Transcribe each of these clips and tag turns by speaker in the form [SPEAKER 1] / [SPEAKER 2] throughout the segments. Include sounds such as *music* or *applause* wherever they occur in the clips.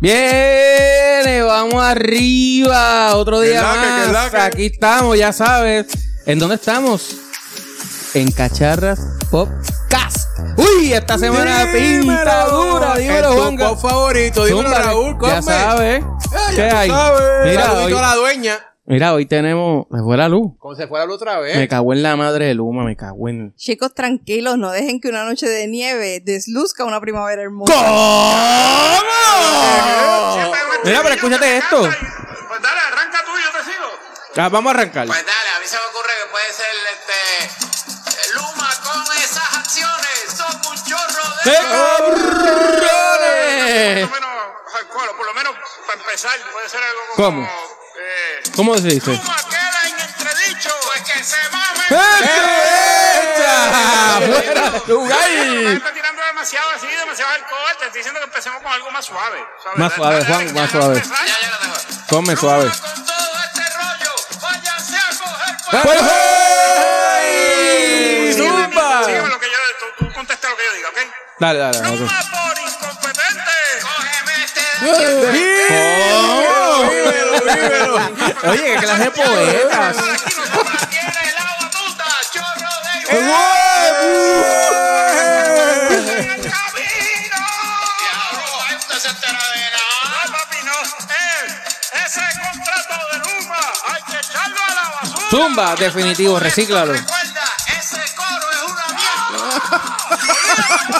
[SPEAKER 1] Bien, eh, vamos arriba. Otro
[SPEAKER 2] Que
[SPEAKER 1] día
[SPEAKER 2] la que, que la
[SPEAKER 1] más.
[SPEAKER 2] que.
[SPEAKER 1] Aquí estamos, ya sabes. ¿En dónde estamos? En Cacharras Podcast. Uy, esta semana pinta dura. Dímelo,
[SPEAKER 2] El
[SPEAKER 1] Juanca.
[SPEAKER 2] tu pop favorito, dímelo,
[SPEAKER 1] Zúmbale.
[SPEAKER 2] Raúl, come. Eh,
[SPEAKER 1] Ya sabes.
[SPEAKER 2] Ya,
[SPEAKER 1] ¿Qué
[SPEAKER 2] tú
[SPEAKER 1] hay?
[SPEAKER 2] sabes.
[SPEAKER 1] Mira,
[SPEAKER 2] Saludito
[SPEAKER 1] hoy-
[SPEAKER 2] a la dueña.
[SPEAKER 1] Mira, hoy tenemos. Me fue la luz.
[SPEAKER 2] Como se fuera la otra vez.
[SPEAKER 1] Me cagó en la madre de Luma, me cagó en.
[SPEAKER 3] Chicos, tranquilos, no dejen que una noche de nieve desluzca una primavera hermosa.
[SPEAKER 1] ¿Cómo? Mira, pero escúchate esto.
[SPEAKER 4] Pues dale, arranca tú y yo te sigo.
[SPEAKER 1] Ah, vamos a arrancar.
[SPEAKER 4] Pues dale, a mí se me ocurre que puede ser este. Luma con esas acciones son un chorro de.
[SPEAKER 1] ¡Qué cabrones!
[SPEAKER 4] Por lo menos, hardcore, o por lo menos para empezar, puede ser algo como.
[SPEAKER 1] ¿Cómo?
[SPEAKER 4] eh,
[SPEAKER 1] ¿Cómo se dice?
[SPEAKER 4] Luma queda en entredicho, pues que se mame.
[SPEAKER 1] ¡Echa! ¡Fuera de
[SPEAKER 4] Me
[SPEAKER 1] lugar!
[SPEAKER 4] está tirando demasiado así, demasiado alcohol. Te estoy diciendo que empecemos con algo más suave. ¿sabes?
[SPEAKER 1] Más suave, Juan, más suave.
[SPEAKER 4] Ya, ya lo tengo.
[SPEAKER 1] Come suave.
[SPEAKER 4] Con todo este rollo, váyanse a coger
[SPEAKER 1] Ah. ¡Fuera! ¡Zumba!
[SPEAKER 4] Sígueme lo que yo, tú, tú contesta lo que yo diga, ¿ok?
[SPEAKER 1] Dale, dale, dale.
[SPEAKER 4] Luma por incompetente. Cógeme este
[SPEAKER 1] ¡Oh!
[SPEAKER 2] Vívelo, vívelo.
[SPEAKER 1] *laughs* Oye, qué clase de poetas.
[SPEAKER 4] Por aquí no se mantiene el agua tuta, chorro de
[SPEAKER 1] ¡Eh!
[SPEAKER 2] ¡Wow!
[SPEAKER 4] en el camino. Diablo, ay, usted se entera de nada. No, papi, no. Eh, ese contrato de Luma hay que echarlo a la basura.
[SPEAKER 1] Zumba, definitivo, recíclalo.
[SPEAKER 4] Recuerda, ese coro es una
[SPEAKER 1] *laughs*
[SPEAKER 4] mierda.
[SPEAKER 2] Oh,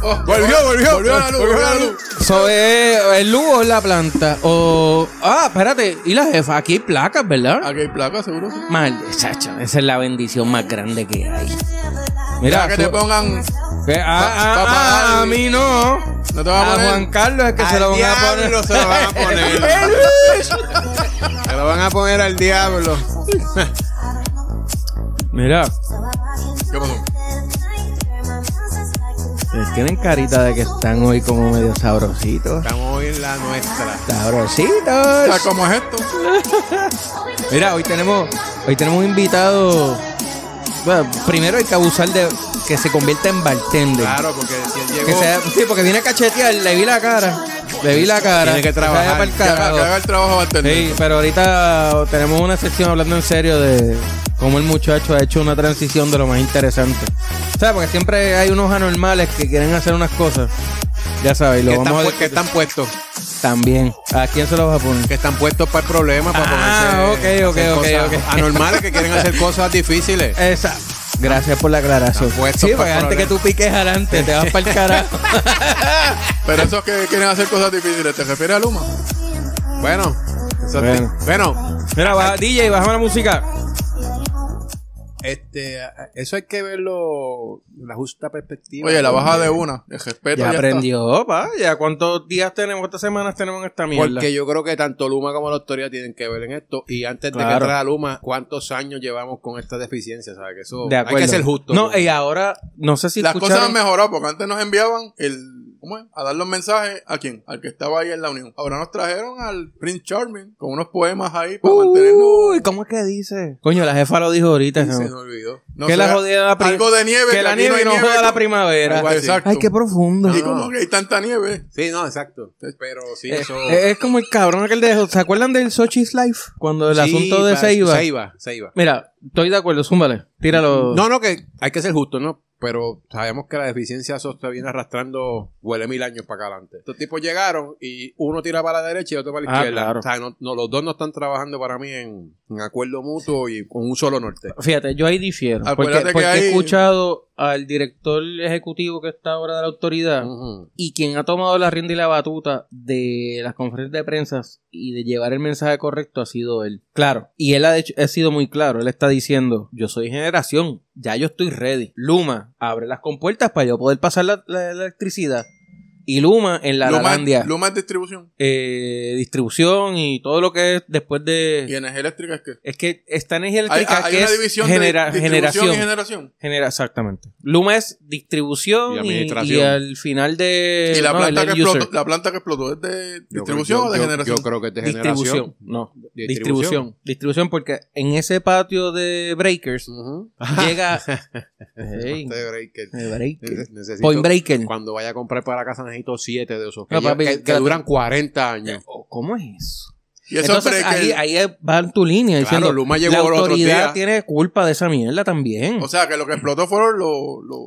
[SPEAKER 1] Oh,
[SPEAKER 2] Volvió, volvió. Volvió la luz, volvió la luz.
[SPEAKER 1] So, eh, ¿El Lugo es la planta? O. Ah, espérate. ¿Y la jefa? Aquí hay placas, ¿verdad?
[SPEAKER 2] Aquí hay placa, seguro. sí.
[SPEAKER 1] Mal, chacho. Esa es la bendición más grande que hay. Mira,
[SPEAKER 2] Para que te
[SPEAKER 1] su-
[SPEAKER 2] pongan.
[SPEAKER 1] que- ah, ah,
[SPEAKER 2] pa- pa-
[SPEAKER 1] ah,
[SPEAKER 2] pa-
[SPEAKER 1] a mí no.
[SPEAKER 2] No te va a
[SPEAKER 1] a
[SPEAKER 2] poner.
[SPEAKER 1] Ah, Juan Carlos es que se
[SPEAKER 2] Al
[SPEAKER 1] lo van a poner.
[SPEAKER 2] diablo se
[SPEAKER 1] *laughs*
[SPEAKER 2] lo van a poner. Se lo van a poner al diablo.
[SPEAKER 1] Mira,
[SPEAKER 2] ¿Qué pasó?
[SPEAKER 1] les tienen carita de que están hoy como medio sabrositos.
[SPEAKER 2] Estamos hoy en la nuestra.
[SPEAKER 1] Sabrositos.
[SPEAKER 2] ¿Cómo es esto?
[SPEAKER 1] Mira, hoy tenemos, hoy tenemos un invitado. Bueno, primero hay que abusar de que se convierta en bartender.
[SPEAKER 2] Claro, porque si él
[SPEAKER 1] Que
[SPEAKER 2] llegó.
[SPEAKER 1] sea, sí, porque viene a cachetear, le vi la cara. Le vi la cara.
[SPEAKER 2] Tiene que
[SPEAKER 1] se vaya
[SPEAKER 2] trabajar.
[SPEAKER 1] pa'l
[SPEAKER 2] Que haga,
[SPEAKER 1] carajo.
[SPEAKER 2] que haga el trabajo bartender.
[SPEAKER 1] Sí, pero ahorita tenemos una sección hablando en serio de cómo el muchacho ha hecho una transición de lo más interesante. O sea, porque siempre hay unos anormales que quieren hacer unas cosas. Ya sabes, lo
[SPEAKER 2] que,
[SPEAKER 1] vamos
[SPEAKER 2] están,
[SPEAKER 1] a
[SPEAKER 2] pu- que están puestos.
[SPEAKER 1] también. ¿A quién se lo vas a poner?
[SPEAKER 2] Que están puestos para el problema. Para
[SPEAKER 1] Ah,
[SPEAKER 2] ponerse-
[SPEAKER 1] ok, ok,
[SPEAKER 2] hacer
[SPEAKER 1] ok,
[SPEAKER 2] cosas
[SPEAKER 1] ok.
[SPEAKER 2] Anormales que quieren hacer cosas difíciles.
[SPEAKER 1] Esa. Gracias por la aclaración.
[SPEAKER 2] Están puestos
[SPEAKER 1] Sí,
[SPEAKER 2] pa'l
[SPEAKER 1] porque antes que
[SPEAKER 2] problema.
[SPEAKER 1] tú piques adelante, te vas para el
[SPEAKER 2] *laughs*
[SPEAKER 1] carajo.
[SPEAKER 2] Pero esos que quieren hacer cosas difíciles, ¿te refieres a Luma? Bueno. eso te-
[SPEAKER 1] Bueno.
[SPEAKER 2] bueno,
[SPEAKER 1] Mira, baja- DJ, baja la música.
[SPEAKER 2] este, eso hay que verlo la justa perspectiva. Oye, la baja de una, el respeto.
[SPEAKER 1] Ya
[SPEAKER 2] ya
[SPEAKER 1] aprendió, pa. Ya cuántos días tenemos, cuántas semanas tenemos en esta
[SPEAKER 2] está.
[SPEAKER 1] mierda.
[SPEAKER 2] Porque yo creo que tanto Luma como la autoridad tienen que ver en esto. Y antes de que
[SPEAKER 1] Claro.
[SPEAKER 2] entrara Luma, ¿cuántos años llevamos con esta deficiencia? ¿Sabes? Que eso
[SPEAKER 1] De
[SPEAKER 2] hay
[SPEAKER 1] acuerdo.
[SPEAKER 2] que ser justo.
[SPEAKER 1] No, y ahora, no sé si
[SPEAKER 2] Las cosas
[SPEAKER 1] escucharon-
[SPEAKER 2] han mejorado porque antes nos enviaban el. ¿Cómo es? A dar los mensajes a quién? Al que estaba ahí en la Unión. Ahora nos trajeron al Prince Charming con unos poemas ahí
[SPEAKER 1] Uh.
[SPEAKER 2] para mantenernos.
[SPEAKER 1] Uy, ¿cómo es que dice? Coño, la jefa lo dijo ahorita. ¿no?
[SPEAKER 2] Se me olvidó. No
[SPEAKER 1] que
[SPEAKER 2] sé,
[SPEAKER 1] la jodida la pri-
[SPEAKER 2] Algo de nieve.
[SPEAKER 1] Que la
[SPEAKER 2] aquí
[SPEAKER 1] nieve
[SPEAKER 2] hay
[SPEAKER 1] no joda la primavera.
[SPEAKER 2] Algo así. Exacto.
[SPEAKER 1] Ay, qué profundo.
[SPEAKER 2] Y como que hay tanta nieve. Sí, no, exacto. Pero sí,
[SPEAKER 1] Eh,
[SPEAKER 2] eso.
[SPEAKER 1] eh, es como el cabrón aquel de... ¿Se acuerdan del Sochi's Life? Cuando el
[SPEAKER 2] Sí,
[SPEAKER 1] asunto de
[SPEAKER 2] pa-
[SPEAKER 1] Seiba.
[SPEAKER 2] Seiba, Seiba.
[SPEAKER 1] Mira, estoy de acuerdo, zúmbale. Tíralo.
[SPEAKER 2] No, no, que hay que ser justo, ¿no? Pero sabemos que la deficiencia eso se viene arrastrando huele mil años para acá adelante. Estos tipos llegaron y uno tira para la derecha y otro para la
[SPEAKER 1] Ah,
[SPEAKER 2] izquierda.
[SPEAKER 1] claro.
[SPEAKER 2] O sea, no, no, los dos no están trabajando para mí en, en acuerdo mutuo y con un solo norte.
[SPEAKER 1] Fíjate, yo ahí difiero.
[SPEAKER 2] Acuérdate
[SPEAKER 1] porque
[SPEAKER 2] que
[SPEAKER 1] porque
[SPEAKER 2] ahí-
[SPEAKER 1] he escuchado al director ejecutivo que está ahora de la autoridad
[SPEAKER 2] Ujú.
[SPEAKER 1] y quien ha tomado la rienda y la batuta de las conferencias de prensa y de llevar el mensaje correcto ha sido él. Claro. Y él ha, hecho- ha sido muy claro. Él está diciendo, yo soy generación, ya yo estoy ready. Luma, abre las compuertas para yo poder pasar la, la- la electricidad. Y Luma en la
[SPEAKER 2] Luma,
[SPEAKER 1] Lalandia,
[SPEAKER 2] Luma es distribución.
[SPEAKER 1] eh, distribución y todo lo que es después de...
[SPEAKER 2] Y energía eléctrica es que.
[SPEAKER 1] Es que esta energía
[SPEAKER 2] Hay,
[SPEAKER 1] eléctrica
[SPEAKER 2] hay
[SPEAKER 1] que
[SPEAKER 2] una
[SPEAKER 1] es
[SPEAKER 2] división
[SPEAKER 1] genera-
[SPEAKER 2] de distribución
[SPEAKER 1] generación.
[SPEAKER 2] y generación.
[SPEAKER 1] Genera, exactamente. Luma es
[SPEAKER 2] Y
[SPEAKER 1] distribución y,
[SPEAKER 2] administración.
[SPEAKER 1] y al final de...
[SPEAKER 2] y la,
[SPEAKER 1] Eh, no, el
[SPEAKER 2] planta que
[SPEAKER 1] end user.
[SPEAKER 2] explotó, la planta que explotó es de
[SPEAKER 5] Yo creo-
[SPEAKER 2] distribución
[SPEAKER 5] yo-
[SPEAKER 2] o de
[SPEAKER 5] yo-
[SPEAKER 2] generación.
[SPEAKER 5] Yo creo que es de
[SPEAKER 1] Distribución.
[SPEAKER 5] generación.
[SPEAKER 1] No,
[SPEAKER 5] Distribución.
[SPEAKER 1] distribución. Distribución porque en ese patio de
[SPEAKER 2] *laughs*
[SPEAKER 1] breakers
[SPEAKER 2] Ujú.
[SPEAKER 1] llega... Ey,
[SPEAKER 2] Este breaker.
[SPEAKER 1] de breaker.
[SPEAKER 2] Necesito-
[SPEAKER 1] Point breaker.
[SPEAKER 2] Cuando vaya a comprar para la casa necesito siete de esos. Que,
[SPEAKER 1] Mm. No,
[SPEAKER 2] lle-
[SPEAKER 1] papi,
[SPEAKER 2] que- que
[SPEAKER 1] claro.
[SPEAKER 2] duran 40 años.
[SPEAKER 1] oh, ¿Cómo es eso?
[SPEAKER 6] Y eso
[SPEAKER 1] Entonces,
[SPEAKER 6] es que
[SPEAKER 1] ahí,
[SPEAKER 6] el-
[SPEAKER 1] ahí van tu línea
[SPEAKER 2] Claro,
[SPEAKER 1] diciendo
[SPEAKER 2] Luma llegó
[SPEAKER 1] la
[SPEAKER 2] los otros
[SPEAKER 1] autoridad
[SPEAKER 2] días.
[SPEAKER 1] tiene culpa de esa mierda también.
[SPEAKER 6] O sea, que lo que explotó fueron los, los,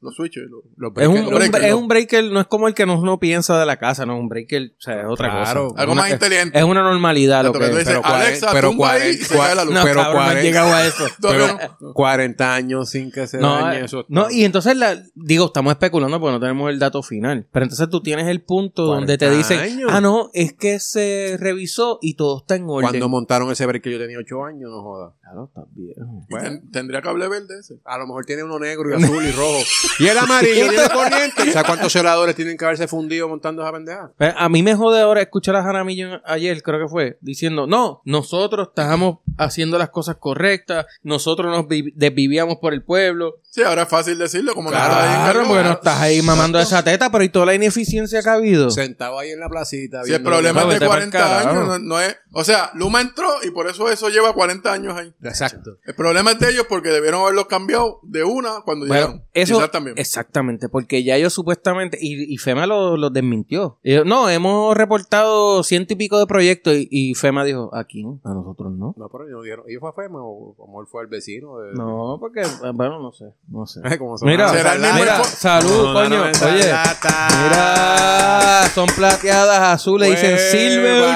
[SPEAKER 6] los switches. los-
[SPEAKER 2] Los
[SPEAKER 1] es,
[SPEAKER 2] breakers-
[SPEAKER 1] un, un-
[SPEAKER 2] los breakers,
[SPEAKER 1] es
[SPEAKER 2] los-
[SPEAKER 1] un breaker, no es como el que no, no piensa de la casa, no, un breaker, o sea, es otra
[SPEAKER 2] Claro.
[SPEAKER 1] cosa.
[SPEAKER 6] algo
[SPEAKER 1] Una-
[SPEAKER 6] más
[SPEAKER 1] es-
[SPEAKER 6] inteligente.
[SPEAKER 1] Es una normalidad lo
[SPEAKER 6] Tanto que tú
[SPEAKER 1] que
[SPEAKER 6] dices,
[SPEAKER 2] pero cuaren-
[SPEAKER 6] Alexa,
[SPEAKER 2] pero
[SPEAKER 6] tumba ahí y
[SPEAKER 2] cuaren-
[SPEAKER 6] se cae la luz.
[SPEAKER 1] No,
[SPEAKER 2] pero
[SPEAKER 1] cabrón, no
[SPEAKER 2] cuaren-
[SPEAKER 1] he llegado a eso.
[SPEAKER 6] No,
[SPEAKER 2] pero
[SPEAKER 6] no, no.
[SPEAKER 2] 40 años sin que se
[SPEAKER 1] No,
[SPEAKER 2] dañe
[SPEAKER 1] eh,
[SPEAKER 2] eso.
[SPEAKER 1] no, y entonces, la, digo, estamos especulando porque no tenemos el dato final. Pero entonces tú tienes el punto donde te
[SPEAKER 2] 40
[SPEAKER 1] dicen,
[SPEAKER 2] años.
[SPEAKER 1] ah, no, es que se revisó y todo está en orden.
[SPEAKER 2] Cuando montaron ese break que yo tenía 8 años, no joda.
[SPEAKER 1] Claro, está bien.
[SPEAKER 6] Y ten- tendría cable verde ese.
[SPEAKER 2] A lo mejor tiene uno negro y azul y rojo. Y el amarillo tiene corriente. O sea, ¿cuántos celadores tienen que haberse fundido montando esa pendeja?
[SPEAKER 1] Pero Eh, A mí me jode ahora escuchar a Jaramillo ayer, creo que fue, diciendo, no, nosotros estábamos haciendo las cosas correctas, nosotros nos vi- desvivíamos por el pueblo.
[SPEAKER 6] Sí, ahora es fácil decirlo, como
[SPEAKER 2] Claro,
[SPEAKER 6] que está ahí
[SPEAKER 1] Claro,
[SPEAKER 6] en
[SPEAKER 1] porque
[SPEAKER 6] Carlos.
[SPEAKER 1] no estás ahí mamando esa teta, pero y toda la ineficiencia que ha habido.
[SPEAKER 2] Sentado ahí en la placita.
[SPEAKER 6] Si el
[SPEAKER 2] viendo-
[SPEAKER 6] problema
[SPEAKER 1] No,
[SPEAKER 6] es
[SPEAKER 1] vete
[SPEAKER 6] de
[SPEAKER 1] pa'l
[SPEAKER 6] 40
[SPEAKER 1] carajo.
[SPEAKER 6] años, no, no es. O sea, Luma entró y por eso eso lleva 40 años ahí.
[SPEAKER 2] Exacto.
[SPEAKER 6] El problema es de ellos porque debieron haberlo cambiado de una cuando
[SPEAKER 1] Bueno,
[SPEAKER 6] llegaron.
[SPEAKER 1] eso
[SPEAKER 6] Quizás también.
[SPEAKER 1] exactamente, porque ya ellos supuestamente, y, y FEMA lo, lo desmintió. Ellos, no, hemos reportado ciento y pico de proyectos y, y FEMA dijo, aquí no, a nosotros no.
[SPEAKER 2] No, pero ellos no dieron. ¿Ellos fue a FEMA o como él fue el vecino? De... *laughs*
[SPEAKER 1] No, porque, bueno, no sé, no sé.
[SPEAKER 2] como
[SPEAKER 1] *laughs*
[SPEAKER 2] son-
[SPEAKER 1] Mira,
[SPEAKER 6] ¿Será el mismo
[SPEAKER 1] mira,
[SPEAKER 6] info-
[SPEAKER 1] salud,
[SPEAKER 2] No, no,
[SPEAKER 1] coño,
[SPEAKER 2] no, esa
[SPEAKER 1] oye.
[SPEAKER 2] lata.
[SPEAKER 1] Mira, son plateadas azules, dicen
[SPEAKER 2] Hueva.
[SPEAKER 1] silver.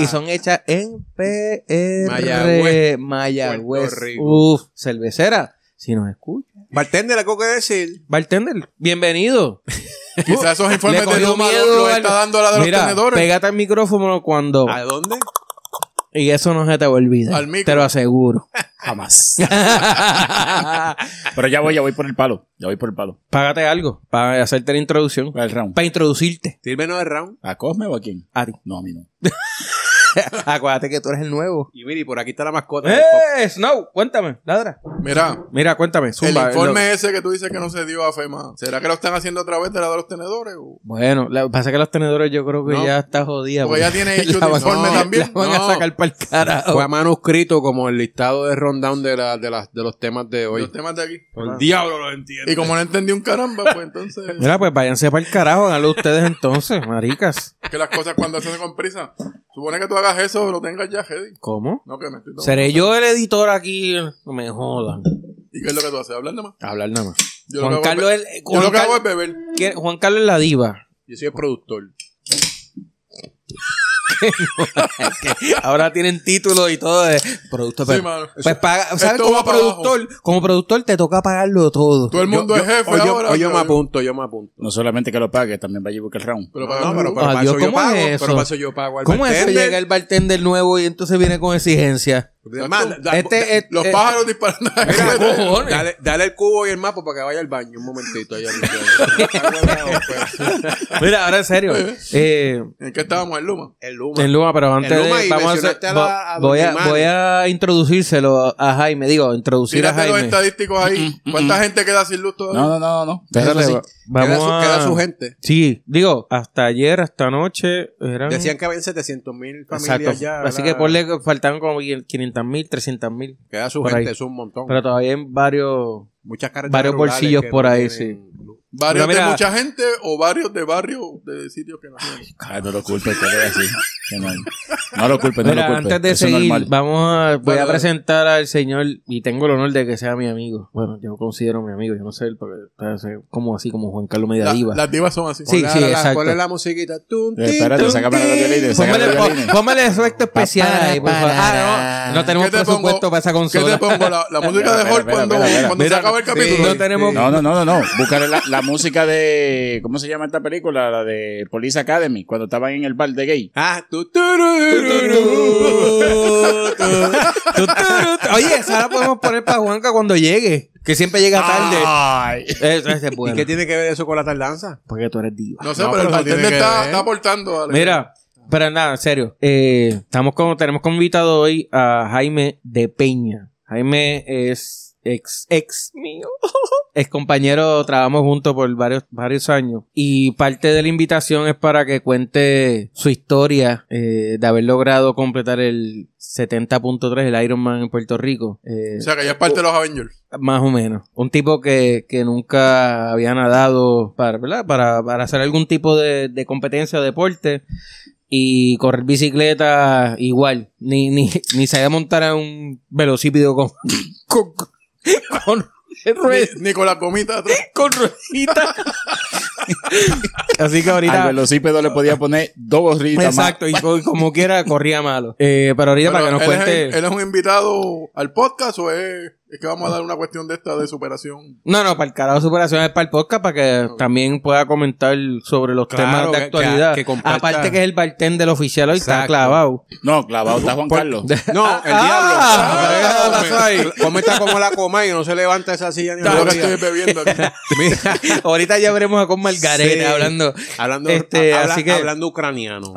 [SPEAKER 1] Y son hechas en PR
[SPEAKER 2] Mayagüez.
[SPEAKER 1] Mayagüez.
[SPEAKER 2] Puerto Rico.
[SPEAKER 1] Uf, cervecera. Si nos escucha.
[SPEAKER 2] Bartender, algo que decir.
[SPEAKER 1] Bartender, bienvenido.
[SPEAKER 6] Quizás esos informes de
[SPEAKER 1] Oh, cogió
[SPEAKER 6] Luma
[SPEAKER 1] miedo
[SPEAKER 6] los
[SPEAKER 1] al-
[SPEAKER 6] está dando a la de los
[SPEAKER 1] Mira,
[SPEAKER 6] tenedores.
[SPEAKER 1] pégate al micrófono cuando...
[SPEAKER 2] ¿A dónde?
[SPEAKER 1] Y eso no se te va a olvidar.
[SPEAKER 6] Al micro.
[SPEAKER 1] Te lo
[SPEAKER 6] *laughs*
[SPEAKER 1] aseguro.
[SPEAKER 4] Jamás. Pero ya voy, ya voy por el palo. Ya voy por el palo.
[SPEAKER 1] Págate algo para hacerte la introducción.
[SPEAKER 4] El round.
[SPEAKER 1] Para introducirte.
[SPEAKER 2] Sírvenos el round.
[SPEAKER 4] ¿A Cosme o a quién?
[SPEAKER 1] A ti.
[SPEAKER 4] No, a mí no.
[SPEAKER 1] *laughs* Acuérdate que tú eres el nuevo.
[SPEAKER 2] Y mira, y por aquí está la mascota. del pop.
[SPEAKER 1] ¡Eh! Snow, cuéntame, ladra.
[SPEAKER 6] Mira,
[SPEAKER 1] Mira, cuéntame, zumba.
[SPEAKER 6] el informe ese que tú dices que no se dio a FEMA, ¿será que lo están haciendo a través de la de los tenedores? o?
[SPEAKER 1] Bueno, lo que pasa es que los tenedores yo creo que
[SPEAKER 6] No.
[SPEAKER 1] ya está jodida.
[SPEAKER 6] Porque ya tiene
[SPEAKER 1] *laughs*
[SPEAKER 6] hecho
[SPEAKER 1] la
[SPEAKER 6] un
[SPEAKER 1] van-
[SPEAKER 6] informe
[SPEAKER 1] la
[SPEAKER 6] también.
[SPEAKER 1] van
[SPEAKER 6] No.
[SPEAKER 1] a sacar para el carajo.
[SPEAKER 2] Fue a manuscrito como el listado de rundown de, la, de, las de los temas de hoy.
[SPEAKER 6] Los temas de aquí. Ah.
[SPEAKER 2] El diablo lo entiende.
[SPEAKER 6] Y como no entendí un caramba, pues entonces.
[SPEAKER 1] Mira, pues váyanse para el carajo, háganlo ustedes entonces, maricas.
[SPEAKER 6] que las cosas cuando se hacen con prisa. Supone que tú hagas eso, lo tengas ya, Hedy.
[SPEAKER 1] ¿Cómo?
[SPEAKER 6] No, que me estoy tomando.
[SPEAKER 1] Seré yo el editor aquí. No me jodan.
[SPEAKER 6] ¿Y qué es lo que tú haces? Hablar nada más.
[SPEAKER 1] Hablar nada más.
[SPEAKER 6] Yo
[SPEAKER 1] Juan
[SPEAKER 6] lo que hago
[SPEAKER 1] Carlos
[SPEAKER 6] es
[SPEAKER 1] es-
[SPEAKER 6] be-
[SPEAKER 1] Juan
[SPEAKER 6] yo lo que hago
[SPEAKER 1] Carlos-
[SPEAKER 6] es beber.
[SPEAKER 1] ¿Quién- Juan Carlos la diva.
[SPEAKER 2] *laughs* Yo soy el productor.
[SPEAKER 1] Ahora tienen título y todo de producto.
[SPEAKER 6] Sí,
[SPEAKER 1] pero-
[SPEAKER 6] mano.
[SPEAKER 1] pues paga, ¿sabes?
[SPEAKER 6] esto
[SPEAKER 1] Como
[SPEAKER 6] va para
[SPEAKER 1] productor, como productor te toca pagarlo todo.
[SPEAKER 6] Todo el mundo
[SPEAKER 2] Yo-
[SPEAKER 6] es
[SPEAKER 2] yo-
[SPEAKER 6] jefe
[SPEAKER 2] o yo,
[SPEAKER 6] ahora.
[SPEAKER 2] o yo me
[SPEAKER 6] pero-
[SPEAKER 2] apunto, yo me apunto.
[SPEAKER 4] No solamente que lo pague, también va a llevar el round.
[SPEAKER 6] Pero para
[SPEAKER 2] No, pero, pero para
[SPEAKER 1] Adiós,
[SPEAKER 2] eso yo
[SPEAKER 1] ¿cómo es
[SPEAKER 2] pago.
[SPEAKER 1] eso?
[SPEAKER 2] Pero para eso yo pago al
[SPEAKER 1] ¿Cómo es eso?
[SPEAKER 2] bartender.
[SPEAKER 1] Llega el bartender nuevo y entonces viene con exigencias.
[SPEAKER 2] Además, da- da-
[SPEAKER 1] Este es-
[SPEAKER 6] los
[SPEAKER 1] eh,
[SPEAKER 6] pájaros disparando.
[SPEAKER 2] Mira,
[SPEAKER 1] cojones.
[SPEAKER 2] dale, dale el cubo y el mapa para que vaya al baño un momentito. ahí al- al-
[SPEAKER 1] *laughs* Mira, ahora en
[SPEAKER 6] *laughs*
[SPEAKER 1] serio. Eh,
[SPEAKER 6] *laughs* ¿En qué estábamos en Luma?
[SPEAKER 2] el Luma.
[SPEAKER 1] en Luma, pero antes
[SPEAKER 2] En Luma
[SPEAKER 1] de-
[SPEAKER 2] y
[SPEAKER 1] vamos a hacer.
[SPEAKER 2] mencionaste a
[SPEAKER 1] vo-
[SPEAKER 2] la- a
[SPEAKER 1] voy, a,
[SPEAKER 2] Doña Imani.
[SPEAKER 1] voy a introducírselo a Jaime. Digo, introducir a
[SPEAKER 6] Tírate los
[SPEAKER 1] Jaime. Mm,
[SPEAKER 6] estadísticos ahí. ¿Cuánta gente queda sin luz todavía?
[SPEAKER 4] No, no, no, no. Déjalo
[SPEAKER 2] Queda
[SPEAKER 4] así.
[SPEAKER 2] su-
[SPEAKER 1] Vamos
[SPEAKER 2] queda su-
[SPEAKER 1] a-
[SPEAKER 2] queda su gente.
[SPEAKER 1] Sí, digo, hasta ayer, hasta anoche. Eran...
[SPEAKER 2] Decían que habían 700 mil familias
[SPEAKER 1] Exacto.
[SPEAKER 2] ya.
[SPEAKER 1] Así que
[SPEAKER 2] ¿verdad?
[SPEAKER 1] ponle que faltaban como 500 mil, 300 mil.
[SPEAKER 2] Queda su
[SPEAKER 1] por
[SPEAKER 2] gente,
[SPEAKER 1] ahí.
[SPEAKER 2] es un montón.
[SPEAKER 1] Pero todavía hay varios.
[SPEAKER 2] Muchas carreteras
[SPEAKER 1] varios
[SPEAKER 2] rurales
[SPEAKER 1] bolsillos
[SPEAKER 2] que
[SPEAKER 1] por
[SPEAKER 2] no
[SPEAKER 1] ahí,
[SPEAKER 2] tienen luz.
[SPEAKER 6] ¿Varios
[SPEAKER 1] Pero mira-
[SPEAKER 6] de mucha gente o varios de barrios de sitios que no tienen?
[SPEAKER 4] Ah, no lo culpes, que le voy a decir. Que No, no lo culpes, Pues no
[SPEAKER 1] Mira,
[SPEAKER 4] lo culpes.
[SPEAKER 1] antes de
[SPEAKER 4] Eso es
[SPEAKER 1] seguir,
[SPEAKER 4] normal.
[SPEAKER 1] vamos a, voy
[SPEAKER 6] Dale,
[SPEAKER 1] a
[SPEAKER 6] dale.
[SPEAKER 1] presentar al señor y tengo el honor de que sea mi amigo. Bueno, yo considero mi amigo, yo no sé él, porque o sea, como así, como Juan Carlos Media
[SPEAKER 6] La-
[SPEAKER 1] Diva.
[SPEAKER 6] las divas son así.
[SPEAKER 1] Sí,
[SPEAKER 2] Ponle
[SPEAKER 1] sí,
[SPEAKER 2] la- la-
[SPEAKER 1] exacto.
[SPEAKER 2] Ponle la musiquita. Tum,
[SPEAKER 4] Eh,
[SPEAKER 2] tin,
[SPEAKER 4] espérate,
[SPEAKER 2] tum,
[SPEAKER 4] sácame los
[SPEAKER 2] tin.
[SPEAKER 4] violines, sácame
[SPEAKER 1] Póngale,
[SPEAKER 4] los
[SPEAKER 1] po-
[SPEAKER 4] violines.
[SPEAKER 1] póngale efecto especial ahí, por favor. Ah, no, no tenemos
[SPEAKER 6] ¿Qué te
[SPEAKER 1] presupuesto
[SPEAKER 6] pongo?
[SPEAKER 1] para esa
[SPEAKER 6] ¿Qué
[SPEAKER 1] consola.
[SPEAKER 6] te pongo? La, la música de
[SPEAKER 4] Espera,
[SPEAKER 6] Hulk
[SPEAKER 4] espera,
[SPEAKER 6] cuando,
[SPEAKER 4] espera, espera.
[SPEAKER 6] cuando se
[SPEAKER 2] Mira,
[SPEAKER 6] acaba el
[SPEAKER 2] sí,
[SPEAKER 6] capítulo.
[SPEAKER 1] no tenemos...
[SPEAKER 4] No, no, no, no, no. Buscaré la, la música de. ¿Cómo se llama esta película? La de Police Academy, cuando estaban en el bar de gay.
[SPEAKER 2] Ah, tu, tururú.
[SPEAKER 1] Tu, tu, tu. Oye, esa la podemos poner para Juanca cuando llegue, que siempre llega tarde.
[SPEAKER 4] Ay.
[SPEAKER 1] Eso, ese es
[SPEAKER 2] Ah. ¿Y
[SPEAKER 1] bueno.
[SPEAKER 2] qué tiene que ver eso con la tardanza?
[SPEAKER 1] Porque tú eres diva.
[SPEAKER 6] No sé,
[SPEAKER 2] No,
[SPEAKER 6] pero
[SPEAKER 2] pero
[SPEAKER 6] el
[SPEAKER 2] no tiene
[SPEAKER 6] bartender
[SPEAKER 2] que
[SPEAKER 6] está,
[SPEAKER 2] ver.
[SPEAKER 6] está aportando. Alex.
[SPEAKER 1] Mira, pero nada, en serio. Eh, estamos con, tenemos como invitado hoy a Jaime de Peña. Jaime es ex, ex mío, ex compañero, trabajamos juntos por varios, varios años. Y parte de la invitación es para que cuente su historia eh, de haber logrado completar el 70.3, el Ironman en Puerto Rico. Eh,
[SPEAKER 6] O sea, que ya es parte de los Avengers.
[SPEAKER 1] más o menos. Un tipo que, que nunca había nadado para, ¿verdad? para, para hacer algún tipo de, de competencia o deporte. Y correr bicicleta igual. Ni, ni, ni sabía montar a un velocípedo con, *laughs* con, con ruedas.
[SPEAKER 6] Ni, ni con la comita atrás.
[SPEAKER 1] Con rueditas. Así que
[SPEAKER 4] Al
[SPEAKER 1] ahorita.
[SPEAKER 4] velocípedo le podía poner dos gorritas
[SPEAKER 1] Exacto, y co- como quiera corría malo. Eh, pero ahorita para
[SPEAKER 6] Pero
[SPEAKER 1] que nos
[SPEAKER 6] él, es,
[SPEAKER 1] cuente.
[SPEAKER 6] el- él es un invitado al podcast o es, es que vamos a dar una cuestión de esta de superación.
[SPEAKER 1] No, no, para el carajo superación es para el podcast para que también pueda comentar sobre los
[SPEAKER 2] Claro,
[SPEAKER 1] temas de
[SPEAKER 2] que-
[SPEAKER 1] actualidad.
[SPEAKER 2] que- que comparta.
[SPEAKER 1] Aparte que es el bartender oficial hoy, está
[SPEAKER 2] Exacto.
[SPEAKER 1] clavado.
[SPEAKER 4] más. No, clavado está Juan Carlos.
[SPEAKER 2] *laughs* No, el
[SPEAKER 1] Ah,
[SPEAKER 2] diablo. *laughs* Come- Come está como la coma y no se levanta esa silla ni
[SPEAKER 6] Yo lo
[SPEAKER 2] una
[SPEAKER 6] que estoy
[SPEAKER 2] vida.
[SPEAKER 6] bebiendo aquí.
[SPEAKER 2] *laughs*
[SPEAKER 1] *laughs*
[SPEAKER 2] Mira,
[SPEAKER 1] Ahorita ya veremos a con Margarete
[SPEAKER 2] Sí.
[SPEAKER 1] hablando.
[SPEAKER 2] hablando,
[SPEAKER 1] Este,
[SPEAKER 2] habla-
[SPEAKER 1] así que- *laughs*
[SPEAKER 2] hablando ucraniano.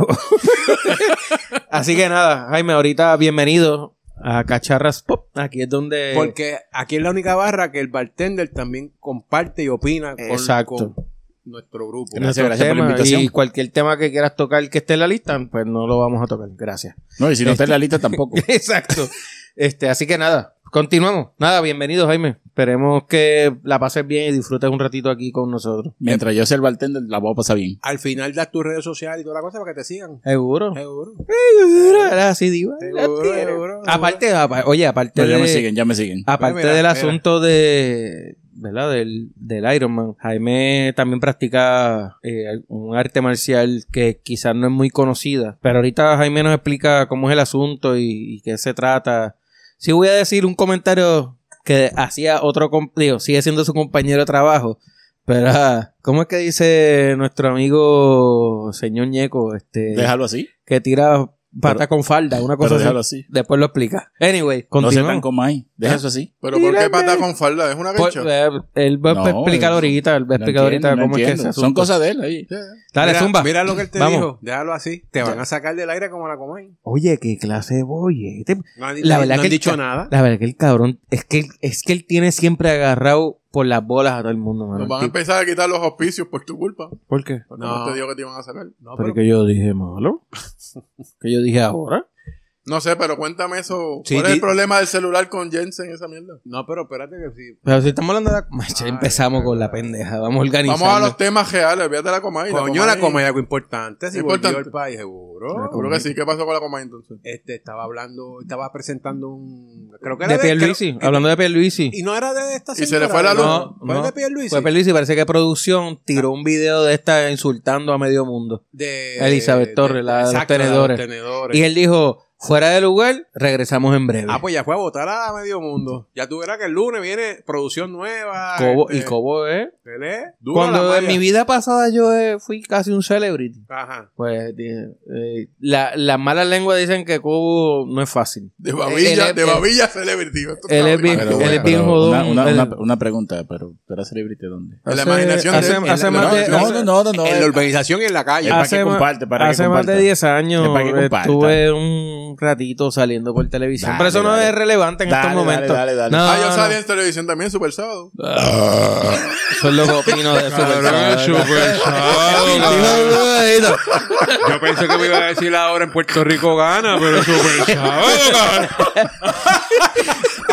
[SPEAKER 1] Así que nada, Jaime, ahorita bienvenido a Cacharras Pop. Aquí es donde...
[SPEAKER 2] Porque aquí es la única barra que el bartender también comparte y opina con,
[SPEAKER 1] Exacto.
[SPEAKER 2] con nuestro grupo.
[SPEAKER 4] Gracias,
[SPEAKER 1] nuestros
[SPEAKER 4] gracias por la
[SPEAKER 1] temas
[SPEAKER 4] invitación.
[SPEAKER 1] Y cualquier tema que quieras tocar que esté en la lista, pues no lo vamos a tocar. Gracias.
[SPEAKER 4] No, y si no está en la
[SPEAKER 1] *laughs*
[SPEAKER 4] lista tampoco.
[SPEAKER 1] Exacto. Este, así que nada, continuamos. Nada, bienvenido, Jaime. Esperemos que la pases bien y disfrutes un ratito aquí con nosotros.
[SPEAKER 4] Mientras yo sea el bartender, la voy a pasar bien.
[SPEAKER 2] Al final das tus redes sociales y toda la cosa para que te sigan.
[SPEAKER 1] Seguro.
[SPEAKER 2] Seguro.
[SPEAKER 1] Seguro, era así, diva.
[SPEAKER 2] Seguro,
[SPEAKER 1] Era así, era.
[SPEAKER 2] seguro, seguro.
[SPEAKER 1] Aparte, apa- oye, aparte
[SPEAKER 4] No, ya me
[SPEAKER 1] de-
[SPEAKER 4] siguen, ya me siguen.
[SPEAKER 1] Aparte
[SPEAKER 2] Pues Mira, mira,
[SPEAKER 1] del
[SPEAKER 2] mira.
[SPEAKER 1] asunto de. ¿Verdad? Del, del Ironman. Jaime también practica eh, un arte marcial que quizás no es muy conocida. Pero ahorita Jaime nos explica cómo es el asunto y, y qué se trata. Sí voy a decir un comentario que hacía otro... com- Digo, sigue siendo su compañero de trabajo. Pero, ah, ¿cómo es que dice nuestro amigo señor Ñeco? Este,
[SPEAKER 4] Déjalo así.
[SPEAKER 1] que tira pata
[SPEAKER 4] Pero-
[SPEAKER 1] con falda, una
[SPEAKER 4] Pero
[SPEAKER 1] cosa así.
[SPEAKER 4] déjalo así.
[SPEAKER 1] Después lo explica. Anyway,
[SPEAKER 4] No se
[SPEAKER 1] continuamos.
[SPEAKER 4] tan como ahí.
[SPEAKER 1] Ah,
[SPEAKER 4] Deja eso así.
[SPEAKER 6] Pero ¿por
[SPEAKER 1] Mírame.
[SPEAKER 6] qué pata con falda? ¿Es una
[SPEAKER 1] Por-
[SPEAKER 6] bicha?
[SPEAKER 1] eh, él va a
[SPEAKER 4] No,
[SPEAKER 1] explicar
[SPEAKER 4] no,
[SPEAKER 1] ahorita, él va a explicar
[SPEAKER 4] No
[SPEAKER 1] ahorita
[SPEAKER 4] entiendo, no
[SPEAKER 1] cómo es que
[SPEAKER 4] entiendo.
[SPEAKER 1] se
[SPEAKER 4] Son cosas de él ahí.
[SPEAKER 1] Dale,
[SPEAKER 2] mira,
[SPEAKER 1] zumba.
[SPEAKER 2] Mira lo que él te
[SPEAKER 1] Vamos.
[SPEAKER 2] dijo. Déjalo así. Te van a sacar del aire como la comen.
[SPEAKER 1] Oye, qué clase de bollete.
[SPEAKER 2] No han,
[SPEAKER 1] La verdad
[SPEAKER 2] no
[SPEAKER 1] que el
[SPEAKER 2] han dicho
[SPEAKER 1] ca-
[SPEAKER 2] nada.
[SPEAKER 1] La verdad que el cabrón, es que, es que él tiene siempre agarrado por las bolas a todo el mundo, mano.
[SPEAKER 6] Nos van a
[SPEAKER 1] Tipo,
[SPEAKER 6] empezar a quitar los auspicios por tu culpa.
[SPEAKER 1] ¿Por qué?
[SPEAKER 6] Porque
[SPEAKER 2] No.
[SPEAKER 6] no. te digo que te iban a sacar.
[SPEAKER 2] No,
[SPEAKER 1] Pero
[SPEAKER 2] pero-
[SPEAKER 1] que yo dije malo. que yo dije ahora.
[SPEAKER 6] No sé, pero cuéntame eso.
[SPEAKER 2] Sí,
[SPEAKER 6] ¿Cuál es
[SPEAKER 2] di-
[SPEAKER 6] el problema del celular con Jensen esa mierda?
[SPEAKER 2] no, pero espérate que sí.
[SPEAKER 1] Pero si estamos hablando de la... Macho,
[SPEAKER 2] Ay,
[SPEAKER 1] empezamos con la pendeja. Vamos organizando.
[SPEAKER 6] Vamos a los temas reales. Olvídate de la Comay.
[SPEAKER 2] Coño, la comedia, algo importante. Si
[SPEAKER 6] Importante.
[SPEAKER 2] volvió al país, seguro.
[SPEAKER 6] Seguro que sí. ¿Qué pasó con la Comay entonces?
[SPEAKER 2] Este, estaba hablando, estaba presentando un... Creo que era
[SPEAKER 1] De Pierluisi.
[SPEAKER 2] creo-
[SPEAKER 1] hablando de Pierluisi.
[SPEAKER 2] Y no era de esta
[SPEAKER 6] Y se
[SPEAKER 2] señora,
[SPEAKER 6] le fue la
[SPEAKER 2] ¿verdad?
[SPEAKER 1] luz.
[SPEAKER 2] Fue
[SPEAKER 1] No,
[SPEAKER 2] de Pierluisi.
[SPEAKER 1] Fue Pierluisi, parece que producción tiró un video de esta insultando a medio mundo.
[SPEAKER 2] de
[SPEAKER 1] Elizabeth Torres, la de los
[SPEAKER 2] exacto,
[SPEAKER 1] tenedores.
[SPEAKER 2] tenedores.
[SPEAKER 1] Y él dijo, fuera de lugar, regresamos en breve.
[SPEAKER 2] Ah, pues ya fue a votar a medio mundo. Ya tú verás que el lunes viene producción nueva.
[SPEAKER 1] Cobo-
[SPEAKER 2] este,
[SPEAKER 1] y Cobo es...
[SPEAKER 2] él es duro la
[SPEAKER 1] Cuando en
[SPEAKER 2] malla.
[SPEAKER 1] mi vida pasada yo eh, fui casi un celebrity.
[SPEAKER 2] Ajá.
[SPEAKER 1] Pues dije, eh, la- las malas lenguas dicen que Cobo no es fácil.
[SPEAKER 6] De babilla,
[SPEAKER 1] Él es-
[SPEAKER 6] de
[SPEAKER 1] él-
[SPEAKER 6] babilla celebrity. Esto
[SPEAKER 1] él
[SPEAKER 6] está
[SPEAKER 1] es bien-
[SPEAKER 6] horrible.
[SPEAKER 1] él es bien
[SPEAKER 4] pero
[SPEAKER 1] jodón,
[SPEAKER 4] Una, una-
[SPEAKER 1] él-
[SPEAKER 4] una- una pregunta, pero ¿tú eras celebrity dónde?
[SPEAKER 6] En la
[SPEAKER 1] Hace-
[SPEAKER 6] imaginación
[SPEAKER 1] hace-
[SPEAKER 6] de él.
[SPEAKER 1] hace
[SPEAKER 6] En la
[SPEAKER 1] más de-
[SPEAKER 6] imaginación de
[SPEAKER 1] hace-
[SPEAKER 6] él.
[SPEAKER 4] no, no, no.
[SPEAKER 1] eh,
[SPEAKER 2] en la urbanización y en la calle.
[SPEAKER 4] Él- para
[SPEAKER 1] hace
[SPEAKER 4] que
[SPEAKER 1] ma-
[SPEAKER 4] comparte, para que
[SPEAKER 1] hace más
[SPEAKER 4] comparte.
[SPEAKER 1] de 10 años
[SPEAKER 4] Es para que
[SPEAKER 1] eh,
[SPEAKER 4] comparte.
[SPEAKER 1] estuve un ratito saliendo por televisión.
[SPEAKER 4] Dale,
[SPEAKER 1] Pero eso no
[SPEAKER 4] dale.
[SPEAKER 1] es relevante en
[SPEAKER 4] Dale,
[SPEAKER 1] estos
[SPEAKER 4] dale,
[SPEAKER 1] momentos.
[SPEAKER 4] dale, dale.
[SPEAKER 1] No,
[SPEAKER 6] Ah, yo
[SPEAKER 1] no,
[SPEAKER 6] salí en televisión también, Super Sábado.
[SPEAKER 1] Eso es lo que opino de
[SPEAKER 4] *laughs*
[SPEAKER 1] eso. *laughs*
[SPEAKER 2] Yo pensé que me iba a decir ahora en Puerto Rico gana, *laughs* pero super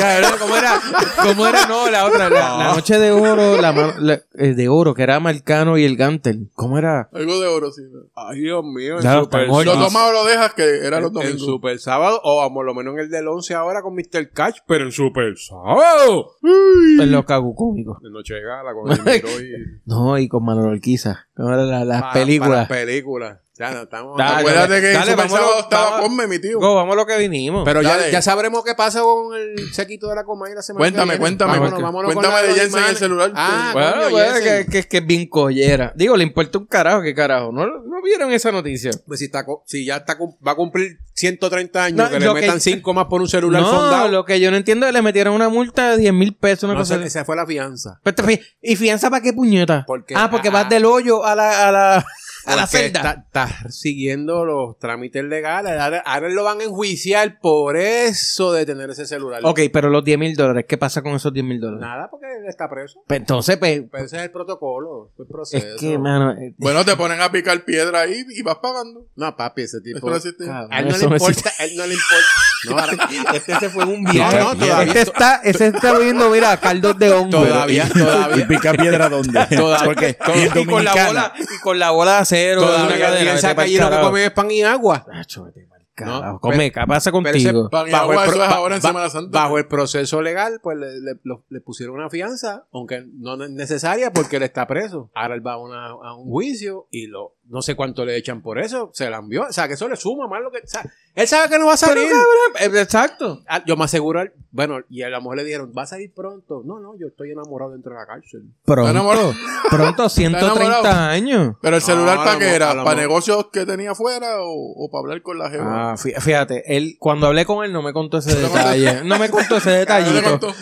[SPEAKER 1] Cabrón, ¿cómo era? ¿Cómo era? No, la otra. La, la noche de oro, la, mano- la- eh, de oro, que era Marcano y el Gantel. ¿Cómo era?
[SPEAKER 6] Algo de oro, sí.
[SPEAKER 2] Ay, Dios mío. En
[SPEAKER 1] Ya,
[SPEAKER 2] super,
[SPEAKER 1] tan gordo.
[SPEAKER 6] Lo
[SPEAKER 1] no.
[SPEAKER 6] tomas o lo dejas, que era los
[SPEAKER 2] en- en
[SPEAKER 6] domingos.
[SPEAKER 2] super sábado, o a lo menos en el del 11 ahora con Mr. Catch, pero en super sábado. Uy.
[SPEAKER 1] En Pues los cagucómicos.
[SPEAKER 2] En Noche de Gala
[SPEAKER 1] *laughs*
[SPEAKER 2] con el Miró y...
[SPEAKER 1] No, y con Manolo Alquiza. ¿Cómo era la- las
[SPEAKER 2] Pa-
[SPEAKER 1] películas?
[SPEAKER 2] para películas. Ya no estamos...
[SPEAKER 1] Dale,
[SPEAKER 6] Acuérdate que en
[SPEAKER 1] dale,
[SPEAKER 6] Super
[SPEAKER 1] vámonos,
[SPEAKER 6] Sábado estaba
[SPEAKER 1] vamos-
[SPEAKER 6] Ponme, mi tío.
[SPEAKER 1] Go, vamos a lo que vinimos.
[SPEAKER 2] Pero ya,
[SPEAKER 6] Dale.
[SPEAKER 2] ya sabremos qué pasa con el sequito de la comadre la semana
[SPEAKER 6] Cuéntame,
[SPEAKER 2] que viene.
[SPEAKER 6] cuéntame.
[SPEAKER 2] Vámonos,
[SPEAKER 1] Porque-
[SPEAKER 2] vámonos con
[SPEAKER 6] cuéntame
[SPEAKER 2] la
[SPEAKER 6] de Jensen
[SPEAKER 2] Lorimar.
[SPEAKER 6] en el celular.
[SPEAKER 2] Ah,
[SPEAKER 1] bueno,
[SPEAKER 2] coño,
[SPEAKER 1] bueno,
[SPEAKER 2] Jensen.
[SPEAKER 1] que, que- que es bien collera. Digo, le importa un carajo, qué carajo. ¿No, no vieron esa noticia?
[SPEAKER 2] Pues si, está, co- si ya está, cum- va a cumplir 130 años,
[SPEAKER 1] No,
[SPEAKER 2] que
[SPEAKER 1] lo
[SPEAKER 2] le
[SPEAKER 1] que-
[SPEAKER 2] metan 5 más por un celular
[SPEAKER 1] No,
[SPEAKER 2] fondado.
[SPEAKER 1] lo que yo no entiendo es que le metieron una multa de 10 mil pesos, una
[SPEAKER 2] No,
[SPEAKER 1] cosa Pues,
[SPEAKER 2] esa, esa fue la fianza.
[SPEAKER 1] Pero te fi- ¿Y fianza para qué puñeta?
[SPEAKER 2] Porque-
[SPEAKER 1] ah, porque
[SPEAKER 2] ah,
[SPEAKER 1] vas del hoyo a la, a la, A la
[SPEAKER 2] Porque
[SPEAKER 1] celda.
[SPEAKER 2] está- está siguiendo los trámites legales. Ahora, ahora lo van a enjuiciar por eso de tener ese celular.
[SPEAKER 1] Ok, pero los 10 mil dólares, ¿qué pasa con esos 10 mil dólares?
[SPEAKER 2] Nada, porque él está preso.
[SPEAKER 1] Pues entonces, pues,
[SPEAKER 2] Pero ese es el protocolo, el
[SPEAKER 1] es
[SPEAKER 2] proceso.
[SPEAKER 1] que, mano, eh,
[SPEAKER 6] Bueno, te ponen a picar piedra ahí y vas pagando.
[SPEAKER 2] No, papi, ese tipo.
[SPEAKER 6] Eso no existe.
[SPEAKER 1] cabrón,
[SPEAKER 2] A él no le
[SPEAKER 1] eso no
[SPEAKER 2] importa, a él no le importa. No,
[SPEAKER 4] *laughs*
[SPEAKER 2] ahora- este se fue en un viaje.
[SPEAKER 1] No,
[SPEAKER 2] No, todavía.
[SPEAKER 1] Este está, ese está viendo, mira, caldos de hongo.
[SPEAKER 2] Todavía,
[SPEAKER 4] ¿Y
[SPEAKER 2] todavía.
[SPEAKER 4] pica piedra dónde?
[SPEAKER 2] *laughs* Todavía.
[SPEAKER 4] Porque
[SPEAKER 2] Todo-
[SPEAKER 4] y es
[SPEAKER 1] Y con la
[SPEAKER 4] dominicana.
[SPEAKER 1] bola, y con la bola de acero. de una
[SPEAKER 2] Todavía
[SPEAKER 1] cadena,
[SPEAKER 2] piensa
[SPEAKER 1] vete
[SPEAKER 2] que
[SPEAKER 1] pa'l
[SPEAKER 2] allí lo que
[SPEAKER 1] carajo.
[SPEAKER 2] comen es pan y agua.
[SPEAKER 1] Nacho, vete pa'l carajo.
[SPEAKER 2] No,
[SPEAKER 1] Come, ¿qué pasa
[SPEAKER 2] Pero ese
[SPEAKER 1] contigo?
[SPEAKER 6] pan y
[SPEAKER 2] bajo el
[SPEAKER 6] agua,
[SPEAKER 2] pro-
[SPEAKER 6] eso es
[SPEAKER 2] ba-
[SPEAKER 6] ahora en
[SPEAKER 2] ba-
[SPEAKER 6] Semana Santa.
[SPEAKER 2] Bajo el proceso legal, pues le, le- lo- le pusieron una fianza, aunque no es necesaria porque él está preso. Ahora él va a, una- a un juicio y lo no sé cuánto le echan por eso. Se la envió. O sea, que eso le suma más lo que. o sea, él sabe que no va a salir.
[SPEAKER 1] Eh, Exacto.
[SPEAKER 2] Ah, Yo me aseguro, bueno, y a la mujer le dijeron, va a salir pronto. No, no, yo estoy enamorado dentro de la cárcel.
[SPEAKER 6] ¿Está
[SPEAKER 1] Pronto,
[SPEAKER 6] enamorado?
[SPEAKER 1] pronto
[SPEAKER 6] enamorado?
[SPEAKER 1] 130 años.
[SPEAKER 6] Pero el
[SPEAKER 2] No,
[SPEAKER 6] celular,
[SPEAKER 2] a
[SPEAKER 6] ¿para
[SPEAKER 2] lo
[SPEAKER 6] qué
[SPEAKER 2] mo-
[SPEAKER 6] era?
[SPEAKER 2] a lo
[SPEAKER 6] ¿Para
[SPEAKER 2] mo-
[SPEAKER 6] negocios que tenía afuera o, o para hablar con la jeva?
[SPEAKER 1] Ah, fí- fíjate, él, cuando hablé con él no me contó ese
[SPEAKER 6] te
[SPEAKER 1] detalle. No me contó ese
[SPEAKER 6] *laughs* ¿No le
[SPEAKER 1] detallito.
[SPEAKER 6] contó?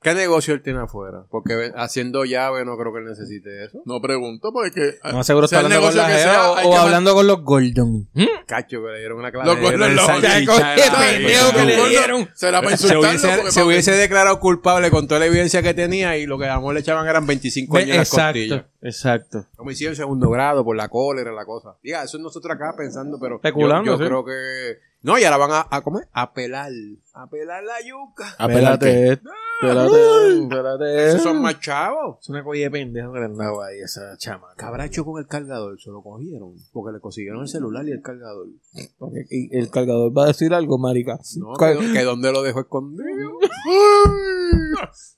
[SPEAKER 2] ¿Qué negocio él tiene afuera? Porque ve- haciendo llave no creo que él necesite eso.
[SPEAKER 6] No pregunto porque... que
[SPEAKER 1] No seguro está
[SPEAKER 6] sea el
[SPEAKER 1] hablando con
[SPEAKER 6] negocio
[SPEAKER 1] la
[SPEAKER 6] que
[SPEAKER 1] jeva
[SPEAKER 6] sea,
[SPEAKER 1] o-
[SPEAKER 6] hay
[SPEAKER 1] o,
[SPEAKER 6] que man-
[SPEAKER 1] hablando con los Gordon. ¿Mm?
[SPEAKER 2] Cacho, que le dieron una clase
[SPEAKER 6] Los gordos, los-
[SPEAKER 1] Qué pendejo que le
[SPEAKER 6] Gordo,
[SPEAKER 1] dieron.
[SPEAKER 6] Será para
[SPEAKER 2] se
[SPEAKER 6] insultarlo.
[SPEAKER 2] hubiese,
[SPEAKER 6] porque
[SPEAKER 2] se
[SPEAKER 6] para-
[SPEAKER 2] hubiese declarado culpable con toda la evidencia que tenía y lo que a lo mejor le echaban eran 25 años en las costillas.
[SPEAKER 1] Exacto, exacto.
[SPEAKER 2] Como hicieron en segundo grado por la cólera, la cosa. Diga, eso es nosotros acá pensando, pero yo-
[SPEAKER 1] Especulando,
[SPEAKER 2] yo,
[SPEAKER 1] sí.
[SPEAKER 2] creo que... No, y ahora van a, a comer, a pelar, a pelar la yuca.
[SPEAKER 1] Espérate, espérate, espérate.
[SPEAKER 2] Ah, Esos son más chavos.
[SPEAKER 1] Eh. Es una colla de pendejo que le andaba ahí esa chama.
[SPEAKER 2] Cabracho con el cargador, se lo cogieron. Porque le consiguieron el celular y el cargador.
[SPEAKER 1] Y el cargador va a decir algo, marica.
[SPEAKER 2] No,
[SPEAKER 1] Cal-
[SPEAKER 2] que, que donde lo dejó escondido.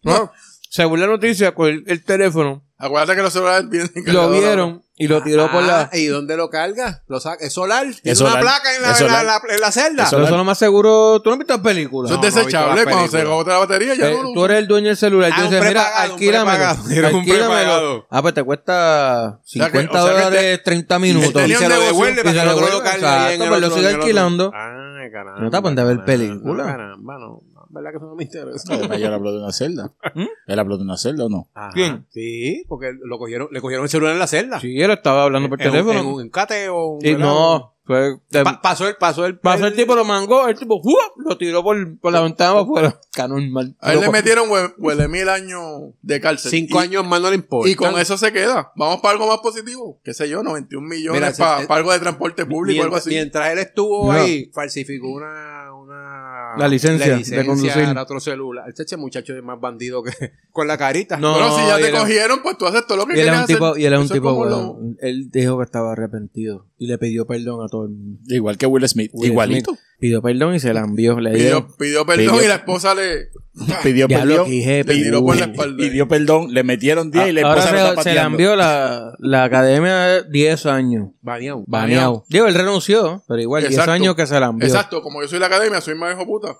[SPEAKER 1] No, según la noticia, con el, el teléfono
[SPEAKER 6] Acuérdate que los celulares vienen
[SPEAKER 1] lo vieron y lo tiró por la.
[SPEAKER 2] Ah, ¿Y dónde lo carga? Lo saca. Es solar. Tiene
[SPEAKER 4] Es
[SPEAKER 2] una
[SPEAKER 4] solar.
[SPEAKER 2] placa en la,
[SPEAKER 4] Es solar.
[SPEAKER 2] la- la- en la celda.
[SPEAKER 4] Es
[SPEAKER 1] Pero eso es lo más seguro. Tú no has visto películas.
[SPEAKER 6] Eso es
[SPEAKER 2] No, no he visto la
[SPEAKER 6] desechable. Cuando se
[SPEAKER 2] película.
[SPEAKER 6] agote la batería ya
[SPEAKER 1] Eh,
[SPEAKER 6] no lo
[SPEAKER 1] tú eres el dueño del celular.
[SPEAKER 2] Ah,
[SPEAKER 1] Tú
[SPEAKER 2] un
[SPEAKER 1] dices, mira,
[SPEAKER 2] prepagado, un
[SPEAKER 1] alquílamelo.
[SPEAKER 2] prepagado. *laughs* Era un
[SPEAKER 1] alquílamelo".
[SPEAKER 2] prepagado.
[SPEAKER 1] Ah, pues te cuesta 50
[SPEAKER 6] o sea que
[SPEAKER 1] dólares,
[SPEAKER 6] te-
[SPEAKER 1] 30
[SPEAKER 2] este- Y
[SPEAKER 1] minutos.
[SPEAKER 6] tenía
[SPEAKER 2] se
[SPEAKER 6] un
[SPEAKER 2] lo
[SPEAKER 6] negocio.
[SPEAKER 2] devuelve
[SPEAKER 1] Y
[SPEAKER 2] para
[SPEAKER 1] se
[SPEAKER 2] que el
[SPEAKER 1] lo
[SPEAKER 2] otro lo
[SPEAKER 1] devuelve,
[SPEAKER 2] cargue ahí en
[SPEAKER 1] exacto,
[SPEAKER 2] el
[SPEAKER 1] pero lo
[SPEAKER 2] otro,
[SPEAKER 1] sigue
[SPEAKER 2] en el otro.
[SPEAKER 1] alquilando.
[SPEAKER 2] Ay, caramba.
[SPEAKER 1] No te apuntes a ver película.
[SPEAKER 2] No, caramba, no. No, ¿Verdad que eso no me interesa?
[SPEAKER 4] Ayer habló de una celda.
[SPEAKER 1] ¿Mm?
[SPEAKER 4] Él habló de una celda o no.
[SPEAKER 2] Ajá.
[SPEAKER 1] ¿Quién?
[SPEAKER 2] Sí, porque lo cogieron, le cogieron el celular en la celda.
[SPEAKER 1] Sí, él estaba hablando por
[SPEAKER 2] En un-
[SPEAKER 1] teléfono.
[SPEAKER 2] En un, cateo. un-
[SPEAKER 1] y
[SPEAKER 2] ¿verdad?
[SPEAKER 1] no, fue. de-
[SPEAKER 2] Pa- pasó el, pasó el.
[SPEAKER 1] pasó el tipo, lo mangó, el tipo, ¡fua! lo tiró por, por la ventana para
[SPEAKER 6] *laughs*
[SPEAKER 1] afuera. Canón mal.
[SPEAKER 6] A él le
[SPEAKER 1] Loco.
[SPEAKER 6] metieron hue- huele mil años de cárcel.
[SPEAKER 2] Cinco
[SPEAKER 6] Y-
[SPEAKER 2] años más no le importa.
[SPEAKER 6] Y con eso se queda. Vamos para algo más positivo. ¿Qué sé yo? 91
[SPEAKER 2] Mira,
[SPEAKER 6] millones
[SPEAKER 2] se-
[SPEAKER 6] para
[SPEAKER 2] eh,
[SPEAKER 6] algo de transporte público
[SPEAKER 2] Mien-
[SPEAKER 6] o algo así.
[SPEAKER 2] Mientras él estuvo
[SPEAKER 1] No.
[SPEAKER 2] ahí, falsificó una, una
[SPEAKER 1] La licencia de conducir.
[SPEAKER 2] para otro celular. Este muchacho es más bandido que *laughs* con la carita.
[SPEAKER 1] No,
[SPEAKER 6] Bueno, si ya
[SPEAKER 1] y
[SPEAKER 6] te
[SPEAKER 1] él es-
[SPEAKER 6] cogieron, pues tú haces todo lo que
[SPEAKER 1] Y él
[SPEAKER 6] quieres
[SPEAKER 1] es un
[SPEAKER 6] hacer.
[SPEAKER 1] tipo, y él es un
[SPEAKER 6] Eso es
[SPEAKER 1] tipo
[SPEAKER 6] como
[SPEAKER 1] bueno.
[SPEAKER 6] lo-
[SPEAKER 1] Él dijo que estaba arrepentido y le pidió perdón a todo el mundo.
[SPEAKER 4] Igual que Will Smith.
[SPEAKER 1] Will
[SPEAKER 4] Igualito.
[SPEAKER 1] Smith pidió perdón y se la envió. Le
[SPEAKER 6] pidió,
[SPEAKER 1] dio.
[SPEAKER 6] pidió perdón
[SPEAKER 4] Pidió-
[SPEAKER 6] y la esposa le...
[SPEAKER 4] Pidió
[SPEAKER 1] Ya lo
[SPEAKER 4] perdón.
[SPEAKER 1] quije,
[SPEAKER 6] Le tiró
[SPEAKER 1] pi-
[SPEAKER 6] por la
[SPEAKER 1] uy.
[SPEAKER 6] espalda.
[SPEAKER 4] Pidió perdón. Le metieron 10 y la
[SPEAKER 1] Ahora
[SPEAKER 4] esposa lo está
[SPEAKER 1] se, se la
[SPEAKER 4] pateando.
[SPEAKER 1] envió la, la academia 10 años.
[SPEAKER 2] Baneado.
[SPEAKER 1] Baneado. Digo, él renunció, pero igual 10
[SPEAKER 6] Exacto.
[SPEAKER 1] años que se la envió.
[SPEAKER 6] Exacto, como yo soy la academia, soy más hijo puta.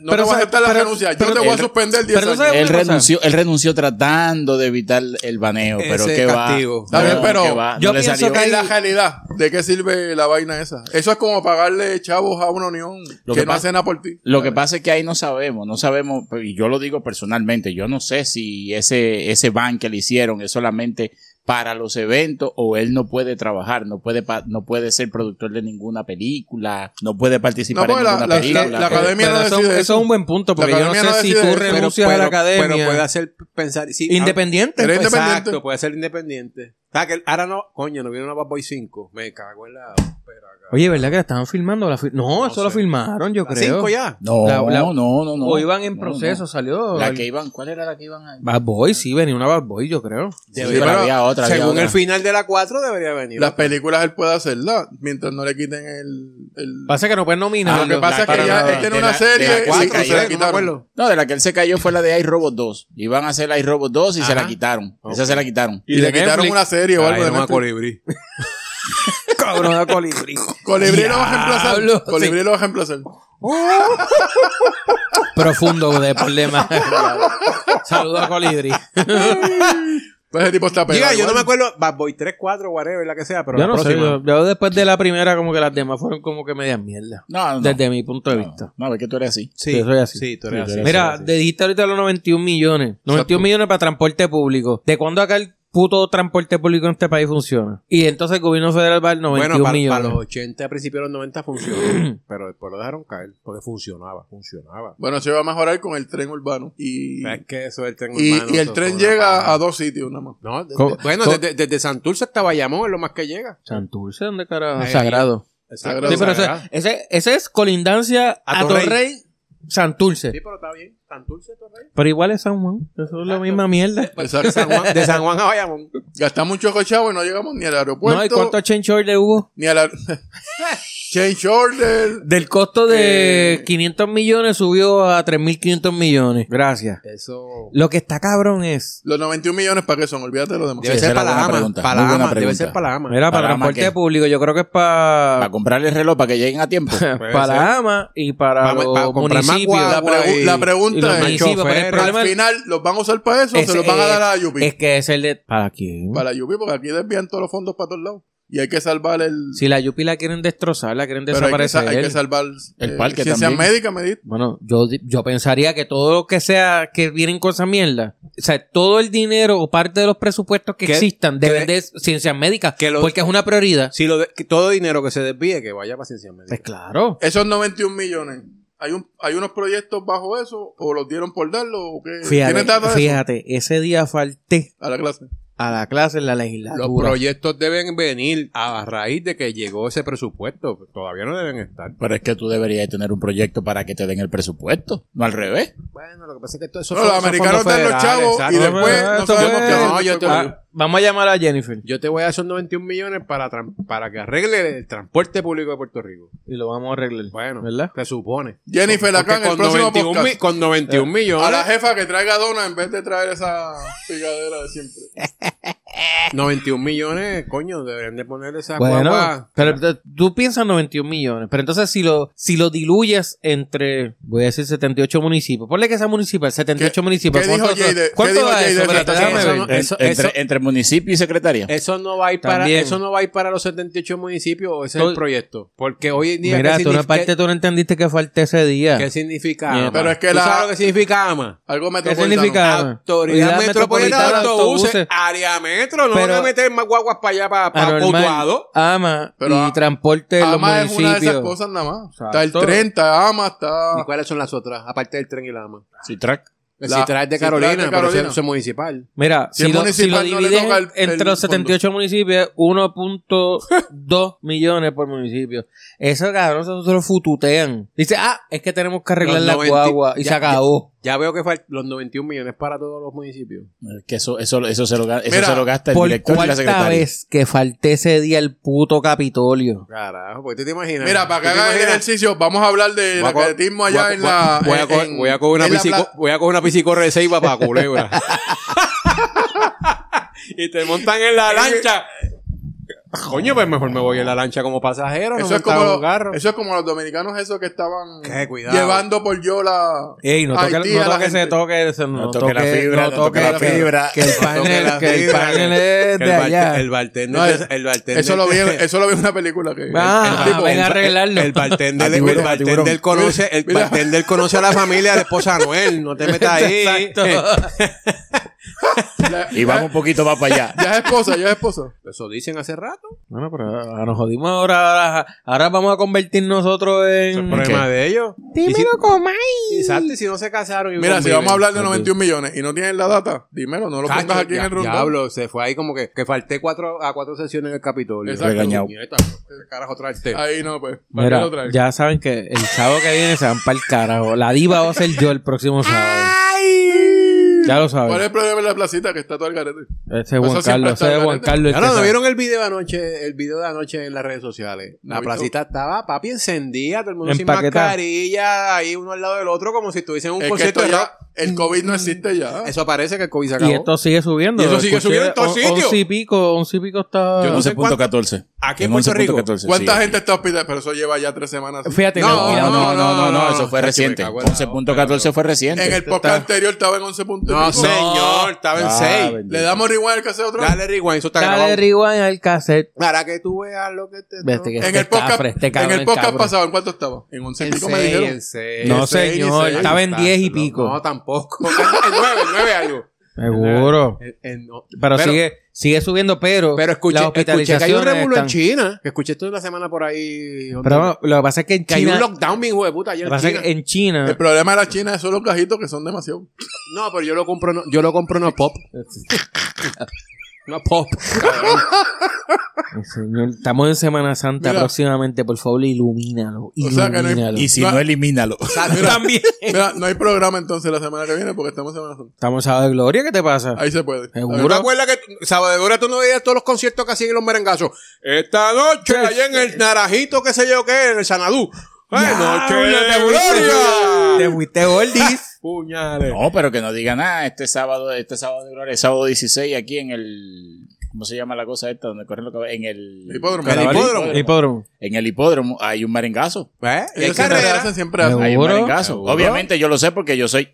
[SPEAKER 6] No
[SPEAKER 1] Pero
[SPEAKER 6] te voy a
[SPEAKER 1] sabe-
[SPEAKER 6] aceptar la
[SPEAKER 1] pero-
[SPEAKER 6] renuncia, yo
[SPEAKER 1] pero-
[SPEAKER 6] te voy a
[SPEAKER 4] el-
[SPEAKER 6] suspender 10
[SPEAKER 1] pero
[SPEAKER 6] años.
[SPEAKER 1] sabe-
[SPEAKER 4] Él
[SPEAKER 1] ¿Qué pasa?
[SPEAKER 4] renunció, él renunció tratando de evitar el baneo, pero
[SPEAKER 2] Ese
[SPEAKER 4] qué
[SPEAKER 2] castigo.
[SPEAKER 4] va.
[SPEAKER 6] Está bien,
[SPEAKER 4] No,
[SPEAKER 6] pero
[SPEAKER 4] qué va, no
[SPEAKER 1] yo
[SPEAKER 4] le
[SPEAKER 1] pienso
[SPEAKER 4] salió.
[SPEAKER 1] que-
[SPEAKER 6] En la realidad, ¿de qué sirve la vaina esa? Eso es como pagarle chavos a una unión
[SPEAKER 4] Lo
[SPEAKER 6] que,
[SPEAKER 4] que
[SPEAKER 6] no
[SPEAKER 4] pasa-
[SPEAKER 6] hace nada por ti.
[SPEAKER 4] Lo que pasa es que ahí no sabemos, no sabemos, pues, y yo lo digo personalmente, yo no sé si ese, ese ban que le hicieron es solamente para los eventos o él no puede trabajar, no puede, pa- no puede ser productor de ninguna película, no puede
[SPEAKER 6] No,
[SPEAKER 4] participar
[SPEAKER 6] porque
[SPEAKER 4] en
[SPEAKER 6] la,
[SPEAKER 4] ninguna
[SPEAKER 6] la-
[SPEAKER 4] película.
[SPEAKER 6] la- la
[SPEAKER 4] pero-
[SPEAKER 6] academia
[SPEAKER 1] Pero
[SPEAKER 6] no
[SPEAKER 1] eso,
[SPEAKER 6] decide
[SPEAKER 1] eso
[SPEAKER 6] eso.
[SPEAKER 1] es un buen punto, porque
[SPEAKER 6] La
[SPEAKER 1] yo no sé
[SPEAKER 6] academia no
[SPEAKER 1] si
[SPEAKER 6] decide
[SPEAKER 1] tú
[SPEAKER 6] eso. Pero-
[SPEAKER 1] renuncias a la
[SPEAKER 2] pero-
[SPEAKER 1] academia.
[SPEAKER 2] Pero puede hacer pensar. Sí,
[SPEAKER 1] independiente.
[SPEAKER 2] ah,
[SPEAKER 6] Eres
[SPEAKER 2] Exacto,
[SPEAKER 6] independiente.
[SPEAKER 2] puede ser independiente. O sea, que ahora no, coño, no viene una Bad Boy 5. Me cago en la. ópera, cabrón.
[SPEAKER 1] Oye, ¿verdad que la estaban filmando? La fi- no,
[SPEAKER 2] No
[SPEAKER 1] eso lo
[SPEAKER 2] sé.
[SPEAKER 1] filmaron, yo
[SPEAKER 2] ¿La
[SPEAKER 1] creo.
[SPEAKER 2] cinco ya.
[SPEAKER 4] no,
[SPEAKER 1] la- la-
[SPEAKER 4] no, no, no.
[SPEAKER 1] O iban en
[SPEAKER 4] No,
[SPEAKER 1] proceso,
[SPEAKER 4] no.
[SPEAKER 1] salió.
[SPEAKER 4] La
[SPEAKER 1] el-
[SPEAKER 4] que iban, ¿cuál era la que iban a
[SPEAKER 1] Bad Boy, sí, venía una Bad Boy, yo creo.
[SPEAKER 4] Sí,
[SPEAKER 2] Debería-
[SPEAKER 4] pero había otra, había
[SPEAKER 2] Según
[SPEAKER 4] otra.
[SPEAKER 2] el final de la 4 debería venir.
[SPEAKER 6] Las películas él puede hacerlas mientras no le quiten el... el- Ah,
[SPEAKER 1] Pasa que no pueden nominar.
[SPEAKER 6] lo que
[SPEAKER 4] no,
[SPEAKER 6] pasa es
[SPEAKER 4] para
[SPEAKER 6] que ya
[SPEAKER 4] nada.
[SPEAKER 1] este
[SPEAKER 6] *laughs* él tiene
[SPEAKER 4] De
[SPEAKER 6] una
[SPEAKER 4] la-
[SPEAKER 6] serie
[SPEAKER 4] de la
[SPEAKER 6] y
[SPEAKER 4] cuatro,
[SPEAKER 6] se la
[SPEAKER 4] yo no me
[SPEAKER 6] quitaron.
[SPEAKER 2] acuerdo.
[SPEAKER 4] No, de la que él se cayó fue la de iRobot 2. Iban a hacer iRobot 2 y se la quitaron. Esa se la quitaron.
[SPEAKER 6] Y le
[SPEAKER 1] de
[SPEAKER 6] quitaron
[SPEAKER 1] Netflix.
[SPEAKER 6] una serie o algo de
[SPEAKER 2] a
[SPEAKER 6] Netflix.
[SPEAKER 2] colibrí.
[SPEAKER 1] *laughs* cabrón a colibrí.
[SPEAKER 6] Colibrí lo va a
[SPEAKER 1] Diablo,
[SPEAKER 6] reemplazar.
[SPEAKER 1] sí.
[SPEAKER 6] Colibrí lo va a reemplazar.
[SPEAKER 1] Profundo de problema. *laughs* Saludos a colibrí.
[SPEAKER 6] Pues ese tipo está pegado.
[SPEAKER 2] Diga, yo no
[SPEAKER 6] igual.
[SPEAKER 2] me acuerdo. Bad Boy 3, 4, whatever, la que sea, pero
[SPEAKER 1] yo
[SPEAKER 2] la
[SPEAKER 1] no sé,
[SPEAKER 2] próxima.
[SPEAKER 1] yo, yo después de la primera, como que las demás fueron como que medias mierda.
[SPEAKER 4] No, no.
[SPEAKER 1] Desde mi punto de
[SPEAKER 4] no,
[SPEAKER 1] vista.
[SPEAKER 4] no, es que tú eres así.
[SPEAKER 2] Sí,
[SPEAKER 1] Yo soy así.
[SPEAKER 2] Sí, tú eres
[SPEAKER 4] Sí,
[SPEAKER 2] así.
[SPEAKER 1] Mira, dijiste ahorita los 91 millones. 91 millones para transporte público. ¿De cuándo acá el puto transporte público en este país funciona. Y entonces el gobierno federal va al 91
[SPEAKER 2] Bueno, para, para
[SPEAKER 1] millones.
[SPEAKER 2] los 80, a principios de los 90
[SPEAKER 1] *clears throat*
[SPEAKER 2] funcionó, pero después lo dejaron caer, porque funcionaba, funcionaba.
[SPEAKER 6] Bueno, eso va a mejorar con el tren urbano. Y,
[SPEAKER 2] Es que eso del tren
[SPEAKER 6] y,
[SPEAKER 2] urbano,
[SPEAKER 6] y el
[SPEAKER 2] eso
[SPEAKER 6] tren
[SPEAKER 2] fue una
[SPEAKER 6] llega
[SPEAKER 2] paja.
[SPEAKER 6] a dos sitios nada más.
[SPEAKER 2] No, de-
[SPEAKER 1] Co-
[SPEAKER 2] de- bueno,
[SPEAKER 1] co-
[SPEAKER 2] desde, desde Santurce hasta Bayamón es lo más que llega.
[SPEAKER 1] Santurce, ¿dónde carajo?
[SPEAKER 2] Ahí.
[SPEAKER 1] Sagrado.
[SPEAKER 2] Exacto.
[SPEAKER 1] Sí, pero ese,
[SPEAKER 2] Eh, Sagrado.
[SPEAKER 1] ese, ese es colindancia
[SPEAKER 2] A
[SPEAKER 1] a,
[SPEAKER 2] Torrey.
[SPEAKER 1] Torrey, Santurce.
[SPEAKER 2] Sí, pero está bien. Santurce, Torrey.
[SPEAKER 1] Pero igual es San Juan. Eso es la misma mierda.
[SPEAKER 2] *laughs* De San Juan, de San Juan a Bayamón.
[SPEAKER 6] *laughs* Gastamos mucho cochavo y no llegamos ni al aeropuerto.
[SPEAKER 1] No, ¿y cuánto change order hubo?
[SPEAKER 6] Ni al aer- *laughs* Change order.
[SPEAKER 1] Del costo de
[SPEAKER 6] Eh.
[SPEAKER 1] 500 millones subió a 3.500 millones. Gracias.
[SPEAKER 2] Eso.
[SPEAKER 1] Lo que está cabrón es...
[SPEAKER 6] Los 91 millones para qué son, olvídate de lo demás.
[SPEAKER 2] Debe
[SPEAKER 4] esa
[SPEAKER 2] ser
[SPEAKER 4] era
[SPEAKER 2] para la
[SPEAKER 4] buena
[SPEAKER 2] ama.
[SPEAKER 4] pregunta,
[SPEAKER 2] Para
[SPEAKER 4] muy
[SPEAKER 2] la
[SPEAKER 4] buena
[SPEAKER 2] ama. Debe
[SPEAKER 4] pregunta.
[SPEAKER 2] ser para la ama.
[SPEAKER 1] Mira, para,
[SPEAKER 4] ¿Para ama
[SPEAKER 1] transporte
[SPEAKER 4] qué?
[SPEAKER 1] público, yo creo que es para...
[SPEAKER 4] Para comprarle el reloj para que lleguen a
[SPEAKER 6] *laughs*
[SPEAKER 4] tiempo.
[SPEAKER 2] Puede
[SPEAKER 1] para
[SPEAKER 2] ser.
[SPEAKER 1] la AMA y para,
[SPEAKER 2] Para-
[SPEAKER 1] los
[SPEAKER 2] para comprar más
[SPEAKER 1] municipios.
[SPEAKER 6] La,
[SPEAKER 2] guagua.
[SPEAKER 6] pregu-
[SPEAKER 2] Guay.
[SPEAKER 6] la
[SPEAKER 1] Y los
[SPEAKER 6] pregunta es,
[SPEAKER 1] municipios, pero el
[SPEAKER 2] choferes,
[SPEAKER 1] problema
[SPEAKER 6] al final, ¿los van a usar para eso o
[SPEAKER 1] Ese
[SPEAKER 6] se los van a
[SPEAKER 1] es-
[SPEAKER 6] dar a Yupi?
[SPEAKER 1] es que es el de... ¿Para quién?
[SPEAKER 6] Para Yupi, porque aquí desvían todos los fondos para todos lados. Y hay que salvar el...
[SPEAKER 1] Si la Yupi la quieren destrozar, la quieren
[SPEAKER 6] pero hay que, sa-
[SPEAKER 1] desaparecer.
[SPEAKER 6] hay que salvar eh,
[SPEAKER 4] El parque
[SPEAKER 6] ciencias
[SPEAKER 4] también.
[SPEAKER 6] médicas, me di-
[SPEAKER 1] Bueno, yo, di- yo pensaría que todo lo que sea que vienen con esa mierda, o sea, todo el dinero o parte de los presupuestos que
[SPEAKER 2] Que-
[SPEAKER 1] existan deben
[SPEAKER 2] que-
[SPEAKER 1] de ciencias médicas,
[SPEAKER 2] que lo-
[SPEAKER 1] porque es una prioridad.
[SPEAKER 2] Si lo de- que todo dinero que se desvíe, que vaya para ciencia médica.
[SPEAKER 1] Pues claro.
[SPEAKER 6] Esos 91 millones, ¿hay, un, ¿hay unos proyectos bajo eso o los dieron por darlo o qué?
[SPEAKER 1] Fíjate,
[SPEAKER 6] ¿Tienes datos de eso?
[SPEAKER 1] fíjate, ese día falté
[SPEAKER 6] A la clase.
[SPEAKER 1] a la clase en la
[SPEAKER 2] Los
[SPEAKER 1] legislatura.
[SPEAKER 2] proyectos deben venir a raíz de que llegó ese presupuesto. Todavía no deben estar.
[SPEAKER 4] Pero es que tú deberías tener un proyecto para que te den el presupuesto, no al revés.
[SPEAKER 2] Bueno, lo que pasa es que todo eso
[SPEAKER 6] No, los americanos dan los chavos y después
[SPEAKER 1] Esto
[SPEAKER 6] no
[SPEAKER 1] fue-
[SPEAKER 6] sabemos qué
[SPEAKER 2] no,
[SPEAKER 6] hacen
[SPEAKER 2] yo te-
[SPEAKER 6] con
[SPEAKER 2] ah,
[SPEAKER 6] ellos.
[SPEAKER 1] Vamos a llamar a Jennifer
[SPEAKER 2] Yo te voy a dar esos 91 millones para, tran- para que arregle el transporte público de Puerto Rico.
[SPEAKER 1] y lo vamos a arreglar.
[SPEAKER 2] Bueno,
[SPEAKER 1] ¿verdad?
[SPEAKER 2] se supone. Eh,
[SPEAKER 6] Jennifer,
[SPEAKER 2] Porque
[SPEAKER 6] acá en el próximo podcast.
[SPEAKER 2] mi- con 91 millones,
[SPEAKER 6] A la jefa que traiga dona en vez de traer esa pigadera de siempre.
[SPEAKER 2] 91 millones, coño, deberían de poner
[SPEAKER 6] Ah,
[SPEAKER 2] esa
[SPEAKER 1] Bueno,
[SPEAKER 2] guagua.
[SPEAKER 1] pero t- tú piensas 91 millones, pero entonces si lo, si lo diluyes entre, voy a decir 78 municipios, ponle que sea municipal, 78 municipios.
[SPEAKER 6] qué dijo
[SPEAKER 1] ¿cuánto-
[SPEAKER 6] Jay de- qué
[SPEAKER 1] ¿Cuánto
[SPEAKER 6] dijo
[SPEAKER 1] da
[SPEAKER 6] Jay de
[SPEAKER 1] eso?
[SPEAKER 6] esa
[SPEAKER 1] Espérate,
[SPEAKER 2] estación?
[SPEAKER 1] déjame
[SPEAKER 2] Eso
[SPEAKER 1] ver.
[SPEAKER 2] no- eso-
[SPEAKER 4] entre,
[SPEAKER 2] eso-
[SPEAKER 4] entre municipio y secretaría.
[SPEAKER 2] Eso no va a ir para,
[SPEAKER 1] También.
[SPEAKER 2] eso no va a ir para los 78 municipios, o ese es
[SPEAKER 1] Todo-
[SPEAKER 2] el proyecto. Porque hoy en día
[SPEAKER 1] Mira,
[SPEAKER 2] ¿qué,
[SPEAKER 1] tú no
[SPEAKER 2] signifi-
[SPEAKER 1] parte, tú no entendiste que falté ese día.
[SPEAKER 2] qué- qué significa
[SPEAKER 1] Mierda.
[SPEAKER 2] AMA?
[SPEAKER 6] Pero es que
[SPEAKER 2] ¿Tú
[SPEAKER 6] la-
[SPEAKER 2] sabes lo que significa AMA?
[SPEAKER 6] Algo
[SPEAKER 1] ¿Qué
[SPEAKER 6] metropolitano.
[SPEAKER 1] significa?
[SPEAKER 2] Autoridad
[SPEAKER 1] Unidad
[SPEAKER 2] Metropolitana de autobuses,
[SPEAKER 1] Autobuses,
[SPEAKER 2] área metro, no
[SPEAKER 1] Pero-
[SPEAKER 2] van a meter más guaguas para allá, para, para
[SPEAKER 1] Anormal,
[SPEAKER 2] Cotuado.
[SPEAKER 1] ama
[SPEAKER 6] Pero
[SPEAKER 1] y
[SPEAKER 6] a-
[SPEAKER 1] transporte de los
[SPEAKER 6] Ama es una de
[SPEAKER 1] municipios.
[SPEAKER 6] esas cosas nada más. Está el
[SPEAKER 1] Exacto.
[SPEAKER 6] tren, está Ama,
[SPEAKER 2] ¿Y
[SPEAKER 6] está...
[SPEAKER 2] cuáles son las otras? Aparte del tren y la AMA.
[SPEAKER 4] Sí, track.
[SPEAKER 2] El
[SPEAKER 6] La-
[SPEAKER 2] Citral de
[SPEAKER 6] Citral de
[SPEAKER 2] Carolina, pero ese-
[SPEAKER 6] Carolina.
[SPEAKER 2] eso es municipal.
[SPEAKER 1] Mira,
[SPEAKER 6] Si
[SPEAKER 1] si,
[SPEAKER 6] es
[SPEAKER 1] lo, si
[SPEAKER 6] municipal,
[SPEAKER 1] lo
[SPEAKER 6] no le
[SPEAKER 1] divides
[SPEAKER 6] toca el-
[SPEAKER 1] entre
[SPEAKER 6] el
[SPEAKER 1] los
[SPEAKER 6] fondo.
[SPEAKER 1] 78 municipios, 1.2 *laughs* millones por municipio. Eso, cabrón, eso se lo fututean. Dice, ah, es que tenemos que arreglar
[SPEAKER 2] Los
[SPEAKER 1] la
[SPEAKER 2] 90
[SPEAKER 1] guagua. Y
[SPEAKER 2] ya-
[SPEAKER 1] se acabó.
[SPEAKER 2] Ya veo que fal- los 91 millones para todos los municipios.
[SPEAKER 4] Eh, Que eso, eso, eso, se, lo, ga- eso
[SPEAKER 6] Mira,
[SPEAKER 4] se lo gasta el
[SPEAKER 1] por
[SPEAKER 4] director y la
[SPEAKER 1] cuarta
[SPEAKER 4] secretaria.
[SPEAKER 1] vez que falté ese día el puto Capitolio.
[SPEAKER 2] Carajo, porque tú te imaginas.
[SPEAKER 6] Mira, para que
[SPEAKER 2] ¿Tú te
[SPEAKER 6] hagan el
[SPEAKER 2] imaginas?
[SPEAKER 6] ejercicio, vamos a hablar del
[SPEAKER 2] Voy a co-
[SPEAKER 6] atletismo
[SPEAKER 2] voy
[SPEAKER 6] allá
[SPEAKER 2] a-
[SPEAKER 6] en la...
[SPEAKER 2] Voy a, co-
[SPEAKER 6] en-
[SPEAKER 2] voy a coger una
[SPEAKER 6] en la
[SPEAKER 2] piscico-
[SPEAKER 6] pla-
[SPEAKER 2] voy a coger una piscicorre de ceiba para culebra.
[SPEAKER 6] *laughs*
[SPEAKER 2] y te montan en la lancha. Coño, pues mejor me voy en la lancha como pasajero. no
[SPEAKER 6] Eso
[SPEAKER 2] montado
[SPEAKER 6] es, como
[SPEAKER 2] en
[SPEAKER 6] los,
[SPEAKER 2] un carro.
[SPEAKER 6] eso es como los dominicanos esos que estaban
[SPEAKER 2] Qué cuidado.
[SPEAKER 6] llevando por yo la...
[SPEAKER 1] Ey, no toque,
[SPEAKER 6] Haití
[SPEAKER 1] no
[SPEAKER 6] a la
[SPEAKER 1] toque ese
[SPEAKER 6] gente.
[SPEAKER 1] toque. ese- No, toque, no toque la fibra.
[SPEAKER 4] Que el
[SPEAKER 1] *laughs* panel-
[SPEAKER 2] Toque la
[SPEAKER 1] que el
[SPEAKER 2] fibra,
[SPEAKER 1] panel
[SPEAKER 2] que-
[SPEAKER 1] es
[SPEAKER 2] que
[SPEAKER 1] de
[SPEAKER 2] el bar-
[SPEAKER 1] allá.
[SPEAKER 2] El bartender.
[SPEAKER 6] No,
[SPEAKER 2] es- el bartender-
[SPEAKER 6] Eso lo
[SPEAKER 2] *laughs*
[SPEAKER 6] vi, en- eso lo vi en una película que...
[SPEAKER 1] Ah,
[SPEAKER 2] el tipo-
[SPEAKER 1] ven a
[SPEAKER 2] el-
[SPEAKER 1] arreglarlo.
[SPEAKER 2] El bartender,
[SPEAKER 4] A
[SPEAKER 2] el
[SPEAKER 4] tiburón, a
[SPEAKER 2] bartender
[SPEAKER 4] tiburón.
[SPEAKER 2] conoce, el
[SPEAKER 6] Mira.
[SPEAKER 2] bartender conoce a la familia de esposa Noel, no te metas ahí. *laughs* Eh,
[SPEAKER 1] Exacto.
[SPEAKER 6] la-
[SPEAKER 4] Y vamos un poquito más para allá.
[SPEAKER 6] *laughs* Ya es esposa, ya es esposa.
[SPEAKER 2] Eso dicen hace rato.
[SPEAKER 1] bueno, pero ahora nos jodimos ahora, ahora. Ahora vamos a convertir nosotros
[SPEAKER 2] Es el
[SPEAKER 1] en...
[SPEAKER 2] problema de ellos. Y si-
[SPEAKER 1] comay.
[SPEAKER 2] Exacto, y si no se casaron. y
[SPEAKER 6] Mira, si
[SPEAKER 2] conviven.
[SPEAKER 6] vamos a hablar de 91 millones y no tienes la data, dímelo, no lo
[SPEAKER 2] Cacho,
[SPEAKER 6] pongas aquí
[SPEAKER 2] ya-
[SPEAKER 6] en el rondón.
[SPEAKER 2] Diablo, se fue ahí como que, que falté cuatro, a cuatro sesiones en el Capitolio.
[SPEAKER 6] Exacto.
[SPEAKER 4] Regañado.
[SPEAKER 2] Puñeta, Carajo, este? traerte.
[SPEAKER 6] Ahí no, pues. ¿Para qué
[SPEAKER 1] Mira,
[SPEAKER 6] lo traes?
[SPEAKER 1] ya saben que el sábado que viene se van para el carajo. La diva va a ser yo el próximo sábado. Ya lo saben.
[SPEAKER 6] ¿Cuál es el problema de la placita que está todo el garete?
[SPEAKER 1] Ese es Juan
[SPEAKER 6] Eso siempre
[SPEAKER 1] Carlos,
[SPEAKER 6] está
[SPEAKER 1] ese es
[SPEAKER 6] al
[SPEAKER 1] Juan
[SPEAKER 6] garete.
[SPEAKER 1] Carlos. el
[SPEAKER 2] Ya
[SPEAKER 1] que
[SPEAKER 2] no, ¿no
[SPEAKER 1] sabe.
[SPEAKER 2] vieron el video anoche, el video de anoche en las redes sociales.
[SPEAKER 6] No
[SPEAKER 2] la
[SPEAKER 6] he visto.
[SPEAKER 2] placita estaba, papi, encendía, todo el mundo sin
[SPEAKER 1] Empaquetada.
[SPEAKER 2] mascarilla, ahí uno al lado del otro, como si estuviesen en un
[SPEAKER 6] Es que
[SPEAKER 2] concierto
[SPEAKER 6] esto
[SPEAKER 2] de rock.
[SPEAKER 6] ya, el COVID no existe ya.
[SPEAKER 2] Eso parece que el COVID se acabó.
[SPEAKER 1] Y esto sigue subiendo.
[SPEAKER 2] Y eso sigue
[SPEAKER 1] Escuché
[SPEAKER 2] subiendo en todos
[SPEAKER 1] on-
[SPEAKER 2] sitios.
[SPEAKER 1] Once y pico, once y pico está...
[SPEAKER 2] Yo no sé
[SPEAKER 4] 11.14.
[SPEAKER 2] Aquí en
[SPEAKER 4] En
[SPEAKER 2] Puerto Rico.
[SPEAKER 4] 11.14, sí.
[SPEAKER 6] ¿Cuánta gente está hospitalizada? Pero eso lleva ya tres semanas.
[SPEAKER 1] Fíjate,
[SPEAKER 2] No,
[SPEAKER 4] No,
[SPEAKER 1] mira,
[SPEAKER 4] no, no, no, no,
[SPEAKER 2] no,
[SPEAKER 4] eso fue
[SPEAKER 2] no,
[SPEAKER 4] reciente.
[SPEAKER 2] me cago en la
[SPEAKER 4] 11.14 fue
[SPEAKER 6] En
[SPEAKER 4] reciente.
[SPEAKER 6] el podcast anterior estaba en 11 puntos.
[SPEAKER 2] No,
[SPEAKER 6] y pico.
[SPEAKER 2] señor, estaba en
[SPEAKER 4] Ah,
[SPEAKER 2] seis.
[SPEAKER 4] bendito.
[SPEAKER 6] Le damos rewind al cassette otro.
[SPEAKER 2] Dale rewind, eso está
[SPEAKER 1] Dale
[SPEAKER 2] grabado.
[SPEAKER 1] rewind al cassette.
[SPEAKER 2] Para que tú veas lo que te...
[SPEAKER 1] Vete que
[SPEAKER 6] En
[SPEAKER 1] este
[SPEAKER 6] el podcast,
[SPEAKER 1] cafre, este cabrón
[SPEAKER 6] en el podcast
[SPEAKER 1] cabrón.
[SPEAKER 6] pasado, ¿en cuánto estaba? En 11 y
[SPEAKER 2] En
[SPEAKER 6] pico me
[SPEAKER 2] seis,
[SPEAKER 6] dijeron.
[SPEAKER 2] en seis.
[SPEAKER 1] No,
[SPEAKER 6] en seis,
[SPEAKER 1] señor,
[SPEAKER 6] en seis.
[SPEAKER 1] estaba en
[SPEAKER 2] Exacto,
[SPEAKER 1] 10 y
[SPEAKER 2] no,
[SPEAKER 1] pico.
[SPEAKER 2] No, tampoco. En nueve, en nueve algo.
[SPEAKER 1] Seguro.
[SPEAKER 2] En- en- no.
[SPEAKER 1] Pero, sigue, sigue subiendo, pero,
[SPEAKER 2] Pero escuché,
[SPEAKER 1] las
[SPEAKER 2] escuché que hay un
[SPEAKER 1] hospitalizaciones
[SPEAKER 2] revuelo en
[SPEAKER 1] están-
[SPEAKER 2] China. Que escuché esto una semana por ahí.
[SPEAKER 1] Pero vamos, lo que pasa es que en
[SPEAKER 2] que hay un
[SPEAKER 1] China...
[SPEAKER 2] lockdown, mi hijo de puta. allá
[SPEAKER 1] Lo
[SPEAKER 2] en
[SPEAKER 1] que eh, pasa es
[SPEAKER 2] China.
[SPEAKER 1] que en China...
[SPEAKER 6] El problema de la China son los cajitos que son demasiado.
[SPEAKER 2] No, pero yo lo compro, no, yo lo compro no
[SPEAKER 1] *laughs*
[SPEAKER 2] pop. No pop. cabrón.
[SPEAKER 1] Ay, señor, estamos en Semana Santa
[SPEAKER 6] Mira.
[SPEAKER 1] próximamente, por favor, ilumínalo.
[SPEAKER 6] O sea que no hay-
[SPEAKER 1] ilumínalo.
[SPEAKER 4] Y si no, elimínalo.
[SPEAKER 6] Mira,
[SPEAKER 1] También.
[SPEAKER 6] mira, no hay programa entonces la semana que viene porque estamos en Semana Santa.
[SPEAKER 1] Estamos en sábado de gloria, ¿qué te pasa?
[SPEAKER 6] Ahí se puede.
[SPEAKER 1] Seguro.
[SPEAKER 2] ¿Tú te acuerdas que tú- Sabadell, tú no veías todos los conciertos que hacían los merengazos? Esta noche, allá en el Naranjito, qué sé yo qué, en el Sanadú. ¡Ay, noche
[SPEAKER 1] Diablo,
[SPEAKER 2] de
[SPEAKER 1] Te
[SPEAKER 2] gloria!
[SPEAKER 1] fuiste oldies.
[SPEAKER 6] *laughs*
[SPEAKER 2] ¡Puñales!
[SPEAKER 4] No, pero que no diga nada. Este sábado, este sábado de gloria, el sábado 16, aquí en el. ¿Cómo se llama la cosa esta? Donde corren los caballos. En el.
[SPEAKER 6] Hipódromo.
[SPEAKER 4] En el
[SPEAKER 6] Carabalí.
[SPEAKER 4] hipódromo.
[SPEAKER 1] Hipódromo.
[SPEAKER 4] En el hipódromo hay un merengazo.
[SPEAKER 2] ¿Eh? Y hay
[SPEAKER 6] Ellos siempre
[SPEAKER 2] carrera.
[SPEAKER 6] hacen, siempre hacen.
[SPEAKER 1] Seguro.
[SPEAKER 4] Hay un merengazo.
[SPEAKER 2] Seguro.
[SPEAKER 4] Obviamente yo lo sé porque yo soy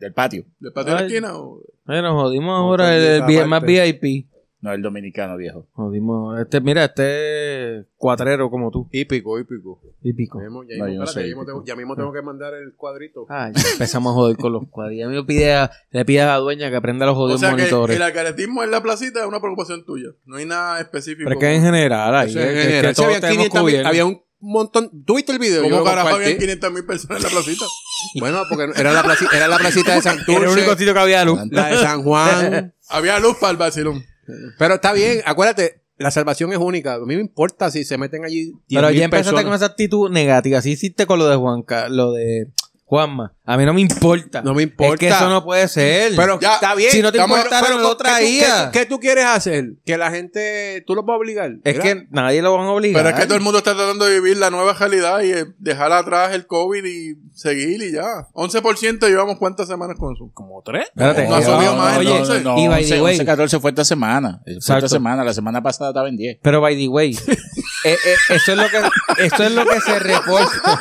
[SPEAKER 4] del patio.
[SPEAKER 6] ¿De patio de
[SPEAKER 1] Ay.
[SPEAKER 6] la esquina o
[SPEAKER 1] Ay, nos jodimos ahora el, el
[SPEAKER 2] perdí esa
[SPEAKER 1] vi- más
[SPEAKER 2] parte.
[SPEAKER 1] VIP.
[SPEAKER 4] No el dominicano viejo.
[SPEAKER 1] Jodimos. Este, mira, este cuatrero como tú.
[SPEAKER 2] Hípico, hípico.
[SPEAKER 1] Y pico.
[SPEAKER 2] Ya mismo, ya
[SPEAKER 4] No, yo
[SPEAKER 2] mismo,
[SPEAKER 4] no
[SPEAKER 2] espérate,
[SPEAKER 4] soy
[SPEAKER 2] ya mismo tengo- ya mismo tengo que mandar el cuadrito.
[SPEAKER 1] Ay, Ah, empezamos a joder con los cuadrillas. A mí me pide a- le pide a la dueña que aprenda los
[SPEAKER 6] O
[SPEAKER 1] jodidos
[SPEAKER 6] sea que
[SPEAKER 1] monitores.
[SPEAKER 6] el alcaretismo en la placita es una preocupación tuya. No hay nada específico.
[SPEAKER 1] Pero es que en general, ahí,
[SPEAKER 2] Eso
[SPEAKER 1] es
[SPEAKER 2] en
[SPEAKER 1] que- es que
[SPEAKER 2] general.
[SPEAKER 1] todos
[SPEAKER 2] Sí, habían
[SPEAKER 1] tenemos
[SPEAKER 2] 500 mil-
[SPEAKER 1] cubierto.
[SPEAKER 2] había un montón. ¿Tuviste el video? Yo
[SPEAKER 6] ¿Cómo
[SPEAKER 2] lo
[SPEAKER 6] carajo
[SPEAKER 2] compartí.
[SPEAKER 6] habían 500 mil personas en la placita?
[SPEAKER 2] Bueno, porque era la, placi- era la placita de San
[SPEAKER 1] *laughs* Era el único
[SPEAKER 2] Dulce,
[SPEAKER 1] sitio que había luz.
[SPEAKER 2] la de San
[SPEAKER 1] *laughs*
[SPEAKER 2] Juan.
[SPEAKER 6] Había luz para el vacilón.
[SPEAKER 2] Pero está bien, acuérdate, la salvación es única. A mí me importa si se meten allí 10.000
[SPEAKER 1] Pero ya empezaste
[SPEAKER 2] personas.
[SPEAKER 1] con esa actitud negativa. Así hiciste con lo de Juanca, lo de Juanma. A mí no me importa.
[SPEAKER 2] No me
[SPEAKER 1] Es que
[SPEAKER 2] importa.
[SPEAKER 1] eso no puede ser.
[SPEAKER 2] Pero
[SPEAKER 6] Ya,
[SPEAKER 2] está bien.
[SPEAKER 1] si no te
[SPEAKER 2] estamos-
[SPEAKER 1] importara, no lo
[SPEAKER 2] ¿qué tú-
[SPEAKER 1] traía.
[SPEAKER 2] ¿qué, qué tú quieres hacer? Que la gente, tú los vas a obligar.
[SPEAKER 1] es
[SPEAKER 2] Mira,
[SPEAKER 1] que nadie lo van a obligar.
[SPEAKER 6] Pero es que todo el mundo está tratando de vivir la nueva realidad y eh, dejar atrás el COVID y seguir y ya. 11% llevamos cuántas semanas con eso.
[SPEAKER 2] como tres.
[SPEAKER 1] Espérate.
[SPEAKER 6] No ha subido más,
[SPEAKER 1] Oye,
[SPEAKER 6] entonces.
[SPEAKER 1] y by the
[SPEAKER 4] 11,
[SPEAKER 1] way-
[SPEAKER 4] 11, 14 fue esta semana. Fue
[SPEAKER 1] Exacto.
[SPEAKER 4] esta semana. La semana pasada estaba en 10.
[SPEAKER 1] Pero by the way, eh, eh, eso es lo que eso es lo que se
[SPEAKER 2] *laughs*
[SPEAKER 1] reporta.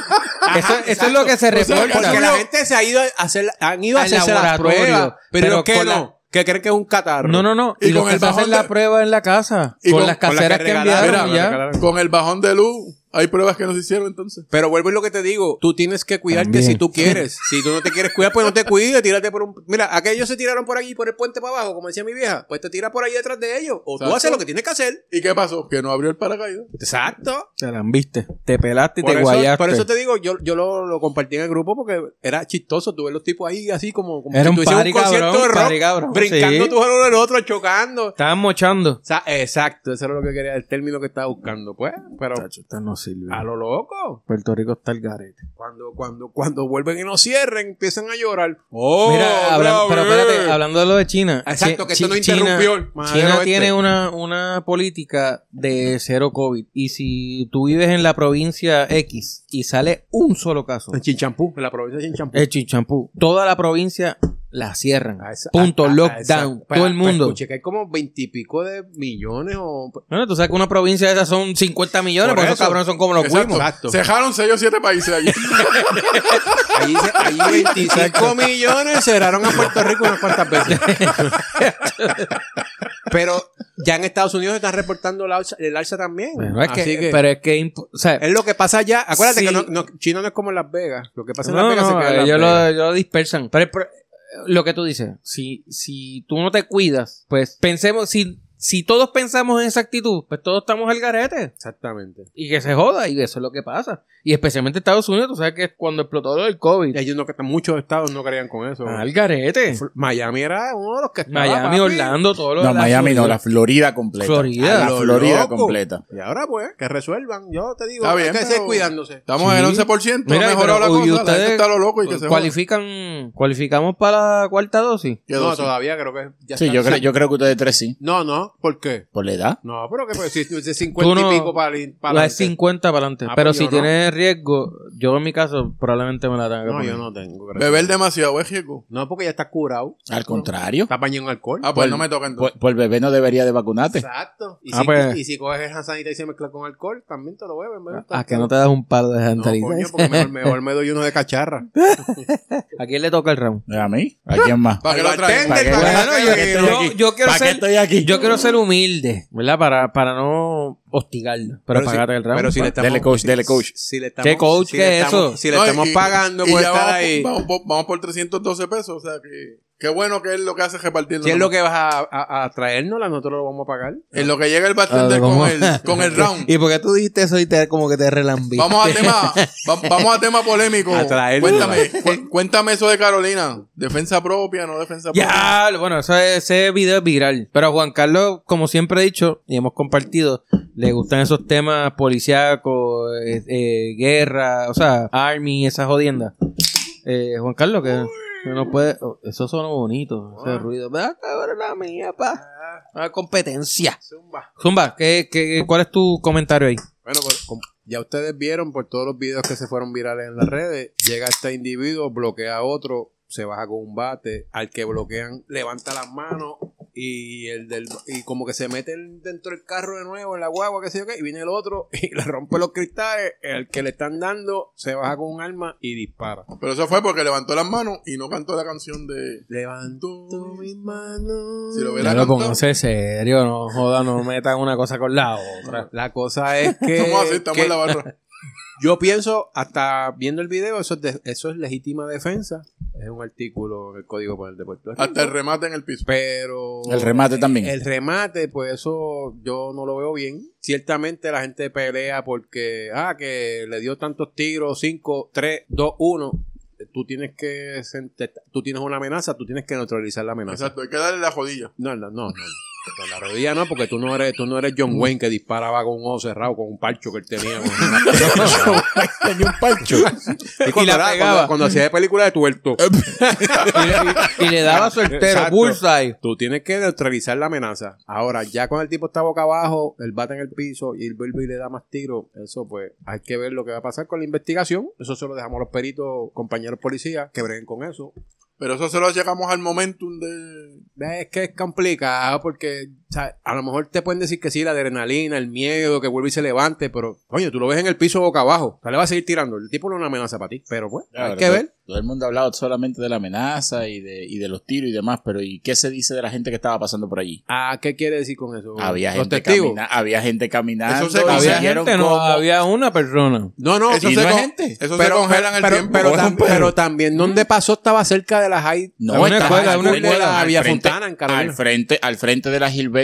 [SPEAKER 1] Eso, eso es lo que se
[SPEAKER 6] O sea,
[SPEAKER 1] reporta.
[SPEAKER 2] Porque
[SPEAKER 6] Porque
[SPEAKER 2] la
[SPEAKER 6] yo-
[SPEAKER 2] gente se ha ido a hacer, han ido a
[SPEAKER 1] Al
[SPEAKER 2] hacerse las
[SPEAKER 1] laboratorio,
[SPEAKER 2] pruebas. Pero,
[SPEAKER 1] pero
[SPEAKER 2] que
[SPEAKER 1] con la-
[SPEAKER 2] no, que creen que es un catarro.
[SPEAKER 1] no, no, no.
[SPEAKER 6] Y
[SPEAKER 1] Y, los
[SPEAKER 6] con
[SPEAKER 1] que
[SPEAKER 6] el
[SPEAKER 1] se hacen
[SPEAKER 6] bajón
[SPEAKER 1] la
[SPEAKER 6] de-
[SPEAKER 1] prueba en la casa
[SPEAKER 6] y
[SPEAKER 1] con,
[SPEAKER 6] con-
[SPEAKER 1] las
[SPEAKER 2] con las que
[SPEAKER 1] caseras que,
[SPEAKER 2] regalaron,
[SPEAKER 1] enviaron
[SPEAKER 2] mira,
[SPEAKER 1] ya.
[SPEAKER 2] regalaron.
[SPEAKER 6] Con el bajón de luz, hay pruebas que no se hicieron entonces.
[SPEAKER 2] Pero vuelvo a lo que te digo, tú tienes que cuidarte
[SPEAKER 1] También.
[SPEAKER 2] si tú
[SPEAKER 1] *laughs*
[SPEAKER 2] quieres. Si tú no te quieres cuidar, pues no te cuides, tírate por un... Mira, aquellos se tiraron por allí, por el puente para abajo, como decía mi vieja, pues te tiras por ahí detrás de ellos, o tú
[SPEAKER 6] Exacto.
[SPEAKER 2] haces lo que tienes que hacer.
[SPEAKER 6] ¿Y qué pasó? Que no abrió el paracaídas.
[SPEAKER 2] Exacto.
[SPEAKER 1] Te la viste, te pelaste y
[SPEAKER 2] Por
[SPEAKER 1] te
[SPEAKER 2] eso,
[SPEAKER 1] guayaste.
[SPEAKER 2] por eso te digo, yo, yo lo, lo compartí en el grupo porque era chistoso, tú ves los tipos ahí así como, como
[SPEAKER 1] Era
[SPEAKER 2] si
[SPEAKER 1] un
[SPEAKER 2] tuviese
[SPEAKER 1] party, cabrón,
[SPEAKER 2] de rock,
[SPEAKER 1] party, cabrón,
[SPEAKER 2] brincando
[SPEAKER 1] sí.
[SPEAKER 2] tú uno en el otro, chocando.
[SPEAKER 1] Estaban mochando.
[SPEAKER 2] O sea, exacto, eso era lo que quería, el término que estaba buscando, pues, pero
[SPEAKER 1] Chacho, esta no sirve.
[SPEAKER 2] a lo loco.
[SPEAKER 1] Puerto Rico está el garete.
[SPEAKER 2] Cuando, cuando, cuando vuelven y nos cierren, empiezan a llorar. ¡Oh!
[SPEAKER 1] Mira, hablando,
[SPEAKER 2] otra
[SPEAKER 1] pero
[SPEAKER 2] vez!
[SPEAKER 1] espérate, hablando de lo de China.
[SPEAKER 2] Exacto, que
[SPEAKER 1] Chi-
[SPEAKER 2] esto no
[SPEAKER 1] China-
[SPEAKER 2] interrumpió. Madre
[SPEAKER 1] China
[SPEAKER 2] oeste.
[SPEAKER 1] tiene una, una política de cero COVID. Y si tú vives en la provincia X y sale un solo caso,
[SPEAKER 2] En Chinchampú, en la provincia de Chinchampú.
[SPEAKER 1] el Chinchampú, toda la provincia la cierran.
[SPEAKER 2] A esa-
[SPEAKER 1] Punto,
[SPEAKER 2] a- a- a
[SPEAKER 1] lockdown,
[SPEAKER 2] esa- pa-
[SPEAKER 1] todo el
[SPEAKER 2] pa-
[SPEAKER 1] mundo.
[SPEAKER 2] escuché que hay como veintipico de millones o...
[SPEAKER 1] Bueno, tú sabes que una provincia de esas son 50 millones,
[SPEAKER 2] Por
[SPEAKER 1] por, esos
[SPEAKER 2] eso.
[SPEAKER 1] cabrones son como los
[SPEAKER 2] Exacto.
[SPEAKER 1] guimos.
[SPEAKER 2] Exacto.
[SPEAKER 6] Cejaron 6 o 7 países *laughs* allí.
[SPEAKER 2] Allí, se-
[SPEAKER 1] *laughs*
[SPEAKER 2] allí 25 millones cerraron a Puerto Rico unas cuantas veces. pero ya en Estados Unidos están reportando el alza, el alza también.
[SPEAKER 1] Bueno, es que-
[SPEAKER 2] Así que-
[SPEAKER 1] pero es que, imp- o sea,
[SPEAKER 2] es lo que pasa allá. Acuérdate
[SPEAKER 1] Sí.
[SPEAKER 2] que no, no- China no es como en Las Vegas. Lo que pasa en
[SPEAKER 1] No,
[SPEAKER 2] Las Vegas
[SPEAKER 1] no,
[SPEAKER 2] se queda en Las
[SPEAKER 1] ellos
[SPEAKER 2] Vegas.
[SPEAKER 1] lo, ellos lo dispersan. Pero, el pro- lo que tú dices, si, si tú no te cuidas, pues pensemos, si, si todos pensamos en esa actitud, pues todos estamos al garete.
[SPEAKER 2] Exactamente.
[SPEAKER 1] Y que se joda, y eso es lo que pasa. Y especialmente Estados Unidos, tú sabes que cuando explotó lo del COVID,
[SPEAKER 2] Y ellos no, cre- muchos estados no creían con eso.
[SPEAKER 1] al garete.
[SPEAKER 2] Fl- Miami era uno de los que estaba.
[SPEAKER 1] Miami,
[SPEAKER 2] papi.
[SPEAKER 1] Orlando, todo lo
[SPEAKER 4] No,
[SPEAKER 1] la
[SPEAKER 4] Miami no,
[SPEAKER 1] Florida.
[SPEAKER 4] la Florida completa. Ah,
[SPEAKER 1] Florida.
[SPEAKER 4] La
[SPEAKER 2] Lo
[SPEAKER 4] Florida
[SPEAKER 2] loco.
[SPEAKER 4] completa.
[SPEAKER 2] Y ahora, pues, que resuelvan. Yo te digo,
[SPEAKER 6] Está
[SPEAKER 2] hay
[SPEAKER 6] bien,
[SPEAKER 2] que
[SPEAKER 6] pero-
[SPEAKER 2] seguir cuidándose.
[SPEAKER 6] Estamos
[SPEAKER 1] Sí.
[SPEAKER 6] en el 11%,
[SPEAKER 1] Mira,
[SPEAKER 6] ha mejorado la
[SPEAKER 1] pero, y
[SPEAKER 6] cosa. La
[SPEAKER 1] ustedes
[SPEAKER 6] gente está a lo loco y que se joda.
[SPEAKER 1] Cualifican, cualificamos para la cuarta dosis.
[SPEAKER 6] Qué
[SPEAKER 2] No,
[SPEAKER 6] dosis.
[SPEAKER 2] todavía creo que ya
[SPEAKER 4] Sí,
[SPEAKER 2] está-
[SPEAKER 4] yo creo, yo creo que ustedes tres sí.
[SPEAKER 2] No, no, ¿por qué?
[SPEAKER 4] Por la edad.
[SPEAKER 2] No, pero que pues, si es de 50
[SPEAKER 1] no-
[SPEAKER 2] y pico para el para
[SPEAKER 1] la de
[SPEAKER 2] adelante.
[SPEAKER 1] 50 para adelante.
[SPEAKER 2] Ah,
[SPEAKER 1] Pero
[SPEAKER 2] pues
[SPEAKER 1] si
[SPEAKER 2] yo no.
[SPEAKER 1] tienes riesgo, yo en mi caso probablemente me la tenga que
[SPEAKER 2] No,
[SPEAKER 1] poner.
[SPEAKER 2] yo no tengo. gracias.
[SPEAKER 6] Beber demasiado es riesgo.
[SPEAKER 2] No, porque ya está curado.
[SPEAKER 4] Al contrario.
[SPEAKER 2] Está bañado en alcohol.
[SPEAKER 6] Ah, pues no me toca entonces.
[SPEAKER 4] Por, por bebé no debería de vacunarte.
[SPEAKER 2] Exacto. Y,
[SPEAKER 1] Ah,
[SPEAKER 2] si,
[SPEAKER 1] pues.
[SPEAKER 2] y si coges esa sanita y se mezcla con alcohol, también te lo beben. ¿verdad?
[SPEAKER 1] ¿A Ah, que no te das un palo de
[SPEAKER 2] No,
[SPEAKER 1] sanitarismo?
[SPEAKER 2] coño, porque mejor, mejor me doy uno de cacharra.
[SPEAKER 1] ¿A quién le toca el round?
[SPEAKER 4] ¿A mí? ¿A quién más?
[SPEAKER 6] ¿Para qué lo
[SPEAKER 2] Al
[SPEAKER 6] traen?
[SPEAKER 2] bartender,
[SPEAKER 4] ¿Para qué?
[SPEAKER 2] para-
[SPEAKER 4] Bueno, yo-
[SPEAKER 2] para que-
[SPEAKER 4] yo- estoy aquí?
[SPEAKER 1] quiero
[SPEAKER 4] ¿Para qué estoy aquí?
[SPEAKER 1] yo quiero ser humilde, ¿verdad? Para, para no hostigarla. *laughs* Pero,
[SPEAKER 2] si-
[SPEAKER 1] pagarte el round. pues.
[SPEAKER 2] pero si le
[SPEAKER 1] pa-
[SPEAKER 2] estamos-
[SPEAKER 4] Dele, coach, dele, coach.
[SPEAKER 2] Si le estamos,
[SPEAKER 1] ¿Qué coach
[SPEAKER 2] si
[SPEAKER 1] que
[SPEAKER 2] le
[SPEAKER 1] es
[SPEAKER 2] estamos-
[SPEAKER 1] eso?
[SPEAKER 2] Si le
[SPEAKER 6] No,
[SPEAKER 2] estamos
[SPEAKER 6] y-
[SPEAKER 2] pagando
[SPEAKER 6] y
[SPEAKER 2] por
[SPEAKER 6] ya
[SPEAKER 2] estar
[SPEAKER 6] vamos,
[SPEAKER 2] ahí.
[SPEAKER 6] Vamos, por- vamos por 312 pesos, o sea que... Qué bueno que él lo que hace es repartirlo.
[SPEAKER 2] Si es
[SPEAKER 6] nomás.
[SPEAKER 2] lo que vas a, a, a traernos, nosotros lo vamos a pagar.
[SPEAKER 6] En lo que llega el bartender con el, con el round.
[SPEAKER 1] Ah, *laughs* ¿Y por qué tú dijiste eso y te, como que te relambiste?
[SPEAKER 6] Vamos a tema, va- vamos a tema polémico.
[SPEAKER 2] A traerlo.
[SPEAKER 6] Cuéntame, cu- cuéntame eso de Carolina. Defensa propia, no defensa propia.
[SPEAKER 1] Ya, bueno, eso es- ese video es viral. Pero a Juan Carlos, como siempre he dicho y hemos compartido, le gustan esos temas policíacos, eh, eh, guerra, o sea, army, esas jodiendas. Eh, Juan Carlos, que que no puede. oh, eso sonó bonito, ese ruido. ¿Verdad, cabrón, la mía, pa? Una competencia.
[SPEAKER 2] Ah. Zumba.
[SPEAKER 1] Zumba, ¿qué, qué, cuál es tu comentario ahí?
[SPEAKER 2] Bueno, pues, como ya ustedes vieron por todos los videos que se fueron virales en las redes, llega este individuo, bloquea a otro, se baja con un bate, al que bloquean levanta las manos y el del y como que se mete en- dentro del carro de nuevo en la guagua, qué sé yo qué, y viene el otro *laughs* y le rompe los cristales, el que le están dando se baja con un arma y dispara.
[SPEAKER 6] Pero eso fue porque levantó las manos y no cantó la canción de.
[SPEAKER 2] Levanto mis manos.
[SPEAKER 6] Si lo
[SPEAKER 1] Ya
[SPEAKER 6] hubiera
[SPEAKER 1] lo
[SPEAKER 6] cantado.
[SPEAKER 1] pónganse serio, no jodan, no metan una cosa con la otra.
[SPEAKER 2] La cosa es que,
[SPEAKER 6] *laughs* Estamos así, estamos
[SPEAKER 2] que-
[SPEAKER 6] en la barra.
[SPEAKER 2] Yo pienso, hasta viendo el video, eso es, de- eso es legítima defensa. Es un artículo en el Código Penal de Puerto Rico.
[SPEAKER 6] Hasta el remate en el piso.
[SPEAKER 2] Pero.
[SPEAKER 4] El remate también.
[SPEAKER 2] El remate, pues eso yo no lo veo bien. Ciertamente la gente pelea porque, ah, que le dio tantos tiros, 5, 3, 2, 1. Tú tienes que. sen- te- Tú tienes una amenaza, tú tienes que neutralizar la amenaza.
[SPEAKER 6] Exacto, hay que darle la jodilla.
[SPEAKER 2] No, no, no, no. Con la rodilla no, porque tú no eres, tú no eres John Wayne que disparaba con un ojo cerrado, con un parcho que él tenía. con-
[SPEAKER 4] *laughs* Tenía un parcho.
[SPEAKER 2] Y, cuando,
[SPEAKER 1] la
[SPEAKER 2] era-
[SPEAKER 1] pegaba.
[SPEAKER 2] cuando- cuando hacía de película de tuerto.
[SPEAKER 1] Y le, y le daba soltero,
[SPEAKER 2] *laughs* Exacto.
[SPEAKER 1] bullseye.
[SPEAKER 2] Tú tienes que neutralizar la amenaza. Ahora, ya cuando el tipo está boca abajo, el bate en el piso y el vuelve y le da más tiro, eso pues hay que ver lo que va a pasar con la investigación. Eso se lo dejamos a los peritos, compañeros policías, que breguen con eso.
[SPEAKER 6] Pero eso se lo llegamos al momentum de.
[SPEAKER 2] Es que es complicado porque o sea, a lo mejor te pueden decir que sí, la adrenalina, el miedo, que vuelve y se levante, pero coño, tú lo ves en el piso boca abajo. O sea, le va a seguir tirando. El tipo no es una amenaza para ti, pero pues, hay que ver.
[SPEAKER 4] Todo el mundo ha hablado solamente de la amenaza y de, y de los tiros y demás, pero ¿y qué se dice de la gente que estaba pasando por allí?
[SPEAKER 2] Ah, ¿qué quiere decir con eso?
[SPEAKER 4] Había
[SPEAKER 2] Los
[SPEAKER 4] gente,
[SPEAKER 2] testigos.
[SPEAKER 4] camina- había gente caminando.
[SPEAKER 6] Eso
[SPEAKER 4] y
[SPEAKER 6] se considera
[SPEAKER 1] Había
[SPEAKER 4] siguieron
[SPEAKER 1] gente, no,
[SPEAKER 4] como-
[SPEAKER 1] había una persona.
[SPEAKER 2] No, no,
[SPEAKER 6] Eso
[SPEAKER 4] y
[SPEAKER 6] se,
[SPEAKER 4] no hay
[SPEAKER 6] con-
[SPEAKER 4] gente.
[SPEAKER 6] Eso se congela en el
[SPEAKER 2] pero-
[SPEAKER 6] tiempo.
[SPEAKER 2] pero
[SPEAKER 6] Ojo,
[SPEAKER 2] tam- pero también donde pasó estaba cerca de la high.
[SPEAKER 4] No,
[SPEAKER 1] Una
[SPEAKER 4] estaba
[SPEAKER 1] escuela,
[SPEAKER 4] al
[SPEAKER 1] una
[SPEAKER 4] frente-
[SPEAKER 2] escuela.
[SPEAKER 4] al
[SPEAKER 2] Villa
[SPEAKER 4] frente-
[SPEAKER 2] Fontana, en Carolina.
[SPEAKER 4] Al frente, al frente de la Gilberto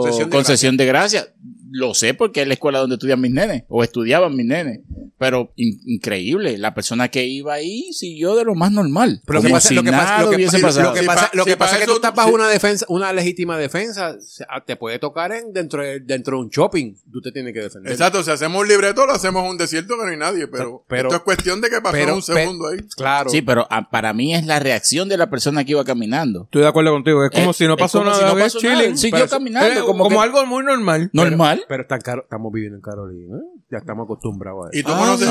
[SPEAKER 2] Concesión
[SPEAKER 4] Concesión,
[SPEAKER 2] de
[SPEAKER 4] de, gracia. Lo sé porque es la escuela donde estudian mis nenes, o estudiaban mis nenes. Pero in- increíble, la persona que iba ahí siguió de lo más normal.
[SPEAKER 2] Pero lo que
[SPEAKER 4] como
[SPEAKER 2] pasa-
[SPEAKER 4] si
[SPEAKER 2] lo que pasa-
[SPEAKER 4] nada
[SPEAKER 2] lo que-
[SPEAKER 4] hubiese
[SPEAKER 2] lo
[SPEAKER 4] pasado.
[SPEAKER 2] que
[SPEAKER 6] Si
[SPEAKER 2] pasa-
[SPEAKER 6] pa-
[SPEAKER 2] lo que
[SPEAKER 6] si
[SPEAKER 2] pasa
[SPEAKER 6] pa'
[SPEAKER 2] es que tú
[SPEAKER 6] eso-
[SPEAKER 2] estás bajo
[SPEAKER 6] si-
[SPEAKER 2] una defensa, una legítima defensa, o sea, te puede tocar en, dentro, de, dentro de un shopping, tú te tienes que defender.
[SPEAKER 6] Exacto, si hacemos un libreto, lo hacemos en un desierto que no hay nadie. Pero,
[SPEAKER 2] Pero-
[SPEAKER 6] esto es cuestión de que pasó
[SPEAKER 2] pero-
[SPEAKER 6] un segundo ahí.
[SPEAKER 2] Claro.
[SPEAKER 4] Sí, pero ah, para mí es la reacción de la persona que iba caminando.
[SPEAKER 1] Estoy de acuerdo contigo. Es como
[SPEAKER 4] Eh,
[SPEAKER 1] si no
[SPEAKER 4] es
[SPEAKER 1] pasó
[SPEAKER 4] como
[SPEAKER 1] nada.
[SPEAKER 4] si no
[SPEAKER 1] es
[SPEAKER 4] pasó nada.
[SPEAKER 1] chilling.
[SPEAKER 4] Siguió
[SPEAKER 1] Parece-
[SPEAKER 4] caminando,
[SPEAKER 1] era
[SPEAKER 4] como
[SPEAKER 1] como,
[SPEAKER 4] que-
[SPEAKER 1] algo muy normal.
[SPEAKER 4] Normal.
[SPEAKER 2] Pero están caro- estamos viviendo en Carolina. ¿eh? Ya estamos acostumbrados a eso.
[SPEAKER 6] Y
[SPEAKER 1] Ah,
[SPEAKER 6] tú conoces.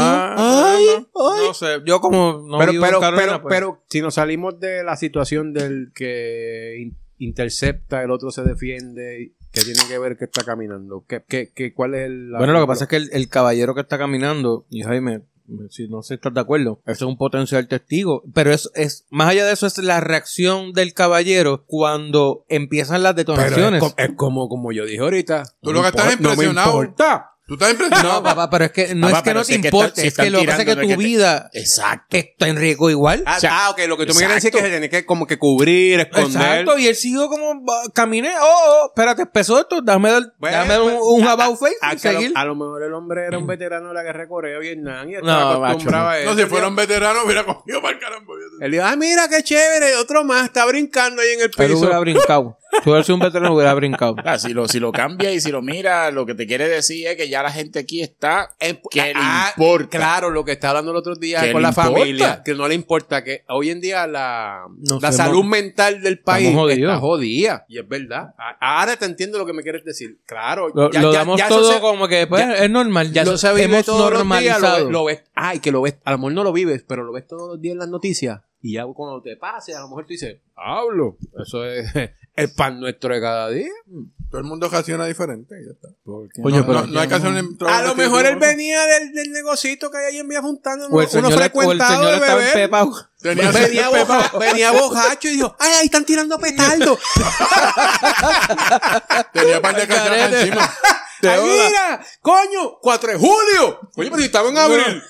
[SPEAKER 1] No sé, yo como no
[SPEAKER 2] pero,
[SPEAKER 1] vivo en
[SPEAKER 2] pero,
[SPEAKER 1] Carolina,
[SPEAKER 2] pero,
[SPEAKER 1] pues-
[SPEAKER 2] pero si nos salimos de la situación del que in- intercepta, el otro se defiende, que tiene que ver que está caminando? ¿Qué, qué, qué, ¿Cuál es el...?
[SPEAKER 1] bueno, lo que pasa es que el, el caballero que está caminando, y Jaime, si no sé si estás de acuerdo, eso es un potencial testigo. Pero es, es, más allá de eso, es la reacción del caballero cuando empiezan las
[SPEAKER 2] Pero es,
[SPEAKER 1] detonaciones.
[SPEAKER 2] co- es como, como yo dije ahorita.
[SPEAKER 6] Tú lo que estás
[SPEAKER 2] impor-
[SPEAKER 6] impresionado.
[SPEAKER 2] No me importa.
[SPEAKER 6] Tú estás impresionado.
[SPEAKER 1] No, papá, pero es que no
[SPEAKER 4] Papá,
[SPEAKER 1] es que
[SPEAKER 4] pero
[SPEAKER 1] no
[SPEAKER 4] si
[SPEAKER 1] te
[SPEAKER 4] es que
[SPEAKER 1] importe,
[SPEAKER 4] están- si
[SPEAKER 1] es que
[SPEAKER 4] están
[SPEAKER 1] lo que pasa es que
[SPEAKER 4] tirando, no
[SPEAKER 1] tu
[SPEAKER 4] es que te-
[SPEAKER 1] vida
[SPEAKER 4] Exacto.
[SPEAKER 1] está en riesgo igual.
[SPEAKER 2] Ah,
[SPEAKER 4] O sea,
[SPEAKER 2] ah, ok, lo que tú me quieres decir es
[SPEAKER 4] exacto.
[SPEAKER 2] que se tiene que como que cubrir, esconder.
[SPEAKER 1] Exacto, y él siguió como va, caminé, oh, oh, espérate, empezó esto, dame, dar-
[SPEAKER 2] Bueno,
[SPEAKER 1] dame dar
[SPEAKER 2] pues,
[SPEAKER 1] un, un
[SPEAKER 2] a-
[SPEAKER 1] about face
[SPEAKER 2] Ah,
[SPEAKER 1] y
[SPEAKER 2] que a,
[SPEAKER 1] seguir.
[SPEAKER 2] lo, a lo mejor el hombre era un veterano de la guerra de Corea, Vietnam, y estaba
[SPEAKER 1] No, macho,
[SPEAKER 2] acostumbrado a eso.
[SPEAKER 6] No, si fuera un veterano, hubiera cogido para el caramba.
[SPEAKER 2] Él dijo, ah, mira qué chévere, otro más, está brincando ahí en el
[SPEAKER 1] Pero
[SPEAKER 2] piso.
[SPEAKER 1] hubiera brincado. Si hubiera sido un veterano, hubiera brincado.
[SPEAKER 4] Ah, si, lo, si lo cambia y si lo mira, lo que te quiere decir es que ya la gente aquí está
[SPEAKER 2] En-
[SPEAKER 4] que
[SPEAKER 2] ah,
[SPEAKER 4] le importa.
[SPEAKER 2] Claro, lo que está hablando el otro día
[SPEAKER 4] ¿Qué
[SPEAKER 2] con
[SPEAKER 4] le
[SPEAKER 2] la
[SPEAKER 4] importa?
[SPEAKER 2] familia, que no le importa, que hoy en día la,
[SPEAKER 1] Nos
[SPEAKER 2] la
[SPEAKER 1] hemos-
[SPEAKER 2] salud mental del país
[SPEAKER 1] Estamos jodidos.
[SPEAKER 2] está jodida. Y es verdad. A- Ahora te entiendo lo que me quieres decir. Claro,
[SPEAKER 1] Lo,
[SPEAKER 2] ya-
[SPEAKER 1] lo
[SPEAKER 2] ya-
[SPEAKER 1] damos
[SPEAKER 2] ya eso
[SPEAKER 1] todo
[SPEAKER 2] se-
[SPEAKER 1] como que pues,
[SPEAKER 2] ya-
[SPEAKER 1] es normal.
[SPEAKER 2] Ya
[SPEAKER 1] lo,
[SPEAKER 2] eso se vive
[SPEAKER 1] hemos
[SPEAKER 2] todos los días,
[SPEAKER 1] normalizado.
[SPEAKER 2] lo ves- lo ves, ay, que lo ves, a lo mejor no lo vives, pero lo ves todos los días en las noticias y ya cuando te pase, a lo mejor tú dices, hablo, eso es *laughs* el pan nuestro de cada día.
[SPEAKER 6] Todo el mundo reacciona diferente. y ya está.
[SPEAKER 1] Coño,
[SPEAKER 6] no,
[SPEAKER 1] pero-
[SPEAKER 6] no- no hay que hacer un
[SPEAKER 2] A lo
[SPEAKER 6] trabajo
[SPEAKER 2] mejor él
[SPEAKER 6] científico, ¿no?
[SPEAKER 2] venía del, del negocito que hay ahí en Vía Fontana, uno,
[SPEAKER 1] o el señor,
[SPEAKER 2] uno
[SPEAKER 1] o pues, el
[SPEAKER 2] frecuentado
[SPEAKER 1] señor
[SPEAKER 2] de
[SPEAKER 1] estaba
[SPEAKER 2] beber.
[SPEAKER 1] empepado.
[SPEAKER 2] *laughs*
[SPEAKER 6] Tenía
[SPEAKER 2] Venía, boja- venía bojacho y dijo, ay, ahí están tirando *laughs* petardos.
[SPEAKER 6] Tenía par de cachanas
[SPEAKER 1] Carete.
[SPEAKER 6] encima.
[SPEAKER 2] ¡Ay, mira! ¡Coño! ¡4 de julio! Oye, pero si estaba en abril.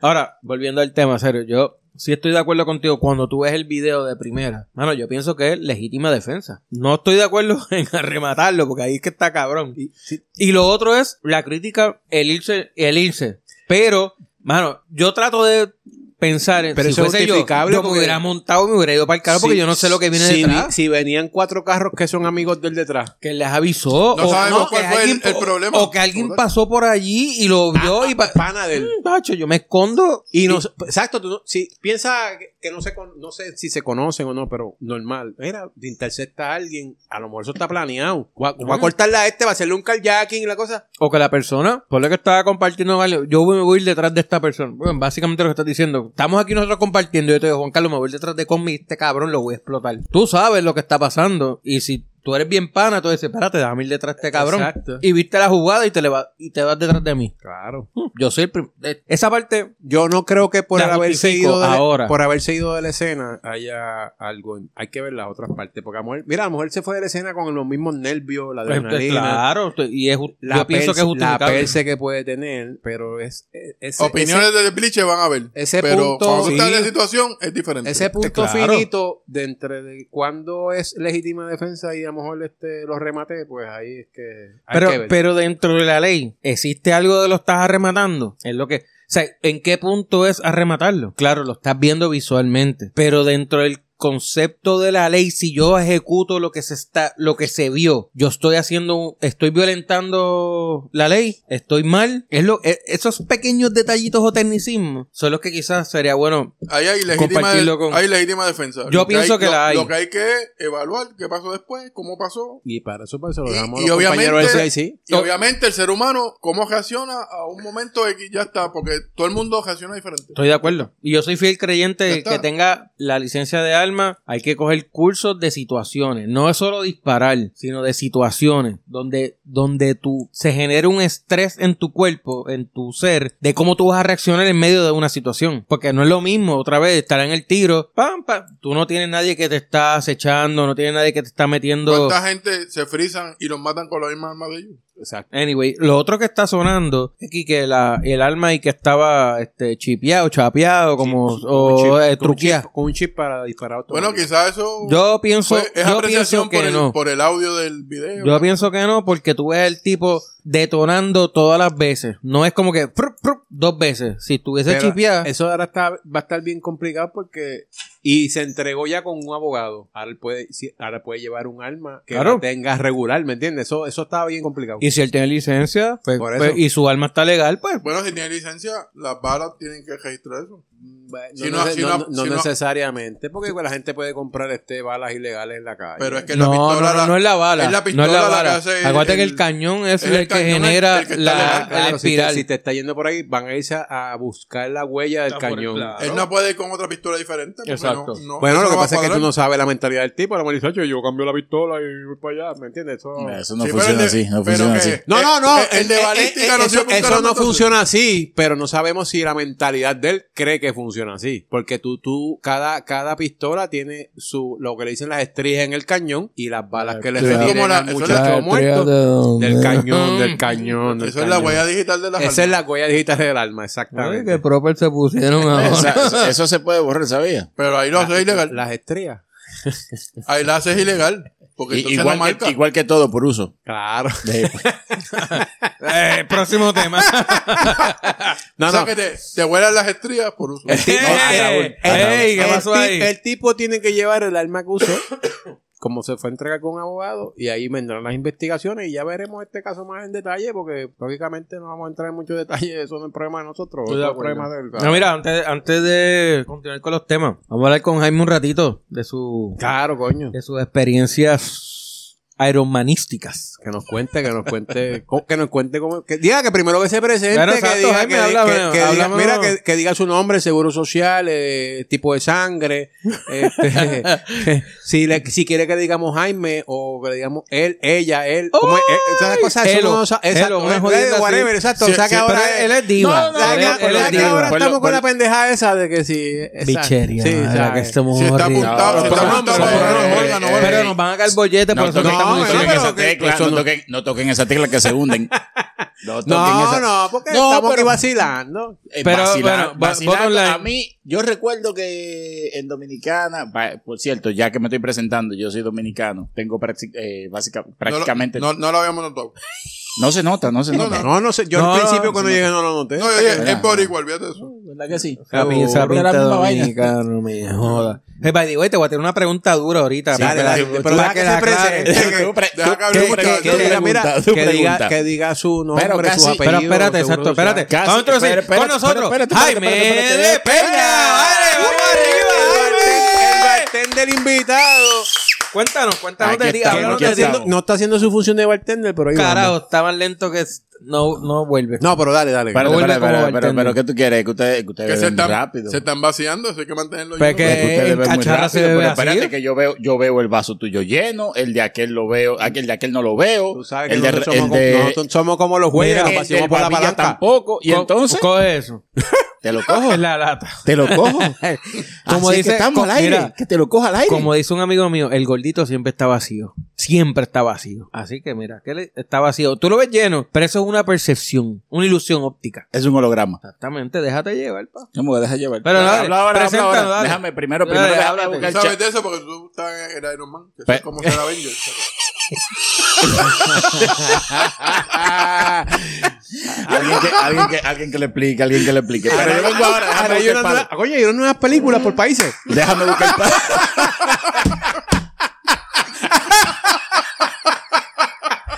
[SPEAKER 1] Ahora, volviendo al tema, serio, yo sí estoy de acuerdo contigo cuando tú ves el video de primera. Mano, yo pienso que es legítima defensa. No estoy de acuerdo *laughs* en arrematarlo porque ahí es que está cabrón. Y, y lo otro es la crítica, el irse, el irse. Pero, mano, yo trato de pensar en
[SPEAKER 2] Pero
[SPEAKER 1] si
[SPEAKER 2] eso es
[SPEAKER 1] fuese yo,
[SPEAKER 2] justificable
[SPEAKER 1] yo me
[SPEAKER 2] porque-
[SPEAKER 1] hubiera montado y me hubiera ido para el carro porque yo no sé lo que viene
[SPEAKER 2] si,
[SPEAKER 1] detrás.
[SPEAKER 2] Si venían cuatro carros que son amigos del detrás.
[SPEAKER 1] Que les avisó.
[SPEAKER 6] No sabemos cuál
[SPEAKER 1] que
[SPEAKER 6] fue el- el problema.
[SPEAKER 1] O que alguien pasó por allí y lo vio y... pa- Mm,
[SPEAKER 2] pana del.
[SPEAKER 1] Macho, yo me escondo
[SPEAKER 2] Ah, Mm. Y no, exacto, tú no- si piensa que- que no se con- no sé si se conocen o no, pero normal. Mira, te intercepta a alguien, a lo mejor eso está planeado. Va, va a cortarla a este, va a hacerle un carjacking y la cosa.
[SPEAKER 1] O que la persona, por lo que estaba compartiendo, vale, yo me voy a ir detrás de esta persona. Bueno, básicamente lo que estás diciendo, estamos aquí nosotros compartiendo, yo te digo, Juan Carlos, me voy a ir detrás de Conmi, este cabrón lo voy a explotar. Tú sabes lo que está pasando, y si tú eres bien pana, tú dices, espérate, déjame ir detrás de este cabrón.
[SPEAKER 2] Exacto.
[SPEAKER 1] Y viste la jugada y te, le va, y te vas detrás de mí.
[SPEAKER 2] Claro.
[SPEAKER 1] Yo soy el prim- eh, Esa parte,
[SPEAKER 2] Yo no creo que por
[SPEAKER 1] La
[SPEAKER 2] haberse
[SPEAKER 1] justifico
[SPEAKER 2] ido de la,
[SPEAKER 1] ahora.
[SPEAKER 2] por haberse ido de la escena haya algo. en- hay que ver las otras partes, porque a lo mejor- mira, a lo mejor se fue de la escena con los mismos nervios,
[SPEAKER 1] *laughs*
[SPEAKER 2] la
[SPEAKER 1] pues,
[SPEAKER 2] adrenalina.
[SPEAKER 1] claro, y es, ju-
[SPEAKER 2] La
[SPEAKER 1] yo pienso que es
[SPEAKER 2] perse- la
[SPEAKER 1] justificable.
[SPEAKER 2] perse que puede tener, pero es, es- ese-
[SPEAKER 6] Opiniones de Bleacher van a ver.
[SPEAKER 2] ese
[SPEAKER 6] pero
[SPEAKER 2] punto-
[SPEAKER 6] cuando tú estás en
[SPEAKER 2] sí.
[SPEAKER 6] la situación, es diferente.
[SPEAKER 2] ese, ese punto
[SPEAKER 1] Claro.
[SPEAKER 2] finito de entre de cuándo es legítima defensa y a lo mejor este los remate, pues ahí es que hay
[SPEAKER 1] Pero,
[SPEAKER 2] que ver.
[SPEAKER 1] pero dentro de la ley, ¿existe algo de lo estás arrematando? Es lo que. O sea, ¿en qué punto es arrematarlo? Claro, lo estás viendo visualmente. Pero dentro del concepto de la ley, si yo ejecuto lo que se está, lo que se vio, yo estoy haciendo, estoy violentando la ley, estoy mal. Es lo, e- esos pequeños detallitos o tecnicismos son los que quizás sería bueno.
[SPEAKER 6] Ahí hay legítima,
[SPEAKER 1] Compartirlo con-
[SPEAKER 6] hay legítima defensa.
[SPEAKER 1] Yo
[SPEAKER 6] Lo
[SPEAKER 1] pienso
[SPEAKER 6] hay-
[SPEAKER 1] que
[SPEAKER 6] lo-
[SPEAKER 1] la hay.
[SPEAKER 6] Lo que hay que evaluar qué pasó después, cómo pasó.
[SPEAKER 2] y para eso pues, se
[SPEAKER 1] Eh,
[SPEAKER 2] lo
[SPEAKER 6] Y-
[SPEAKER 2] damos a
[SPEAKER 6] y
[SPEAKER 2] los compañeros del
[SPEAKER 6] obviamente-
[SPEAKER 2] CIC.
[SPEAKER 6] Y obviamente el ser humano, cómo reacciona a un momento X, ya está, porque todo el mundo reacciona diferente.
[SPEAKER 1] Estoy de acuerdo. Y yo soy fiel creyente
[SPEAKER 6] Ya
[SPEAKER 1] de
[SPEAKER 6] está.
[SPEAKER 1] que tenga la licencia de alma. Hay que coger cursos de situaciones. No es solo disparar, sino de situaciones donde, donde tú se genere un estrés en tu cuerpo, en tu ser, de cómo tú vas a reaccionar en medio de una situación. Porque no es lo mismo, otra vez, estar en el tiro. Pam, pam. Tú no tienes nadie que te está acechando, no tienes nadie que te está metiendo.
[SPEAKER 6] ¿Cuánta gente se frisan y los matan con la misma arma de ellos?
[SPEAKER 2] Exacto.
[SPEAKER 1] Anyway, lo otro que está sonando es que- que la, el alma y que estaba este, chipeado, chapeado, como,
[SPEAKER 2] Sí, con un chip-
[SPEAKER 1] o eh,
[SPEAKER 2] con un chip-
[SPEAKER 1] truqueado.
[SPEAKER 2] Con un chip para disparar otro.
[SPEAKER 6] Bueno, quizás eso
[SPEAKER 1] Yo pienso,
[SPEAKER 6] fue- es
[SPEAKER 1] yo pienso
[SPEAKER 6] apreciación
[SPEAKER 1] que
[SPEAKER 6] por el,
[SPEAKER 1] no.
[SPEAKER 6] por el audio del video.
[SPEAKER 1] Yo pienso que no, porque tú ves el tipo detonando todas las veces. No es como que prup, prup, dos veces. Si estuviese
[SPEAKER 2] Pero
[SPEAKER 1] chipeada,
[SPEAKER 2] Eso ahora está, va a estar bien complicado porque. Y se entregó ya con un abogado. Ahora él puede, si- ahora puede llevar un arma que
[SPEAKER 1] Claro.
[SPEAKER 2] la tenga regular, ¿me entiendes? Eso, eso estaba bien complicado.
[SPEAKER 1] y si él tiene licencia pues,
[SPEAKER 2] Por
[SPEAKER 1] pues,
[SPEAKER 2] eso.
[SPEAKER 1] y su arma está legal, pues.
[SPEAKER 6] Bueno, si tiene licencia, las balas tienen que registrar eso.
[SPEAKER 2] Bueno,
[SPEAKER 6] Si
[SPEAKER 2] no,
[SPEAKER 6] no-
[SPEAKER 2] nece-
[SPEAKER 6] si
[SPEAKER 2] no-
[SPEAKER 6] no-
[SPEAKER 2] no
[SPEAKER 6] si no-
[SPEAKER 2] necesariamente, porque la gente puede comprar este balas ilegales en la calle.
[SPEAKER 6] Pero es que la
[SPEAKER 1] No, no,
[SPEAKER 6] pistola...
[SPEAKER 1] no, no es la bala.
[SPEAKER 6] es
[SPEAKER 1] no
[SPEAKER 6] la
[SPEAKER 1] es
[SPEAKER 6] pistola
[SPEAKER 1] la
[SPEAKER 6] la
[SPEAKER 1] bala.
[SPEAKER 6] que hace el-
[SPEAKER 1] Acuérdate que el
[SPEAKER 6] el-
[SPEAKER 1] cañón es
[SPEAKER 6] es
[SPEAKER 1] el,
[SPEAKER 6] el
[SPEAKER 1] que
[SPEAKER 6] cañón el-
[SPEAKER 1] genera
[SPEAKER 6] el que está
[SPEAKER 1] la,
[SPEAKER 6] legal,
[SPEAKER 2] Ah, Claro,
[SPEAKER 1] el
[SPEAKER 2] claro, si, te,
[SPEAKER 1] espiral.
[SPEAKER 2] si te está yendo por ahí, van a irse a, a buscar la huella del cañón. Eh,
[SPEAKER 6] Él no puede ir con otra pistola diferente. porque
[SPEAKER 1] Exacto.
[SPEAKER 6] no- no-
[SPEAKER 2] Bueno,
[SPEAKER 6] eso
[SPEAKER 2] lo que
[SPEAKER 6] no va a
[SPEAKER 2] pasa es que tú
[SPEAKER 6] cuadrar.
[SPEAKER 2] no sabes la mentalidad del tipo. La maldita, yo, yo cambio la pistola y voy para allá, ¿me entiendes? Eso-
[SPEAKER 4] Eso no
[SPEAKER 6] Sí, pero
[SPEAKER 4] funciona
[SPEAKER 6] el de-
[SPEAKER 4] así, no
[SPEAKER 6] pero
[SPEAKER 4] funciona
[SPEAKER 6] que-
[SPEAKER 4] así.
[SPEAKER 2] No,
[SPEAKER 6] Eh,
[SPEAKER 2] no, no.
[SPEAKER 6] eh, el de
[SPEAKER 2] eh,
[SPEAKER 6] balística
[SPEAKER 2] eh,
[SPEAKER 6] no
[SPEAKER 2] eso,
[SPEAKER 6] sirve un
[SPEAKER 2] eso
[SPEAKER 6] carajo,
[SPEAKER 2] no
[SPEAKER 6] entonces.
[SPEAKER 2] funciona así, pero no sabemos si la mentalidad de él cree que funciona así. Porque tú, tú, cada, cada pistola tiene su, lo que le dicen las eestrías en el cañón y las balas que le
[SPEAKER 6] Eso es
[SPEAKER 2] retienen
[SPEAKER 6] como la-
[SPEAKER 2] al
[SPEAKER 6] eso es
[SPEAKER 2] muchacho
[SPEAKER 6] la-
[SPEAKER 2] muerto. Del cañón, del cañón. del
[SPEAKER 6] Mm. Eso es la
[SPEAKER 2] cañón.
[SPEAKER 6] huella digital de la
[SPEAKER 2] Esa es la huella digital del alma, exactamente.
[SPEAKER 1] que proper se pusieron
[SPEAKER 4] O
[SPEAKER 6] *laughs*
[SPEAKER 4] sea,
[SPEAKER 1] ahora.
[SPEAKER 4] eso- eso se puede borrar, ¿sabía?
[SPEAKER 6] Pero ahí lo
[SPEAKER 2] Ah,
[SPEAKER 6] haces ilegal.
[SPEAKER 2] Las estrellas.
[SPEAKER 6] Ahí la haces ilegal. Porque
[SPEAKER 4] I-
[SPEAKER 6] entonces no
[SPEAKER 4] Igual
[SPEAKER 6] marca.
[SPEAKER 4] que, igual que todo por uso.
[SPEAKER 2] Claro.
[SPEAKER 4] De-
[SPEAKER 1] Eh, próximo tema.
[SPEAKER 2] No,
[SPEAKER 6] o
[SPEAKER 2] *laughs*
[SPEAKER 6] sea
[SPEAKER 2] no.
[SPEAKER 6] que te, te huelan las estrías por
[SPEAKER 4] *laughs*
[SPEAKER 6] uso.
[SPEAKER 2] El *laughs* tipo-
[SPEAKER 1] Ey, ey, ¿qué
[SPEAKER 2] el
[SPEAKER 1] pasó
[SPEAKER 2] ti-
[SPEAKER 1] ahí?
[SPEAKER 2] el tipo tiene que llevar el arma que usó, *coughs* como se fue a entregar con un abogado, y ahí vendrán las investigaciones y ya veremos este caso más en detalle, porque lógicamente no vamos a entrar en muchos detalles, *laughs* eso no es problema de nosotros,
[SPEAKER 1] Estoy de
[SPEAKER 2] eso es
[SPEAKER 1] acuerdo.
[SPEAKER 2] problema del...
[SPEAKER 1] No, mira, antes, antes de continuar con los temas, vamos a hablar con Jaime un ratito de su
[SPEAKER 2] Claro, coño.
[SPEAKER 1] de sus experiencias
[SPEAKER 2] *laughs*
[SPEAKER 1] aeromanísticas.
[SPEAKER 2] Que nos cuente, que
[SPEAKER 1] *laughs*
[SPEAKER 2] nos cuente, co- que nos cuente cómo, que diga que primero que se presente,
[SPEAKER 1] Claro,
[SPEAKER 2] que,
[SPEAKER 1] exacto,
[SPEAKER 2] diga,
[SPEAKER 1] Jaime,
[SPEAKER 2] que,
[SPEAKER 1] háblame,
[SPEAKER 2] que- que diga-
[SPEAKER 1] háblame.
[SPEAKER 2] mira, que, que diga su nombre, seguro social, eh, tipo
[SPEAKER 1] *laughs*
[SPEAKER 2] de sangre, este, si, le- si quiere que le digamos Jaime o que le digamos él, ella, él, como es, Eh, esas cosas, eso
[SPEAKER 1] Elo,
[SPEAKER 2] no, sa- exacto,
[SPEAKER 1] Elo, una
[SPEAKER 2] eh,
[SPEAKER 1] jodienda así.
[SPEAKER 2] whatever, exacto, o sea que
[SPEAKER 1] sí,
[SPEAKER 2] ahora
[SPEAKER 1] pero
[SPEAKER 2] es-
[SPEAKER 1] él es diva,
[SPEAKER 2] No, no,
[SPEAKER 1] él es-
[SPEAKER 2] que-
[SPEAKER 1] él es
[SPEAKER 2] que
[SPEAKER 1] diva.
[SPEAKER 2] ahora estamos con
[SPEAKER 4] Ponlo-
[SPEAKER 2] la pendeja esa de que si exacto.
[SPEAKER 1] Bichería,
[SPEAKER 2] sí,
[SPEAKER 1] madre,
[SPEAKER 2] ¿sabes?
[SPEAKER 1] que este estamos
[SPEAKER 6] Si está
[SPEAKER 1] horribles.
[SPEAKER 6] apuntado, si
[SPEAKER 1] Pero-
[SPEAKER 6] está apuntado,
[SPEAKER 1] pero-
[SPEAKER 6] no, no,
[SPEAKER 1] pero-
[SPEAKER 6] no, no, no,
[SPEAKER 1] Pero
[SPEAKER 6] no.
[SPEAKER 1] nos van a caer bollete por
[SPEAKER 4] No
[SPEAKER 1] eso que
[SPEAKER 2] no,
[SPEAKER 4] toquen
[SPEAKER 1] estamos
[SPEAKER 2] no,
[SPEAKER 4] no
[SPEAKER 1] diciendo
[SPEAKER 4] toquen
[SPEAKER 2] pero
[SPEAKER 1] eso.
[SPEAKER 4] esa
[SPEAKER 2] que-
[SPEAKER 4] tecla,
[SPEAKER 2] eso
[SPEAKER 4] no
[SPEAKER 2] no- *laughs*
[SPEAKER 4] toquen- no toquen esa tecla que se hunden. No, toquen
[SPEAKER 2] No,
[SPEAKER 4] esa-
[SPEAKER 2] no, porque
[SPEAKER 4] No,
[SPEAKER 2] estamos aquí
[SPEAKER 4] pero-
[SPEAKER 2] vacilando.
[SPEAKER 4] Eh,
[SPEAKER 1] Pero,
[SPEAKER 4] vacilar-
[SPEAKER 1] bueno, bo-
[SPEAKER 4] vacilar,
[SPEAKER 1] bottom line.
[SPEAKER 4] a mí, yo recuerdo que en Dominicana, va- por cierto, ya que me estoy presentando, yo soy dominicano, tengo prácti- eh, básica- prácticamente... No,
[SPEAKER 6] No, no lo habíamos notado.
[SPEAKER 4] se nota, no se
[SPEAKER 6] No,
[SPEAKER 4] nota.
[SPEAKER 2] No, no sé. Yo
[SPEAKER 1] No,
[SPEAKER 2] al principio
[SPEAKER 1] no,
[SPEAKER 2] cuando llegué no lo noté.
[SPEAKER 6] No, oye,
[SPEAKER 4] Era-
[SPEAKER 6] es por igual, olvídate de eso.
[SPEAKER 4] ¿Verdad que sí?
[SPEAKER 1] Esa pin- esa
[SPEAKER 4] Seguro que era
[SPEAKER 1] pinta
[SPEAKER 4] la misma vaina.
[SPEAKER 1] dominicano, me joda. Eh, by the way, te voy a tener una pregunta dura ahorita.
[SPEAKER 4] Sí,
[SPEAKER 1] para que
[SPEAKER 4] dale,
[SPEAKER 1] la- para
[SPEAKER 4] dale,
[SPEAKER 2] pero deja
[SPEAKER 1] que
[SPEAKER 2] que
[SPEAKER 1] la
[SPEAKER 2] se
[SPEAKER 1] aclare. *laughs*
[SPEAKER 2] presente.
[SPEAKER 4] Tú pre-
[SPEAKER 6] Deja que
[SPEAKER 4] tú-
[SPEAKER 6] hable
[SPEAKER 4] tú
[SPEAKER 6] un
[SPEAKER 4] pre-
[SPEAKER 6] muchacho.
[SPEAKER 4] tú
[SPEAKER 2] Que diga,
[SPEAKER 4] pregunta,
[SPEAKER 2] mira,
[SPEAKER 4] tú
[SPEAKER 2] que diga,
[SPEAKER 4] pregunta.
[SPEAKER 2] que diga su nombre,
[SPEAKER 4] Pero casi-
[SPEAKER 2] su
[SPEAKER 4] pero
[SPEAKER 2] apellido.
[SPEAKER 1] Pero espérate,
[SPEAKER 2] seguro
[SPEAKER 1] exacto,
[SPEAKER 2] social.
[SPEAKER 1] espérate.
[SPEAKER 4] Casi-
[SPEAKER 1] Vamos a introducir
[SPEAKER 4] espérate,
[SPEAKER 1] con
[SPEAKER 4] espérate,
[SPEAKER 1] nosotros.
[SPEAKER 4] espérate, espérate,
[SPEAKER 1] Jaime
[SPEAKER 4] espérate, espérate,
[SPEAKER 1] de
[SPEAKER 4] espérate.
[SPEAKER 1] Peña. Dale, vamos
[SPEAKER 2] El
[SPEAKER 1] arriba,
[SPEAKER 2] bartender-
[SPEAKER 1] Jaime.
[SPEAKER 2] El bartender invitado.
[SPEAKER 1] Cuéntanos, cuéntanos
[SPEAKER 4] Aquí
[SPEAKER 1] de ti.
[SPEAKER 4] estamos,
[SPEAKER 2] Que no,
[SPEAKER 1] háblanos
[SPEAKER 4] aquí
[SPEAKER 2] está
[SPEAKER 1] de ti.
[SPEAKER 2] haciendo, no está haciendo su función de bartender, pero ahí va.
[SPEAKER 1] Carajo, está más lento que s- no, no vuelve.
[SPEAKER 2] No, pero dale, dale.
[SPEAKER 4] Espérate,
[SPEAKER 1] Vuelve
[SPEAKER 4] espérate,
[SPEAKER 1] como
[SPEAKER 4] espérate, pero,
[SPEAKER 1] bartender.
[SPEAKER 4] pero ¿qué tú quieres? Que ustedes, que ustedes
[SPEAKER 6] Que se
[SPEAKER 4] beben
[SPEAKER 6] están,
[SPEAKER 4] rápido.
[SPEAKER 6] se están vaciando, eso hay que mantenerlo
[SPEAKER 1] Pues
[SPEAKER 6] lleno.
[SPEAKER 1] que-
[SPEAKER 4] Que ustedes
[SPEAKER 1] en
[SPEAKER 4] beben muy
[SPEAKER 1] cacharra
[SPEAKER 4] rápido,
[SPEAKER 1] se bebe
[SPEAKER 4] pero
[SPEAKER 1] así.
[SPEAKER 4] espérate que yo veo, yo veo el vaso tuyo lleno, el de aquel lo veo, aquel de aquel no lo veo,
[SPEAKER 2] Tú sabes que
[SPEAKER 4] el de,
[SPEAKER 2] nosotros, somos,
[SPEAKER 4] el
[SPEAKER 2] como-
[SPEAKER 4] de,
[SPEAKER 2] nosotros somos como los güeyes,
[SPEAKER 1] Mira,
[SPEAKER 2] nos
[SPEAKER 4] el
[SPEAKER 2] pasamos
[SPEAKER 4] del
[SPEAKER 2] por la
[SPEAKER 4] babilla
[SPEAKER 2] palanca.
[SPEAKER 4] tampoco, y
[SPEAKER 1] Co-
[SPEAKER 4] entonces
[SPEAKER 1] Coge eso.
[SPEAKER 4] te lo cojo,
[SPEAKER 1] Es la lata.
[SPEAKER 4] te lo cojo.
[SPEAKER 1] *laughs* Como
[SPEAKER 4] Como dice,
[SPEAKER 1] dice-
[SPEAKER 4] estamos al
[SPEAKER 1] co-
[SPEAKER 4] aire,
[SPEAKER 1] mira,
[SPEAKER 4] que te lo coja al aire.
[SPEAKER 1] Como dice un amigo mío, el gordito siempre está vacío. Siempre está vacío. Así que mira, que le- está vacío. Tú lo ves lleno, pero eso es una percepción, una ilusión óptica.
[SPEAKER 4] Es un holograma.
[SPEAKER 1] Exactamente, déjate llevar, pa.
[SPEAKER 4] No me dejas llevar.
[SPEAKER 1] Pero dale,
[SPEAKER 4] Habla ahora, habla
[SPEAKER 1] preséntalo,
[SPEAKER 4] ahora.
[SPEAKER 1] dale.
[SPEAKER 4] Déjame primero,
[SPEAKER 1] Dale,
[SPEAKER 4] primero déjame
[SPEAKER 1] háblate.
[SPEAKER 4] buscar el
[SPEAKER 6] Tú sabes
[SPEAKER 4] chat.
[SPEAKER 6] de eso porque tú estás en Iron Man. Que
[SPEAKER 4] Pe-
[SPEAKER 6] es como
[SPEAKER 4] *laughs*
[SPEAKER 6] ser Avengers.
[SPEAKER 4] alguien, que, alguien, que, alguien que le explique, alguien que le explique. Pero yo vengo ahora,
[SPEAKER 2] Ahora
[SPEAKER 4] déjame
[SPEAKER 2] hay
[SPEAKER 4] buscar
[SPEAKER 2] una
[SPEAKER 4] el palo.
[SPEAKER 2] nueva- Oye, hay unas nuevas películas por países.
[SPEAKER 4] Déjame buscar el palo.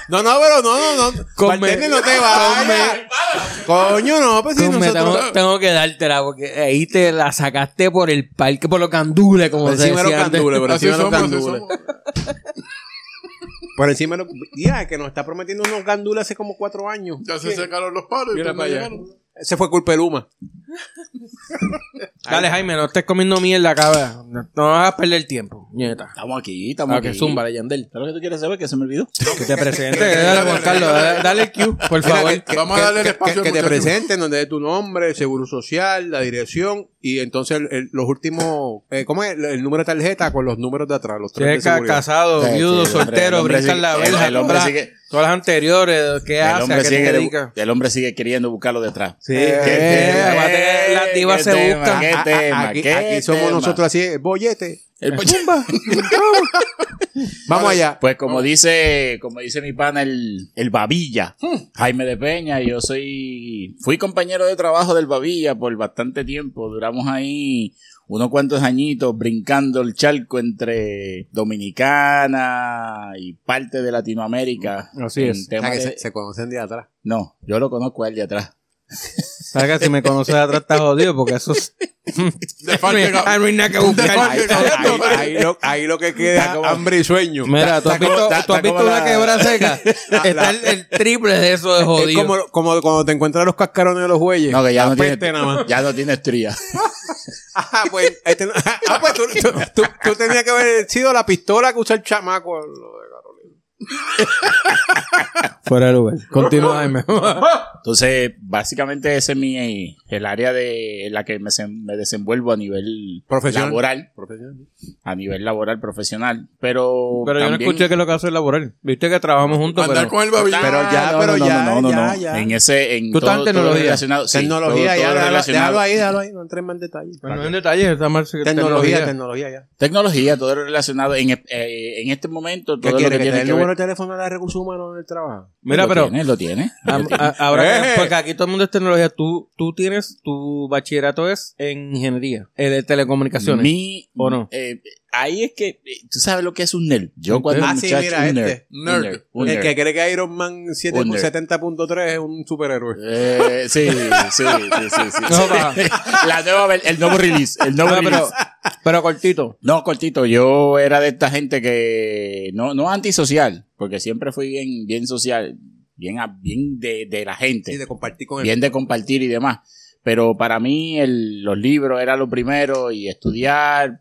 [SPEAKER 2] No, no, pero no, no, no.
[SPEAKER 1] Come-
[SPEAKER 2] Bartender, no te vayas. Coño, no, pues si
[SPEAKER 1] Pues me
[SPEAKER 2] nosotros...
[SPEAKER 1] tengo, tengo que dártela porque ahí te la sacaste por el parque, por los candules, como
[SPEAKER 2] Por
[SPEAKER 1] se
[SPEAKER 2] encima de los
[SPEAKER 1] decía antes. *laughs*
[SPEAKER 2] candules, por
[SPEAKER 6] Así
[SPEAKER 2] encima de los
[SPEAKER 6] somos, así
[SPEAKER 2] candules.
[SPEAKER 6] somos.
[SPEAKER 2] Por encima de los... Mira, que nos está prometiendo unos gandules hace como cuatro años.
[SPEAKER 6] Ya se secaron los palos y
[SPEAKER 2] Mira
[SPEAKER 6] pues no
[SPEAKER 2] para allá.
[SPEAKER 6] llegaron.
[SPEAKER 2] Ese fue culpa de Luma.
[SPEAKER 1] Dale, Jaime, no estés comiendo mierda, cabrón. No, no hagas perder tiempo, nieta.
[SPEAKER 4] Estamos aquí, estamos
[SPEAKER 1] Ah,
[SPEAKER 4] aquí.
[SPEAKER 1] que zumba, Leyandel.
[SPEAKER 4] ¿Sabes lo que tú quieres saber? Que se me olvidó.
[SPEAKER 1] Que te
[SPEAKER 4] *laughs*
[SPEAKER 1] presente, dale, Juan Carlos, dale, dale el cue, por
[SPEAKER 2] Mira,
[SPEAKER 1] favor.
[SPEAKER 2] que-
[SPEAKER 6] Vamos a
[SPEAKER 2] que-
[SPEAKER 6] darle el
[SPEAKER 2] que-
[SPEAKER 6] espacio al
[SPEAKER 2] Que, que te
[SPEAKER 6] muchacho.
[SPEAKER 2] presenten, donde dé tu nombre, el seguro social, la dirección y entonces el- el- los últimos. eh, ¿Cómo es? El, el número de tarjeta con los números de atrás, los tres. de
[SPEAKER 1] Checa,
[SPEAKER 2] seguridad.
[SPEAKER 1] casado,
[SPEAKER 4] Sí, sí,
[SPEAKER 1] viudo,
[SPEAKER 4] el hombre- el
[SPEAKER 1] soltero,
[SPEAKER 4] hombre
[SPEAKER 1] brincar
[SPEAKER 4] sigue-
[SPEAKER 1] la
[SPEAKER 4] el-
[SPEAKER 1] verja.
[SPEAKER 4] el hombre
[SPEAKER 1] todas-
[SPEAKER 4] sigue-
[SPEAKER 1] Todas las anteriores, ¿qué
[SPEAKER 4] El
[SPEAKER 1] hace? ¿A
[SPEAKER 4] hombre,
[SPEAKER 1] qué te
[SPEAKER 4] sigue,
[SPEAKER 1] dedicas?
[SPEAKER 4] el hombre sigue queriendo buscarlo detrás.
[SPEAKER 2] Sí.
[SPEAKER 1] Eh,
[SPEAKER 4] ¿Qué tema?
[SPEAKER 1] aguante que las divas
[SPEAKER 4] ¿Qué
[SPEAKER 1] se
[SPEAKER 4] tema?
[SPEAKER 1] buscan.
[SPEAKER 4] ¿Qué
[SPEAKER 2] A- a-
[SPEAKER 4] tema?
[SPEAKER 2] Ah, aquí
[SPEAKER 4] ¿Qué
[SPEAKER 2] aquí somos
[SPEAKER 4] tema?
[SPEAKER 2] nosotros así, el bollete.
[SPEAKER 4] El *laughs* pochumba.
[SPEAKER 2] Vamos allá.
[SPEAKER 4] Pues como dice, como dice mi pana el, el Babilla, Jaime de Peña, yo soy, fui compañero de trabajo del Babilla por bastante tiempo, duramos ahí unos cuantos añitos brincando el charco entre Dominicana y parte de Latinoamérica.
[SPEAKER 1] Así
[SPEAKER 4] En
[SPEAKER 1] es.
[SPEAKER 2] O
[SPEAKER 4] tema
[SPEAKER 2] sea, Ah, que
[SPEAKER 4] de-
[SPEAKER 2] se, se conocen de atrás.
[SPEAKER 4] No, yo lo conozco a él de atrás.
[SPEAKER 1] ¿Sabes que si me conoces atrás estás jodido? Porque eso es...
[SPEAKER 6] De falta
[SPEAKER 1] Ah, no hay nada que buscar.
[SPEAKER 2] Ahí, ahí- ahí lo, ahí lo que queda
[SPEAKER 4] Está como-
[SPEAKER 2] hambre y sueño.
[SPEAKER 1] Mira, ¿tú has
[SPEAKER 4] Está
[SPEAKER 1] visto,
[SPEAKER 4] como- está-
[SPEAKER 1] tú has
[SPEAKER 4] está como
[SPEAKER 1] visto una
[SPEAKER 4] la-
[SPEAKER 1] quebra seca? Está el, el triple de eso de
[SPEAKER 2] Es
[SPEAKER 1] jodido.
[SPEAKER 2] como, como cuando te encuentras los cascarones de los bueyes.
[SPEAKER 4] No, que ya
[SPEAKER 2] La
[SPEAKER 4] no tiene,
[SPEAKER 2] peste nada más. *laughs*
[SPEAKER 4] ya no tiene estría.
[SPEAKER 2] Ah, pues, este no- *laughs* ah, pues tú, tú, tú- tú tenías que haber sido la pistola que usa el chamaco. lo de Carolina.
[SPEAKER 1] Fuera de lugar. Continúa, Jaime.
[SPEAKER 4] Entonces, básicamente ese es mi, el área de en la que me, sem- me desenvuelvo a nivel
[SPEAKER 2] Profesional.
[SPEAKER 4] laboral, a nivel laboral profesional, pero
[SPEAKER 1] Pero yo no
[SPEAKER 4] también- Ah,
[SPEAKER 1] escuché que es lo que hace el laboral. Viste que trabajamos juntos, pero...
[SPEAKER 6] Andar con el Ah, babilla.
[SPEAKER 2] Pero Ah, ya,
[SPEAKER 4] no,
[SPEAKER 2] pero
[SPEAKER 4] no, no,
[SPEAKER 2] ya,
[SPEAKER 4] no, no,
[SPEAKER 2] ya,
[SPEAKER 4] no.
[SPEAKER 2] ya.
[SPEAKER 4] En ese, en
[SPEAKER 1] Tú estás en
[SPEAKER 4] todo- todo
[SPEAKER 1] tecnología.
[SPEAKER 4] relacionado- sí,
[SPEAKER 2] tecnología,
[SPEAKER 4] todo-
[SPEAKER 2] ya,
[SPEAKER 4] todo
[SPEAKER 2] déjalo,
[SPEAKER 4] relacionado-
[SPEAKER 2] déjalo ahí, déjalo ahí, no entres más en detalle.
[SPEAKER 1] Pero no en detalle, está mal.
[SPEAKER 2] Tecnología, tecnología, ya.
[SPEAKER 4] Tecnología, todo relacionado en, eh, en este momento,
[SPEAKER 2] ¿Qué
[SPEAKER 4] todo lo
[SPEAKER 2] quiere? ¿Que te
[SPEAKER 4] que
[SPEAKER 2] dé
[SPEAKER 4] tiene
[SPEAKER 2] el
[SPEAKER 4] que
[SPEAKER 2] número de
[SPEAKER 4] ver.
[SPEAKER 2] teléfono de la recursos humanos del trabajo?
[SPEAKER 1] Mira,
[SPEAKER 4] Lo
[SPEAKER 1] pero...
[SPEAKER 4] tiene, lo tiene.
[SPEAKER 1] a-
[SPEAKER 4] lo tiene.
[SPEAKER 1] a- Ahora, que-
[SPEAKER 2] ¡Eh!
[SPEAKER 1] porque aquí todo el mundo es tecnología. Tú, tú tienes, tu bachillerato es en ingeniería, eh, de telecomunicaciones.
[SPEAKER 4] Mi-
[SPEAKER 1] ¿O no?
[SPEAKER 4] eh, ahí es que, eh, tú sabes lo que es un nerd. Yo cuando
[SPEAKER 2] Ah, sí,
[SPEAKER 4] muchacho,
[SPEAKER 2] mira,
[SPEAKER 4] un
[SPEAKER 2] este.
[SPEAKER 4] nerd, un
[SPEAKER 6] Nerd.
[SPEAKER 4] nerd, un
[SPEAKER 2] El
[SPEAKER 4] nerd.
[SPEAKER 2] que cree que Iron Man 7
[SPEAKER 4] Under.
[SPEAKER 2] 70.3 es un superhéroe.
[SPEAKER 4] Eh, sí, sí, sí, sí, sí.
[SPEAKER 1] No, va.
[SPEAKER 4] *laughs* La nueva, ver- el nuevo release, el nuevo
[SPEAKER 1] Ah,
[SPEAKER 4] release.
[SPEAKER 1] pero, pero cortito.
[SPEAKER 4] No, cortito, yo era de esta gente que no, no antisocial, porque siempre fui bien, bien social, bien, a- bien de, de la gente,
[SPEAKER 2] Y de compartir con él.
[SPEAKER 4] bien de compartir y demás. Pero para mí el- los libros era lo primero y estudiar,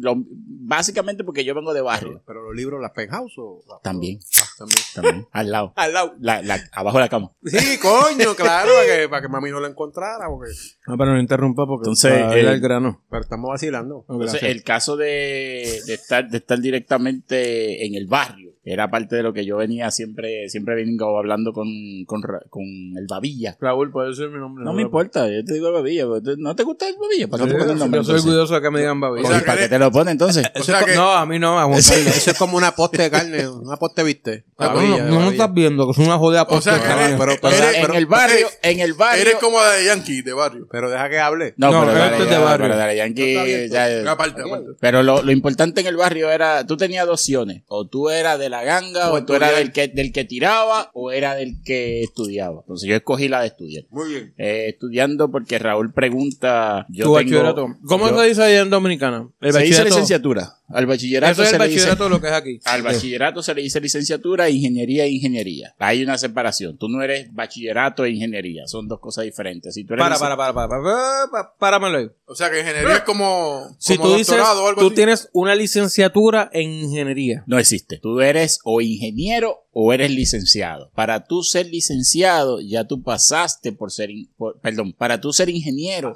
[SPEAKER 4] lo- básicamente porque yo vengo de barrio
[SPEAKER 2] Pero los libros, las penthouse o...
[SPEAKER 4] también,
[SPEAKER 2] Ah, También.
[SPEAKER 4] también al lado,
[SPEAKER 2] Al lado.
[SPEAKER 4] la- la- abajo de la cama.
[SPEAKER 2] *laughs* Sí, coño, claro, para que, para que mami no la encontrara, porque...
[SPEAKER 1] No, pero no interrumpa porque
[SPEAKER 4] Entonces,
[SPEAKER 1] para ver
[SPEAKER 4] eh,
[SPEAKER 1] el grano.
[SPEAKER 2] Pero estamos vacilando.
[SPEAKER 4] Entonces,
[SPEAKER 1] Gracias.
[SPEAKER 4] el caso de, de estar, de estar directamente en el barrio, que Era parte de lo que yo venía siempre, siempre vengo hablando con, con, Ra- con el Babilla.
[SPEAKER 1] Raúl, puede ser mi nombre.
[SPEAKER 4] No me importa, yo te digo el Babilla. pero tú- ¿No te gusta el Babilla? ¿Para qué te pones el nombre?
[SPEAKER 1] Yo soy
[SPEAKER 4] entonces?
[SPEAKER 1] cuidadoso de que me digan Babi.
[SPEAKER 6] O sea,
[SPEAKER 4] Oye, ¿Para qué te lo pones entonces?
[SPEAKER 6] O sea que,
[SPEAKER 1] No, a mí no, a Juan
[SPEAKER 2] Eso,
[SPEAKER 1] Carlos.
[SPEAKER 2] eso es como una poste de *laughs* carne, una poste viste.
[SPEAKER 1] Cabrón, no, no estás viendo que es una jodida
[SPEAKER 6] o sea
[SPEAKER 1] posta,
[SPEAKER 6] que
[SPEAKER 1] cabrón.
[SPEAKER 6] eres,
[SPEAKER 2] pero-
[SPEAKER 4] O sea,
[SPEAKER 6] eres-
[SPEAKER 4] en el barrio, en el barrio.
[SPEAKER 6] eres como la de Yankee, de barrio.
[SPEAKER 2] Pero deja que hable.
[SPEAKER 4] No,
[SPEAKER 1] No,
[SPEAKER 4] pero
[SPEAKER 1] esto
[SPEAKER 4] dale,
[SPEAKER 1] es de
[SPEAKER 4] ya,
[SPEAKER 1] barrio.
[SPEAKER 4] pero dale, Yankee, ya- ya.
[SPEAKER 6] Aparte, aparte.
[SPEAKER 4] Pero lo, lo importante en el barrio era, tú tenías dos opciones, o tú eras de la ganga, o, tú eras del que, del que tiraba, o era del que estudiaba. Entonces yo escogí la de estudiar.
[SPEAKER 6] Muy bien.
[SPEAKER 4] Eh, estudiando porque Raúl pregunta,
[SPEAKER 1] Tu
[SPEAKER 4] yo tengo-
[SPEAKER 1] bachillerato. ¿Cómo
[SPEAKER 4] yo-
[SPEAKER 1] se dice allá en Dominicana? El
[SPEAKER 4] se dice
[SPEAKER 1] bachillerato.
[SPEAKER 4] licenciatura. Al bachillerato
[SPEAKER 1] Eso es
[SPEAKER 4] se
[SPEAKER 1] el
[SPEAKER 4] le dice...
[SPEAKER 1] bachillerato de lo que es aquí.
[SPEAKER 4] Al bachillerato se le dice licenciatura, ingeniería e ingeniería. Hay una separación. Tú no eres bachillerato e ingeniería. Son dos cosas diferentes. Si tú eres
[SPEAKER 1] Para,
[SPEAKER 4] lic-
[SPEAKER 1] para, para, para, para, para, para, páramelo ahí.
[SPEAKER 6] O sea que ingeniería es como,
[SPEAKER 1] Si
[SPEAKER 6] como
[SPEAKER 1] tú dices,
[SPEAKER 6] doctorado o algo
[SPEAKER 1] tú
[SPEAKER 6] así.
[SPEAKER 1] tienes una licenciatura en ingeniería.
[SPEAKER 4] No existe. Tú eres o ingeniero o eres licenciado. Para tú ser licenciado, ya tú pasaste por ser. in- por- perdón, para tú ser ingeniero,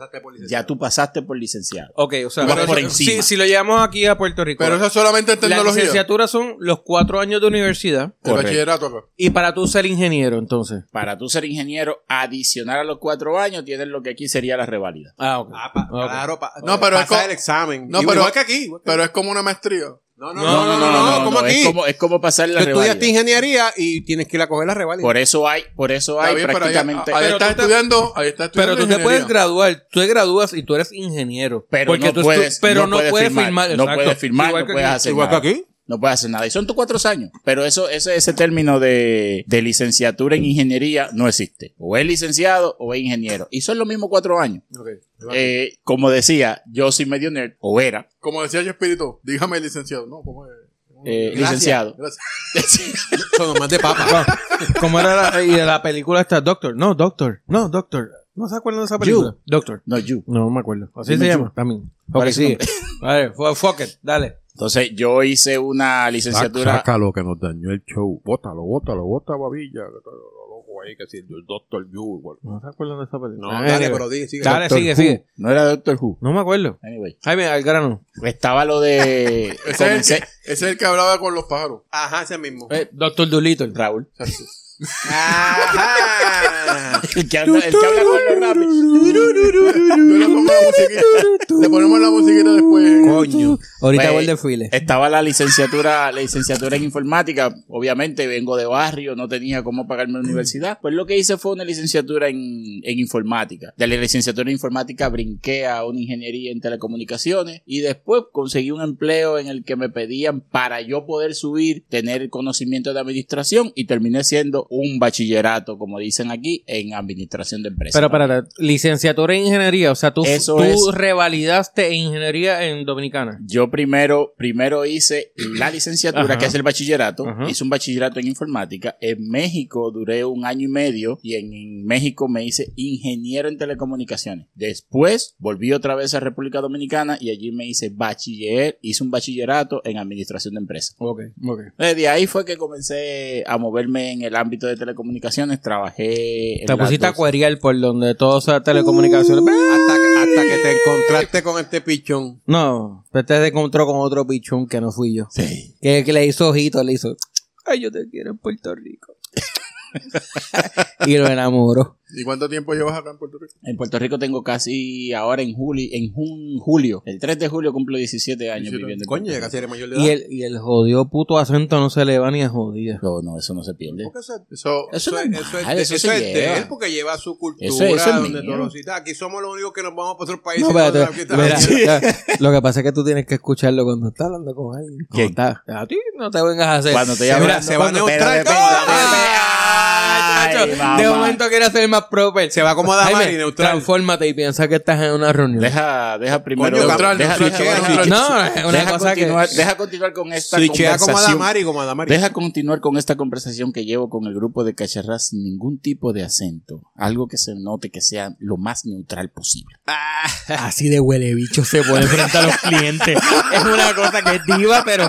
[SPEAKER 4] ya tú pasaste por licenciado.
[SPEAKER 1] Ok, o sea,
[SPEAKER 4] Vas
[SPEAKER 1] pero
[SPEAKER 4] por
[SPEAKER 1] eso- Si,
[SPEAKER 4] encima.
[SPEAKER 1] si lo llevamos aquí a Puerto Rico,
[SPEAKER 6] Pero eso es solamente en
[SPEAKER 1] las
[SPEAKER 6] tecnología.
[SPEAKER 1] licenciaturas son los cuatro años de universidad.
[SPEAKER 6] El
[SPEAKER 4] Correcto.
[SPEAKER 6] bachillerato acá.
[SPEAKER 1] Y para tú ser ingeniero, entonces.
[SPEAKER 4] Para tú ser ingeniero, adicional a los cuatro años, tienes lo que aquí sería la reválida.
[SPEAKER 1] Ah, ok. Ok.
[SPEAKER 6] No, pero es
[SPEAKER 2] pasa
[SPEAKER 6] co-
[SPEAKER 2] el examen. No,
[SPEAKER 6] No, pero-
[SPEAKER 2] pero igual que aquí. igual que-
[SPEAKER 6] Pero es como una maestría.
[SPEAKER 2] No, no, no, no, no, como aquí.
[SPEAKER 4] Es como, es como pasar
[SPEAKER 2] Tú
[SPEAKER 4] la
[SPEAKER 2] estudiaste
[SPEAKER 4] reválida.
[SPEAKER 2] ingeniería y tienes que ir a coger la reválida.
[SPEAKER 4] Por eso hay, por eso
[SPEAKER 6] Está
[SPEAKER 4] hay
[SPEAKER 6] bien, pero ahí-
[SPEAKER 4] prácticamente.
[SPEAKER 6] Ahí,
[SPEAKER 1] Pero
[SPEAKER 6] estás
[SPEAKER 1] tú te-
[SPEAKER 6] estudiando, ahí estás estudiando
[SPEAKER 1] Pero tú te puedes
[SPEAKER 6] ingeniería.
[SPEAKER 1] graduar, tú te gradúas y tú eres ingeniero.
[SPEAKER 4] Pero
[SPEAKER 1] Porque
[SPEAKER 4] no
[SPEAKER 1] tú estu-
[SPEAKER 4] puedes-
[SPEAKER 1] pero
[SPEAKER 4] no
[SPEAKER 1] no
[SPEAKER 4] puedes
[SPEAKER 1] puedes
[SPEAKER 4] firmar,
[SPEAKER 1] firmar.
[SPEAKER 4] no
[SPEAKER 1] exacto.
[SPEAKER 4] puedes firmar,
[SPEAKER 1] Igual
[SPEAKER 4] no
[SPEAKER 1] que
[SPEAKER 4] puedes
[SPEAKER 1] aquí.
[SPEAKER 4] hacer
[SPEAKER 2] Igual que aquí.
[SPEAKER 4] No puedes hacer nada. Y son tus cuatro años. Pero eso, ese, ese término de, de licenciatura en ingeniería no existe. O es licenciado o es ingeniero. Y son los mismos cuatro años. Eh, como decía, yo soy medio nerd, o era,
[SPEAKER 6] Como decía yo, espíritu, dígame licenciado. No, ¿cómo es?
[SPEAKER 1] Oh,
[SPEAKER 4] eh, licenciado. *laughs*
[SPEAKER 6] Gracias.
[SPEAKER 2] Son más de papa.
[SPEAKER 1] ¿Cómo era la, y de la película esta? Doctor. No, Doctor. No, Doctor. ¿No se acuerdan de esa película? Doctor.
[SPEAKER 4] no, you.
[SPEAKER 1] No, no me acuerdo. Así
[SPEAKER 4] Dime
[SPEAKER 1] se
[SPEAKER 4] tú.
[SPEAKER 1] llama también. Ok,
[SPEAKER 4] es su
[SPEAKER 1] sigue. Vale, fu- fuck it. Dale.
[SPEAKER 4] Entonces, yo hice una licenciatura.
[SPEAKER 2] que nos dañó el show. Bótalo, bótalo, bota babilla. Loco ahí que si el Doctor Yu.
[SPEAKER 1] No se acuerdan de esa película.
[SPEAKER 2] No, dale, pero di, sigue.
[SPEAKER 1] Dale,
[SPEAKER 4] Doctor
[SPEAKER 1] sigue,
[SPEAKER 4] Who.
[SPEAKER 1] sigue.
[SPEAKER 4] No era Doctor Who.
[SPEAKER 1] No me acuerdo.
[SPEAKER 4] Anyway,
[SPEAKER 1] Jaime, al grano.
[SPEAKER 4] estaba
[SPEAKER 1] *laughs*
[SPEAKER 4] lo de.
[SPEAKER 6] Ese, es
[SPEAKER 4] comencé-
[SPEAKER 6] el que, ese es el que hablaba con los pájaros.
[SPEAKER 2] Ajá, ese mismo.
[SPEAKER 4] Eh,
[SPEAKER 1] Doctor Doolittle.
[SPEAKER 4] Raúl.
[SPEAKER 2] Ajá.
[SPEAKER 4] El que, habla- el que habla con los rápidos.
[SPEAKER 6] Yo le pongo la musiquita. Le ponemos la musiquita después.
[SPEAKER 2] Coño.
[SPEAKER 1] *laughs* Ahorita
[SPEAKER 4] Pues,
[SPEAKER 1] voy al desfile.
[SPEAKER 4] Estaba la licenciatura, la licenciatura en informática. Obviamente vengo de barrio, no tenía cómo pagarme la universidad. Pues lo que hice fue una licenciatura en, en informática. De la licenciatura en informática brinqué a una ingeniería en telecomunicaciones y después conseguí un empleo en el que me pedían para yo poder subir, tener conocimiento de administración y terminé siendo un bachillerato, como dicen aquí, en administración de empresas.
[SPEAKER 1] Pero para licenciatura en ingeniería, o sea, tú,
[SPEAKER 4] Eso
[SPEAKER 1] tú
[SPEAKER 4] es.
[SPEAKER 1] revalidaste ingeniería en Dominicana.
[SPEAKER 4] Yo primero, primero hice
[SPEAKER 1] *clears throat*
[SPEAKER 4] la licenciatura,
[SPEAKER 1] Ajá.
[SPEAKER 4] que es el bachillerato.
[SPEAKER 1] Ajá.
[SPEAKER 4] Hice un bachillerato en informática. En México duré un año y medio y en, en México me hice ingeniero en telecomunicaciones. Después volví otra vez a República Dominicana y allí me hice bachiller, hice un bachillerato en administración de empresas.
[SPEAKER 1] Ok, ok.
[SPEAKER 4] Eh, De ahí fue que comencé a moverme en el ámbito de telecomunicaciones. Trabajé en
[SPEAKER 1] Te
[SPEAKER 4] las
[SPEAKER 1] pusiste a
[SPEAKER 4] dos-
[SPEAKER 1] cuerial por donde todo sea telecomunicaciones.
[SPEAKER 2] Hasta, hasta que te encontraste con este pichón.
[SPEAKER 1] No, pero te encontró con otro pichón que no fui yo.
[SPEAKER 4] Sí.
[SPEAKER 1] Que, que le hizo ojito, le hizo, ay, yo te quiero en Puerto Rico. *laughs* y lo enamoró.
[SPEAKER 6] ¿Y cuánto tiempo llevas acá en Puerto Rico?
[SPEAKER 4] En Puerto Rico tengo casi ahora en julio, en jun- julio, el 3 de julio cumplo 17 años
[SPEAKER 6] Hicieron-
[SPEAKER 4] viviendo. en
[SPEAKER 2] Coño,
[SPEAKER 4] Puerto
[SPEAKER 2] ya
[SPEAKER 4] Rico.
[SPEAKER 2] casi eres mayor de edad.
[SPEAKER 1] Y el, y el jodido puto acento no se le va ni a jodida.
[SPEAKER 4] No, no, eso no se pierde.
[SPEAKER 2] Porque eso es-
[SPEAKER 6] Eso,
[SPEAKER 4] Eso
[SPEAKER 2] eso,
[SPEAKER 4] es
[SPEAKER 2] es- eso es,
[SPEAKER 4] normal,
[SPEAKER 2] de-
[SPEAKER 4] eso
[SPEAKER 2] eso
[SPEAKER 4] se
[SPEAKER 2] es
[SPEAKER 4] lleva.
[SPEAKER 2] de él porque lleva su cultura,
[SPEAKER 4] Eso- eso es
[SPEAKER 2] donde
[SPEAKER 4] mío.
[SPEAKER 2] todos los- Aquí somos los únicos que nos vamos para otros países.
[SPEAKER 1] No,
[SPEAKER 2] y
[SPEAKER 1] espérate,
[SPEAKER 2] aquí estamos.
[SPEAKER 1] mira, ya, lo que pasa es que tú tienes que escucharlo cuando estás hablando con alguien.
[SPEAKER 4] ¿Quién?
[SPEAKER 1] Cuando está- A ti no te vengas a hacer.
[SPEAKER 4] Cuando te
[SPEAKER 1] Mira,
[SPEAKER 4] llaman-
[SPEAKER 2] se va a
[SPEAKER 1] cuando-
[SPEAKER 2] neutral.
[SPEAKER 1] Pero depende, depende. Ay, chacho, De momento quiere ser más proper.
[SPEAKER 2] Se va a acomodar
[SPEAKER 1] Jaime,
[SPEAKER 2] más y neutral.
[SPEAKER 1] Transfórmate y piensa que estás en una reunión.
[SPEAKER 4] Deja, deja primero.
[SPEAKER 2] Coño,
[SPEAKER 4] deja,
[SPEAKER 2] neutral,
[SPEAKER 4] deja,
[SPEAKER 2] neutral,
[SPEAKER 4] deja-
[SPEAKER 2] neutral.
[SPEAKER 1] no, es una
[SPEAKER 4] deja
[SPEAKER 1] cosa que.
[SPEAKER 4] continuar, deja continuar con esta
[SPEAKER 2] Switchea como
[SPEAKER 4] conversación.
[SPEAKER 2] Adamari, como Adamari.
[SPEAKER 4] Deja continuar con esta conversación que llevo con el grupo de cacharras sin ningún tipo de acento. Algo que se note que sea lo más neutral posible.
[SPEAKER 1] Así de huele bicho se pone frente a los clientes. Es una cosa que es diva, pero.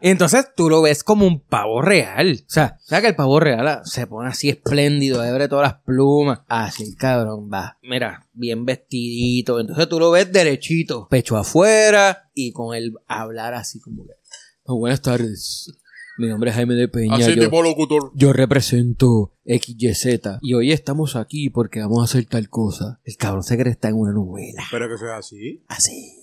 [SPEAKER 1] Entonces tú lo ves como un pavo real. O sea, ¿sabes que el pavo real ah, se pone así espléndido, abre todas las plumas? Así el cabrón va. Mira, bien vestidito. Entonces tú lo ves derechito, pecho afuera y con el hablar así como que. Buenas "Oh, tardes. Mi nombre es Jaime de Peña.
[SPEAKER 6] Así
[SPEAKER 1] yo-
[SPEAKER 6] tipo locutor.
[SPEAKER 1] Yo represento XYZ y hoy estamos aquí porque vamos a hacer tal cosa. El cabrón se cree que está en una novela.
[SPEAKER 2] Pero que sea así.
[SPEAKER 4] Ah,
[SPEAKER 1] Así.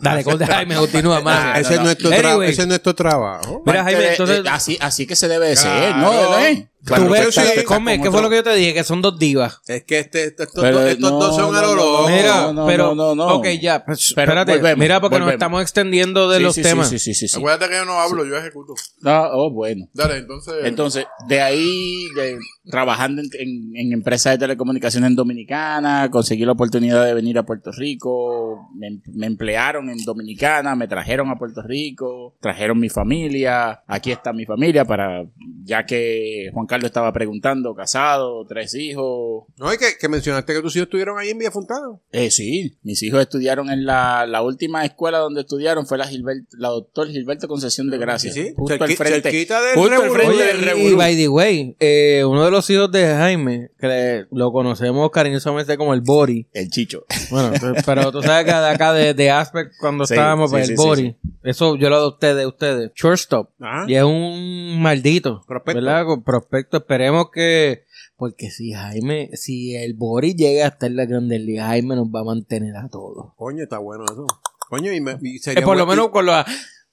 [SPEAKER 1] Dale, corte Jaime, continúa
[SPEAKER 2] Ah,
[SPEAKER 1] más.
[SPEAKER 2] ese, es nuestro tra-
[SPEAKER 1] Anyway.
[SPEAKER 2] ese es nuestro trabajo.
[SPEAKER 1] Mira, Jaime,
[SPEAKER 4] Parte de-
[SPEAKER 1] entonces-
[SPEAKER 4] de- eh, ah, así, así que se debe de
[SPEAKER 2] Claro.
[SPEAKER 4] ser, ¿eh? ¿no? ¿Verdad? Claro,
[SPEAKER 1] Tú ves,
[SPEAKER 4] está-
[SPEAKER 1] sí,
[SPEAKER 4] está con
[SPEAKER 1] come, ¿qué
[SPEAKER 4] otro-
[SPEAKER 1] fue lo que yo te dije? Que son dos divas.
[SPEAKER 2] Es que este, este- estos,
[SPEAKER 4] Pero,
[SPEAKER 2] dos, estos
[SPEAKER 4] no,
[SPEAKER 2] dos son
[SPEAKER 4] no,
[SPEAKER 2] a lo
[SPEAKER 4] no,
[SPEAKER 2] loco.
[SPEAKER 4] Oh, no,
[SPEAKER 1] Mira,
[SPEAKER 4] no,
[SPEAKER 1] pero.
[SPEAKER 4] no, no.
[SPEAKER 1] Ok, ya. pues,
[SPEAKER 4] Pero
[SPEAKER 1] espérate.
[SPEAKER 4] volvemos,
[SPEAKER 1] mira, porque nos
[SPEAKER 4] volvemos.
[SPEAKER 1] estamos extendiendo de
[SPEAKER 4] Sí,
[SPEAKER 1] los
[SPEAKER 4] sí, sí,
[SPEAKER 1] temas.
[SPEAKER 4] Sí, sí, sí, sí.
[SPEAKER 6] Acuérdate que yo no hablo, yo ejecuto.
[SPEAKER 4] No, oh, bueno.
[SPEAKER 6] Dale, entonces.
[SPEAKER 4] Entonces, de ahí, de- trabajando en, en- en empresas de telecomunicaciones en Dominicana, conseguí la oportunidad de venir a Puerto Rico, me, em- me emplearon en Dominicana, me trajeron a Puerto Rico, trajeron mi familia, aquí está mi familia, para ya que Juan Carlos estaba preguntando, casado, tres hijos.
[SPEAKER 2] No, y que, que mencionaste que tus hijos estuvieron ahí en Villa Fontana.
[SPEAKER 4] Eh, sí, mis hijos estudiaron en la, la última escuela donde estudiaron fue la, Gilbert- la doctor Gilberto Concesión de Gracia.
[SPEAKER 2] Sí, sí.
[SPEAKER 4] Justo al
[SPEAKER 2] Cerqui-
[SPEAKER 4] frente.
[SPEAKER 2] cerquita del
[SPEAKER 4] justo al
[SPEAKER 2] Revolú.
[SPEAKER 4] frente
[SPEAKER 2] Oye,
[SPEAKER 4] del
[SPEAKER 1] y-
[SPEAKER 4] Revolú.
[SPEAKER 1] y by the way, eh, uno de los hijos de Jaime, que le- lo conocemos cariñosamente como el Bori.
[SPEAKER 4] El chicho.
[SPEAKER 1] Bueno, tú- pero tú sabes que de acá de, de Aspect, cuando
[SPEAKER 4] Sí,
[SPEAKER 1] estábamos
[SPEAKER 4] sí,
[SPEAKER 1] en el
[SPEAKER 4] sí, sí,
[SPEAKER 1] Bori, eso yo lo adopté de ustedes. Shortstop.
[SPEAKER 2] Ah.
[SPEAKER 1] Y es un maldito.
[SPEAKER 2] Prospecto.
[SPEAKER 1] ¿Verdad? Con prospecto. Esperemos que. Porque si Jaime, si el Bori llega hasta en la Grande Liga, Jaime nos va a mantener a todos.
[SPEAKER 2] Coño, está bueno eso. Coño, y, me- y
[SPEAKER 1] Eh,
[SPEAKER 2] sería
[SPEAKER 1] por lo
[SPEAKER 2] bueno-
[SPEAKER 1] menos con las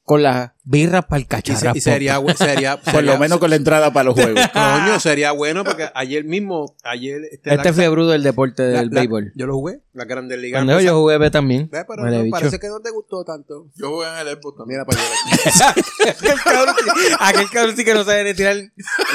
[SPEAKER 1] con las birras para el
[SPEAKER 2] y- y se-
[SPEAKER 1] cacharra.
[SPEAKER 2] y sería, bu-
[SPEAKER 1] *laughs*
[SPEAKER 2] sería,
[SPEAKER 4] Por lo menos con la entrada para los juegos.
[SPEAKER 2] *laughs* Coño, sería bueno porque ayer mismo, ayer... Este,
[SPEAKER 1] este
[SPEAKER 2] la-
[SPEAKER 1] fiebre del deporte
[SPEAKER 2] la-
[SPEAKER 1] del
[SPEAKER 2] la-
[SPEAKER 1] béisbol.
[SPEAKER 2] Yo lo jugué, la Grande Liga.
[SPEAKER 1] Cuando yo jugué B también.
[SPEAKER 2] Ve, pero
[SPEAKER 1] Vale,
[SPEAKER 2] no,
[SPEAKER 1] bicho.
[SPEAKER 2] parece que no te gustó tanto.
[SPEAKER 6] Yo jugué en el Xbox también.
[SPEAKER 2] Mira para allá.
[SPEAKER 1] *laughs* aquel, cabrón, sí- aquel cabrón sí que no sabe ni tirar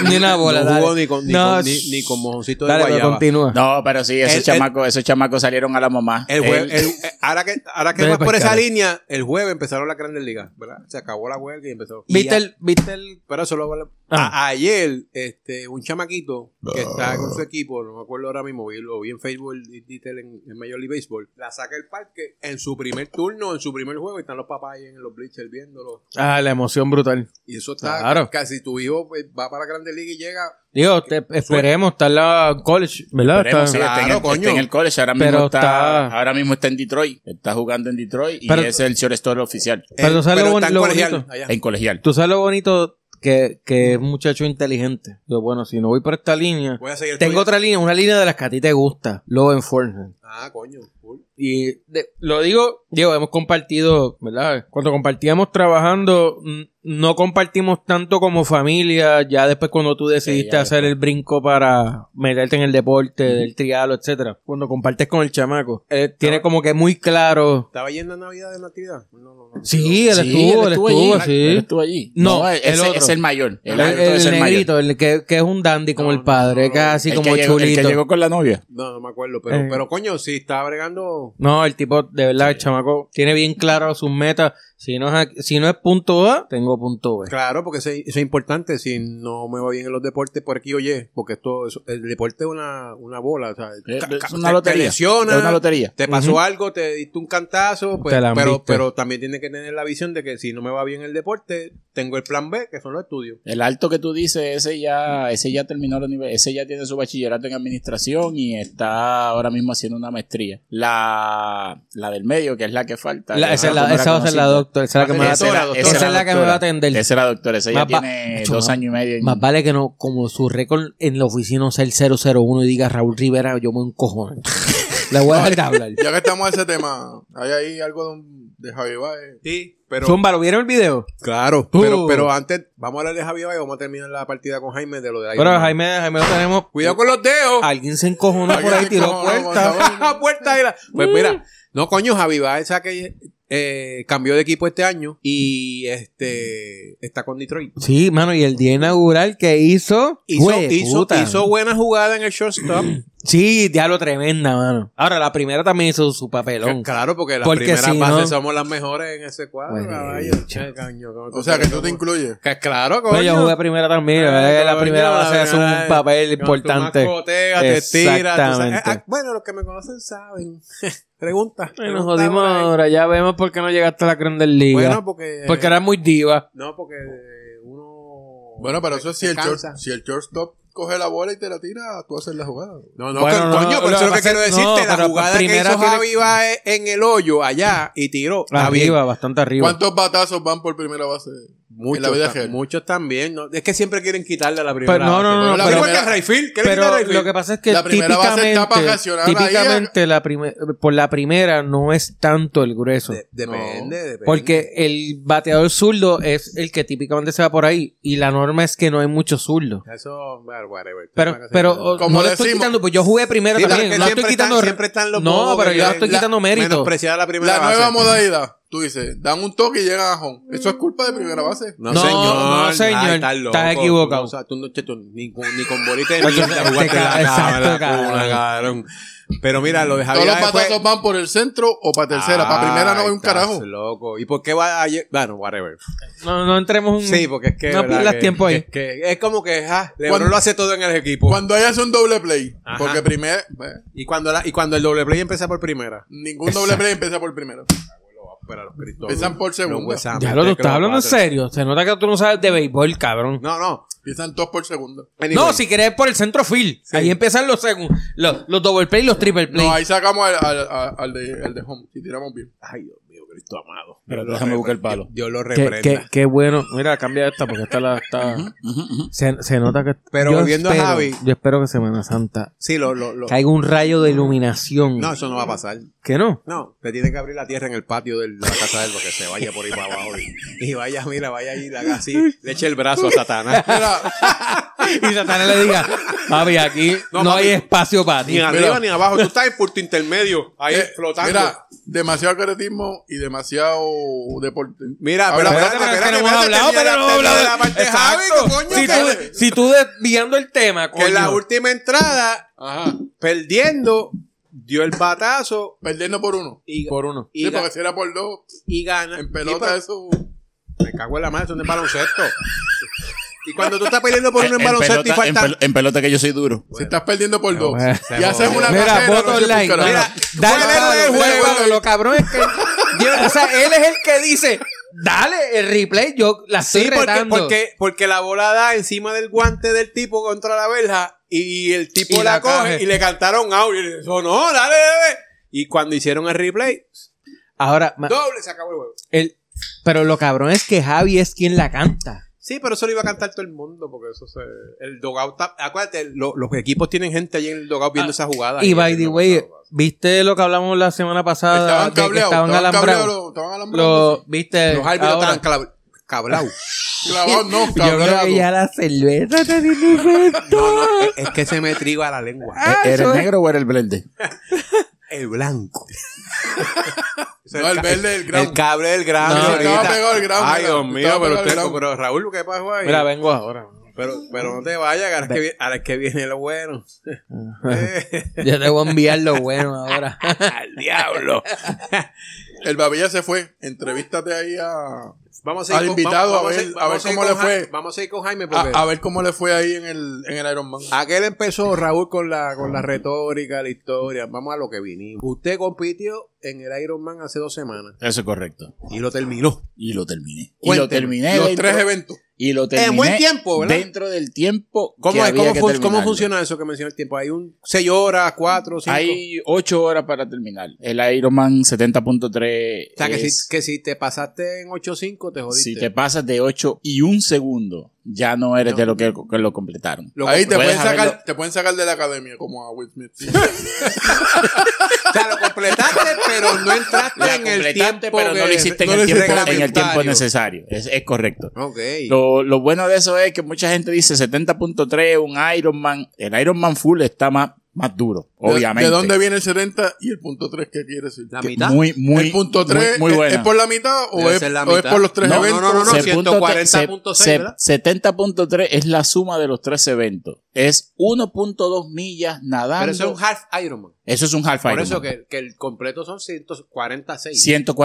[SPEAKER 1] ni una bola.
[SPEAKER 2] no
[SPEAKER 1] dale.
[SPEAKER 2] jugó ni con, ni,
[SPEAKER 1] No,
[SPEAKER 2] con, ni,
[SPEAKER 1] shh.
[SPEAKER 2] ni con mojoncito de
[SPEAKER 1] Dale, pero
[SPEAKER 2] guayaba.
[SPEAKER 1] continúa.
[SPEAKER 4] No, pero sí, esos
[SPEAKER 2] El-
[SPEAKER 4] chamacos, esos chamacos salieron a la mamá.
[SPEAKER 2] El jue- el- eh, ahora que, ahora que
[SPEAKER 1] Ve
[SPEAKER 2] vas
[SPEAKER 1] pa'l
[SPEAKER 2] por esa
[SPEAKER 1] carajo.
[SPEAKER 2] línea, el jueves empezaron la Grandes Ligas, ¿verdad? Se acabó la huelga y empezó. Y
[SPEAKER 1] ¿Viste
[SPEAKER 2] ya-
[SPEAKER 1] el, ¿Viste el
[SPEAKER 2] Pero eso lo habla-
[SPEAKER 1] Ah.
[SPEAKER 2] A- *laughs* Ayer, este, un chamaquito que está con su equipo, no me acuerdo ahora mismo, vi- lo vi en Facebook el detail en, en Major League Baseball, la saca el parque en su primer turno, en su primer juego, y están los papás ahí en los bleachers viéndolo.
[SPEAKER 1] Ah, la emoción brutal.
[SPEAKER 2] Y eso está
[SPEAKER 1] Claro.
[SPEAKER 2] casi tu hijo pues, va para la Grande Liga y llega.
[SPEAKER 1] Digo, te- esperemos, está en la college, ¿verdad?
[SPEAKER 4] Esperemos, sí,
[SPEAKER 1] Ah, Está-
[SPEAKER 4] está, en
[SPEAKER 2] Claro,
[SPEAKER 4] el,
[SPEAKER 2] coño.
[SPEAKER 4] está en el college, ahora mismo
[SPEAKER 1] Pero
[SPEAKER 4] está,
[SPEAKER 1] está-
[SPEAKER 4] ahora mismo está en Detroit, está jugando en Detroit y
[SPEAKER 1] Pero-
[SPEAKER 4] es el shortstop oficial
[SPEAKER 1] Pero
[SPEAKER 2] Eh,
[SPEAKER 1] ¿sabes lo
[SPEAKER 2] está en
[SPEAKER 1] bon- lo
[SPEAKER 2] colegial
[SPEAKER 1] bonito?
[SPEAKER 2] allá.
[SPEAKER 4] en colegial.
[SPEAKER 1] Tú sabes lo bonito que, que es un muchacho inteligente. Yo, bueno, si no voy por esta línea,
[SPEAKER 6] Pues,
[SPEAKER 2] Voy a seguir
[SPEAKER 1] tengo
[SPEAKER 2] estudiando.
[SPEAKER 1] otra línea, una línea de las que a ti te gusta, Law Enforcement.
[SPEAKER 2] Ah, coño. cool.
[SPEAKER 1] Y de- lo digo, Diego, hemos compartido, ¿verdad? Cuando compartíamos trabajando, mm, no compartimos tanto como familia. Ya después cuando tú decidiste
[SPEAKER 4] Sí, ya
[SPEAKER 1] hacer el brinco para meterte en el deporte, del trialo, etcétera. Cuando compartes con el chamaco, eh, tiene como que muy claro.
[SPEAKER 2] ¿Estaba yendo a Navidad de Natividad? No, no, no.
[SPEAKER 1] Sí, él
[SPEAKER 4] Sí,
[SPEAKER 1] estuvo, él estuvo,
[SPEAKER 4] allí,
[SPEAKER 1] sí.
[SPEAKER 4] él estuvo allí.
[SPEAKER 1] No,
[SPEAKER 4] ese-
[SPEAKER 1] el
[SPEAKER 4] ese
[SPEAKER 1] otro.
[SPEAKER 4] es el mayor.
[SPEAKER 1] El,
[SPEAKER 4] El, otro es
[SPEAKER 1] el
[SPEAKER 4] el mayor.
[SPEAKER 1] negrito, el que, que es un dandy como
[SPEAKER 2] No,
[SPEAKER 1] el padre,
[SPEAKER 2] no, no,
[SPEAKER 1] casi
[SPEAKER 4] El que
[SPEAKER 1] como
[SPEAKER 4] llegó- el
[SPEAKER 1] chulito.
[SPEAKER 4] que llegó con la novia.
[SPEAKER 2] No, no me acuerdo, pero,
[SPEAKER 1] Eh.
[SPEAKER 2] pero coño, sí, estaba bregando.
[SPEAKER 1] No, el tipo, de verdad, el chamaco tiene bien claro sus metas. Si no es, aquí- si no es punto A, tengo punto B.
[SPEAKER 2] Claro, porque eso, es- eso es importante. Si no me va bien en los deportes, por aquí oye, porque esto, es- el deporte es una, una bola. o sea,
[SPEAKER 4] Eh, Es
[SPEAKER 2] ca- ca-
[SPEAKER 4] una
[SPEAKER 2] te-
[SPEAKER 4] lotería.
[SPEAKER 2] Te lesiona,
[SPEAKER 4] Es una lotería.
[SPEAKER 2] Te pasó
[SPEAKER 1] Ujú.
[SPEAKER 2] algo, te diste un cantazo, pues,
[SPEAKER 1] Te la
[SPEAKER 2] pero,
[SPEAKER 1] ambiste.
[SPEAKER 2] pero también tienes que tener la visión de que si no me va bien el deporte, tengo el plan B, que son los estudios.
[SPEAKER 4] El alto que tú dices, ese ya, ese ya terminó la nivel, ese ya tiene su bachillerato en administración y está ahora mismo haciendo una maestría. La, la del medio, que es la que falta.
[SPEAKER 1] La-
[SPEAKER 4] que
[SPEAKER 1] esa es la-
[SPEAKER 4] no
[SPEAKER 1] esa va a ser la
[SPEAKER 4] pues conociste.
[SPEAKER 1] doctora, esa es la que me va a
[SPEAKER 4] Esa era-
[SPEAKER 1] atender.
[SPEAKER 4] esa
[SPEAKER 1] Esa es
[SPEAKER 4] era
[SPEAKER 1] la que me va a
[SPEAKER 4] doctora.
[SPEAKER 1] atender.
[SPEAKER 4] Esa era doctora, esa ya
[SPEAKER 1] Más va-
[SPEAKER 4] tiene
[SPEAKER 1] Macho,
[SPEAKER 4] dos
[SPEAKER 1] más-
[SPEAKER 4] años y medio. en-
[SPEAKER 1] Más vale que no, como su récord en la oficina sea el 001 y diga Raúl Rivera, yo me encojo.
[SPEAKER 4] *laughs*
[SPEAKER 1] Le voy a dejar de hablar.
[SPEAKER 6] Ya que estamos en ese tema, hay ahí algo de, un- de Javi Baez.
[SPEAKER 2] Sí, pero.
[SPEAKER 1] Zumba, ¿lo vieron el video?
[SPEAKER 2] Claro,
[SPEAKER 1] Uh.
[SPEAKER 2] pero, pero antes, vamos a hablar de Javier y vamos a terminar la partida con Jaime de lo de ahí.
[SPEAKER 1] Pero Jaime, Jaime lo tenemos.
[SPEAKER 2] Cuidado con los dedos.
[SPEAKER 1] Alguien se encojonó
[SPEAKER 6] Alguien
[SPEAKER 1] por ahí,
[SPEAKER 6] se
[SPEAKER 1] tiró
[SPEAKER 6] encojonó con
[SPEAKER 1] puertas.
[SPEAKER 6] Saúl.
[SPEAKER 2] a puerta de la- Pues mira, no coño, Javi Baez, esa que eh, cambió de equipo este año y este está con Detroit.
[SPEAKER 1] Sí, mano, y el día inaugural que hizo.
[SPEAKER 2] Hizo,
[SPEAKER 1] Jue-
[SPEAKER 2] hizo,
[SPEAKER 1] puta.
[SPEAKER 2] hizo buena jugada en
[SPEAKER 1] *clears throat*
[SPEAKER 2] el shortstop.
[SPEAKER 1] Sí, diablo tremenda, mano. Ahora, la primera también hizo su
[SPEAKER 2] Que-
[SPEAKER 1] papelón.
[SPEAKER 2] claro, porque las
[SPEAKER 1] Porque
[SPEAKER 2] primeras
[SPEAKER 1] si
[SPEAKER 2] bases
[SPEAKER 1] no- Pues,
[SPEAKER 2] somos las mejores en ese cuadro.
[SPEAKER 1] Bueno,
[SPEAKER 2] caballo.
[SPEAKER 1] cha-
[SPEAKER 2] Che, caño, ¿cómo
[SPEAKER 6] O sea que tú te
[SPEAKER 2] crees?
[SPEAKER 6] incluyes.
[SPEAKER 2] Que Claro, coño.
[SPEAKER 1] Pero Pues, yo jugué primera también. la verdad que la primera base es un
[SPEAKER 2] eh,
[SPEAKER 1] papel importante. Exactamente.
[SPEAKER 2] Exactamente. Ah, Bueno, los que me conocen saben. *laughs* Pregunta.
[SPEAKER 1] Ay,
[SPEAKER 2] pregunta
[SPEAKER 1] Nos
[SPEAKER 2] por
[SPEAKER 1] jodimos
[SPEAKER 2] ahí.
[SPEAKER 1] ahora, ya vemos por qué no llegaste a la Grandes Ligas.
[SPEAKER 2] eh. Bueno, pues, eh, porque.
[SPEAKER 1] porque era muy diva.
[SPEAKER 2] No, porque eh, uno.
[SPEAKER 6] Bueno, pero eso
[SPEAKER 2] se-
[SPEAKER 6] si
[SPEAKER 2] se
[SPEAKER 6] el,
[SPEAKER 2] cansa.
[SPEAKER 6] short- si el shortstop coge la bola y te la tira, tú haces la jugada.
[SPEAKER 2] No, no,
[SPEAKER 1] Bueno,
[SPEAKER 2] co-
[SPEAKER 1] no,
[SPEAKER 2] coño, pero
[SPEAKER 1] lo
[SPEAKER 2] eso es lo
[SPEAKER 1] que
[SPEAKER 2] que quiero
[SPEAKER 1] pasa es-
[SPEAKER 2] decirte.
[SPEAKER 1] no,
[SPEAKER 2] la
[SPEAKER 1] pero
[SPEAKER 2] jugada
[SPEAKER 1] primero
[SPEAKER 2] que hizo
[SPEAKER 1] tiene-
[SPEAKER 2] Javi Baez en el hoyo allá y tiró. Está bien.
[SPEAKER 1] Arriba, bastante arriba.
[SPEAKER 6] ¿Cuántos batazos van por primera base?
[SPEAKER 2] Muchos,
[SPEAKER 6] la vida
[SPEAKER 2] ta-
[SPEAKER 6] real.
[SPEAKER 2] muchos también. ¿no? Es que siempre quieren quitarle a la primera.
[SPEAKER 1] Pero no,
[SPEAKER 2] base.
[SPEAKER 1] no, no,
[SPEAKER 2] Pero
[SPEAKER 1] no,
[SPEAKER 2] la
[SPEAKER 1] pero-
[SPEAKER 2] misma que Rayfield, ¿qué le quita a
[SPEAKER 1] Pero
[SPEAKER 2] Rayfield?
[SPEAKER 1] lo que pasa es que
[SPEAKER 6] La primera base
[SPEAKER 1] típicamente,
[SPEAKER 6] está para reaccionar ahí,
[SPEAKER 1] típicamente la prime- por la primera no es tanto el grueso.
[SPEAKER 2] De- depende, depende.
[SPEAKER 1] Porque el bateador zurdo es el que típicamente se va por ahí. Y la norma es que no hay mucho zurdo.
[SPEAKER 2] Eso, bueno, whatever.
[SPEAKER 1] Pero,
[SPEAKER 2] Tema que se
[SPEAKER 1] pero
[SPEAKER 2] quede.
[SPEAKER 1] o-
[SPEAKER 6] Como
[SPEAKER 1] no le estoy
[SPEAKER 6] decimos-
[SPEAKER 1] quitando, pues yo jugué primero
[SPEAKER 2] Sí, pero
[SPEAKER 1] también.
[SPEAKER 2] que
[SPEAKER 1] No
[SPEAKER 2] siempre
[SPEAKER 1] estoy
[SPEAKER 2] están-
[SPEAKER 1] quitando.
[SPEAKER 2] siempre están los
[SPEAKER 1] no,
[SPEAKER 2] bobos
[SPEAKER 1] pero
[SPEAKER 2] que
[SPEAKER 1] yo
[SPEAKER 2] la-
[SPEAKER 1] estoy
[SPEAKER 2] la-
[SPEAKER 1] quitando mérito.
[SPEAKER 2] menospreciar a la primera
[SPEAKER 6] La
[SPEAKER 2] base.
[SPEAKER 6] nueva modalidad, tú dices, dan un toque y llegan a home. Eso es culpa de primera base.
[SPEAKER 2] No,
[SPEAKER 1] No,
[SPEAKER 2] señor.
[SPEAKER 1] no,
[SPEAKER 2] Ay,
[SPEAKER 1] señor.
[SPEAKER 2] estás loco.
[SPEAKER 1] Estás equivocado.
[SPEAKER 2] O sea, tú no, che, tú ni, con, ni con bolita de
[SPEAKER 1] Pues yo-
[SPEAKER 2] mierda jugaste
[SPEAKER 1] te
[SPEAKER 2] la
[SPEAKER 1] ca-
[SPEAKER 2] cámara,
[SPEAKER 1] exacto, cabrón.
[SPEAKER 2] cuna, cabrón. Pero mira, lo de
[SPEAKER 6] Todos
[SPEAKER 2] Javier
[SPEAKER 6] los
[SPEAKER 2] Ábalos fue- Ah,
[SPEAKER 6] batazos van por el centro o para tercera. para primera no
[SPEAKER 2] Ay,
[SPEAKER 6] hay un
[SPEAKER 2] estás
[SPEAKER 6] carajo.
[SPEAKER 2] loco. ¿Y por qué va a... lle- Bueno, whatever.
[SPEAKER 1] No, no entremos un.
[SPEAKER 2] Sí, pues, porque es que...
[SPEAKER 1] No
[SPEAKER 2] ¿verdad?
[SPEAKER 1] pierdas
[SPEAKER 2] que-
[SPEAKER 1] tiempo ahí.
[SPEAKER 2] que- que es como que... ah, LeBron
[SPEAKER 6] Cuando-
[SPEAKER 2] lo hace todo en el equipo.
[SPEAKER 6] Cuando hayas un doble play,
[SPEAKER 2] Ajá.
[SPEAKER 6] porque primero,
[SPEAKER 2] y, cuando la- y cuando el doble play empieza por primera.
[SPEAKER 6] ningún doble play empieza por primero.
[SPEAKER 2] Pero los Cristóbal-
[SPEAKER 6] Empiezan por segunda.
[SPEAKER 2] los West Ham,
[SPEAKER 1] Ya lo tú
[SPEAKER 2] los
[SPEAKER 1] estás hablando en
[SPEAKER 2] este cuatro.
[SPEAKER 1] serio. Se nota que tú no sabes de béisbol, cabrón.
[SPEAKER 2] No, no.
[SPEAKER 6] Empiezan dos por segundo.
[SPEAKER 2] Anyway.
[SPEAKER 1] No, si querés por el centro field. Ahí empiezan los, segun- los, los double play y los triple play.
[SPEAKER 6] No, ahí sacamos al, al, al- al de, al de home. Si tiramos bien.
[SPEAKER 2] Ay, Dios mío, Cristo amado.
[SPEAKER 4] Pero
[SPEAKER 2] Dios lo
[SPEAKER 4] déjame buscar el
[SPEAKER 2] reprenda.
[SPEAKER 4] palo.
[SPEAKER 2] Dios lo
[SPEAKER 1] Qué,
[SPEAKER 2] reprenda.
[SPEAKER 1] qué- qué bueno. Mira, cambia esta porque esta la está. se, se nota que.
[SPEAKER 2] Pero
[SPEAKER 1] yo
[SPEAKER 2] volviendo a
[SPEAKER 1] espero-
[SPEAKER 2] Javi.
[SPEAKER 1] Yo espero que Semana Santa
[SPEAKER 2] Sí, lo... lo, lo-
[SPEAKER 1] caiga un rayo de iluminación.
[SPEAKER 2] No, eso no va a pasar.
[SPEAKER 1] ¿Que no?
[SPEAKER 2] No, te tienen que abrir la tierra en el patio del- de la casa de él porque se vaya por ahí para abajo. Y, y vaya, mira, vaya ahí, la haga así, le eche el brazo a *laughs* Satanás.
[SPEAKER 6] Mira,
[SPEAKER 1] Y Satanás le diga: Papi, aquí no,
[SPEAKER 2] No, papi.
[SPEAKER 1] hay espacio para ti.
[SPEAKER 2] Ni arriba
[SPEAKER 6] Mira.
[SPEAKER 2] ni abajo, tú estás en punto intermedio, ahí
[SPEAKER 6] eh,
[SPEAKER 2] flotando.
[SPEAKER 6] mira, demasiado atletismo y demasiado deporte.
[SPEAKER 2] Mira,
[SPEAKER 6] Ahora,
[SPEAKER 2] pero-
[SPEAKER 1] Espérate, pero es que no hemos
[SPEAKER 2] espérate,
[SPEAKER 1] hablado,
[SPEAKER 2] termina
[SPEAKER 1] pero no hemos
[SPEAKER 2] la-
[SPEAKER 1] hablado.
[SPEAKER 2] termina la parte de Javi,
[SPEAKER 1] Exacto.
[SPEAKER 2] que coño,
[SPEAKER 1] si,
[SPEAKER 2] que-
[SPEAKER 1] tú, si tú desviando el tema,
[SPEAKER 2] que
[SPEAKER 1] coño.
[SPEAKER 2] en la última entrada, perdiendo, dio el batazo
[SPEAKER 6] perdiendo por uno.
[SPEAKER 2] y,
[SPEAKER 1] Por uno.
[SPEAKER 2] y
[SPEAKER 6] Sí,
[SPEAKER 2] ga-
[SPEAKER 6] porque si era por dos,
[SPEAKER 2] y gana.
[SPEAKER 6] en
[SPEAKER 2] Sí,
[SPEAKER 6] pelota
[SPEAKER 2] pero-
[SPEAKER 6] eso.
[SPEAKER 2] Me cago en la madre, son de baloncesto. y cuando tú estás peleando por uno en,
[SPEAKER 4] En
[SPEAKER 2] baloncesto y
[SPEAKER 4] pelota- en
[SPEAKER 2] falta...
[SPEAKER 4] pel- en pelota que yo soy duro.
[SPEAKER 6] Si estás perdiendo por dos.
[SPEAKER 1] bueno.
[SPEAKER 6] Y haces una
[SPEAKER 1] Mira,
[SPEAKER 6] carrera,
[SPEAKER 1] voto
[SPEAKER 6] no sé por
[SPEAKER 1] online. mano.
[SPEAKER 6] carajo.
[SPEAKER 2] Mira,
[SPEAKER 1] dale,
[SPEAKER 2] ¿cuál es
[SPEAKER 1] dale,
[SPEAKER 2] el
[SPEAKER 1] dale,
[SPEAKER 2] juego?
[SPEAKER 1] mano, Lo cabrón es que. Dios, o sea, él es el que dice: Dale el replay, yo la estoy
[SPEAKER 2] Sí, porque,
[SPEAKER 1] retando.
[SPEAKER 2] porque, porque la bola da encima del guante del tipo contra la verja y el tipo
[SPEAKER 1] Y
[SPEAKER 2] la,
[SPEAKER 1] la
[SPEAKER 2] coge
[SPEAKER 1] coge.
[SPEAKER 2] y le cantaron out. Y le sonó, dale, dale. Y cuando hicieron el replay,
[SPEAKER 1] Ahora, ma-
[SPEAKER 2] doble, se acabó el juego.
[SPEAKER 1] el- pero lo cabrón es que Javi es quien la canta.
[SPEAKER 2] Sí, pero eso lo iba a cantar todo el mundo porque eso se... El dogout... está- Acuérdate, lo- los equipos tienen gente allí en el dogout viendo esa jugada.
[SPEAKER 1] Ah, Y
[SPEAKER 2] ahí,
[SPEAKER 1] by
[SPEAKER 2] que
[SPEAKER 1] the
[SPEAKER 2] no
[SPEAKER 1] way,
[SPEAKER 2] pasaba.
[SPEAKER 1] ¿viste lo que hablamos la semana pasada?
[SPEAKER 6] Estaban
[SPEAKER 1] de que
[SPEAKER 6] cableados.
[SPEAKER 1] Estaban
[SPEAKER 6] Estaban
[SPEAKER 1] alambrados.
[SPEAKER 6] cableados. Estaban alambrados.
[SPEAKER 1] Lo- ¿Viste?
[SPEAKER 2] Los árbitros
[SPEAKER 1] eh, Ahora-
[SPEAKER 2] estaban cla- cablados.
[SPEAKER 6] Clavados,
[SPEAKER 1] *laughs*
[SPEAKER 6] no,
[SPEAKER 1] Yo creo que ya
[SPEAKER 6] cableados.
[SPEAKER 1] la cerveza te tiene
[SPEAKER 2] No, no, es que se me triba la lengua.
[SPEAKER 1] Ah,
[SPEAKER 4] ¿Era
[SPEAKER 1] eso
[SPEAKER 4] el
[SPEAKER 1] es.
[SPEAKER 4] negro o era el blende?
[SPEAKER 2] *laughs* El
[SPEAKER 6] *laughs*
[SPEAKER 2] blanco.
[SPEAKER 6] No, el verde del ground.
[SPEAKER 2] El cable del ground.
[SPEAKER 1] No,
[SPEAKER 2] ahorita.
[SPEAKER 6] estaba pegado al ground,
[SPEAKER 2] Ay,
[SPEAKER 6] mira,
[SPEAKER 2] Dios
[SPEAKER 6] estaba
[SPEAKER 2] mío,
[SPEAKER 6] pegado
[SPEAKER 2] pero,
[SPEAKER 6] al
[SPEAKER 2] usted-
[SPEAKER 6] ground.
[SPEAKER 2] pero Raúl, ¿qué pasó ahí?
[SPEAKER 1] Mira, vengo ahora.
[SPEAKER 2] Pero, pero no te vayas, ahora es que, vi- ahora es que viene lo bueno. Eh,
[SPEAKER 1] Yo te voy a enviar lo bueno *laughs* ahora.
[SPEAKER 2] Al diablo.
[SPEAKER 6] El babilla se fue. Entrevístate ahí a.
[SPEAKER 2] Vamos
[SPEAKER 6] Al invitado, a ver- a ver
[SPEAKER 2] seguir
[SPEAKER 6] cómo
[SPEAKER 2] con
[SPEAKER 6] le fue. Ah,
[SPEAKER 2] Jaime- Vamos a ir con Jaime porque
[SPEAKER 6] A, a ver cómo le fue ahí en el, en el Iron Man.
[SPEAKER 2] aquel empezó Raúl con la, con la retórica, la historia. Vamos a lo que vinimos. Usted compitió en el Ironman hace dos semanas
[SPEAKER 6] Eh.
[SPEAKER 4] Eso es correcto.
[SPEAKER 2] y lo terminó.
[SPEAKER 4] Y lo terminé. y lo
[SPEAKER 2] Cuénteme,
[SPEAKER 4] terminé.
[SPEAKER 6] Los
[SPEAKER 4] dentro-
[SPEAKER 6] tres eventos.
[SPEAKER 4] Y lo terminé.
[SPEAKER 2] buen tiempo, ¿verdad?
[SPEAKER 4] Dentro del tiempo. que
[SPEAKER 2] ¿Cómo, es?
[SPEAKER 4] había
[SPEAKER 2] ¿Cómo,
[SPEAKER 4] que
[SPEAKER 2] fun- cómo
[SPEAKER 4] terminarlo.
[SPEAKER 2] funciona eso que mencionó el tiempo? Hay un 6 horas, 4, 5.
[SPEAKER 4] Hay ocho horas para terminar. El Ironman 70.3.
[SPEAKER 2] O sea, que,
[SPEAKER 4] es-
[SPEAKER 2] si, que si te pasaste en 8.5, te jodiste.
[SPEAKER 4] si te pasas de 8 y un segundo, ya no eres
[SPEAKER 2] No.
[SPEAKER 4] de lo que, que lo completaron.
[SPEAKER 2] Lo-
[SPEAKER 6] Ahí te
[SPEAKER 4] puedes
[SPEAKER 6] pueden, sacar,
[SPEAKER 4] haberlo-
[SPEAKER 6] te pueden sacar de la academia, como a Will *laughs* Smith.
[SPEAKER 2] O sea, lo completaste, pero no entraste
[SPEAKER 4] La
[SPEAKER 2] en el tiempo.
[SPEAKER 4] completaste, pero no lo
[SPEAKER 2] que-
[SPEAKER 4] hiciste
[SPEAKER 2] no
[SPEAKER 4] en,
[SPEAKER 2] lo
[SPEAKER 4] el tiempo,
[SPEAKER 2] hiciste
[SPEAKER 4] en el tiempo
[SPEAKER 2] reglamentario.
[SPEAKER 4] necesario. Es, es correcto.
[SPEAKER 2] Ok.
[SPEAKER 4] Lo, lo bueno de eso es que mucha gente dice 70.3, un Ironman. El Ironman full está más, más duro, obviamente.
[SPEAKER 6] ¿De, de dónde viene el 70 y el punto 3? ¿Qué quiere decir?
[SPEAKER 2] La
[SPEAKER 4] Que
[SPEAKER 2] mitad.
[SPEAKER 4] Muy, muy,
[SPEAKER 6] ¿El punto 3
[SPEAKER 4] muy, muy
[SPEAKER 6] es-
[SPEAKER 4] buena.
[SPEAKER 6] es, por la mitad o,
[SPEAKER 2] Debe
[SPEAKER 6] es,
[SPEAKER 2] ser la
[SPEAKER 6] o es
[SPEAKER 2] mitad.
[SPEAKER 6] por los tres
[SPEAKER 2] No, no,
[SPEAKER 6] eventos?
[SPEAKER 2] no, no, no.
[SPEAKER 4] Se-
[SPEAKER 2] 140.6,
[SPEAKER 4] se-
[SPEAKER 2] ¿verdad?
[SPEAKER 4] 70.3 es la suma de los tres eventos. Es 1.2 millas nadando.
[SPEAKER 2] pero eso es un half Ironman.
[SPEAKER 4] Eso es un half
[SPEAKER 2] Por
[SPEAKER 4] Ironman.
[SPEAKER 2] eso que, que el completo son 146.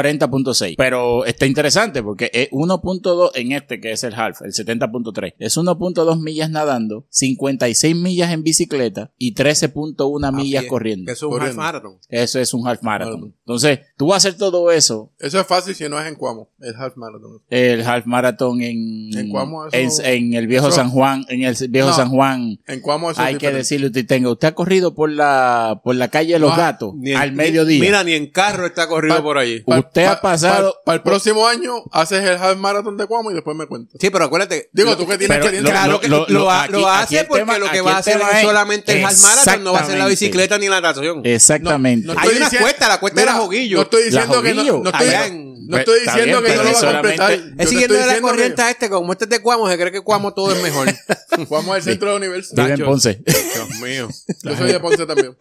[SPEAKER 4] 140.6. Pero está interesante porque es 1.2 en este que es el half, el 70.3. Es 1.2 millas nadando, 56 millas en bicicleta y 13.1 millas millas
[SPEAKER 2] pie,
[SPEAKER 4] corriendo.
[SPEAKER 2] Ah, que es un half
[SPEAKER 6] Corriendo.
[SPEAKER 2] marathon.
[SPEAKER 4] Eso es un half marathon.
[SPEAKER 6] Marathon.
[SPEAKER 4] Entonces, tú vas a hacer todo eso,
[SPEAKER 6] Eso es fácil si no es en Cuamo, el half marathon.
[SPEAKER 4] el half marathon en,
[SPEAKER 6] En Cuamo,
[SPEAKER 4] en,
[SPEAKER 6] eso-
[SPEAKER 4] en el viejo
[SPEAKER 6] eso-
[SPEAKER 4] San Juan, en el viejo
[SPEAKER 6] No.
[SPEAKER 4] San Juan.
[SPEAKER 6] En Cuamo eso es
[SPEAKER 4] Hay que
[SPEAKER 6] diferente.
[SPEAKER 4] decirle, usted tenga, usted ha corrido por la, por la calle de los
[SPEAKER 2] No,
[SPEAKER 4] gatos
[SPEAKER 2] ni en-
[SPEAKER 4] al mediodía.
[SPEAKER 2] Mira, ni en carro está corrido
[SPEAKER 6] Pa-
[SPEAKER 2] por allí.
[SPEAKER 6] Pa-
[SPEAKER 4] Usted ha
[SPEAKER 6] pa-
[SPEAKER 4] pasado-
[SPEAKER 6] pa- Para el próximo año haces el half marathon de Cuamo y después me cuentas.
[SPEAKER 2] Sí, pero acuérdate.
[SPEAKER 6] Digo,
[SPEAKER 2] lo-
[SPEAKER 6] tú que tienes
[SPEAKER 4] pero
[SPEAKER 6] experiencia.
[SPEAKER 2] Claro
[SPEAKER 4] lo-
[SPEAKER 2] que
[SPEAKER 4] lo-
[SPEAKER 2] lo,
[SPEAKER 4] lo-
[SPEAKER 2] ha- lo
[SPEAKER 4] aquí-
[SPEAKER 2] hace
[SPEAKER 4] aquí el
[SPEAKER 2] porque
[SPEAKER 4] tema-
[SPEAKER 2] lo
[SPEAKER 4] aquí
[SPEAKER 2] que
[SPEAKER 4] el
[SPEAKER 2] va a hacer
[SPEAKER 4] tema
[SPEAKER 2] es
[SPEAKER 4] es-
[SPEAKER 2] solamente el half marathon, no va a ser la
[SPEAKER 4] Exactamente. Eh,
[SPEAKER 2] bicicleta ni la natación.
[SPEAKER 4] Exactamente.
[SPEAKER 2] Hay una cuesta, la cuesta de la Joguillo.
[SPEAKER 6] No estoy diciendo que
[SPEAKER 4] Joguillo,
[SPEAKER 6] no, no
[SPEAKER 2] allá
[SPEAKER 6] estoy,
[SPEAKER 2] en-
[SPEAKER 6] no estoy
[SPEAKER 4] Está
[SPEAKER 6] diciendo
[SPEAKER 4] bien,
[SPEAKER 6] que
[SPEAKER 4] pero
[SPEAKER 6] no lo va a
[SPEAKER 4] solamente-
[SPEAKER 6] completar.
[SPEAKER 4] es
[SPEAKER 6] Yo te
[SPEAKER 2] Es
[SPEAKER 6] estoy
[SPEAKER 2] siguiendo de la
[SPEAKER 6] diciendo que
[SPEAKER 2] corriente a este, como este es de Cuamo, se cree que Cuamo todo es mejor.
[SPEAKER 6] Cuamo es el centro del universo.
[SPEAKER 4] Vive en
[SPEAKER 6] Nacho,
[SPEAKER 4] Ponce.
[SPEAKER 2] Dios mío.
[SPEAKER 6] Yo soy de Ponce también.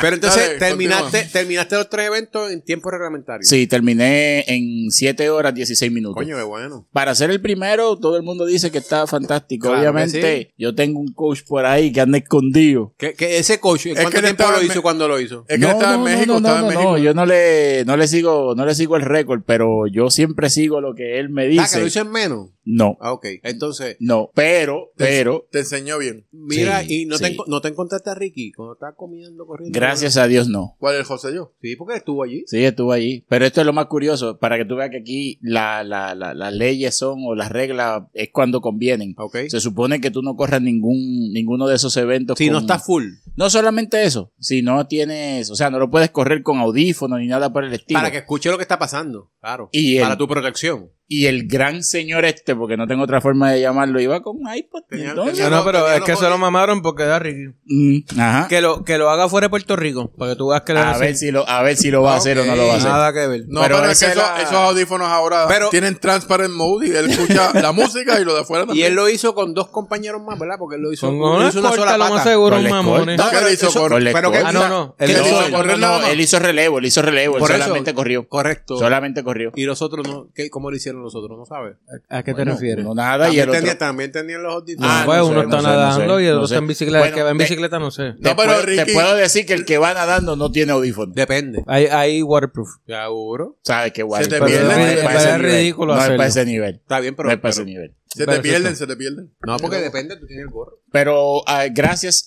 [SPEAKER 2] Pero entonces
[SPEAKER 6] Dale,
[SPEAKER 2] terminaste,
[SPEAKER 6] continúa.
[SPEAKER 2] terminaste los tres eventos en tiempo reglamentario.
[SPEAKER 4] Sí, terminé en 7 horas 16 minutos.
[SPEAKER 2] Coño, qué bueno.
[SPEAKER 4] Para ser el primero, todo el mundo dice que está fantástico.
[SPEAKER 2] Claro que
[SPEAKER 4] Obviamente, yo tengo un coach por ahí que anda escondido.
[SPEAKER 2] ¿Qué, qué- ese coach,
[SPEAKER 6] Es
[SPEAKER 2] ¿cuánto
[SPEAKER 6] que él
[SPEAKER 2] tiempo
[SPEAKER 6] estaba
[SPEAKER 2] lo
[SPEAKER 6] en
[SPEAKER 2] hizo
[SPEAKER 6] Me-
[SPEAKER 2] cuando lo hizo?
[SPEAKER 6] Es que estaba en México,
[SPEAKER 4] no,
[SPEAKER 6] estaba en
[SPEAKER 4] no,
[SPEAKER 6] México.
[SPEAKER 4] no, yo no le, no le sigo, no le sigo el récord, pero yo siempre sigo lo que él me
[SPEAKER 2] Ah, que lo
[SPEAKER 4] dice.
[SPEAKER 2] hizo en menos.
[SPEAKER 4] No,
[SPEAKER 2] Ah, ok. Entonces,
[SPEAKER 4] no, pero,
[SPEAKER 6] Te-
[SPEAKER 4] pero,
[SPEAKER 6] Te enseñó bien.
[SPEAKER 2] mira,
[SPEAKER 4] Sí,
[SPEAKER 2] y no,
[SPEAKER 4] sí.
[SPEAKER 2] te, enco- no te encontraste a Ricky cuando estaba comiendo, corriendo.
[SPEAKER 4] gracias a Dios no.
[SPEAKER 6] ¿Cuál es el José yo?
[SPEAKER 2] Sí, porque estuvo allí.
[SPEAKER 4] Sí, estuvo allí. Pero esto es lo más curioso, para que tú veas que aquí la- la- la- las leyes son o las reglas es cuando convienen.
[SPEAKER 2] Ok.
[SPEAKER 4] Se supone que tú no corras ningún, ninguno de esos eventos.
[SPEAKER 2] Si no
[SPEAKER 4] con-
[SPEAKER 2] está full.
[SPEAKER 4] No solamente eso, si no tienes, o sea, no lo puedes correr con audífono ni nada por el estilo.
[SPEAKER 2] Para que escuche lo que está pasando. Claro.
[SPEAKER 4] Y el-
[SPEAKER 2] para tu protección.
[SPEAKER 4] Y el gran señor este, porque no tengo otra forma de llamarlo, iba con un iPod.
[SPEAKER 6] Tenía-
[SPEAKER 4] entonces.
[SPEAKER 6] tenía-
[SPEAKER 1] No, no, pero
[SPEAKER 6] tenía
[SPEAKER 1] es
[SPEAKER 6] los
[SPEAKER 1] que se
[SPEAKER 6] ojos-
[SPEAKER 1] lo mamaron porque da Ricky.
[SPEAKER 4] Mm, ajá.
[SPEAKER 1] Que lo, que lo haga fuera de Puerto Rico, para que tú veas que le
[SPEAKER 4] A ver, si lo, a ver si lo va a hacer o no lo va a hacer.
[SPEAKER 1] Nada que ver.
[SPEAKER 6] No,
[SPEAKER 4] Pero
[SPEAKER 6] pero, es que
[SPEAKER 4] esa
[SPEAKER 6] esos-
[SPEAKER 4] era-
[SPEAKER 6] esos audífonos ahora
[SPEAKER 2] Pero-
[SPEAKER 6] tienen transparent mode y él *laughs* escucha la música y lo de afuera
[SPEAKER 2] Y
[SPEAKER 6] también.
[SPEAKER 2] él lo hizo con dos compañeros más, ¿verdad? Porque él lo hizo,
[SPEAKER 1] Son
[SPEAKER 2] lo
[SPEAKER 1] unos
[SPEAKER 2] hizo una sola
[SPEAKER 1] cortas, lo más
[SPEAKER 2] pata.
[SPEAKER 1] seguro,
[SPEAKER 4] Con la
[SPEAKER 1] mamones.
[SPEAKER 4] escolta.
[SPEAKER 6] ¿Qué le ¿eh? hizo
[SPEAKER 2] eso-
[SPEAKER 6] con-
[SPEAKER 4] Con la
[SPEAKER 2] pero que-
[SPEAKER 4] escolta.
[SPEAKER 1] Ah, no, no. Él
[SPEAKER 2] ¿Qué
[SPEAKER 1] lo
[SPEAKER 2] hizo?
[SPEAKER 1] hizo
[SPEAKER 4] No,
[SPEAKER 1] solo.
[SPEAKER 4] no,
[SPEAKER 6] correr
[SPEAKER 4] no,
[SPEAKER 6] nada más.
[SPEAKER 4] él hizo relevo, él hizo relevo, él
[SPEAKER 2] Por eso-
[SPEAKER 4] solamente corrió.
[SPEAKER 2] Correcto.
[SPEAKER 4] Solamente corrió.
[SPEAKER 2] Y los otros no. ¿qué, ¿Cómo lo hicieron los otros? No sabes.
[SPEAKER 1] ¿A qué te
[SPEAKER 4] Bueno,
[SPEAKER 1] refieres?
[SPEAKER 4] uno nada Ah, y
[SPEAKER 2] También,
[SPEAKER 4] el otro.
[SPEAKER 2] tenía- también tenían los audífonos.
[SPEAKER 1] No,
[SPEAKER 4] Ah,
[SPEAKER 1] pues
[SPEAKER 4] no
[SPEAKER 1] uno
[SPEAKER 4] sé,
[SPEAKER 1] está
[SPEAKER 4] no sé, no
[SPEAKER 1] nadando
[SPEAKER 4] sé,
[SPEAKER 1] y el
[SPEAKER 4] no
[SPEAKER 1] otro
[SPEAKER 4] sé.
[SPEAKER 1] está en bicicleta. el
[SPEAKER 4] Bueno,
[SPEAKER 1] que va en
[SPEAKER 4] te-
[SPEAKER 1] bicicleta no sé.
[SPEAKER 4] Te
[SPEAKER 6] No, pero
[SPEAKER 4] puedo- Te
[SPEAKER 6] Ricky-
[SPEAKER 4] puedo decir que el que va nadando no tiene audífono.
[SPEAKER 2] Depende.
[SPEAKER 1] Hay, hay waterproof.
[SPEAKER 2] Seguro.
[SPEAKER 4] ¿Sabes qué guay?
[SPEAKER 6] Se te
[SPEAKER 4] Pero
[SPEAKER 6] pierde,
[SPEAKER 4] no es
[SPEAKER 6] se
[SPEAKER 4] para
[SPEAKER 1] te
[SPEAKER 4] ese
[SPEAKER 1] parece
[SPEAKER 4] nivel.
[SPEAKER 1] ridículo
[SPEAKER 4] No es para
[SPEAKER 1] hacerlo.
[SPEAKER 4] ese nivel.
[SPEAKER 2] Está bien, pero.
[SPEAKER 4] No es para ese
[SPEAKER 2] pero-
[SPEAKER 4] nivel.
[SPEAKER 6] Se te
[SPEAKER 1] Pero
[SPEAKER 6] pierden,
[SPEAKER 1] eso-
[SPEAKER 6] se te pierden.
[SPEAKER 2] no, porque depende, tú tienes el gorro.
[SPEAKER 4] Pero ah, gracias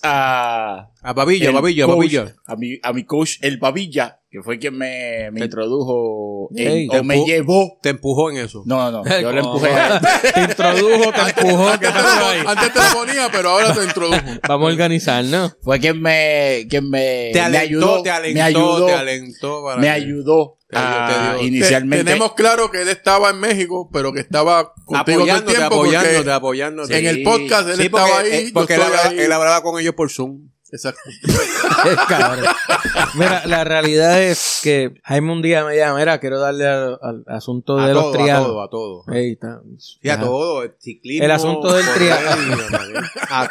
[SPEAKER 2] A
[SPEAKER 4] a.
[SPEAKER 2] Ah, Babillo,
[SPEAKER 4] el
[SPEAKER 2] Babillo,
[SPEAKER 4] coach,
[SPEAKER 2] Babillo.
[SPEAKER 4] A mi, a mi coach, el Babilla, que fue quien me, me introdujo en-
[SPEAKER 1] Ey,
[SPEAKER 4] o me
[SPEAKER 2] tampoco-
[SPEAKER 4] llevó.
[SPEAKER 2] Te empujó en eso.
[SPEAKER 4] No, no, no. *laughs* Yo
[SPEAKER 1] *laughs*
[SPEAKER 4] lo
[SPEAKER 1] ¿Cómo?
[SPEAKER 4] empujé a él.
[SPEAKER 1] Te introdujo, te empujó. ¿qué
[SPEAKER 6] Antes te,
[SPEAKER 1] pasó
[SPEAKER 6] lo,
[SPEAKER 1] ahí?
[SPEAKER 6] *laughs* antes te lo ponía, pero ahora te introdujo.
[SPEAKER 1] Vamos a *laughs* organizarnos.
[SPEAKER 4] Fue quien me, quien me,
[SPEAKER 2] Te
[SPEAKER 4] me
[SPEAKER 2] alentó,
[SPEAKER 4] ayudó.
[SPEAKER 2] te alentó,
[SPEAKER 4] me ayudó.
[SPEAKER 2] te alentó. para
[SPEAKER 4] me
[SPEAKER 2] que-
[SPEAKER 4] ayudó
[SPEAKER 2] Te dio-
[SPEAKER 4] a-
[SPEAKER 2] te dio-
[SPEAKER 6] Te-
[SPEAKER 4] inicialmente.
[SPEAKER 6] tenemos claro que él estaba en México, pero que estaba contigo todo el
[SPEAKER 2] Apoyándote,
[SPEAKER 6] tiempo. porque
[SPEAKER 2] apoyándote, apoyándote.
[SPEAKER 6] En el podcast él
[SPEAKER 2] Sí, porque,
[SPEAKER 6] estaba ahí.
[SPEAKER 2] eh,
[SPEAKER 6] yo
[SPEAKER 2] porque él,
[SPEAKER 6] estoy
[SPEAKER 2] hablaba,
[SPEAKER 6] ahí.
[SPEAKER 2] él hablaba con ellos por Zoom.
[SPEAKER 6] Exacto.
[SPEAKER 1] Cabrón. Mira, la realidad es que Jaime un día me llama, mira, quiero darle al, al asunto
[SPEAKER 2] A
[SPEAKER 1] de
[SPEAKER 2] todo,
[SPEAKER 1] los
[SPEAKER 2] a
[SPEAKER 1] triados.
[SPEAKER 2] todo, a todo.
[SPEAKER 1] Ahí está.
[SPEAKER 2] Sí, a
[SPEAKER 1] Ajá.
[SPEAKER 2] todo. El ciclismo.
[SPEAKER 1] El asunto del
[SPEAKER 2] correr, A todo.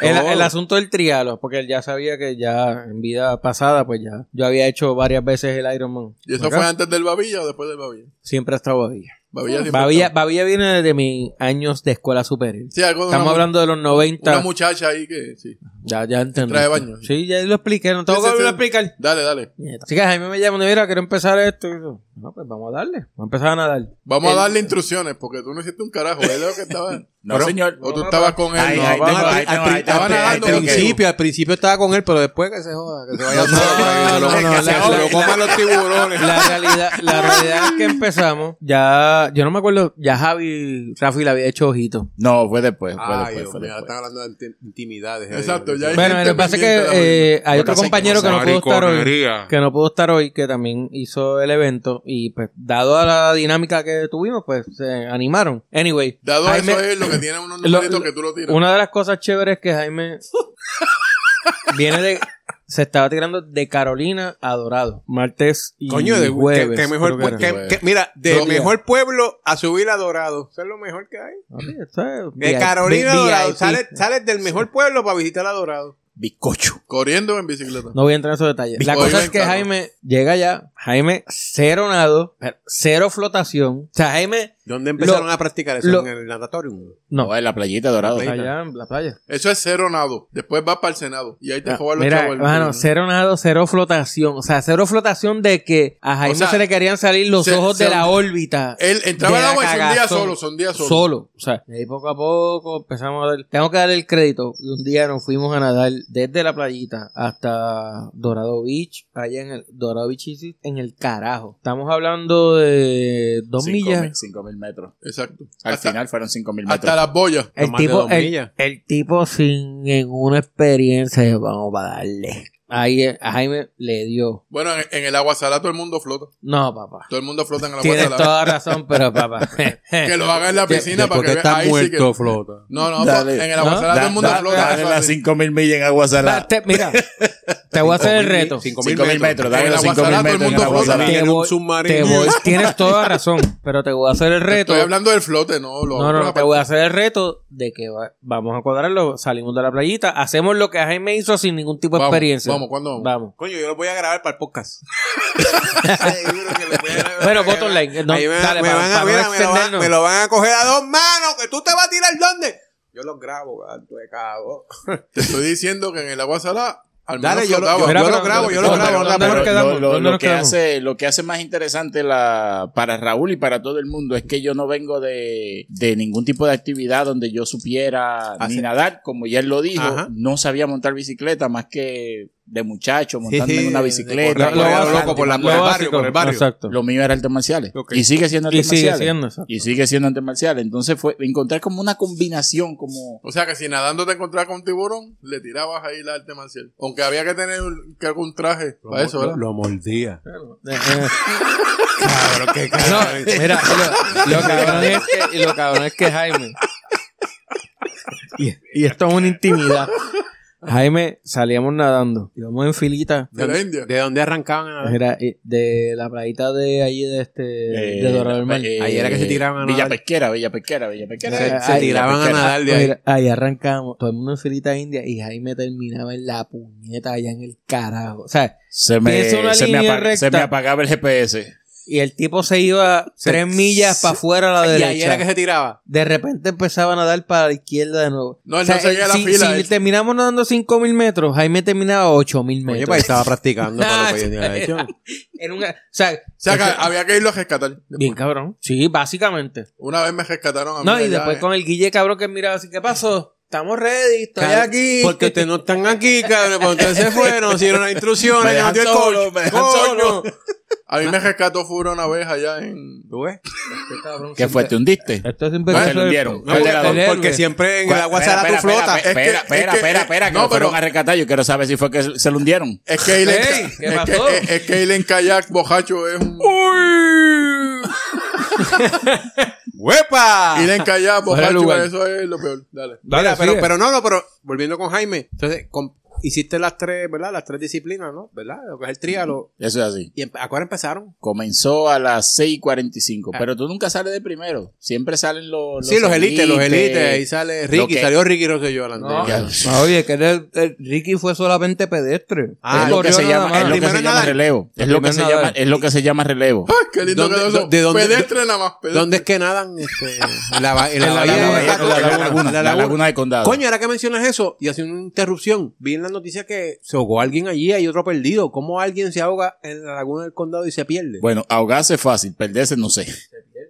[SPEAKER 1] *laughs* El, el asunto del trialo, porque él ya sabía que ya en vida pasada, pues ya yo había hecho varias veces el Ironman.
[SPEAKER 6] ¿Y eso
[SPEAKER 1] ¿Verdad?
[SPEAKER 6] fue antes del Babilla o después del Babilla?
[SPEAKER 1] Siempre ha estado Babilla.
[SPEAKER 6] Babilla siempre
[SPEAKER 1] Babilla,
[SPEAKER 6] estaba.
[SPEAKER 1] Babilla viene desde mis años de escuela superior.
[SPEAKER 6] Sí, algo de
[SPEAKER 1] Estamos
[SPEAKER 6] una,
[SPEAKER 1] hablando de los
[SPEAKER 6] una
[SPEAKER 1] 90.
[SPEAKER 6] muchacha ahí que sí.
[SPEAKER 1] Ya, ya entendí.
[SPEAKER 6] Trae baño.
[SPEAKER 1] Sí, ya lo expliqué, no tengo
[SPEAKER 6] Sí,
[SPEAKER 1] que
[SPEAKER 6] sí,
[SPEAKER 1] volver a
[SPEAKER 6] sí.
[SPEAKER 1] explicar.
[SPEAKER 6] Dale, dale.
[SPEAKER 1] Así que Jaime me llama, mira, quiero empezar esto. Y yo, no, pues vamos a darle. Vamos a empezar a nadar.
[SPEAKER 6] Vamos
[SPEAKER 1] Él-
[SPEAKER 6] a darle instrucciones porque tú no hiciste un carajo. Él es lo que estaba.
[SPEAKER 4] No, señor.
[SPEAKER 6] O tú estabas con él.
[SPEAKER 4] Ahí,
[SPEAKER 6] no,
[SPEAKER 4] ahí
[SPEAKER 2] No,
[SPEAKER 4] tengo,
[SPEAKER 2] al-
[SPEAKER 4] ahí tengo,
[SPEAKER 2] al-
[SPEAKER 4] ahí tengo,
[SPEAKER 2] al-
[SPEAKER 4] ahí
[SPEAKER 2] al
[SPEAKER 4] tengo que-
[SPEAKER 2] principio, al principio estaba con él, pero después que se joda, que se vaya a
[SPEAKER 1] No, no,
[SPEAKER 2] joder, que
[SPEAKER 1] no,
[SPEAKER 2] lo- que se
[SPEAKER 1] la-
[SPEAKER 2] joda,
[SPEAKER 1] la-
[SPEAKER 2] lo coman los tiburones.
[SPEAKER 1] La
[SPEAKER 6] *laughs*
[SPEAKER 1] realidad, la realidad es que empezamos. Ya, yo no me acuerdo, ya Javi, Rafi le había hecho ojito.
[SPEAKER 4] No, fue después. Fue
[SPEAKER 2] Ay,
[SPEAKER 4] después,
[SPEAKER 2] Dios
[SPEAKER 4] fue
[SPEAKER 2] mío,
[SPEAKER 4] después.
[SPEAKER 2] están hablando de inti- intimidades. eh.
[SPEAKER 6] Exacto, ya hay-
[SPEAKER 1] Bueno,
[SPEAKER 6] gente
[SPEAKER 1] lo que pasa es
[SPEAKER 6] pendiente de
[SPEAKER 1] que eh, hay
[SPEAKER 4] Lo
[SPEAKER 1] otro
[SPEAKER 4] que pasa es que
[SPEAKER 1] compañero que no pudo estar hoy. Que no pudo estar hoy, que también hizo el evento. Y pues, dado a la dinámica que tuvimos, pues se animaron. Anyway.
[SPEAKER 6] Dado
[SPEAKER 1] Jaime-
[SPEAKER 6] eso es lo que tiene unos
[SPEAKER 1] Lo-
[SPEAKER 6] numeritos que tú lo tiras.
[SPEAKER 1] Una de las cosas chéveres que
[SPEAKER 2] *laughs*
[SPEAKER 1] Jaime viene de. Se estaba tirando de Carolina a Dorado. Martes y
[SPEAKER 2] Coño, de,
[SPEAKER 1] jueves.
[SPEAKER 2] que, que mejor,
[SPEAKER 1] creo
[SPEAKER 2] pue-
[SPEAKER 1] que era.
[SPEAKER 2] que- que- mira, de
[SPEAKER 1] Dos días.
[SPEAKER 2] mejor pueblo a subir a Dorado. Eso es lo mejor que hay.
[SPEAKER 1] Papi, eso es
[SPEAKER 2] De
[SPEAKER 1] VIP.
[SPEAKER 2] Carolina a Dorado.
[SPEAKER 1] VIP.
[SPEAKER 2] Sales, sales del mejor pueblo para visitar a Dorado.
[SPEAKER 4] Bizcocho.
[SPEAKER 6] Corriendo en bicicleta.
[SPEAKER 1] No voy a entrar en esos detalles. La
[SPEAKER 6] Oigan,
[SPEAKER 1] cosa es que
[SPEAKER 6] cabrón.
[SPEAKER 1] Jaime llega ya, Jaime, cero nado, pero cero flotación. O sea, Jaime,
[SPEAKER 2] ¿Dónde empezaron
[SPEAKER 1] Lo-
[SPEAKER 2] a practicar eso?
[SPEAKER 1] lo-
[SPEAKER 2] en el natatorium.
[SPEAKER 1] no,
[SPEAKER 4] en la playita dorada.
[SPEAKER 2] La
[SPEAKER 1] allá en la playa.
[SPEAKER 6] Eso es cero nado. Después va para el Senado. Y ahí te jodan los
[SPEAKER 1] Ah, Mira,
[SPEAKER 6] chavos.
[SPEAKER 1] mano, cero nado, cero flotación. O sea, cero flotación de que a Jaime
[SPEAKER 6] sea,
[SPEAKER 1] se le querían salir los
[SPEAKER 6] se-
[SPEAKER 1] ojos
[SPEAKER 6] se-
[SPEAKER 1] de la
[SPEAKER 2] Eh,
[SPEAKER 1] órbita.
[SPEAKER 6] Él entraba
[SPEAKER 1] de
[SPEAKER 6] al
[SPEAKER 1] la
[SPEAKER 6] agua y son días
[SPEAKER 1] cagazón.
[SPEAKER 6] solo, son días solo.
[SPEAKER 1] solo. O sea, y ahí poco a poco empezamos a dar. Tengo que dar el crédito. Y un día nos fuimos a nadar desde la playita hasta Dorado Beach. Allá en el Dorado Beach, Easy, en el carajo. Estamos hablando de dos millas.
[SPEAKER 4] mil metros.
[SPEAKER 6] Exacto.
[SPEAKER 4] Al
[SPEAKER 6] hasta,
[SPEAKER 4] final fueron cinco mil metros.
[SPEAKER 6] hasta las boyas.
[SPEAKER 1] El
[SPEAKER 2] más de
[SPEAKER 1] tipo,
[SPEAKER 2] dos
[SPEAKER 1] el,
[SPEAKER 2] millas.
[SPEAKER 1] el tipo sin ninguna experiencia, dijo, vamos para darle. Ahí eh, a Jaime le dio.
[SPEAKER 6] Bueno, en, en el agua salada todo el mundo flota.
[SPEAKER 1] No, papá.
[SPEAKER 6] Todo el mundo flota en el agua
[SPEAKER 1] Tienes
[SPEAKER 6] salada.
[SPEAKER 1] toda razón, pero
[SPEAKER 2] *laughs*
[SPEAKER 1] papá.
[SPEAKER 6] Que lo haga en la piscina para que
[SPEAKER 2] Porque
[SPEAKER 6] vea.
[SPEAKER 2] está
[SPEAKER 6] ahí sí
[SPEAKER 2] muerto,
[SPEAKER 6] que...
[SPEAKER 2] flota.
[SPEAKER 6] No, no,
[SPEAKER 4] Dale.
[SPEAKER 6] en el agua
[SPEAKER 1] ¿No?
[SPEAKER 6] salada todo el mundo
[SPEAKER 4] Da-
[SPEAKER 6] flota.
[SPEAKER 4] dale
[SPEAKER 6] eso
[SPEAKER 4] las
[SPEAKER 6] así.
[SPEAKER 4] cinco mil millas en agua salada.
[SPEAKER 1] Date- *laughs* Mira, te voy a hacer el reto.
[SPEAKER 2] Cinco mil
[SPEAKER 4] Cinco mil metros. Dale
[SPEAKER 6] En
[SPEAKER 4] los
[SPEAKER 6] el agua
[SPEAKER 4] cinco mil
[SPEAKER 6] salada todo el
[SPEAKER 4] metros en
[SPEAKER 6] mundo
[SPEAKER 4] agua
[SPEAKER 6] flota.
[SPEAKER 4] salada.
[SPEAKER 2] Tiene
[SPEAKER 1] Te
[SPEAKER 2] un
[SPEAKER 1] voy-
[SPEAKER 2] submarino.
[SPEAKER 1] te voy- tienes toda razón, pero te voy a hacer el reto.
[SPEAKER 6] Estoy hablando del flote, no. Lo
[SPEAKER 1] No, no,
[SPEAKER 6] otro
[SPEAKER 1] no,
[SPEAKER 6] es
[SPEAKER 1] te voy a hacer el reto de que va- vamos a cuadrarlo, salimos de la playita, hacemos lo que Jaime hizo sin ningún tipo de
[SPEAKER 6] Vamos,
[SPEAKER 1] experiencia.
[SPEAKER 6] vamos, ¿cuándo vamos?
[SPEAKER 2] Coño, yo lo voy a grabar para el podcast.
[SPEAKER 1] Bueno, bottom line, no,
[SPEAKER 2] Ahí me,
[SPEAKER 1] dale,
[SPEAKER 2] me
[SPEAKER 1] para-
[SPEAKER 2] van a,
[SPEAKER 1] para no
[SPEAKER 2] mira, me, lo van,
[SPEAKER 1] extendernos.
[SPEAKER 2] me lo van a coger a dos manos. Que tú te vas a tirar dónde. Yo los grabo, gato de cabo.
[SPEAKER 6] Te estoy diciendo que en el agua salada. Al menos
[SPEAKER 2] Dale, yo lo-
[SPEAKER 6] flotaba.
[SPEAKER 2] yo-
[SPEAKER 1] Mira,
[SPEAKER 2] yo lo
[SPEAKER 1] pero-
[SPEAKER 2] grabo, yo lo
[SPEAKER 1] ¿dónde-
[SPEAKER 2] grabo.
[SPEAKER 1] dónde
[SPEAKER 2] anda,
[SPEAKER 1] nos
[SPEAKER 2] pero-
[SPEAKER 1] quedamos?
[SPEAKER 4] Lo, lo-
[SPEAKER 1] ¿Dónde
[SPEAKER 4] lo
[SPEAKER 1] nos
[SPEAKER 4] que
[SPEAKER 1] quedamos?
[SPEAKER 4] hace, lo que hace más interesante la, para Raúl y para todo el mundo es que yo no vengo de, de ningún tipo de actividad donde yo supiera ni
[SPEAKER 6] Ah,
[SPEAKER 2] Hace-
[SPEAKER 4] nadar, como ya él lo dijo,
[SPEAKER 2] Ajá.
[SPEAKER 4] no sabía montar bicicleta más que de muchacho, montarme
[SPEAKER 2] sí,
[SPEAKER 4] en una
[SPEAKER 2] de
[SPEAKER 4] bicicleta.
[SPEAKER 2] correr,
[SPEAKER 4] Lo- lo
[SPEAKER 2] correr a lo
[SPEAKER 4] básico,
[SPEAKER 2] loco por la-
[SPEAKER 1] Lo
[SPEAKER 2] por el barrio,
[SPEAKER 1] básico,
[SPEAKER 2] por el barrio.
[SPEAKER 1] Exacto.
[SPEAKER 4] Lo mío era artes marciales.
[SPEAKER 2] Ok.
[SPEAKER 4] Y sigue siendo
[SPEAKER 1] Y
[SPEAKER 4] artes
[SPEAKER 1] sigue
[SPEAKER 4] marciales.
[SPEAKER 1] siendo exacto.
[SPEAKER 4] Y sigue siendo artes marciales. Entonces fue encontrar como una combinación, como
[SPEAKER 6] O sea que si nadando te encontrabas con un tiburón, le tirabas ahí la arte marcial. Aunque había que tener un- que algún traje para eso, ¿verdad?
[SPEAKER 2] Lo mordía.
[SPEAKER 1] Eh, eh.
[SPEAKER 2] Cabrón, qué
[SPEAKER 1] No, eh,
[SPEAKER 2] cabrón.
[SPEAKER 1] mira, lo, lo cabrón es que, lo cabrón es que Jaime. Y, y esto es una intimidad. Jaime, salíamos nadando, íbamos en filita.
[SPEAKER 6] De la India.
[SPEAKER 2] ¿De dónde arrancaban a nadar?
[SPEAKER 1] Era eh, de la playita de allí de este
[SPEAKER 4] Eh,
[SPEAKER 1] de Dorado del Mar.
[SPEAKER 4] eh,
[SPEAKER 2] Ahí era que se tiraban a
[SPEAKER 4] Villa
[SPEAKER 2] nadar.
[SPEAKER 4] Pesquera, Villa Pesquera, Villa Pesquera.
[SPEAKER 1] Se-
[SPEAKER 4] Eh,
[SPEAKER 1] se
[SPEAKER 4] Villa
[SPEAKER 2] tiraban a
[SPEAKER 4] Pesquera.
[SPEAKER 2] nadar. de ahí.
[SPEAKER 1] Mira, ahí arrancamos, todo el mundo en filita india y Jaime terminaba en la puñeta allá en el carajo. O sea,
[SPEAKER 4] Se me,
[SPEAKER 1] Piensa una
[SPEAKER 4] se me
[SPEAKER 1] línea
[SPEAKER 4] apa-
[SPEAKER 1] recta.
[SPEAKER 4] se me apagaba el GPS.
[SPEAKER 1] y el tipo se iba
[SPEAKER 2] Se-
[SPEAKER 1] tres millas para afuera a la
[SPEAKER 2] Y
[SPEAKER 1] derecha.
[SPEAKER 2] ahí era que se tiraba.
[SPEAKER 1] De repente empezaban a dar para la izquierda de nuevo. eh,
[SPEAKER 6] No, él no seguía la
[SPEAKER 1] si,
[SPEAKER 6] fila,
[SPEAKER 1] Si
[SPEAKER 6] él-
[SPEAKER 1] terminamos nadando 5.000 metros, Jaime terminaba 8.000
[SPEAKER 2] Oye,
[SPEAKER 1] metros.
[SPEAKER 2] pues estaba practicando
[SPEAKER 1] Ah, *laughs*
[SPEAKER 2] para lo que yo tenía hecho.
[SPEAKER 1] Era una- o sea, este,
[SPEAKER 6] O sea que había que irlo a rescatar.
[SPEAKER 1] bien cabrón. Sí, básicamente.
[SPEAKER 6] Una vez me rescataron a mí.
[SPEAKER 1] No, y
[SPEAKER 6] allá
[SPEAKER 1] después
[SPEAKER 6] en-
[SPEAKER 1] con el Guille cabrón que miraba así, ¿qué pasó? Estamos ready, estoy
[SPEAKER 2] Cabrón,
[SPEAKER 1] aquí.
[SPEAKER 2] Porque ustedes no están aquí, cabrón. Porque ustedes se fueron, hicieron las
[SPEAKER 4] Me
[SPEAKER 2] instrucciones.
[SPEAKER 4] dejan
[SPEAKER 2] yo no tengo el
[SPEAKER 4] solo,
[SPEAKER 2] coach.
[SPEAKER 4] me dejan
[SPEAKER 2] Coño.
[SPEAKER 4] solo.
[SPEAKER 6] A
[SPEAKER 1] Ah.
[SPEAKER 6] mí me rescató Fura una vez allá en.
[SPEAKER 2] ¿Tú ves?
[SPEAKER 1] Este cabrón
[SPEAKER 4] ¿Qué
[SPEAKER 1] siempre-
[SPEAKER 4] eh, fue? ¿Te hundiste?
[SPEAKER 1] Esto siempre
[SPEAKER 4] Bueno,
[SPEAKER 1] es
[SPEAKER 4] lo hundieron.
[SPEAKER 2] No,
[SPEAKER 4] Fue
[SPEAKER 2] porque,
[SPEAKER 4] la-
[SPEAKER 2] porque
[SPEAKER 1] héroe.
[SPEAKER 2] siempre en el
[SPEAKER 4] ¿Cuál-
[SPEAKER 2] agua
[SPEAKER 4] espera,
[SPEAKER 2] salada tú
[SPEAKER 4] espera,
[SPEAKER 2] flotas.
[SPEAKER 4] Espera,
[SPEAKER 6] Es que-
[SPEAKER 4] espera, espera,
[SPEAKER 6] es que-
[SPEAKER 4] espera, espera, que
[SPEAKER 6] no,
[SPEAKER 4] lo fueron
[SPEAKER 6] pero-
[SPEAKER 4] a rescatar. Yo quiero saber si fue que se lo hundieron.
[SPEAKER 6] Es que él en,
[SPEAKER 1] Ey, ¿qué
[SPEAKER 6] es,
[SPEAKER 1] pasó?
[SPEAKER 6] que, es- es que él en kayak, bojacho, es un. *laughs*
[SPEAKER 2] ¡Huepa!
[SPEAKER 6] Ir en kayak,
[SPEAKER 1] Fuera de
[SPEAKER 6] bojacho,
[SPEAKER 1] lugar.
[SPEAKER 6] eso es lo peor. Dale.
[SPEAKER 1] Dale,
[SPEAKER 2] Mira, pero,
[SPEAKER 1] sigue.
[SPEAKER 2] pero no, no, pero volviendo con Jaime. Entonces, con- hiciste las tres, ¿verdad? Las tres disciplinas, ¿no? ¿Verdad? Lo que es el trialo.
[SPEAKER 4] Eso es así.
[SPEAKER 2] ¿Y empe- a cuál empezaron?
[SPEAKER 4] Comenzó a las 6.45,
[SPEAKER 2] Ah.
[SPEAKER 4] pero tú nunca sales de primero. Siempre salen los...
[SPEAKER 2] sí, los elites, los elites. Ahí
[SPEAKER 4] elites.
[SPEAKER 2] sale
[SPEAKER 4] Lo
[SPEAKER 2] Ricky.
[SPEAKER 4] que-
[SPEAKER 2] Salió Ricky Rosselló adelante.
[SPEAKER 1] No,
[SPEAKER 4] Ya.
[SPEAKER 1] no, oye, que el- el Ricky fue solamente pedestre.
[SPEAKER 2] Ah,
[SPEAKER 4] es
[SPEAKER 1] Él
[SPEAKER 4] lo que
[SPEAKER 1] corrió
[SPEAKER 4] se
[SPEAKER 1] nada
[SPEAKER 4] llama,
[SPEAKER 1] más.
[SPEAKER 4] es lo que
[SPEAKER 2] Primero
[SPEAKER 4] se llama
[SPEAKER 2] nadar.
[SPEAKER 4] relevo. Es lo que
[SPEAKER 1] Primero
[SPEAKER 4] se llama,
[SPEAKER 1] nadar.
[SPEAKER 4] es lo que se llama relevo.
[SPEAKER 6] ¡Ay, qué lindo
[SPEAKER 2] ¿Dónde-
[SPEAKER 6] quedó eso!
[SPEAKER 2] de dónde-
[SPEAKER 6] pedestre nada más. pedestre.
[SPEAKER 2] ¿Dónde es que nadan? Este, en la, ba- en la
[SPEAKER 1] En la
[SPEAKER 2] bahía.
[SPEAKER 1] laguna,
[SPEAKER 2] de-
[SPEAKER 1] en
[SPEAKER 4] la laguna, la laguna de condado.
[SPEAKER 2] Coño, ahora que mencionas eso y hace una interrupción, vi en la noticia que se ahogó alguien allí, hay otro perdido. ¿Cómo alguien se ahoga en la laguna del condado y se pierde?
[SPEAKER 4] Bueno, ahogarse es fácil, perderse no sé.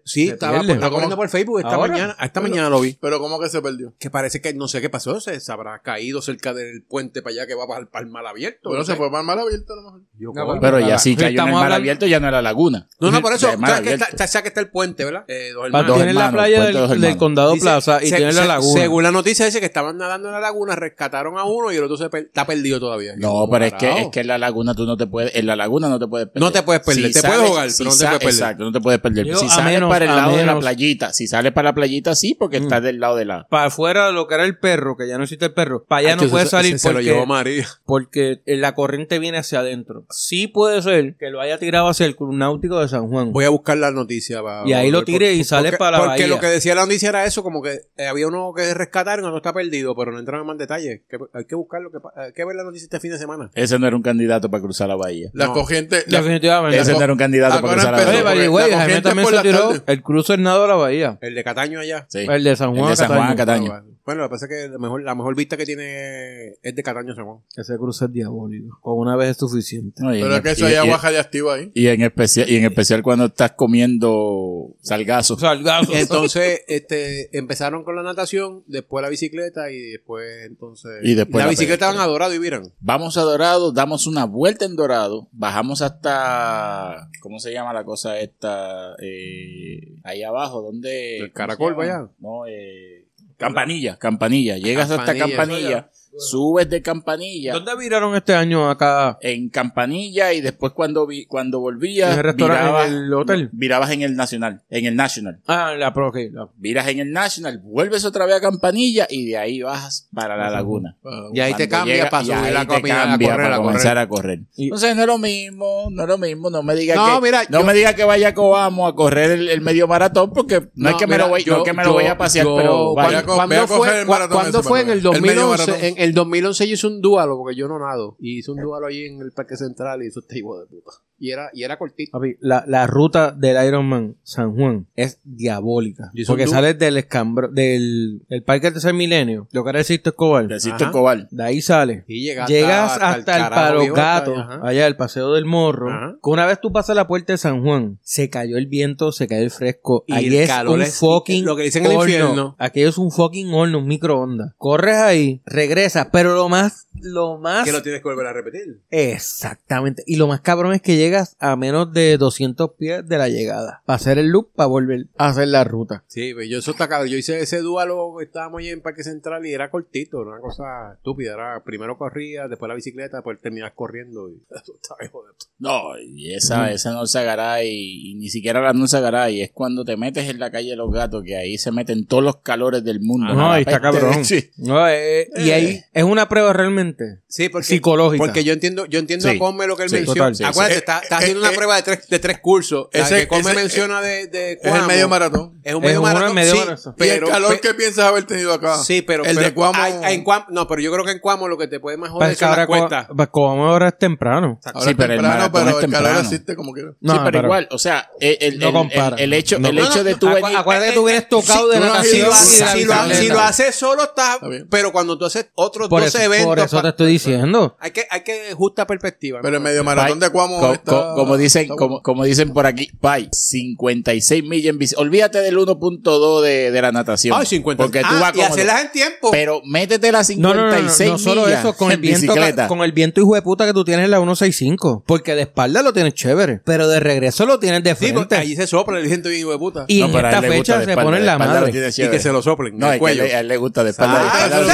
[SPEAKER 2] sí,
[SPEAKER 1] se
[SPEAKER 2] estaba
[SPEAKER 1] pierde.
[SPEAKER 2] por, estaba corriendo por Facebook esta
[SPEAKER 1] ¿Ahora?
[SPEAKER 2] mañana. Esta mañana lo vi.
[SPEAKER 6] Pero ¿cómo que se perdió?
[SPEAKER 2] Que parece que no sé qué pasó, se, se habrá caído cerca del puente para allá que va para el, para el mal abierto.
[SPEAKER 6] Bueno,
[SPEAKER 2] no,
[SPEAKER 6] se
[SPEAKER 2] sé.
[SPEAKER 6] fue para el mar abierto a lo mejor.
[SPEAKER 2] Yo,
[SPEAKER 1] No,
[SPEAKER 2] coño.
[SPEAKER 4] Pero ya
[SPEAKER 1] Ahora,
[SPEAKER 4] sí
[SPEAKER 1] sí,
[SPEAKER 4] cayó en el
[SPEAKER 1] estamos
[SPEAKER 4] mar
[SPEAKER 1] hablando-
[SPEAKER 4] abierto, ya no era laguna.
[SPEAKER 2] no, no, por eso,
[SPEAKER 4] De mar
[SPEAKER 2] sabes que
[SPEAKER 4] abierto.
[SPEAKER 2] está, está- sabes que está el puente, ¿verdad? Eh, dos
[SPEAKER 1] Pa-
[SPEAKER 2] hermanos.
[SPEAKER 4] Dos
[SPEAKER 1] Tienes la
[SPEAKER 4] hermanos,
[SPEAKER 1] playa
[SPEAKER 4] puente
[SPEAKER 1] del,
[SPEAKER 4] dos
[SPEAKER 1] del
[SPEAKER 4] hermanos.
[SPEAKER 1] condado
[SPEAKER 2] Dice-
[SPEAKER 1] Plaza y
[SPEAKER 2] se-
[SPEAKER 1] tienes la
[SPEAKER 2] se-
[SPEAKER 1] laguna.
[SPEAKER 2] Según la noticia dice que estaban nadando en la laguna, rescataron a uno y el otro se per- está perdido todavía.
[SPEAKER 4] No,
[SPEAKER 2] Yo,
[SPEAKER 4] pero es que,
[SPEAKER 2] parado.
[SPEAKER 4] es que en la laguna tú no te puedes, en la laguna no te puedes perder.
[SPEAKER 2] No te puedes perder, te puedes ahogar, pero no te puedes
[SPEAKER 4] sales-
[SPEAKER 2] perder.
[SPEAKER 4] Exacto, no te puedes perder.
[SPEAKER 1] Yo,
[SPEAKER 4] si
[SPEAKER 1] a
[SPEAKER 4] sales
[SPEAKER 1] menos,
[SPEAKER 4] para el
[SPEAKER 1] a
[SPEAKER 4] lado de la
[SPEAKER 1] menos-
[SPEAKER 4] playita. Si sale para la playita, sí, porque
[SPEAKER 2] Mm.
[SPEAKER 4] está del lado de la.
[SPEAKER 1] Para afuera de lo que era el perro, que ya no existe el perro, para allá no
[SPEAKER 2] Hacho,
[SPEAKER 1] puede
[SPEAKER 2] ese-
[SPEAKER 1] salir
[SPEAKER 2] ese Se lo llevó
[SPEAKER 1] porque,
[SPEAKER 2] María.
[SPEAKER 1] porque la corriente viene hacia adentro. Sí puede ser que lo haya tirado hacia el Club Náutico de San Juan.
[SPEAKER 2] Voy a buscar la noticia. para-
[SPEAKER 1] Y ahí lo
[SPEAKER 2] porque-
[SPEAKER 1] tire y sale
[SPEAKER 2] porque-
[SPEAKER 1] para la
[SPEAKER 2] Porque
[SPEAKER 1] bahía.
[SPEAKER 2] lo que decía la noticia era eso, como que eh, había uno que rescataron, no está perdido, pero no entraron en más detalles. Que- hay que buscarlo, que, pa- hay que ver la noticia este fin de semana.
[SPEAKER 4] Ese no era un candidato para cruzar la bahía.
[SPEAKER 6] Las
[SPEAKER 2] No.
[SPEAKER 6] corrientes. la-
[SPEAKER 1] Definitivamente.
[SPEAKER 4] Ese
[SPEAKER 6] co-
[SPEAKER 4] no era un candidato para
[SPEAKER 6] ahora
[SPEAKER 4] cruzar la
[SPEAKER 6] empezó.
[SPEAKER 1] Oye,
[SPEAKER 4] bahía.
[SPEAKER 6] porque
[SPEAKER 1] by the way,
[SPEAKER 6] la
[SPEAKER 1] Jaime
[SPEAKER 6] corriente
[SPEAKER 1] también
[SPEAKER 6] por
[SPEAKER 1] se
[SPEAKER 6] las
[SPEAKER 1] tiró
[SPEAKER 6] tardes.
[SPEAKER 1] el cruce Hernado de la Bahía.
[SPEAKER 2] El de Cataño allá.
[SPEAKER 4] Sí.
[SPEAKER 1] El de San Juan.
[SPEAKER 4] El de San Juan a
[SPEAKER 1] Cataño.
[SPEAKER 4] Cataño.
[SPEAKER 2] Bueno, lo que pasa es que la mejor, la mejor vista que tiene es de Cataño *laughs* Ramón.
[SPEAKER 1] Ese cruce es diabólico. Con una vez es suficiente.
[SPEAKER 4] No, y en-
[SPEAKER 6] Pero es que eso
[SPEAKER 4] y-
[SPEAKER 6] hay
[SPEAKER 4] y-
[SPEAKER 6] agua radiactiva ahí.
[SPEAKER 4] Y en especial, y en especial cuando estás comiendo
[SPEAKER 1] *laughs*
[SPEAKER 4] salgazo.
[SPEAKER 1] Salgazo.
[SPEAKER 2] Entonces, este, empezaron con la natación, después la bicicleta y después entonces.
[SPEAKER 4] Y después
[SPEAKER 2] la
[SPEAKER 4] la
[SPEAKER 2] bicicleta van
[SPEAKER 4] pedestre.
[SPEAKER 2] a Dorado y miran.
[SPEAKER 4] Vamos a Dorado, damos una vuelta en Dorado, bajamos hasta ¿cómo se llama la cosa esta? Eh, ahí abajo, donde
[SPEAKER 2] El caracol,
[SPEAKER 4] ¿cómo se llama?
[SPEAKER 2] vaya.
[SPEAKER 4] No, eh, campanilla, campanilla. Llegas hasta
[SPEAKER 2] Campanilla.
[SPEAKER 4] campanilla, subes de campanilla.
[SPEAKER 1] ¿Dónde viraron este año acá?
[SPEAKER 4] en Campanilla y después cuando vi, cuando volvías
[SPEAKER 1] ¿En el restaurante, en el hotel?
[SPEAKER 4] virabas en el Nacional, en el National.
[SPEAKER 1] Ah, la pro, ok, la-
[SPEAKER 4] Viras en el National, vuelves otra vez a Campanilla y de ahí bajas para la laguna.
[SPEAKER 2] Y ahí te
[SPEAKER 4] Cuando
[SPEAKER 2] cambias
[SPEAKER 4] llega-
[SPEAKER 2] para
[SPEAKER 4] y
[SPEAKER 2] subir
[SPEAKER 4] ahí
[SPEAKER 2] la
[SPEAKER 4] te
[SPEAKER 2] comida, a
[SPEAKER 4] cambia
[SPEAKER 2] correr,
[SPEAKER 4] para
[SPEAKER 2] a correr.
[SPEAKER 4] comenzar a correr.
[SPEAKER 1] Y-
[SPEAKER 4] Entonces no es lo mismo, no es lo mismo, no me diga
[SPEAKER 2] No,
[SPEAKER 4] que
[SPEAKER 2] mira,
[SPEAKER 4] no
[SPEAKER 2] yo-
[SPEAKER 4] me diga que vaya a Coamo a correr el, el medio maratón porque no, es que me
[SPEAKER 2] mira,
[SPEAKER 4] lo voy, no
[SPEAKER 2] yo-
[SPEAKER 4] es que me
[SPEAKER 2] yo-
[SPEAKER 4] lo voy a pasear,
[SPEAKER 2] yo-
[SPEAKER 4] pero
[SPEAKER 2] ¿cuándo-
[SPEAKER 4] vaya.
[SPEAKER 6] Voy a co-
[SPEAKER 2] ¿cuándo
[SPEAKER 6] voy a coger
[SPEAKER 2] fue,
[SPEAKER 6] el maratón
[SPEAKER 2] ¿cuándo
[SPEAKER 6] ese,
[SPEAKER 2] fue en
[SPEAKER 6] papá.
[SPEAKER 2] el
[SPEAKER 6] El medio
[SPEAKER 2] 2011?
[SPEAKER 6] maratón.
[SPEAKER 2] en el 2011 yo hice un dualo porque yo no nado y hice un dualo allí en el Parque Central y eso está hijo de puta. Y era y era cortito.
[SPEAKER 1] Papi, la, la ruta del Ironman San Juan es diabólica.
[SPEAKER 2] ¿Y eso
[SPEAKER 1] Porque
[SPEAKER 2] tú?
[SPEAKER 1] sales del escambro, del el parque del tercer milenio, lo que era el Sisto Escobar.
[SPEAKER 4] Te
[SPEAKER 1] De
[SPEAKER 4] hiciste
[SPEAKER 2] Ajá.
[SPEAKER 4] Escobar.
[SPEAKER 1] ahí sales.
[SPEAKER 2] Y llegaste
[SPEAKER 1] Llegas hasta, el,
[SPEAKER 2] carajo,
[SPEAKER 1] Paro
[SPEAKER 2] viejo,
[SPEAKER 1] Gato,
[SPEAKER 2] hasta- ajá.
[SPEAKER 1] allá el Paseo del Morro.
[SPEAKER 2] Ajá.
[SPEAKER 1] Que una vez tú pasas la puerta de San Juan, se cayó el viento, se cayó el fresco.
[SPEAKER 2] Y
[SPEAKER 1] Ahí
[SPEAKER 2] el
[SPEAKER 1] es
[SPEAKER 2] calor
[SPEAKER 1] un
[SPEAKER 2] es-
[SPEAKER 1] fucking
[SPEAKER 2] lo que dicen en el
[SPEAKER 1] horno.
[SPEAKER 2] infierno.
[SPEAKER 1] Aquello es un fucking horno, un microondas. Corres ahí, regresas, pero lo más, lo más
[SPEAKER 2] Que lo tienes que volver a repetir.
[SPEAKER 1] Exactamente. Y lo más cabrón es que llegas a menos de 200 pies de la llegada. Para hacer el loop, para volver a hacer la ruta.
[SPEAKER 2] Sí, pues yo eso está cabrón. Yo hice ese dualo, estábamos allí en Parque Central y era cortito, era una cosa estúpida. Era, primero corría, después la bicicleta, después terminabas corriendo. Y *laughs* eso estaba hijo de puta.
[SPEAKER 4] No, y esa, esa no se y, y ni siquiera la no Sagaray, es cuando te metes en la calle de los gatos, que ahí se meten todos los calores del mundo.
[SPEAKER 1] no,
[SPEAKER 4] La
[SPEAKER 1] ahí está
[SPEAKER 4] peste
[SPEAKER 1] cabrón.
[SPEAKER 4] de- sí.
[SPEAKER 1] No, eh, y ahí es una prueba realmente
[SPEAKER 2] Sí, porque,
[SPEAKER 1] psicológica.
[SPEAKER 2] porque yo entiendo, yo entiendo
[SPEAKER 4] Sí,
[SPEAKER 2] a Come lo que él
[SPEAKER 4] sí,
[SPEAKER 2] menciona.
[SPEAKER 1] total, sí,
[SPEAKER 2] Acuérdate,
[SPEAKER 6] sí.
[SPEAKER 2] está, está
[SPEAKER 6] Eh,
[SPEAKER 2] haciendo
[SPEAKER 6] eh,
[SPEAKER 2] una
[SPEAKER 6] eh,
[SPEAKER 2] prueba de tres, de tres cursos. La
[SPEAKER 6] ese-
[SPEAKER 2] que Come
[SPEAKER 6] ese-
[SPEAKER 2] menciona de, de
[SPEAKER 6] Es el
[SPEAKER 2] Cuamo.
[SPEAKER 6] medio maratón.
[SPEAKER 2] Es un
[SPEAKER 1] Es
[SPEAKER 2] medio
[SPEAKER 1] un
[SPEAKER 2] maratón.
[SPEAKER 1] medio
[SPEAKER 2] sí,
[SPEAKER 1] maratón.
[SPEAKER 6] Y el
[SPEAKER 2] Eh, pero-
[SPEAKER 6] calor
[SPEAKER 2] pe-
[SPEAKER 6] que piensas haber tenido acá.
[SPEAKER 2] Sí, pero.
[SPEAKER 6] El
[SPEAKER 2] pero-
[SPEAKER 6] de Cuamo.
[SPEAKER 2] ay, ay, en Cuamo- no, pero yo creo que en Cuamo lo que te puede más
[SPEAKER 1] Pero
[SPEAKER 2] joder
[SPEAKER 1] es que
[SPEAKER 2] son las
[SPEAKER 1] ahora co-
[SPEAKER 2] cuestas.
[SPEAKER 1] pa- como ahora es temprano.
[SPEAKER 6] Ahora
[SPEAKER 4] Sí,
[SPEAKER 6] es
[SPEAKER 4] pero el
[SPEAKER 6] temprano,
[SPEAKER 4] maratón
[SPEAKER 6] pero
[SPEAKER 4] es
[SPEAKER 6] el calor
[SPEAKER 4] temprano.
[SPEAKER 6] existe como quiera.
[SPEAKER 1] No,
[SPEAKER 4] sí, pero, igual, o sea, el, Eh, el-
[SPEAKER 1] No
[SPEAKER 4] el-
[SPEAKER 1] compara.
[SPEAKER 4] el- el hecho,
[SPEAKER 1] No.
[SPEAKER 4] el
[SPEAKER 1] No,
[SPEAKER 4] hecho
[SPEAKER 2] no,
[SPEAKER 4] de tu
[SPEAKER 1] Acu-
[SPEAKER 4] venir-
[SPEAKER 1] acuérdate que tú vienes tocado de
[SPEAKER 6] tú no has
[SPEAKER 1] natación
[SPEAKER 6] ido a-
[SPEAKER 1] y de la
[SPEAKER 2] si, lo,
[SPEAKER 1] bicicleta.
[SPEAKER 2] si lo haces solo está,
[SPEAKER 6] Está bien.
[SPEAKER 2] pero cuando tú haces otros
[SPEAKER 1] por
[SPEAKER 2] dos
[SPEAKER 1] eso,
[SPEAKER 2] eventos
[SPEAKER 1] por eso
[SPEAKER 2] pa-
[SPEAKER 1] te estoy diciendo.
[SPEAKER 2] hay que hay que justa perspectiva
[SPEAKER 6] Pero el
[SPEAKER 2] ¿no?
[SPEAKER 6] medio maratón de Cuamo.
[SPEAKER 4] Co-
[SPEAKER 6] está-
[SPEAKER 4] co- como dicen
[SPEAKER 6] está
[SPEAKER 4] como, como dicen por aquí bye 56 millas en bici olvídate del 1.2 de, de la natación
[SPEAKER 2] Ay, 50.
[SPEAKER 4] porque tú
[SPEAKER 2] Ah,
[SPEAKER 4] vas
[SPEAKER 2] y
[SPEAKER 4] cómodo.
[SPEAKER 2] hacerlas en tiempo
[SPEAKER 4] pero métete las
[SPEAKER 1] No, no, no, no, no,
[SPEAKER 4] 56
[SPEAKER 1] solo
[SPEAKER 4] millas
[SPEAKER 1] eso, con el
[SPEAKER 4] en
[SPEAKER 1] viento,
[SPEAKER 4] bicicleta
[SPEAKER 1] con el viento hijo de puta que tú tienes en la 165. Porque de espalda lo tienes chévere, pero de regreso lo tienes de
[SPEAKER 2] Sí,
[SPEAKER 1] frente.
[SPEAKER 2] porque allí se sopla el gente bien hijo de puta
[SPEAKER 1] y
[SPEAKER 4] No,
[SPEAKER 1] en
[SPEAKER 4] pero a él
[SPEAKER 1] esta
[SPEAKER 4] le gusta
[SPEAKER 1] fecha
[SPEAKER 4] de
[SPEAKER 1] se
[SPEAKER 4] espalda,
[SPEAKER 1] ponen
[SPEAKER 4] de
[SPEAKER 1] la
[SPEAKER 4] espalda
[SPEAKER 1] madre.
[SPEAKER 4] lo tiene
[SPEAKER 2] y
[SPEAKER 4] chévere.
[SPEAKER 2] que se lo soplen en
[SPEAKER 4] no, es
[SPEAKER 2] el
[SPEAKER 4] que a él
[SPEAKER 2] cuello
[SPEAKER 4] le- a él le gusta de espalda, de espalda lo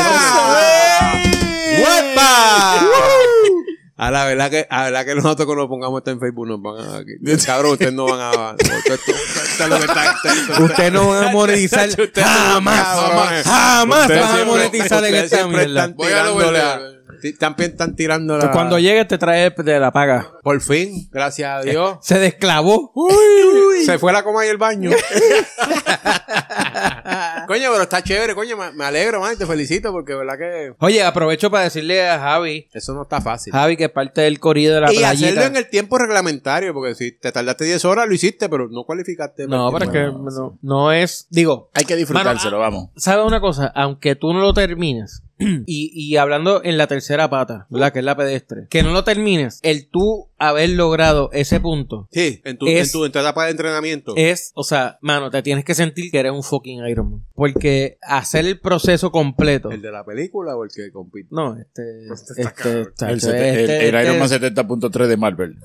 [SPEAKER 4] tiene.
[SPEAKER 2] ¡Uepa! A la verdad que, a la verdad que nosotros cuando pongamos esto en Facebook nos van a... Cabrón, ustedes no
[SPEAKER 1] *laughs*
[SPEAKER 2] van a... Esto, esto- esto es lo que está- esto- esto- esto-
[SPEAKER 1] Usted no va a monetizar
[SPEAKER 2] Ustedes son
[SPEAKER 1] jamás.
[SPEAKER 2] cabrones.
[SPEAKER 1] Jamás
[SPEAKER 2] Ustedes
[SPEAKER 1] vas a
[SPEAKER 2] siempre-
[SPEAKER 1] monetizar en
[SPEAKER 2] ustedes
[SPEAKER 1] esta
[SPEAKER 2] siempre
[SPEAKER 1] mierda. Pues
[SPEAKER 2] están
[SPEAKER 6] Voy a lo
[SPEAKER 2] tirándole a-
[SPEAKER 6] verde.
[SPEAKER 2] ti- También están tirando la...
[SPEAKER 1] Cuando llegues te trae de la paga.
[SPEAKER 2] Por fin, gracias a Dios.
[SPEAKER 1] Se desclavó.
[SPEAKER 2] Se fue la coma y el baño. coño, pero está chévere, coño. Me, me alegro, man. y Te felicito porque, verdad que
[SPEAKER 1] Oye, aprovecho para decirle a Javi,
[SPEAKER 2] eso no está fácil.
[SPEAKER 1] Javi que es parte del corrido de la
[SPEAKER 2] y hacerlo en
[SPEAKER 1] playita.
[SPEAKER 2] el tiempo reglamentario, porque si te tardaste 10 horas, lo hiciste, pero no cualificaste.
[SPEAKER 1] No,
[SPEAKER 2] ¿me
[SPEAKER 1] pero es que
[SPEAKER 2] entiendes?
[SPEAKER 1] no, no es, digo,
[SPEAKER 4] hay que disfrutárselo vamos
[SPEAKER 1] ¿Sabes una cosa? Aunque tú no lo termines, *clears throat* y, y hablando en la tercera pata, ¿verdad? Que es la pedestre, que no lo termines, el tú haber logrado ese punto
[SPEAKER 2] Sí, en tu,
[SPEAKER 1] Es-
[SPEAKER 2] en tu, en tu etapa de entrenamiento.
[SPEAKER 1] es, o sea, mano, te tienes que sentir que eres un fucking Iron Man. Porque hacer el proceso completo.
[SPEAKER 2] ¿El de la película o el que compite? Pues
[SPEAKER 1] No, este. Este,
[SPEAKER 4] el,
[SPEAKER 1] chacho,
[SPEAKER 4] sete- el-
[SPEAKER 1] este-
[SPEAKER 4] el Iron Man
[SPEAKER 1] este-
[SPEAKER 4] 70.3 de Marvel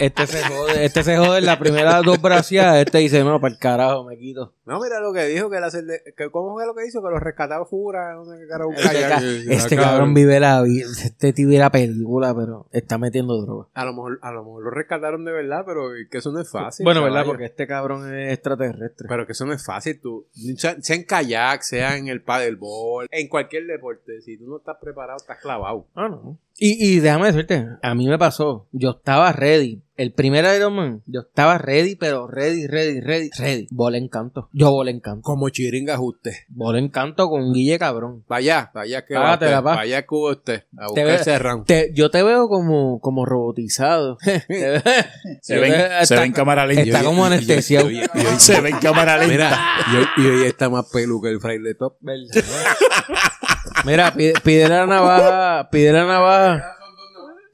[SPEAKER 1] este se jode, este se jode en la primera dos braciadas, este dice, no, para el carajo, me quito.
[SPEAKER 2] No, mira lo que dijo, que, la cerde- que ¿cómo fue lo que hizo? Que los rescatados fuera, no sé qué carajo,
[SPEAKER 1] *laughs*
[SPEAKER 2] un
[SPEAKER 1] Este,
[SPEAKER 2] kayak.
[SPEAKER 1] ca- este cabrón vive la vi- este tío vive la película, pero está metiendo droga.
[SPEAKER 2] A lo mejor, a lo mejor lo rescataron de verdad, pero que eso no es fácil.
[SPEAKER 1] bueno, ¿verdad?
[SPEAKER 2] Ah, caballo.
[SPEAKER 1] Porque este cabrón es extraterrestre.
[SPEAKER 2] Pero que eso no es fácil, tú. Sea, sea en kayak, sea en el paddleboard, en cualquier deporte. Si tú no estás preparado, estás clavado.
[SPEAKER 1] Ah, no. Y, y déjame decirte, a mí me pasó. Yo estaba ready. El primer Iron Man, yo estaba ready, pero ready, ready, ready, ready. Bola encanto. Yo bola encanto.
[SPEAKER 2] Como chiringas usted.
[SPEAKER 1] Bola encanto con Guille cabrón.
[SPEAKER 2] Vaya, vaya que va
[SPEAKER 1] Págatela,
[SPEAKER 2] usted.
[SPEAKER 1] pa.
[SPEAKER 2] Vaya que va usted. A
[SPEAKER 1] Te
[SPEAKER 2] buscar
[SPEAKER 1] ve-
[SPEAKER 2] ese round.
[SPEAKER 1] Te- yo te veo como, como robotizado.
[SPEAKER 4] Se ven, se
[SPEAKER 1] Está-
[SPEAKER 4] ven cámara lenta.
[SPEAKER 1] está
[SPEAKER 2] Yo-
[SPEAKER 1] como
[SPEAKER 2] yo-
[SPEAKER 1] anestesiado.
[SPEAKER 2] yo-
[SPEAKER 4] *laughs* se ven cámara lenta.
[SPEAKER 2] Mira, y, hoy- y hoy está más pelu que el fraile top.
[SPEAKER 1] Mira, pide, pide la navaja, pide la navaja.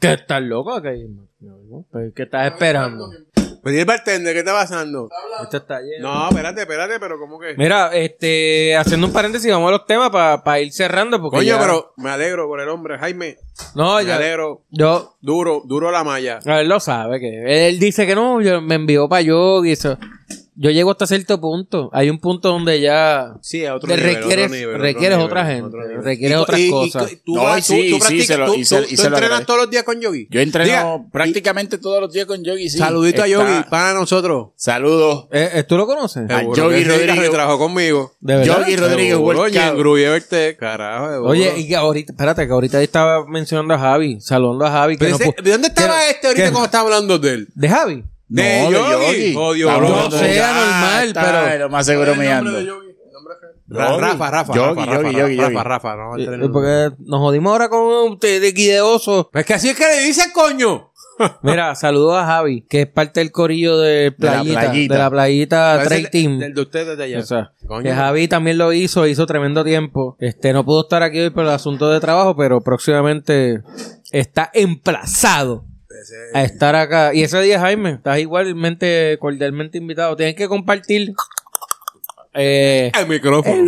[SPEAKER 1] ¿Qué estás loco? ¿Qué, ¿Qué estás esperando?
[SPEAKER 2] Pero ¿y el bartender qué está pasando?
[SPEAKER 1] Esto está lleno.
[SPEAKER 2] No, espérate, espérate, pero ¿cómo que?
[SPEAKER 1] Mira, este, haciendo un paréntesis, vamos a los temas para ir cerrando. Porque
[SPEAKER 2] Coño,
[SPEAKER 1] ya-
[SPEAKER 2] pero me alegro por el hombre, Jaime.
[SPEAKER 1] No,
[SPEAKER 2] Me
[SPEAKER 1] ya.
[SPEAKER 2] alegro.
[SPEAKER 1] Yo,
[SPEAKER 2] Duro, duro la malla.
[SPEAKER 1] A él lo sabe que él dice que no, yo- me envió para yo y eso. Yo llego hasta cierto punto. Hay un punto donde ya
[SPEAKER 2] Sí, a otro
[SPEAKER 1] te
[SPEAKER 2] nivel, otro
[SPEAKER 1] requieres,
[SPEAKER 2] nivel, otro
[SPEAKER 1] requieres
[SPEAKER 2] nivel,
[SPEAKER 1] otra gente,
[SPEAKER 2] otro nivel.
[SPEAKER 1] requieres
[SPEAKER 2] Y-
[SPEAKER 1] otras
[SPEAKER 2] y- y-
[SPEAKER 1] cosas.
[SPEAKER 2] tú,
[SPEAKER 4] No,
[SPEAKER 2] vas-
[SPEAKER 4] y
[SPEAKER 2] tú-
[SPEAKER 4] sí,
[SPEAKER 2] tú
[SPEAKER 4] sí,
[SPEAKER 2] practicas-
[SPEAKER 4] se lo-
[SPEAKER 2] tú-
[SPEAKER 4] y se-
[SPEAKER 2] tú- tú
[SPEAKER 4] y se lo
[SPEAKER 2] entrenas
[SPEAKER 4] agradezco.
[SPEAKER 2] todos los días con Yogi.
[SPEAKER 4] Yo entreno
[SPEAKER 2] Diga,
[SPEAKER 4] prácticamente todos los días con Yogi.
[SPEAKER 2] y-
[SPEAKER 4] sí.
[SPEAKER 2] saludito a
[SPEAKER 4] Está-
[SPEAKER 2] Yogi, para nosotros.
[SPEAKER 4] Saludos.
[SPEAKER 1] Eh, eh, ¿Tú lo conoces?
[SPEAKER 4] A
[SPEAKER 2] Seguro
[SPEAKER 4] Yogi
[SPEAKER 2] que sí,
[SPEAKER 4] Rodríguez.
[SPEAKER 2] que trabajó conmigo.
[SPEAKER 1] De verdad.
[SPEAKER 4] Yogi Rodríguez
[SPEAKER 2] Seguro, y en
[SPEAKER 4] Workout.
[SPEAKER 2] Gruyere te- carajo. seguro.
[SPEAKER 1] Oye, y que ahorita, espérate, que ahorita estaba mencionando a Javi, saludando a Javi. Que
[SPEAKER 2] Pero
[SPEAKER 1] no
[SPEAKER 2] ese-
[SPEAKER 1] pu-
[SPEAKER 2] ¿de dónde estaba
[SPEAKER 1] que-
[SPEAKER 2] este ahorita
[SPEAKER 1] que-
[SPEAKER 2] cuando estaba hablando de él?
[SPEAKER 1] ¿De Javi?
[SPEAKER 4] No,
[SPEAKER 2] De
[SPEAKER 4] de
[SPEAKER 2] Yogi.
[SPEAKER 4] Yogi.
[SPEAKER 2] Oh, Dios,
[SPEAKER 4] Estamos
[SPEAKER 2] no
[SPEAKER 4] hablando
[SPEAKER 1] sea
[SPEAKER 4] de-
[SPEAKER 1] normal,
[SPEAKER 4] está,
[SPEAKER 1] pero-
[SPEAKER 4] Lo más seguro me
[SPEAKER 6] nombre de
[SPEAKER 4] ando.
[SPEAKER 6] Yogi? ¿El nombre de Jaime?
[SPEAKER 2] Ra-
[SPEAKER 4] Yogi.
[SPEAKER 2] Rafa, Rafa,
[SPEAKER 4] Yogi,
[SPEAKER 2] Rafa,
[SPEAKER 4] Yogi,
[SPEAKER 2] Rafa,
[SPEAKER 4] Yogi,
[SPEAKER 2] Rafa,
[SPEAKER 4] Yogi.
[SPEAKER 2] Rafa, no,
[SPEAKER 1] Eh,
[SPEAKER 2] entreno.
[SPEAKER 1] Porque nos jodimos ahora con usted de Guideoso.
[SPEAKER 2] Pues que así es que le dice, coño.
[SPEAKER 1] Mira, saludo a Javi, que es parte del corillo de Playita, de la Playita,
[SPEAKER 4] playita.
[SPEAKER 2] Parece
[SPEAKER 1] Trail
[SPEAKER 2] el-
[SPEAKER 1] Team.
[SPEAKER 2] Del de ustedes de allá.
[SPEAKER 1] O sea,
[SPEAKER 2] Coño.
[SPEAKER 1] que Javi también lo hizo, hizo tremendo tiempo. Este, no pudo estar aquí hoy por el asunto de trabajo, pero próximamente está emplazado a estar acá. Y ese día, Jaime, estás igualmente, cordialmente invitado. Tienes que compartir. eh,
[SPEAKER 2] el micrófono.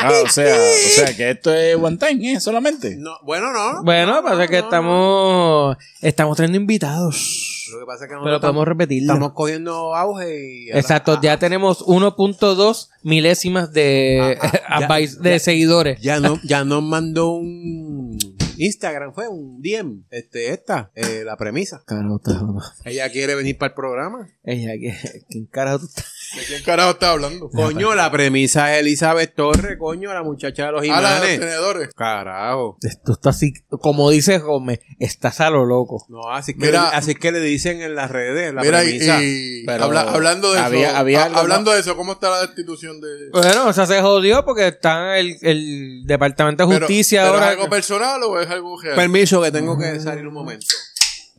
[SPEAKER 4] Ah, o, sea, o sea, que esto es one time, ¿eh? Solamente.
[SPEAKER 2] No, bueno, no.
[SPEAKER 1] bueno, pasa que
[SPEAKER 2] no,
[SPEAKER 1] estamos, estamos teniendo invitados.
[SPEAKER 2] Lo que pasa es que
[SPEAKER 1] Pero
[SPEAKER 2] nosotros
[SPEAKER 1] podemos repetirlo.
[SPEAKER 2] estamos cogiendo auge y...
[SPEAKER 1] Exacto, ya tenemos 1.2 milésimas de, *laughs*
[SPEAKER 2] Ah, ah, ya,
[SPEAKER 1] de
[SPEAKER 2] ya.
[SPEAKER 1] seguidores.
[SPEAKER 2] Ya, no, ya nos mandó un Instagram, fue un DM. Este, esta, eh, la premisa.
[SPEAKER 1] Carota,
[SPEAKER 2] Ella quiere venir para el programa.
[SPEAKER 1] ella, ¿qué- ¿quién carajo tú estás?
[SPEAKER 6] ¿De quién carajo está hablando?
[SPEAKER 2] Coño,
[SPEAKER 1] pues.
[SPEAKER 2] la premisa es Elizabeth Torres, coño, la muchacha de los
[SPEAKER 6] A la de los
[SPEAKER 2] imanes.
[SPEAKER 6] tenedores.
[SPEAKER 2] Carajo.
[SPEAKER 1] Tú estás así, como dice Gómez, estás a lo loco.
[SPEAKER 2] No, así que,
[SPEAKER 6] Mira-
[SPEAKER 2] le, así que le dicen en las redes, la
[SPEAKER 6] Mira, y,
[SPEAKER 2] premisa.
[SPEAKER 6] y
[SPEAKER 4] Pero
[SPEAKER 6] habla- hablando de
[SPEAKER 4] había-
[SPEAKER 6] eso,
[SPEAKER 4] había
[SPEAKER 6] ha-
[SPEAKER 4] algo,
[SPEAKER 6] hablando de eso, ¿cómo está la destitución de
[SPEAKER 1] Bueno, o sea, se jodió porque está el, el Departamento de
[SPEAKER 6] Pero-
[SPEAKER 1] Justicia
[SPEAKER 6] pero
[SPEAKER 1] ahora.
[SPEAKER 6] ¿Es algo personal o es algo real?
[SPEAKER 2] Permiso, que tengo que salir un momento.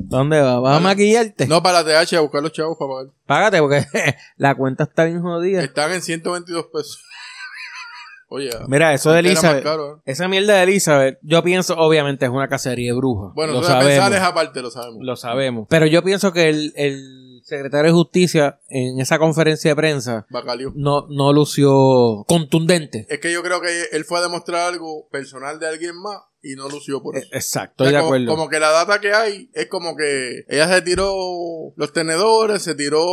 [SPEAKER 1] ¿Dónde va? ¿Vas a maquillarte?
[SPEAKER 6] No, para la TH, a buscar los chavos para pagar.
[SPEAKER 1] Págate porque *laughs* la cuenta está bien jodida.
[SPEAKER 6] Están en 122 pesos. *laughs* Oye,
[SPEAKER 1] Mira, eso de
[SPEAKER 6] Era más
[SPEAKER 1] Elizabeth.
[SPEAKER 6] caro, ¿eh?
[SPEAKER 1] Esa mierda de Elizabeth, yo pienso, obviamente, es una cacería de brujas.
[SPEAKER 6] bueno,
[SPEAKER 1] lo
[SPEAKER 6] eso de pensar
[SPEAKER 1] sabemos.
[SPEAKER 6] es aparte, lo sabemos.
[SPEAKER 1] Lo sabemos. Pero yo pienso que el, el secretario de Justicia, en esa conferencia de prensa,
[SPEAKER 6] Bacalio.
[SPEAKER 1] no, no lució contundente.
[SPEAKER 6] Es que yo creo que él fue a demostrar algo personal de alguien más y no lució por eso.
[SPEAKER 1] E-, Exacto,
[SPEAKER 6] O sea,
[SPEAKER 1] Eh, estoy de acuerdo.
[SPEAKER 6] como, como que la data que hay es como que ella se tiró los tenedores, se tiró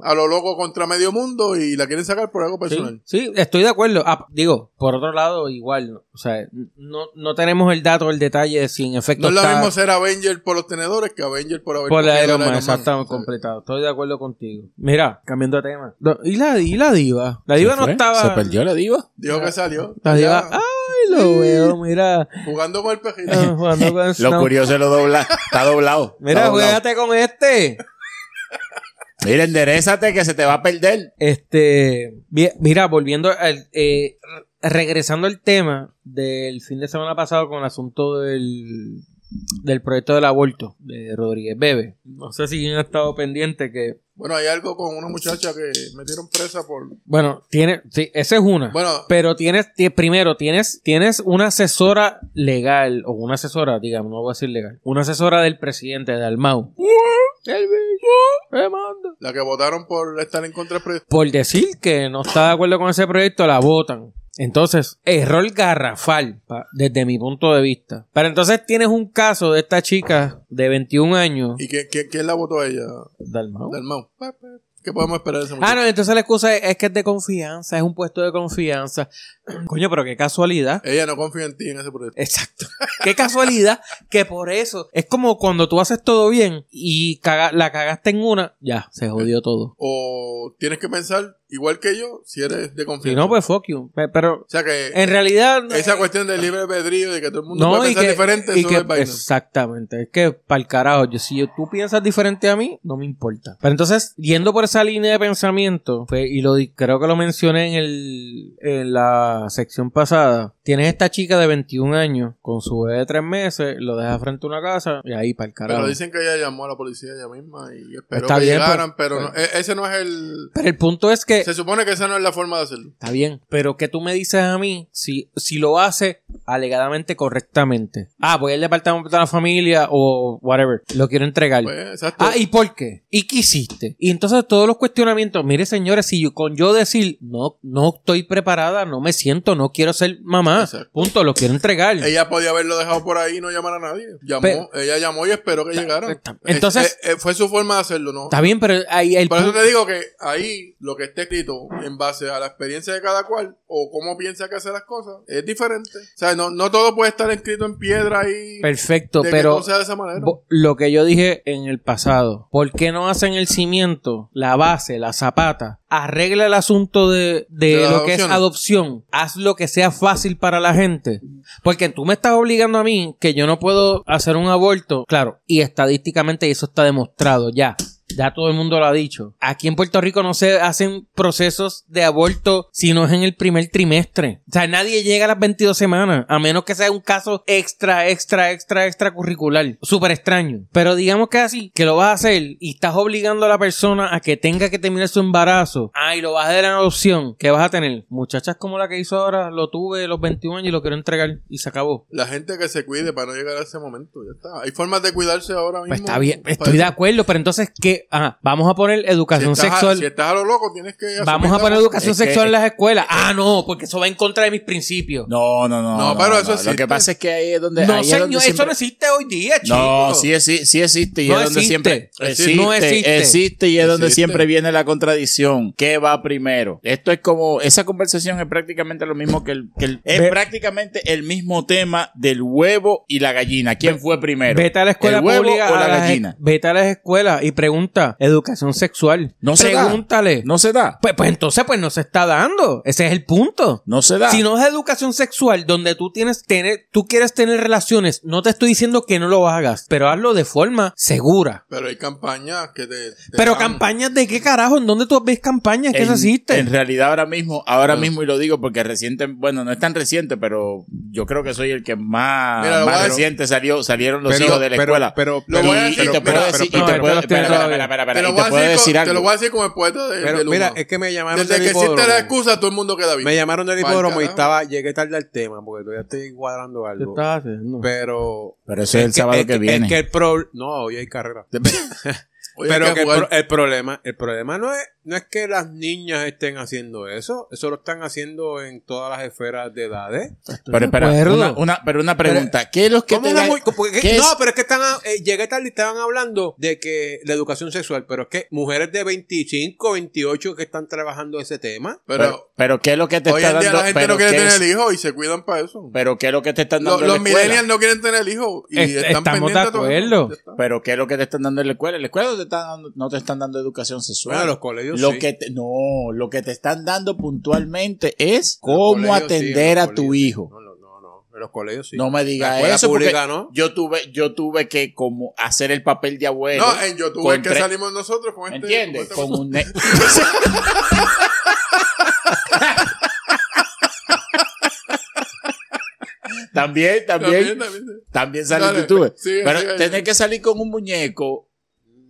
[SPEAKER 6] a lo loco contra medio mundo y la quieren sacar por algo personal.
[SPEAKER 1] Sí, sí, estoy de acuerdo. Ah, digo, por otro lado, igual, ¿no? o sea, no, no tenemos el dato, el detalle de si en efecto
[SPEAKER 6] No es lo
[SPEAKER 1] está
[SPEAKER 6] mismo ser Avenger por los tenedores que Avenger por haber
[SPEAKER 1] por la
[SPEAKER 6] cogido
[SPEAKER 1] Iron
[SPEAKER 6] el
[SPEAKER 1] Man.
[SPEAKER 6] Iron Man.
[SPEAKER 1] Exacto,
[SPEAKER 6] O sea,
[SPEAKER 1] completado. Estoy de acuerdo contigo. Mira, cambiando de tema. No, ¿Y la, y la diva? La diva no
[SPEAKER 4] ¿Se fue?
[SPEAKER 1] estaba...
[SPEAKER 4] ¿Se perdió la diva?
[SPEAKER 6] Dijo que salió.
[SPEAKER 1] La diva...
[SPEAKER 6] Ya,
[SPEAKER 1] Ay, lo veo, *laughs* mira.
[SPEAKER 6] Jugando con el pejito.
[SPEAKER 1] Ah, jugando con
[SPEAKER 4] Lo
[SPEAKER 1] Snow.
[SPEAKER 4] curioso es lo dobla.
[SPEAKER 1] *laughs*
[SPEAKER 4] Está doblado.
[SPEAKER 1] Mira,
[SPEAKER 4] Está doblado.
[SPEAKER 1] juégate con este.
[SPEAKER 4] Mira, enderezate que se te va a perder.
[SPEAKER 1] Este, vi- mira, volviendo al, eh, re- regresando al tema del fin de semana pasado con el asunto del, del proyecto del aborto de Rodríguez Bebe. No sé si han estado pendientes que,
[SPEAKER 6] Bueno, hay algo con una muchacha que metieron presa por...
[SPEAKER 1] bueno, tiene, sí, esa es una.
[SPEAKER 6] Bueno,
[SPEAKER 1] pero tienes, ti- primero, tienes, tienes una asesora legal, o una asesora, digamos, no voy a decir legal, una asesora del presidente de Almau. El bicho, me manda.
[SPEAKER 6] la que votaron por estar en contra del proyecto.
[SPEAKER 1] por decir que no está de acuerdo con ese proyecto, la votan. Entonces, error garrafal, pa- desde mi punto de vista. Pero entonces tienes un caso de esta chica de 21 años.
[SPEAKER 6] ¿Y quién, quién- quién la votó a ella?
[SPEAKER 1] Dalmau.
[SPEAKER 6] Dalmau. ¿Qué podemos esperar de ese muchacho?
[SPEAKER 1] Oh. Ah, no, entonces la excusa es, es que es de confianza, es un puesto de confianza. *clears throat* Coño, pero qué casualidad.
[SPEAKER 6] Ella no confía en ti en ese proyecto.
[SPEAKER 1] Exacto. Qué casualidad que por eso. Es como cuando tú haces todo bien y caga- la cagaste en una, ya, se jodió todo.
[SPEAKER 6] O tienes que pensar, igual que yo, si eres de
[SPEAKER 1] Si
[SPEAKER 6] confianza.
[SPEAKER 1] no, pues fuck you. Pe- Pero
[SPEAKER 6] O sea que
[SPEAKER 1] en realidad.
[SPEAKER 6] esa cuestión del libre albedrío de que todo el mundo
[SPEAKER 1] No,
[SPEAKER 6] puede
[SPEAKER 1] y
[SPEAKER 6] pensar
[SPEAKER 1] que,
[SPEAKER 6] diferente,
[SPEAKER 1] y
[SPEAKER 6] eso
[SPEAKER 1] que- pues,
[SPEAKER 6] es vaina.
[SPEAKER 1] exactamente. Es que, para el carajo, yo, si tú piensas diferente a mí, no me importa. Pero entonces, yendo por esa línea de pensamiento, fue- y lo di- creo que lo mencioné en, el, en la sección pasada, tienes esta chica de 21 años con su bebé de 3 meses, lo deja frente a una casa y ahí para el carajo.
[SPEAKER 6] Pero dicen que ella llamó a la policía ella misma y esperó
[SPEAKER 1] Está
[SPEAKER 6] que
[SPEAKER 1] bien, pues,
[SPEAKER 6] llegaran, pero,
[SPEAKER 1] pero-
[SPEAKER 6] no- e- ese no es el...
[SPEAKER 1] Pero el punto es que
[SPEAKER 6] Se supone que esa no es la forma de hacerlo.
[SPEAKER 1] Está bien, pero ¿qué tú me dices a mí si, si lo hace alegadamente correctamente? Ah, voy al departamento de la familia o whatever, lo quiero entregar.
[SPEAKER 6] Pues, exacto.
[SPEAKER 1] Ah, ¿y por qué? ¿Y qué hiciste? Y entonces todos los cuestionamientos, mire señores, si yo, con yo decir, no, no estoy preparada, no me siento, no quiero ser mamá,
[SPEAKER 6] Exacto.
[SPEAKER 1] punto, lo quiero entregar.
[SPEAKER 6] Ella podía haberlo dejado por ahí y no llamar a nadie. Llamó,
[SPEAKER 1] Pero-
[SPEAKER 6] ella llamó y esperó que llegaran.
[SPEAKER 1] está- entonces-
[SPEAKER 6] Es- es- fue su forma de hacerlo, ¿no?
[SPEAKER 1] Está bien, pero ahí el
[SPEAKER 6] Por eso
[SPEAKER 1] punto-
[SPEAKER 6] te digo que ahí lo que está escrito en base a la experiencia de cada cual o cómo piensa que hace las cosas es diferente. O sea, no, no todo puede estar escrito en piedra y
[SPEAKER 1] perfecto,
[SPEAKER 6] de que
[SPEAKER 1] pero...
[SPEAKER 6] todo sea de esa manera.
[SPEAKER 1] Bo- Lo que yo dije en el pasado, ¿por qué no hacen el cimiento, la base, la zapata? Arregla el asunto de, de
[SPEAKER 6] De las
[SPEAKER 1] lo que es
[SPEAKER 6] adopciones.
[SPEAKER 1] adopción. Haz lo que sea fácil para la gente. Porque tú me estás obligando a mí que yo no puedo hacer un aborto. Claro, y estadísticamente eso está demostrado ya. Ya todo el mundo lo ha dicho. Aquí en Puerto Rico no se hacen procesos de aborto si no es en el primer trimestre. O sea, nadie llega a las 22 semanas, a menos que sea un caso extra, extra, extra, extra curricular. Súper extraño. Pero digamos que así, que lo vas a hacer y estás obligando a la persona a que tenga que terminar su embarazo. Ah, y lo vas a dar en adopción. ¿Qué vas a tener? Muchachas como la que hizo ahora, lo tuve a los 21 años y lo quiero entregar y se acabó.
[SPEAKER 6] La gente que se cuide para no llegar a ese momento, ya está. Hay formas de cuidarse ahora mismo.
[SPEAKER 1] Pues está bien,
[SPEAKER 6] Para
[SPEAKER 1] estoy de
[SPEAKER 6] eso.
[SPEAKER 1] acuerdo, pero entonces, ¿qué? Ajá, vamos a poner
[SPEAKER 6] Si
[SPEAKER 1] educación
[SPEAKER 6] estás, a-
[SPEAKER 1] sexual.
[SPEAKER 6] si estás a lo loco, tienes que.
[SPEAKER 1] Vamos a
[SPEAKER 6] asumir
[SPEAKER 1] poner
[SPEAKER 6] la-
[SPEAKER 1] educación
[SPEAKER 4] es que-
[SPEAKER 1] sexual en las escuelas. Ah, no, porque eso va en contra de mis principios. No,
[SPEAKER 4] No, no, no.
[SPEAKER 6] No, pero eso
[SPEAKER 4] Lo
[SPEAKER 6] existe.
[SPEAKER 4] que pasa es que ahí es donde. ahí es
[SPEAKER 1] señor,
[SPEAKER 4] donde
[SPEAKER 1] eso
[SPEAKER 4] siempre-
[SPEAKER 1] no existe hoy día, chico.
[SPEAKER 4] No, sí, exi- sí existe y
[SPEAKER 1] No
[SPEAKER 4] es donde
[SPEAKER 1] existe.
[SPEAKER 4] siempre
[SPEAKER 1] Existe.
[SPEAKER 4] existe,
[SPEAKER 1] No existe.
[SPEAKER 4] existe. y es donde
[SPEAKER 6] Existe.
[SPEAKER 4] siempre viene la contradicción. ¿Qué va primero? Esto es como esa conversación es prácticamente lo mismo que el, que el- es
[SPEAKER 1] Ve-
[SPEAKER 4] prácticamente el mismo tema del huevo y la gallina. ¿Quién fue primero?
[SPEAKER 1] Vete a la escuela
[SPEAKER 4] ¿El huevo
[SPEAKER 1] pública
[SPEAKER 4] o
[SPEAKER 1] a
[SPEAKER 4] la
[SPEAKER 1] las-
[SPEAKER 4] gallina?
[SPEAKER 1] Vete a las escuelas y pregunta educación sexual.
[SPEAKER 4] No se da.
[SPEAKER 1] Pregúntale.
[SPEAKER 4] No se da.
[SPEAKER 1] Pues, pues entonces pues no se está dando. Ese es el punto.
[SPEAKER 4] No se da.
[SPEAKER 1] Si no es educación sexual donde tú tienes tener, tú quieres tener relaciones, no te estoy diciendo que no lo hagas, pero hazlo de forma segura.
[SPEAKER 6] Pero hay campañas que te. te
[SPEAKER 1] Pero
[SPEAKER 6] dan.
[SPEAKER 1] campañas de qué carajo, ¿en dónde tú ves campañas que
[SPEAKER 4] en,
[SPEAKER 1] eso existe?
[SPEAKER 4] en realidad ahora mismo, ahora mismo y lo digo porque reciente, bueno, no es tan reciente, pero yo creo que soy el que más,
[SPEAKER 6] Mira, lo
[SPEAKER 4] más
[SPEAKER 6] voy a-
[SPEAKER 4] reciente salió, salieron los
[SPEAKER 2] Pero-
[SPEAKER 4] hijos de la
[SPEAKER 2] pero-
[SPEAKER 4] escuela.
[SPEAKER 2] pero-
[SPEAKER 6] Lo voy a
[SPEAKER 4] y,
[SPEAKER 6] decir-
[SPEAKER 4] y te
[SPEAKER 6] mira,
[SPEAKER 4] puedo
[SPEAKER 6] pero-
[SPEAKER 4] decir,
[SPEAKER 1] pero-
[SPEAKER 4] y te
[SPEAKER 1] pero-
[SPEAKER 4] puedo,
[SPEAKER 1] pero-
[SPEAKER 4] espera,
[SPEAKER 1] pero-
[SPEAKER 4] espera, espera, espera,
[SPEAKER 6] Te lo,
[SPEAKER 4] y
[SPEAKER 6] voy
[SPEAKER 4] te
[SPEAKER 6] a
[SPEAKER 4] puedo
[SPEAKER 6] decir,
[SPEAKER 4] decir
[SPEAKER 6] con- te lo
[SPEAKER 4] algo.
[SPEAKER 6] voy a decir como el poeta de,
[SPEAKER 2] Pero
[SPEAKER 6] de Luma.
[SPEAKER 2] mira, es que me llamaron
[SPEAKER 6] Desde
[SPEAKER 2] del
[SPEAKER 6] que existe la
[SPEAKER 2] hipódromo.
[SPEAKER 6] excusa, todo el mundo queda bien.
[SPEAKER 2] Me llamaron del
[SPEAKER 6] Pa'l
[SPEAKER 2] hipódromo y
[SPEAKER 6] carajo.
[SPEAKER 2] estaba, llegué tarde al tema porque todavía estoy cuadrando
[SPEAKER 1] ¿Qué
[SPEAKER 2] algo.
[SPEAKER 1] estás haciendo?
[SPEAKER 2] Pero.
[SPEAKER 4] Pero eso es el sábado que viene.
[SPEAKER 2] Es que el pro... No, hoy hay carrera.
[SPEAKER 6] Oye, hay
[SPEAKER 2] pero
[SPEAKER 6] que
[SPEAKER 2] que el,
[SPEAKER 6] jugar.
[SPEAKER 2] pro- el problema, el problema no es, no es que las niñas estén haciendo eso, eso lo están haciendo en todas las esferas de edades.
[SPEAKER 4] Pero espera,
[SPEAKER 1] de acuerdo.
[SPEAKER 4] una, una- pero una pregunta. ¿Qué es lo que
[SPEAKER 2] ¿Cómo
[SPEAKER 4] te
[SPEAKER 2] una
[SPEAKER 4] da-
[SPEAKER 2] mu- porque-
[SPEAKER 4] qué es-
[SPEAKER 2] no, pero es que están, a- eh, llegué tarde y estaban hablando de que la educación sexual, pero es que mujeres de 25, 28 que están trabajando ese tema.
[SPEAKER 6] Pero
[SPEAKER 4] pero, pero ¿qué es lo que te
[SPEAKER 6] hoy
[SPEAKER 4] está
[SPEAKER 6] en día
[SPEAKER 4] dando?
[SPEAKER 6] la gente
[SPEAKER 4] pero
[SPEAKER 6] no quiere
[SPEAKER 4] qué es-
[SPEAKER 6] tener hijos y se cuidan para eso.
[SPEAKER 4] pero ¿qué es lo que te están
[SPEAKER 6] Lo-
[SPEAKER 4] dando en la
[SPEAKER 6] los
[SPEAKER 4] escuela?
[SPEAKER 6] millennials no quieren tener hijos y
[SPEAKER 1] Est-
[SPEAKER 6] están
[SPEAKER 1] estamos de
[SPEAKER 6] pendientes a todo eso.
[SPEAKER 1] acuerdo.
[SPEAKER 6] Ya está.
[SPEAKER 4] Pero ¿qué es lo que te están dando en la escuela? En la escuela te están dando- no te están dando educación sexual.
[SPEAKER 2] Bueno, los colegios
[SPEAKER 4] lo
[SPEAKER 2] sí.
[SPEAKER 4] que te- no, lo que te están dando puntualmente es cómo
[SPEAKER 2] Los colegios sí,
[SPEAKER 4] atender
[SPEAKER 2] los
[SPEAKER 4] a tu
[SPEAKER 2] colegios sí.
[SPEAKER 4] hijo.
[SPEAKER 2] No, no, no, no, en los colegios sí.
[SPEAKER 4] No me
[SPEAKER 2] La
[SPEAKER 4] digas
[SPEAKER 2] escuela
[SPEAKER 4] eso porque
[SPEAKER 2] pública, ¿no?
[SPEAKER 4] yo tuve yo tuve que como hacer el papel de abuelo.
[SPEAKER 6] No, en YouTube
[SPEAKER 4] con
[SPEAKER 6] es que
[SPEAKER 4] tres-
[SPEAKER 6] salimos nosotros con
[SPEAKER 4] ¿Me
[SPEAKER 6] este.
[SPEAKER 4] entiendes?
[SPEAKER 6] este-
[SPEAKER 4] Con
[SPEAKER 6] *laughs*
[SPEAKER 4] un ne- También,
[SPEAKER 6] también,
[SPEAKER 4] también,
[SPEAKER 6] también.
[SPEAKER 4] también sale
[SPEAKER 6] Dale,
[SPEAKER 4] en YouTube.
[SPEAKER 6] sigue,
[SPEAKER 4] pero
[SPEAKER 6] sigue,
[SPEAKER 4] tener
[SPEAKER 6] sigue.
[SPEAKER 4] que salir con un muñeco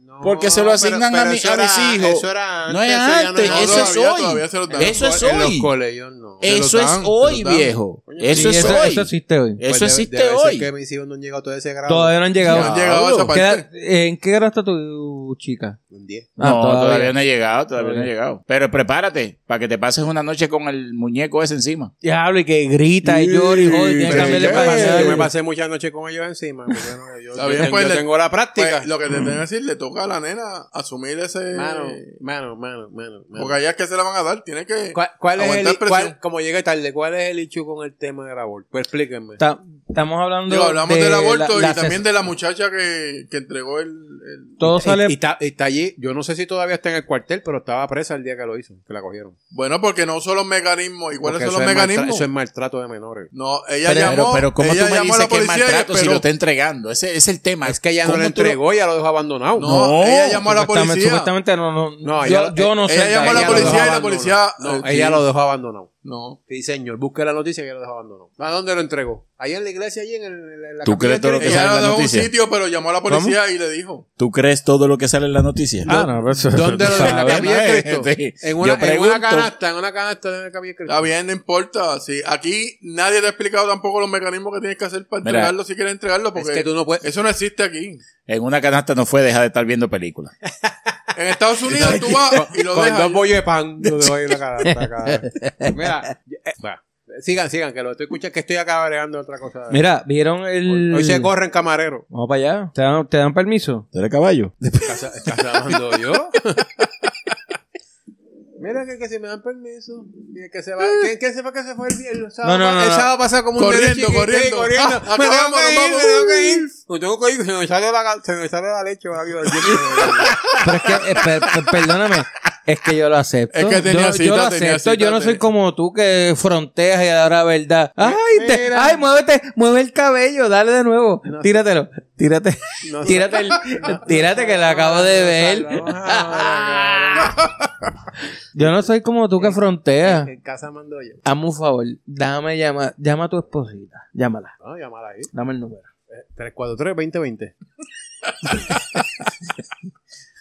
[SPEAKER 2] No,
[SPEAKER 4] Porque se lo asignan a mi-
[SPEAKER 2] eso
[SPEAKER 4] a mis
[SPEAKER 2] era-
[SPEAKER 4] hijos.
[SPEAKER 2] Eso era
[SPEAKER 4] No es
[SPEAKER 2] eso ya
[SPEAKER 4] antes,
[SPEAKER 6] No,
[SPEAKER 4] eso es
[SPEAKER 6] todavía-
[SPEAKER 4] hoy.
[SPEAKER 6] todavía se lo dan.
[SPEAKER 4] Eso es
[SPEAKER 2] En los
[SPEAKER 4] hoy.
[SPEAKER 2] colegios no.
[SPEAKER 6] lo
[SPEAKER 4] Eso es
[SPEAKER 6] dan,
[SPEAKER 4] hoy,
[SPEAKER 6] te lo dan.
[SPEAKER 4] viejo.
[SPEAKER 2] Coño,
[SPEAKER 1] Sí,
[SPEAKER 4] Eso es
[SPEAKER 1] eso,
[SPEAKER 4] hoy.
[SPEAKER 1] eso existe hoy.
[SPEAKER 4] Eso
[SPEAKER 2] Pues debe-
[SPEAKER 4] existe
[SPEAKER 2] debe ser
[SPEAKER 4] hoy.
[SPEAKER 2] que mis hijos no han llegado a todo ese grado.
[SPEAKER 1] Todavía no han llegado.
[SPEAKER 6] No han llegado a esa
[SPEAKER 4] Diablo.
[SPEAKER 6] parte.
[SPEAKER 1] ¿Qué edad- ¿En qué grado está tu tu chica?
[SPEAKER 2] Un 10.
[SPEAKER 1] Ah,
[SPEAKER 4] no, todavía. no he llegado, todavía no he llegado. Pero prepárate para que te pases una noche con el muñeco ese encima.
[SPEAKER 1] Diablo, y que grita y llora y jode, tiene que
[SPEAKER 2] Pero
[SPEAKER 1] cambiarle
[SPEAKER 2] yo-
[SPEAKER 1] pañal.
[SPEAKER 2] Yo me pasé muchas noches con ellos encima. porque no, yo,
[SPEAKER 6] Está
[SPEAKER 2] yo
[SPEAKER 6] bien,
[SPEAKER 2] tengo-
[SPEAKER 6] pues,
[SPEAKER 2] yo
[SPEAKER 6] le-
[SPEAKER 2] tengo la práctica.
[SPEAKER 6] Pues, lo que te tengo que
[SPEAKER 4] Mm.
[SPEAKER 6] decir, le toca a la nena asumir ese.
[SPEAKER 2] pues, mano, mano, mano, mano. mano.
[SPEAKER 6] Porque a ella es que se la van a dar, tiene que.
[SPEAKER 2] ¿Cuál, cuál es
[SPEAKER 6] aguantar
[SPEAKER 2] el,
[SPEAKER 6] presión.
[SPEAKER 2] cuál- como llegué tarde, ¿cuál es el hecho con el tema del aborto? Pues explíquenme.
[SPEAKER 1] Ta- Estamos hablando
[SPEAKER 6] Digo, hablamos
[SPEAKER 1] de
[SPEAKER 6] del aborto
[SPEAKER 1] la-
[SPEAKER 6] y
[SPEAKER 1] la
[SPEAKER 6] también
[SPEAKER 1] ces-
[SPEAKER 6] de la muchacha que, que entregó el. el-
[SPEAKER 1] Todo
[SPEAKER 2] Y-
[SPEAKER 1] sale...
[SPEAKER 2] y, está, y está allí, yo no sé si todavía está en el cuartel, pero estaba presa el día que lo hizo, que la cogieron.
[SPEAKER 6] Bueno, porque no son los mecanismos. ¿Y cuáles
[SPEAKER 2] Porque
[SPEAKER 6] son
[SPEAKER 2] eso
[SPEAKER 6] los
[SPEAKER 2] es maltra-
[SPEAKER 6] mecanismos?
[SPEAKER 2] Eso es maltrato de menores.
[SPEAKER 6] No, ella
[SPEAKER 4] Pero,
[SPEAKER 6] llamó.
[SPEAKER 4] pero ¿cómo
[SPEAKER 6] ella
[SPEAKER 4] tú me
[SPEAKER 6] llamó a
[SPEAKER 4] dices
[SPEAKER 6] la
[SPEAKER 4] que es
[SPEAKER 6] policía y
[SPEAKER 4] maltrato si
[SPEAKER 6] esperó.
[SPEAKER 4] lo está entregando? Ese ese es el tema.
[SPEAKER 2] Ah, Es que ella no
[SPEAKER 4] ¿Cómo
[SPEAKER 2] le
[SPEAKER 4] tú lo-
[SPEAKER 2] entregó, ya lo dejó abandonado.
[SPEAKER 6] No,
[SPEAKER 4] No,
[SPEAKER 6] ella llamó a la
[SPEAKER 1] Supuestamente-
[SPEAKER 6] policía.
[SPEAKER 1] Supuestamente no, no,
[SPEAKER 2] No,
[SPEAKER 1] yo,
[SPEAKER 2] ella-
[SPEAKER 1] yo no sé.
[SPEAKER 6] ella llamó a la
[SPEAKER 1] Ella lo
[SPEAKER 6] policía
[SPEAKER 1] dejó
[SPEAKER 6] y la
[SPEAKER 1] abandonado.
[SPEAKER 6] policía-
[SPEAKER 2] No,
[SPEAKER 6] eh,
[SPEAKER 2] ella
[SPEAKER 6] sí.
[SPEAKER 2] lo dejó abandonado.
[SPEAKER 6] No.
[SPEAKER 2] Sí, señor, busque la noticia y ella lo dejó abandonado. ¿A dónde lo entregó? Ahí en la iglesia, allí en, el, en la
[SPEAKER 4] ¿Tú
[SPEAKER 2] capilla
[SPEAKER 4] crees todo lo que
[SPEAKER 2] del-
[SPEAKER 4] sale
[SPEAKER 6] Ella
[SPEAKER 4] en la
[SPEAKER 6] la dejó en un
[SPEAKER 4] noticia.
[SPEAKER 6] sitio, pero llamó a la policía y le dijo.
[SPEAKER 4] ¿Tú crees todo lo que sale en la noticia?
[SPEAKER 1] Ah, no, pero eso-
[SPEAKER 2] ¿Dónde
[SPEAKER 4] *laughs*
[SPEAKER 2] lo de la
[SPEAKER 1] ¿sabes?
[SPEAKER 2] capilla de Cristo?
[SPEAKER 4] Sí.
[SPEAKER 2] En una,
[SPEAKER 4] Este, Yo
[SPEAKER 2] en una
[SPEAKER 4] pregunto.
[SPEAKER 2] canasta, en una canasta de la capilla de Cristo.
[SPEAKER 6] Está bien, no importa. Sí, aquí nadie te ha explicado tampoco los mecanismos que tienes que hacer para
[SPEAKER 4] Mira.
[SPEAKER 6] entregarlo si quieres entregarlo, porque
[SPEAKER 2] es que tú no puedes.
[SPEAKER 6] eso no existe aquí.
[SPEAKER 4] En una canasta no fue dejar de estar viendo películas. *laughs*
[SPEAKER 6] En Estados Unidos tú vas y lo
[SPEAKER 2] con
[SPEAKER 6] dejas.
[SPEAKER 2] dos bollos de pan lo dejo ahí en la canasta, cabrón. Mira, eh, va. sigan, sigan, que lo estoy escuchando, que estoy acá bregando otra cosa.
[SPEAKER 1] Mira, ¿vieron el...?
[SPEAKER 2] Hoy- Hoy se corren camareros.
[SPEAKER 1] Vamos para allá. ¿Te dan, te dan permiso?
[SPEAKER 4] ¿Tú eres caballo?
[SPEAKER 2] ¿Estás estás hablando yo? *laughs* Mira que, que si me dan permiso. Y el que se va, ¿quién, quién se fue que se fue el, día- el sábado?
[SPEAKER 1] No, no, no,
[SPEAKER 2] el
[SPEAKER 1] no.
[SPEAKER 2] sábado pasado como un
[SPEAKER 6] Corriendo,
[SPEAKER 2] nene chiquito,
[SPEAKER 6] corriendo.
[SPEAKER 2] sí, corriendo.
[SPEAKER 6] Ah,
[SPEAKER 2] me tengo
[SPEAKER 6] acabamos,
[SPEAKER 2] que ir,
[SPEAKER 6] vamos.
[SPEAKER 2] me tengo que ir. Me tengo que ir, se me sale la, ga- se me sale la leche. va, Dios, Dios.
[SPEAKER 1] Pero es que, eh, per- per- perdóname, es que yo lo acepto.
[SPEAKER 6] Es que tenía
[SPEAKER 1] yo,
[SPEAKER 6] cita,
[SPEAKER 1] yo lo
[SPEAKER 6] tenía
[SPEAKER 1] acepto,
[SPEAKER 6] cita,
[SPEAKER 1] yo no soy
[SPEAKER 6] tenía-
[SPEAKER 1] como tú que fronteas y ahora verdad. Ay, te,
[SPEAKER 2] Mira.
[SPEAKER 1] ay, muévete, mueve el cabello, dale de nuevo. Tíratelo, tírate,
[SPEAKER 2] No sé.
[SPEAKER 1] tírate, el- tírate que la acabo de ver.
[SPEAKER 2] Vamos ahora, cabrón.
[SPEAKER 1] Yo no soy como tú que fronteas.
[SPEAKER 2] En casa mando yo.
[SPEAKER 1] Hazme un favor, dame llamar, llama a tu esposita, llámala,
[SPEAKER 2] No, llamar ahí.
[SPEAKER 1] dame el número.
[SPEAKER 2] 343-2020.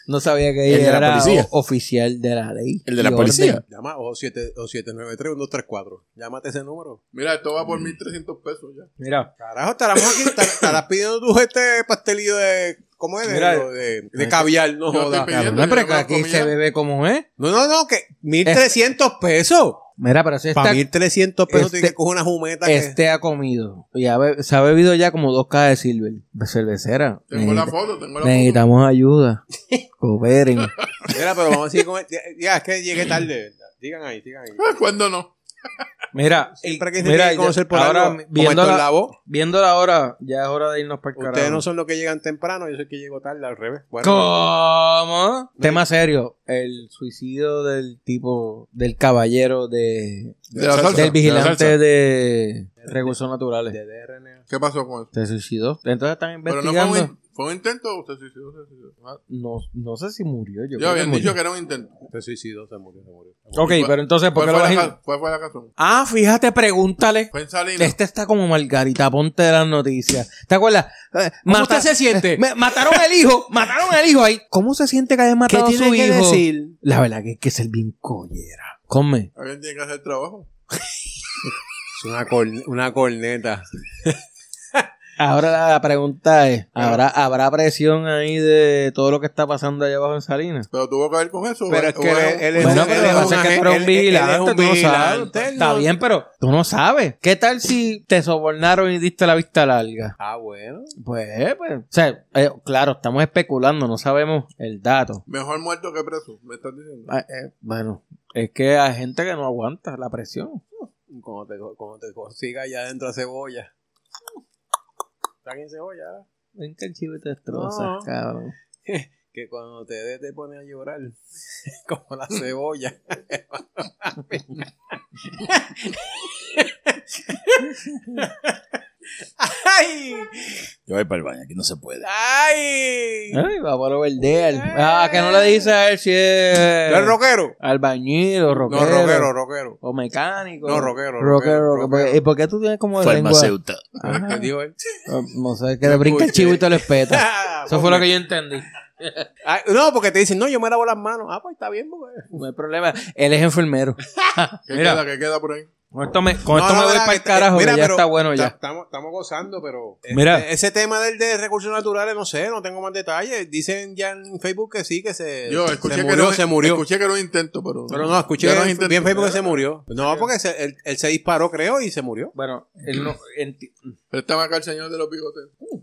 [SPEAKER 1] No sabía que
[SPEAKER 4] El de
[SPEAKER 1] ella
[SPEAKER 4] la
[SPEAKER 1] era
[SPEAKER 4] policía.
[SPEAKER 1] o- oficial de la ley.
[SPEAKER 4] El de la
[SPEAKER 1] y
[SPEAKER 4] policía.
[SPEAKER 1] orden.
[SPEAKER 2] Llama o 7 o 793-1234. Llámate ese número.
[SPEAKER 6] Mira, esto va
[SPEAKER 4] Mm.
[SPEAKER 6] por 1300 pesos ya.
[SPEAKER 1] Mira,
[SPEAKER 2] Carajo, estarás aquí, estar- estarás pidiendo tú este pastelillo de. ¿Cómo es? De,
[SPEAKER 1] Mira, este-
[SPEAKER 2] de, de caviar, no
[SPEAKER 6] yo estoy
[SPEAKER 2] jodas.
[SPEAKER 6] pidiendo-
[SPEAKER 1] cabrón, pero
[SPEAKER 6] yo
[SPEAKER 1] que
[SPEAKER 6] no me
[SPEAKER 1] aquí
[SPEAKER 6] comía.
[SPEAKER 1] se bebe como es.
[SPEAKER 2] No, no, no, que
[SPEAKER 1] Este-
[SPEAKER 2] 1300 pesos.
[SPEAKER 1] Mira, pero si
[SPEAKER 2] Para
[SPEAKER 1] está
[SPEAKER 2] 1300 pesos
[SPEAKER 1] este-
[SPEAKER 2] tienes que coger una jumeta. que-
[SPEAKER 1] Este ha comido. Y ha be- se ha bebido ya como dos cajas de silver. Cervecera.
[SPEAKER 6] Tengo la
[SPEAKER 1] Necesita-
[SPEAKER 6] foto, tengo la foto.
[SPEAKER 1] Necesitamos ayuda. Cooperen.
[SPEAKER 2] Mira, pero vamos a seguir con. Ya, ya, es que llegué tarde. Digan ahí, digan ahí.
[SPEAKER 6] Ah, *laughs* ¿Cuándo no?
[SPEAKER 1] Mira, eh,
[SPEAKER 2] Siempre que se
[SPEAKER 1] mira,
[SPEAKER 2] tiene que conocer por
[SPEAKER 1] ahora
[SPEAKER 2] algo, como
[SPEAKER 1] viendo
[SPEAKER 2] esto
[SPEAKER 1] la-
[SPEAKER 2] es la voz,
[SPEAKER 1] viendo la hora, ya es hora de irnos para el carajo.
[SPEAKER 2] ustedes no son los que llegan temprano, yo soy el que llego tarde, al revés. Bueno,
[SPEAKER 1] ¿Cómo? Tema serio. El suicidio del tipo, del caballero de...
[SPEAKER 6] De la salsa,
[SPEAKER 1] Del
[SPEAKER 6] de
[SPEAKER 1] vigilante
[SPEAKER 6] la salsa.
[SPEAKER 1] de recursos naturales.
[SPEAKER 2] de DRN.
[SPEAKER 6] ¿Qué pasó con él?
[SPEAKER 1] Se suicidó. Entonces están
[SPEAKER 6] Pero no fue
[SPEAKER 1] investigando.
[SPEAKER 6] un, in- fue un intento o se suicidó, se suicidó. Ah,
[SPEAKER 1] no, no sé si murió. Yo, creo que
[SPEAKER 6] Ya habían
[SPEAKER 1] murió.
[SPEAKER 6] dicho que era un intento.
[SPEAKER 2] Se suicidó, se murió, se murió.
[SPEAKER 1] Ok,
[SPEAKER 6] ¿Cuál-
[SPEAKER 1] pero entonces, ¿por
[SPEAKER 6] ¿Cuál
[SPEAKER 1] qué lo
[SPEAKER 6] fue,
[SPEAKER 1] vas
[SPEAKER 6] la,
[SPEAKER 1] a-
[SPEAKER 6] ca- cuál fue la razón?
[SPEAKER 1] Ah, fíjate, pregúntale.
[SPEAKER 6] Fue en Salinas.
[SPEAKER 1] Este está como Margarita Ponte de las noticias. ¿Te acuerdas? Eh,
[SPEAKER 2] ¿Cómo
[SPEAKER 1] mata-
[SPEAKER 2] usted se siente?
[SPEAKER 1] Me- mataron al hijo, mataron al hijo ahí. ¿Cómo se siente que haya matado a su hijo? La verdad que es que es el bien collera. Come.
[SPEAKER 6] Alguien tiene que hacer trabajo.
[SPEAKER 2] Es una, corn- una corneta.
[SPEAKER 1] Ahora la, la pregunta es, ¿habrá, ¿habrá presión ahí de todo lo que está pasando allá abajo en Salinas?
[SPEAKER 6] Pero tuvo que ver con eso.
[SPEAKER 2] Pero es
[SPEAKER 6] o-
[SPEAKER 2] que
[SPEAKER 6] o-
[SPEAKER 2] él- él es
[SPEAKER 1] Bueno,
[SPEAKER 2] un-
[SPEAKER 1] pero lo que pasa es que tú eres un
[SPEAKER 2] él- él- él es
[SPEAKER 1] vigilante,
[SPEAKER 2] un
[SPEAKER 1] tú no sabes.
[SPEAKER 2] vigilante, él
[SPEAKER 1] Está
[SPEAKER 2] no-
[SPEAKER 1] bien, pero tú no sabes. ¿Qué tal si te sobornaron y diste la vista larga?
[SPEAKER 2] Ah, bueno.
[SPEAKER 1] Pues, pues, o sea, eh, claro, estamos especulando, no sabemos el dato.
[SPEAKER 6] Mejor muerto que preso, me estás diciendo.
[SPEAKER 1] Ah, eh, bueno, es que hay gente que no aguanta la presión.
[SPEAKER 2] Cuando te, cuando te consiga allá adentro a cebolla. ¿Está aquí en cebolla?
[SPEAKER 1] Ven que el chivo te destroza,
[SPEAKER 2] No.
[SPEAKER 1] cabrón.
[SPEAKER 2] Que cuando te dé te pone a llorar. *laughs* Como *laughs* la cebolla. ¡Ay!
[SPEAKER 4] Yo voy para el baño, aquí no se puede.
[SPEAKER 2] ¡Ay!
[SPEAKER 1] Ay, va por overdeal. Ah, que no le dice a él si
[SPEAKER 2] ¿No es
[SPEAKER 1] es
[SPEAKER 2] rockero?
[SPEAKER 1] albañil o
[SPEAKER 2] No,
[SPEAKER 1] rockero.
[SPEAKER 2] rockero, rockero.
[SPEAKER 1] O mecánico.
[SPEAKER 2] No, rockero,
[SPEAKER 1] Rockero,
[SPEAKER 2] rockero,
[SPEAKER 1] rockero.
[SPEAKER 2] rockero.
[SPEAKER 1] ¿Y por qué tú tienes como de lengua?
[SPEAKER 4] Farmacéuta.
[SPEAKER 1] Ajá.
[SPEAKER 2] ¿Qué
[SPEAKER 1] *laughs*
[SPEAKER 2] dijo él?
[SPEAKER 1] No sé, que le brinca el chivo y te lo
[SPEAKER 2] *laughs*
[SPEAKER 1] espeta. Eso fue lo que yo entendí.
[SPEAKER 2] pues, Ah, no, porque te dicen, no, yo me lavo las manos. Ah, pues está bien, porque... *laughs*
[SPEAKER 1] No hay problema. Él es enfermero.
[SPEAKER 6] ¿Qué
[SPEAKER 1] Mira.
[SPEAKER 6] queda? ¿Qué queda por ahí?
[SPEAKER 1] Con esto me, con
[SPEAKER 2] No,
[SPEAKER 1] esto
[SPEAKER 2] no,
[SPEAKER 1] me voy
[SPEAKER 2] verdad
[SPEAKER 1] para el
[SPEAKER 2] que-
[SPEAKER 1] carajo,
[SPEAKER 2] mira,
[SPEAKER 1] que ya
[SPEAKER 2] pero
[SPEAKER 1] está bueno
[SPEAKER 2] ta-
[SPEAKER 1] ya.
[SPEAKER 2] Estamos, estamos gozando, pero este,
[SPEAKER 1] Mira.
[SPEAKER 2] ese tema del de recursos naturales, no sé, no tengo más detalles. Dicen ya en Facebook que sí, que se,
[SPEAKER 6] Yo
[SPEAKER 2] se
[SPEAKER 6] escuché que
[SPEAKER 2] murió,
[SPEAKER 6] era un-
[SPEAKER 2] se murió.
[SPEAKER 6] Escuché que era un intento, pero.
[SPEAKER 2] Pero no, escuché
[SPEAKER 6] Ya no
[SPEAKER 2] en-
[SPEAKER 6] intento.
[SPEAKER 2] bien Facebook que se murió. No, porque se- él, él se disparó, creo, y se murió.
[SPEAKER 1] Bueno, él no. enti-
[SPEAKER 6] Préstame acá al señor de los bigotes.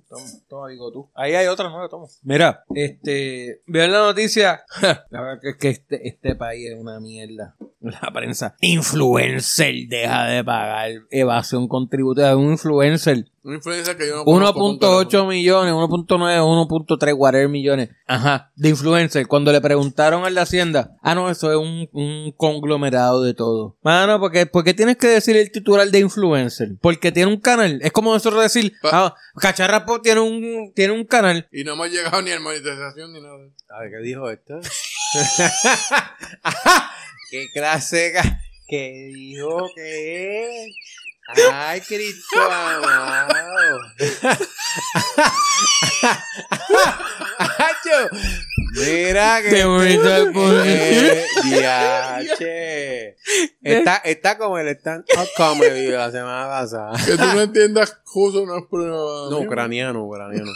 [SPEAKER 1] Toma, toma, digo tú. Ahí hay otra nueva, toma. Mira, este. Veo en la noticia. *laughs* La verdad que es que este, este país es una mierda. La prensa. Influencer deja de pagar evasión contributiva. Un influencer.
[SPEAKER 6] Una influencia que yo no conozco, punto
[SPEAKER 1] 1.8 millones, 1.9, 1.3, whatever millones. Ajá, de influencer. Cuando le preguntaron a la Hacienda, ah, no, eso es un, un conglomerado de todo. Mano, porque, ¿por qué tienes que decir el titular de influencer? Porque tiene un canal. Es como nosotros decir,
[SPEAKER 6] Pa-
[SPEAKER 1] ah, Cacharrapo tiene un, tiene un canal.
[SPEAKER 6] Y no hemos llegado ni a monetización ni nada.
[SPEAKER 2] A ver, ¿qué dijo este? esto? ¡Qué clase! ¿Qué dijo que ¡Ay, Cristo amado! Acho, Mira que...
[SPEAKER 1] Qué bonito el público.
[SPEAKER 2] Eh, diache. Está, está como el stand-up comedy de la semana pasada.
[SPEAKER 6] Que tú
[SPEAKER 2] *laughs*
[SPEAKER 6] no entiendas justo no es problema.
[SPEAKER 2] No,
[SPEAKER 6] mío.
[SPEAKER 2] ucraniano, ucraniano.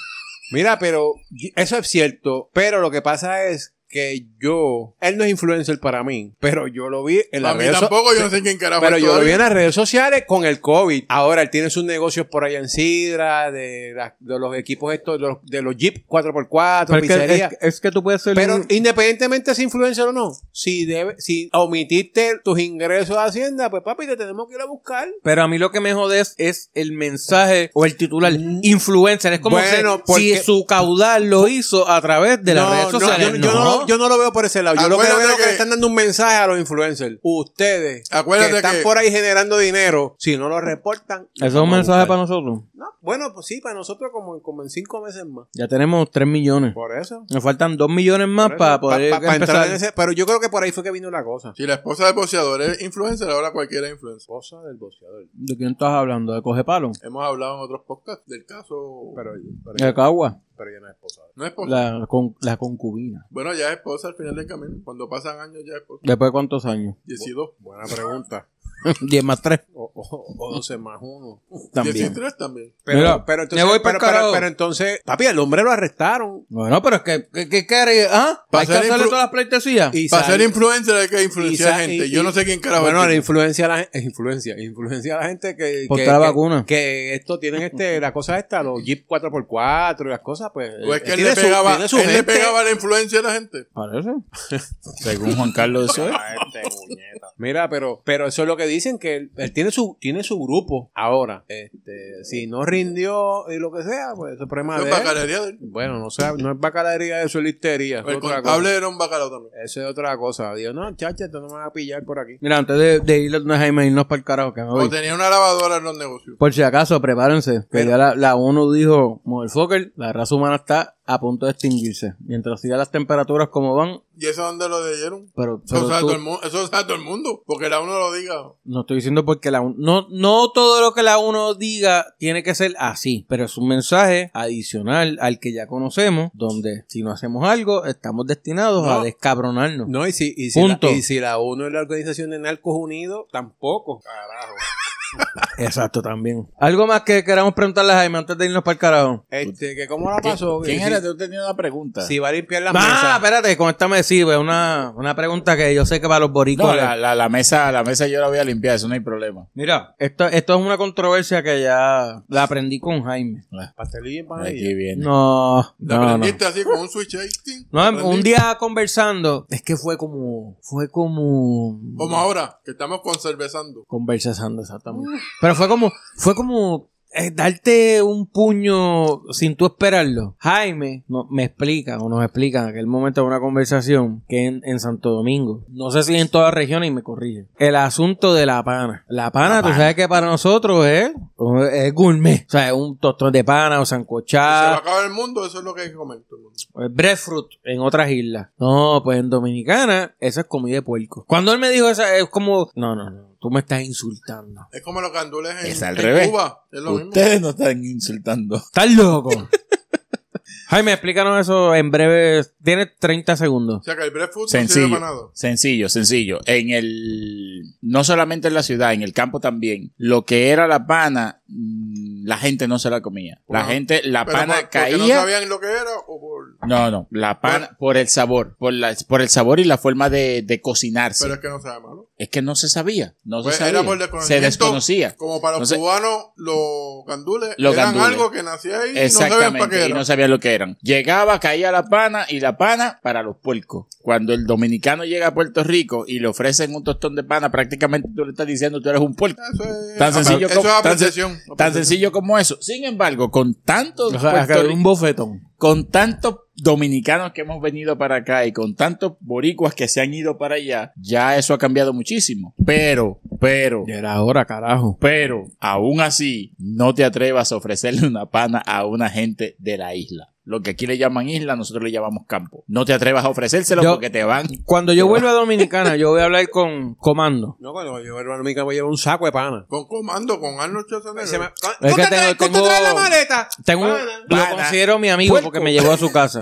[SPEAKER 2] Mira, pero y- eso es cierto. Pero lo que pasa es que yo, él no es influencer para mí, pero yo lo vi en
[SPEAKER 6] A
[SPEAKER 2] las
[SPEAKER 6] mí
[SPEAKER 2] redes so-
[SPEAKER 6] tampoco, yo no sé quién carajo.
[SPEAKER 2] Pero
[SPEAKER 6] es
[SPEAKER 2] yo lo vi
[SPEAKER 6] todavía.
[SPEAKER 2] en las redes sociales con el COVID. Ahora él tiene sus negocios por allá en Sidra, de, las- de los equipos estos, de los, de los Jeep 4x4,
[SPEAKER 1] Pero es, que,
[SPEAKER 2] pizzería.
[SPEAKER 1] es- es que tú puedes ser
[SPEAKER 2] Pero
[SPEAKER 1] un-
[SPEAKER 2] independientemente si influencer o no, si debe, si omitiste tus ingresos a Hacienda, pues papi, te tenemos que ir a buscar.
[SPEAKER 1] Pero a mí lo que me jode es, es el mensaje o el titular. Influencer. Es como
[SPEAKER 2] Bueno,
[SPEAKER 1] que
[SPEAKER 2] porque-
[SPEAKER 1] si su caudal lo hizo a través de las redes sociales.
[SPEAKER 2] yo, yo no. lo- yo no lo veo por ese lado. Yo lo que
[SPEAKER 6] Acuérdate
[SPEAKER 2] veo que,
[SPEAKER 6] que-
[SPEAKER 2] le están dando un mensaje a los influencers. Ustedes
[SPEAKER 6] Acuérdate
[SPEAKER 2] que están
[SPEAKER 6] que-
[SPEAKER 2] por ahí generando dinero, si no lo reportan.
[SPEAKER 1] Eso es un mensaje para nosotros.
[SPEAKER 2] No, bueno, pues sí, para nosotros como, como en cinco meses más.
[SPEAKER 1] Ya tenemos 3 millones.
[SPEAKER 2] Por eso.
[SPEAKER 1] Nos faltan 2 millones más
[SPEAKER 2] Por eso.
[SPEAKER 1] Ah, para
[SPEAKER 2] Pa-
[SPEAKER 1] poder
[SPEAKER 2] pa- pa entrar
[SPEAKER 1] empezar.
[SPEAKER 2] en ese- pero yo creo que por ahí fue que vino la cosa.
[SPEAKER 6] Si la esposa del boxeador es influencer, ahora cualquiera es influencer.
[SPEAKER 2] Cosa del boxeador.
[SPEAKER 1] ¿De quién estás hablando? ¿De Coge Palo?
[SPEAKER 6] Hemos hablado en otros podcasts del caso.
[SPEAKER 2] Pero, pero,
[SPEAKER 1] ¿De Cagua?
[SPEAKER 2] pero ya no es esposa.
[SPEAKER 6] no es esposa.
[SPEAKER 1] La, con- la concubina.
[SPEAKER 6] Bueno, ya es esposa al final del camino. Cuando pasan años, ya es esposa.
[SPEAKER 1] ¿Después de cuántos *laughs* años?
[SPEAKER 6] 12.
[SPEAKER 2] Buena pregunta.
[SPEAKER 1] 10 más 3
[SPEAKER 2] O, o, o 12 más uno.
[SPEAKER 1] también.
[SPEAKER 6] 13 también.
[SPEAKER 2] Pero,
[SPEAKER 1] Mira,
[SPEAKER 2] pero entonces,
[SPEAKER 1] me voy pa'l
[SPEAKER 2] pero, pero-
[SPEAKER 1] carajo.
[SPEAKER 2] pero entonces, papi, el hombre lo arrestaron.
[SPEAKER 1] Bueno, pero es que, ¿qué, qué quieres? ¿Ah?
[SPEAKER 6] Para
[SPEAKER 1] ¿Hay que
[SPEAKER 6] ser
[SPEAKER 1] hacerle
[SPEAKER 6] influ-
[SPEAKER 1] todas las pleitesías?
[SPEAKER 2] Y
[SPEAKER 6] Para
[SPEAKER 2] sal-
[SPEAKER 6] ser influencer hay que influenciar
[SPEAKER 2] y-
[SPEAKER 6] gente.
[SPEAKER 2] y-
[SPEAKER 6] yo no sé quién carajo.
[SPEAKER 2] Bueno,
[SPEAKER 6] es.
[SPEAKER 2] la influencia, a la gente, influencia, influencia a la gente que,
[SPEAKER 1] Por
[SPEAKER 2] que,
[SPEAKER 1] toda la
[SPEAKER 2] que-
[SPEAKER 1] vacuna.
[SPEAKER 2] que esto
[SPEAKER 1] *laughs*
[SPEAKER 2] tienen este, la cosa esta, los Jeep 4x4 y las cosas, pues.
[SPEAKER 6] O es que él
[SPEAKER 2] tiene
[SPEAKER 6] le
[SPEAKER 2] su-
[SPEAKER 6] pegaba,
[SPEAKER 2] tiene su
[SPEAKER 6] él le
[SPEAKER 2] gente.
[SPEAKER 6] pegaba la influencia a la gente.
[SPEAKER 1] Parece.
[SPEAKER 4] Según Juan Carlos Soe.
[SPEAKER 6] Ah, este.
[SPEAKER 2] Mira, pero, pero eso es lo que dicen, que él, él tiene su, tiene su grupo ahora. Este, si no rindió y lo que sea, pues eso es problema
[SPEAKER 6] Eso
[SPEAKER 2] de
[SPEAKER 6] es
[SPEAKER 2] él.
[SPEAKER 6] bacalaría de él.
[SPEAKER 2] Bueno, no sea, no es bacalaría, eso es listería. Eso es
[SPEAKER 6] El
[SPEAKER 2] otra
[SPEAKER 6] contable
[SPEAKER 2] cosa.
[SPEAKER 6] era un bacalao también.
[SPEAKER 2] Eso es otra cosa. Digo, no, chacha, tú no me vas a pillar por aquí.
[SPEAKER 1] Mira, antes de, de ir a donde Jaime, irnos para el carajo que me voy.
[SPEAKER 6] O tenía una lavadora en los negocios.
[SPEAKER 1] Por si acaso, prepárense. Que
[SPEAKER 2] Pero-
[SPEAKER 1] ya la, la ONU dijo, motherfucker, la raza humana está a punto de extinguirse. Mientras sigan las temperaturas como van,
[SPEAKER 6] ¿Y eso dónde lo leyeron?
[SPEAKER 1] pero, pero
[SPEAKER 6] Eso sabe,
[SPEAKER 1] tú-
[SPEAKER 6] todo el mundo, eso sabe todo el mundo. Porque la uno lo diga.
[SPEAKER 1] no estoy diciendo porque la ONU... No, no todo lo que la ONU diga tiene que ser así, pero es un mensaje adicional al que ya conocemos, donde si no hacemos algo, estamos destinados
[SPEAKER 2] No.
[SPEAKER 1] a descabronarnos.
[SPEAKER 2] No, y si, y si,
[SPEAKER 1] Punto.
[SPEAKER 2] La, y si la ONU es la Organización de Narcos Unidos, tampoco. Carajo.
[SPEAKER 1] Exacto, también. ¿Algo más que queramos preguntarle a Jaime antes de irnos para el carajo?
[SPEAKER 2] Este, que ¿Cómo la
[SPEAKER 4] ¿Quién-
[SPEAKER 2] pasó?
[SPEAKER 4] ¿Quién
[SPEAKER 2] Si-
[SPEAKER 4] era? Yo tenía una pregunta.
[SPEAKER 2] Si va a limpiar la
[SPEAKER 1] Ah,
[SPEAKER 2] mesa.
[SPEAKER 1] espérate, conéctame, sí, pues, una, una pregunta que yo sé que para los boricuas...
[SPEAKER 4] No,
[SPEAKER 1] les-
[SPEAKER 4] la, la- la mesa, la mesa yo la voy a limpiar, eso no hay problema.
[SPEAKER 1] Mira, esto, esto es una controversia que ya la aprendí con Jaime.
[SPEAKER 2] Pastelilla y
[SPEAKER 4] Ah, Aquí
[SPEAKER 2] panadilla.
[SPEAKER 4] viene.
[SPEAKER 1] No,
[SPEAKER 6] La
[SPEAKER 1] no, no.
[SPEAKER 6] aprendiste así con un switch ahí. ting,
[SPEAKER 1] No,
[SPEAKER 6] aprendí.
[SPEAKER 1] un día conversando, es que fue como, fue como,
[SPEAKER 6] Como ahora, que estamos conservezando.
[SPEAKER 1] conversando exactamente. Pero fue como, fue como eh, darte un puño sin tú esperarlo. Jaime no, me explica o nos explica en aquel momento de una conversación que en, en Santo Domingo, no sé si en toda la región y me corrige, el asunto de la pana. La pana, tú sabes que para nosotros es, es gourmet. O sea, es un tostón de pana o
[SPEAKER 2] Ah.
[SPEAKER 6] Se va a
[SPEAKER 1] sancochada.
[SPEAKER 6] acabar el mundo, eso es lo que hay que comer todo el mundo.
[SPEAKER 1] o es Breadfruit en otras islas. No, pues en Dominicana, eso es comida de puerco. Cuando él me dijo eso, es como, no, no, no, tú me estás insultando.
[SPEAKER 6] Es como los gandules en,
[SPEAKER 4] Es al
[SPEAKER 6] en
[SPEAKER 4] revés.
[SPEAKER 6] Cuba. Es lo mismo.
[SPEAKER 4] Ustedes no están insultando.
[SPEAKER 1] Estás loco. *laughs* Jaime, explícanos eso en breve. Tienes 30 segundos.
[SPEAKER 6] O sea que el breakfast no sirve para nada.
[SPEAKER 4] Sencillo, sencillo, sencillo. En el, no solamente en la ciudad, en el campo también. Lo que era la pana, mm, la gente no se la comía. La
[SPEAKER 6] Ajá.
[SPEAKER 4] gente, la
[SPEAKER 6] Pero
[SPEAKER 4] pana
[SPEAKER 6] por- porque
[SPEAKER 4] caía.
[SPEAKER 6] no sabían lo que era o por...
[SPEAKER 4] No, no, la pana por el sabor, por, la, por el sabor y la forma de, de cocinarse.
[SPEAKER 6] Pero es que no sabe malo.
[SPEAKER 4] es que no se sabía, no
[SPEAKER 6] Pues
[SPEAKER 4] se sabía,
[SPEAKER 6] era por
[SPEAKER 4] se
[SPEAKER 6] desconocimiento,
[SPEAKER 4] desconocía.
[SPEAKER 6] Como para los
[SPEAKER 4] Entonces-
[SPEAKER 6] cubanos, los candules
[SPEAKER 4] Los
[SPEAKER 6] eran
[SPEAKER 4] gandules.
[SPEAKER 6] algo que nacía ahí y no sabían para qué
[SPEAKER 4] Exactamente, y
[SPEAKER 6] era.
[SPEAKER 4] no sabían lo que eran. Llegaba, caía la pana y la pana para los puercos. Cuando el dominicano llega a Puerto Rico y le ofrecen un tostón de pana, prácticamente tú le estás diciendo tú eres un puerco.
[SPEAKER 6] Eso es,
[SPEAKER 4] Tan sencillo
[SPEAKER 6] eso
[SPEAKER 4] como- tan
[SPEAKER 6] es
[SPEAKER 4] sen-
[SPEAKER 6] apreciación.
[SPEAKER 4] Tan
[SPEAKER 6] apreciación.
[SPEAKER 4] sencillo como eso. Sin embargo, con tantos
[SPEAKER 1] acá
[SPEAKER 4] puertorri-
[SPEAKER 1] un bofetón.
[SPEAKER 4] con tantos dominicanos que hemos venido para acá y con tantos boricuas que se han ido para allá, ya eso ha cambiado muchísimo. Pero, pero,
[SPEAKER 1] Ya era hora, carajo.
[SPEAKER 4] pero, aún así, no te atrevas a ofrecerle una pana a una gente de la isla. Lo que aquí le llaman isla, nosotros le llamamos campo. No te atrevas a ofrecérselo
[SPEAKER 1] Yo-
[SPEAKER 4] porque te van.
[SPEAKER 1] Cuando yo vuelva a Dominicana, yo voy a hablar con Comando.
[SPEAKER 2] No, cuando yo era mi voy a llevar un saco de pana.
[SPEAKER 6] Con comando, con Arnold Schwarzenegger.
[SPEAKER 2] Se me- ¿Tú,
[SPEAKER 1] Es que tengo-
[SPEAKER 2] te traes, tú te
[SPEAKER 1] tengo-
[SPEAKER 2] traes la maleta?
[SPEAKER 1] Tengo un-
[SPEAKER 2] Pana.
[SPEAKER 1] lo considero mi amigo
[SPEAKER 2] Puerco.
[SPEAKER 1] porque me llevó a su casa.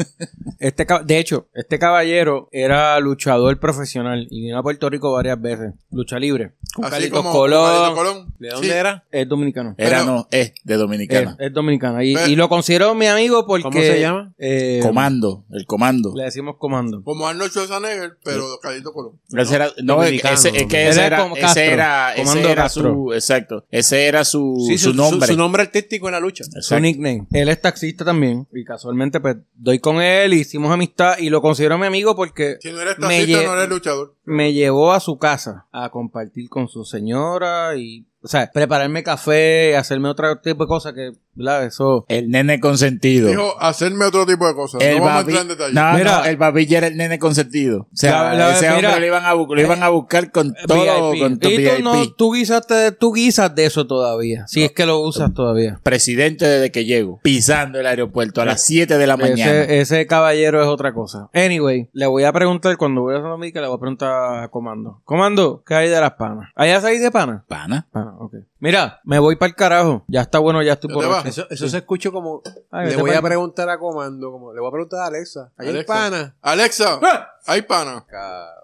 [SPEAKER 1] Este, cab- de hecho, este caballero era luchador profesional y vino a Puerto Rico varias veces. Lucha libre. Con
[SPEAKER 6] Así
[SPEAKER 1] Carlitos
[SPEAKER 6] como
[SPEAKER 1] Colón.
[SPEAKER 6] Carlitos Colón.
[SPEAKER 2] ¿De dónde
[SPEAKER 6] Sí.
[SPEAKER 2] era?
[SPEAKER 1] Es dominicano.
[SPEAKER 4] Era
[SPEAKER 6] Pero-
[SPEAKER 4] no, es de
[SPEAKER 1] Es,
[SPEAKER 4] dominicana.
[SPEAKER 1] es dominicano. Eh. Y,
[SPEAKER 6] Pero-
[SPEAKER 1] y lo considero mi amigo porque.
[SPEAKER 2] ¿Cómo se llama?
[SPEAKER 1] eh,
[SPEAKER 4] comando, el comando.
[SPEAKER 1] Le decimos comando.
[SPEAKER 6] Como Arnold Schwarzenegger, pero Carlitos Colón.
[SPEAKER 4] Ese era- no, es que ese, es que
[SPEAKER 1] Era
[SPEAKER 4] ese era,
[SPEAKER 1] como
[SPEAKER 4] ese
[SPEAKER 1] Castro,
[SPEAKER 4] era- ese
[SPEAKER 1] Comando
[SPEAKER 4] era
[SPEAKER 1] Castro.
[SPEAKER 4] su, exacto, ese era su,
[SPEAKER 2] Sí,
[SPEAKER 4] su nombre.
[SPEAKER 2] Su, nombre artístico en la lucha.
[SPEAKER 4] Exacto.
[SPEAKER 1] Su nickname. Él es taxista también. Y casualmente, pues, doy con él, hicimos amistad y lo considero mi amigo porque
[SPEAKER 6] Si no eres
[SPEAKER 1] Me
[SPEAKER 6] taxista,
[SPEAKER 1] lle-
[SPEAKER 6] no eres luchador.
[SPEAKER 1] me llevó a su casa a compartir con su señora y, o sea, prepararme café, hacerme otro tipo de cosas que, ¿verdad? Eso.
[SPEAKER 4] El nene consentido.
[SPEAKER 6] Dijo, hacerme otro tipo de cosas.
[SPEAKER 4] el
[SPEAKER 6] no vamos a
[SPEAKER 4] babi,
[SPEAKER 6] entrar en detalle.
[SPEAKER 4] no,
[SPEAKER 1] Mira.
[SPEAKER 4] no, el babilla era el nene consentido. O
[SPEAKER 1] La-
[SPEAKER 4] sea,
[SPEAKER 1] la-
[SPEAKER 4] ese hombre
[SPEAKER 1] mira. Eh,
[SPEAKER 4] lo iban, a bu- lo iban a buscar con todo,
[SPEAKER 1] VIP.
[SPEAKER 4] con todo
[SPEAKER 1] y tú,
[SPEAKER 4] VIP.
[SPEAKER 1] no, tú, guisas de- tú guisas de eso todavía, si es que lo usas todavía.
[SPEAKER 4] Presidente desde que llego, pisando el aeropuerto a las 7 de la mañana.
[SPEAKER 1] Ese, ese caballero es otra cosa. Anyway, le voy a preguntar cuando voy a San Domingo, le voy a preguntar a Comando. Comando, ¿qué hay de las panas? ¿Allá se dice pana?
[SPEAKER 4] Pana.
[SPEAKER 1] Pana, ok. Mira, me voy para el carajo. Ya está bueno, ya estoy
[SPEAKER 6] ¿Ya
[SPEAKER 1] por
[SPEAKER 6] te vas?
[SPEAKER 1] ocho.
[SPEAKER 2] Eso, eso se escucha como.
[SPEAKER 1] Ay,
[SPEAKER 2] le
[SPEAKER 1] vete
[SPEAKER 2] voy
[SPEAKER 1] pa'
[SPEAKER 2] a
[SPEAKER 1] allá.
[SPEAKER 2] preguntar a Comando, como le voy a preguntar a Alexa. ¿Hay
[SPEAKER 6] Alexa.
[SPEAKER 2] pana? *laughs* Ah.
[SPEAKER 6] Alexa, hay pana.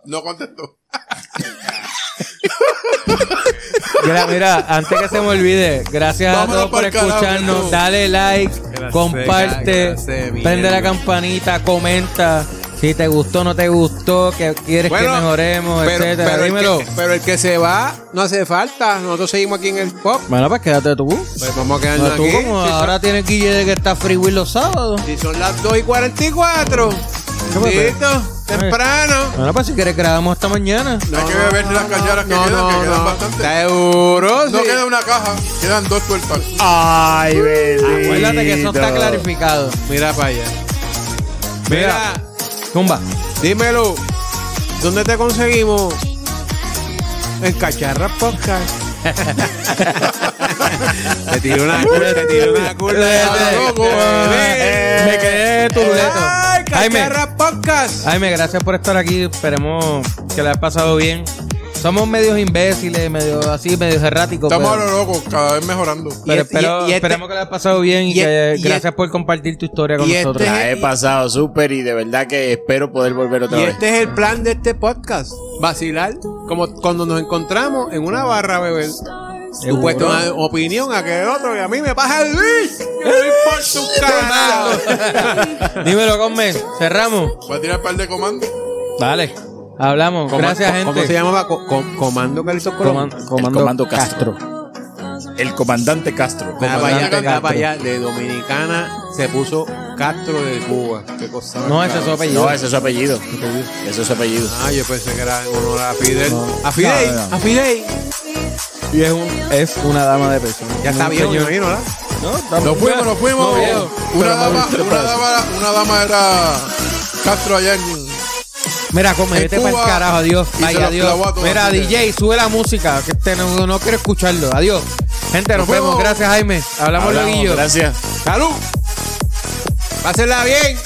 [SPEAKER 6] No contestó.
[SPEAKER 1] Mira, mira, antes que se me olvide, gracias a
[SPEAKER 6] Vámonos
[SPEAKER 1] todos por
[SPEAKER 6] pa'l carajo,
[SPEAKER 1] escucharnos.
[SPEAKER 6] Jesús.
[SPEAKER 1] Dale like,
[SPEAKER 2] Gracias,
[SPEAKER 1] comparte,
[SPEAKER 2] gracias, mi
[SPEAKER 1] prende la
[SPEAKER 2] hermano.
[SPEAKER 1] campanita, comenta si te gustó o no te gustó, que quieres que mejoremos, etcétera. Dímelo.
[SPEAKER 2] El que, pero el que se va, no hace falta. Nosotros seguimos aquí en el pop.
[SPEAKER 1] Bueno, pues quédate tú.
[SPEAKER 2] Pues vamos
[SPEAKER 1] No,
[SPEAKER 2] a quedarnos
[SPEAKER 1] tú
[SPEAKER 2] aquí.
[SPEAKER 1] como
[SPEAKER 2] Si son-
[SPEAKER 1] ahora tienes Guille de que está free will los sábados.
[SPEAKER 2] Si son las 2 y 44.
[SPEAKER 1] pasa?
[SPEAKER 2] Listo, temprano.
[SPEAKER 1] Bueno, pues si quieres grabamos hasta mañana.
[SPEAKER 6] Hay que beber las cacharas que
[SPEAKER 2] no,
[SPEAKER 6] quedan, que
[SPEAKER 2] no,
[SPEAKER 6] quedan
[SPEAKER 2] no.
[SPEAKER 6] bastante.
[SPEAKER 2] Seguro,
[SPEAKER 6] No
[SPEAKER 2] sí.
[SPEAKER 6] queda una caja, quedan dos cuerpos.
[SPEAKER 4] Ay, bendito.
[SPEAKER 1] Acuérdate que eso está clarificado.
[SPEAKER 2] Mira para allá.
[SPEAKER 1] Mira.
[SPEAKER 2] Mira,
[SPEAKER 1] Tumba.
[SPEAKER 2] dímelo. ¿Dónde te conseguimos? En Cacharra Podcast. te
[SPEAKER 1] *laughs*
[SPEAKER 2] tiro *laughs* una curva, te tiro una curva.
[SPEAKER 6] loco,
[SPEAKER 1] eh. Me quedé turuleto.
[SPEAKER 2] Ah, Ay, Cacharra Podcast.
[SPEAKER 1] Jaime, gracias por estar aquí. Esperemos que la hayas pasado bien. Somos medios imbéciles, medio así, medio erráticos.
[SPEAKER 6] Estamos a
[SPEAKER 1] pero,
[SPEAKER 6] lo loco, cada vez mejorando.
[SPEAKER 1] pero
[SPEAKER 2] Y este-
[SPEAKER 1] espero-
[SPEAKER 2] y- y este-
[SPEAKER 1] esperemos que la hayas pasado bien y,
[SPEAKER 2] y-
[SPEAKER 1] que
[SPEAKER 2] y-
[SPEAKER 1] gracias por compartir tu historia con
[SPEAKER 2] y este-
[SPEAKER 4] *laughs*
[SPEAKER 1] nosotros.
[SPEAKER 4] La he pasado súper y de verdad que espero poder volver otra
[SPEAKER 2] Y
[SPEAKER 4] vez.
[SPEAKER 2] este es el plan de este podcast. Vacilar. Como cuando nos encontramos en una barra, bebé. He puesto una opinión a que el otro y a mí me pasa el Luis. Que no importa un carajo.
[SPEAKER 1] Dímelo, Conme. Cerramos.
[SPEAKER 6] Va a tirar un par de comandos.
[SPEAKER 1] Dale. Hablamos.
[SPEAKER 2] Coma-
[SPEAKER 1] gracias,
[SPEAKER 2] co-
[SPEAKER 1] gente.
[SPEAKER 2] ¿Cómo se llamaba? Co- co- comando Carlitos Colón.
[SPEAKER 1] Coman-
[SPEAKER 4] El comando Castro. El comandante Castro.
[SPEAKER 2] Ah,
[SPEAKER 1] Comandante
[SPEAKER 2] vaya,
[SPEAKER 1] Castro.
[SPEAKER 2] ah, vaya, de Dominicana se puso Castro de Cuba. Qué cosa.
[SPEAKER 1] No, ese es su apellido.
[SPEAKER 4] No, ese es su apellido. Ese es su apellido.
[SPEAKER 2] Ah, yo pensé que era en honor a Fidel.
[SPEAKER 1] No.
[SPEAKER 2] A Fidel,
[SPEAKER 4] No, no.
[SPEAKER 2] a Fidel.
[SPEAKER 1] Y es, un- es una dama de peso.
[SPEAKER 2] Ya está bien, me imagino, ¿verdad?
[SPEAKER 1] No, está-
[SPEAKER 6] Nos fuimos, nos fuimos.
[SPEAKER 1] No, viejo.
[SPEAKER 6] Una
[SPEAKER 1] Pero
[SPEAKER 6] dama,
[SPEAKER 1] me gusta
[SPEAKER 4] pues.
[SPEAKER 6] una
[SPEAKER 1] el paso.
[SPEAKER 6] dama, una dama era Castro allá en.
[SPEAKER 1] Mira, come,
[SPEAKER 6] en
[SPEAKER 1] vete para el
[SPEAKER 6] Cuba
[SPEAKER 1] carajo, adiós.
[SPEAKER 6] y
[SPEAKER 1] Ay,
[SPEAKER 6] se la
[SPEAKER 1] adiós.
[SPEAKER 6] clavó a todas,
[SPEAKER 1] Mira,
[SPEAKER 6] así que-
[SPEAKER 1] DJ, sube la música, que este no, no quiero escucharlo. Adiós. Gente, nos,
[SPEAKER 6] Nos
[SPEAKER 1] vemos.
[SPEAKER 6] fuimos.
[SPEAKER 1] Gracias, Jaime. Hablamos,
[SPEAKER 4] Hablamos,
[SPEAKER 1] luego.
[SPEAKER 4] Gracias.
[SPEAKER 2] ¡Salud! ¡Pásenla bien!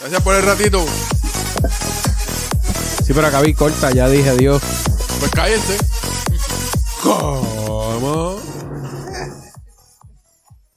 [SPEAKER 6] Gracias por el ratito.
[SPEAKER 1] Sí, pero acá vi corta, ya dije adiós.
[SPEAKER 6] Pues cállense.
[SPEAKER 2] ¿Cómo?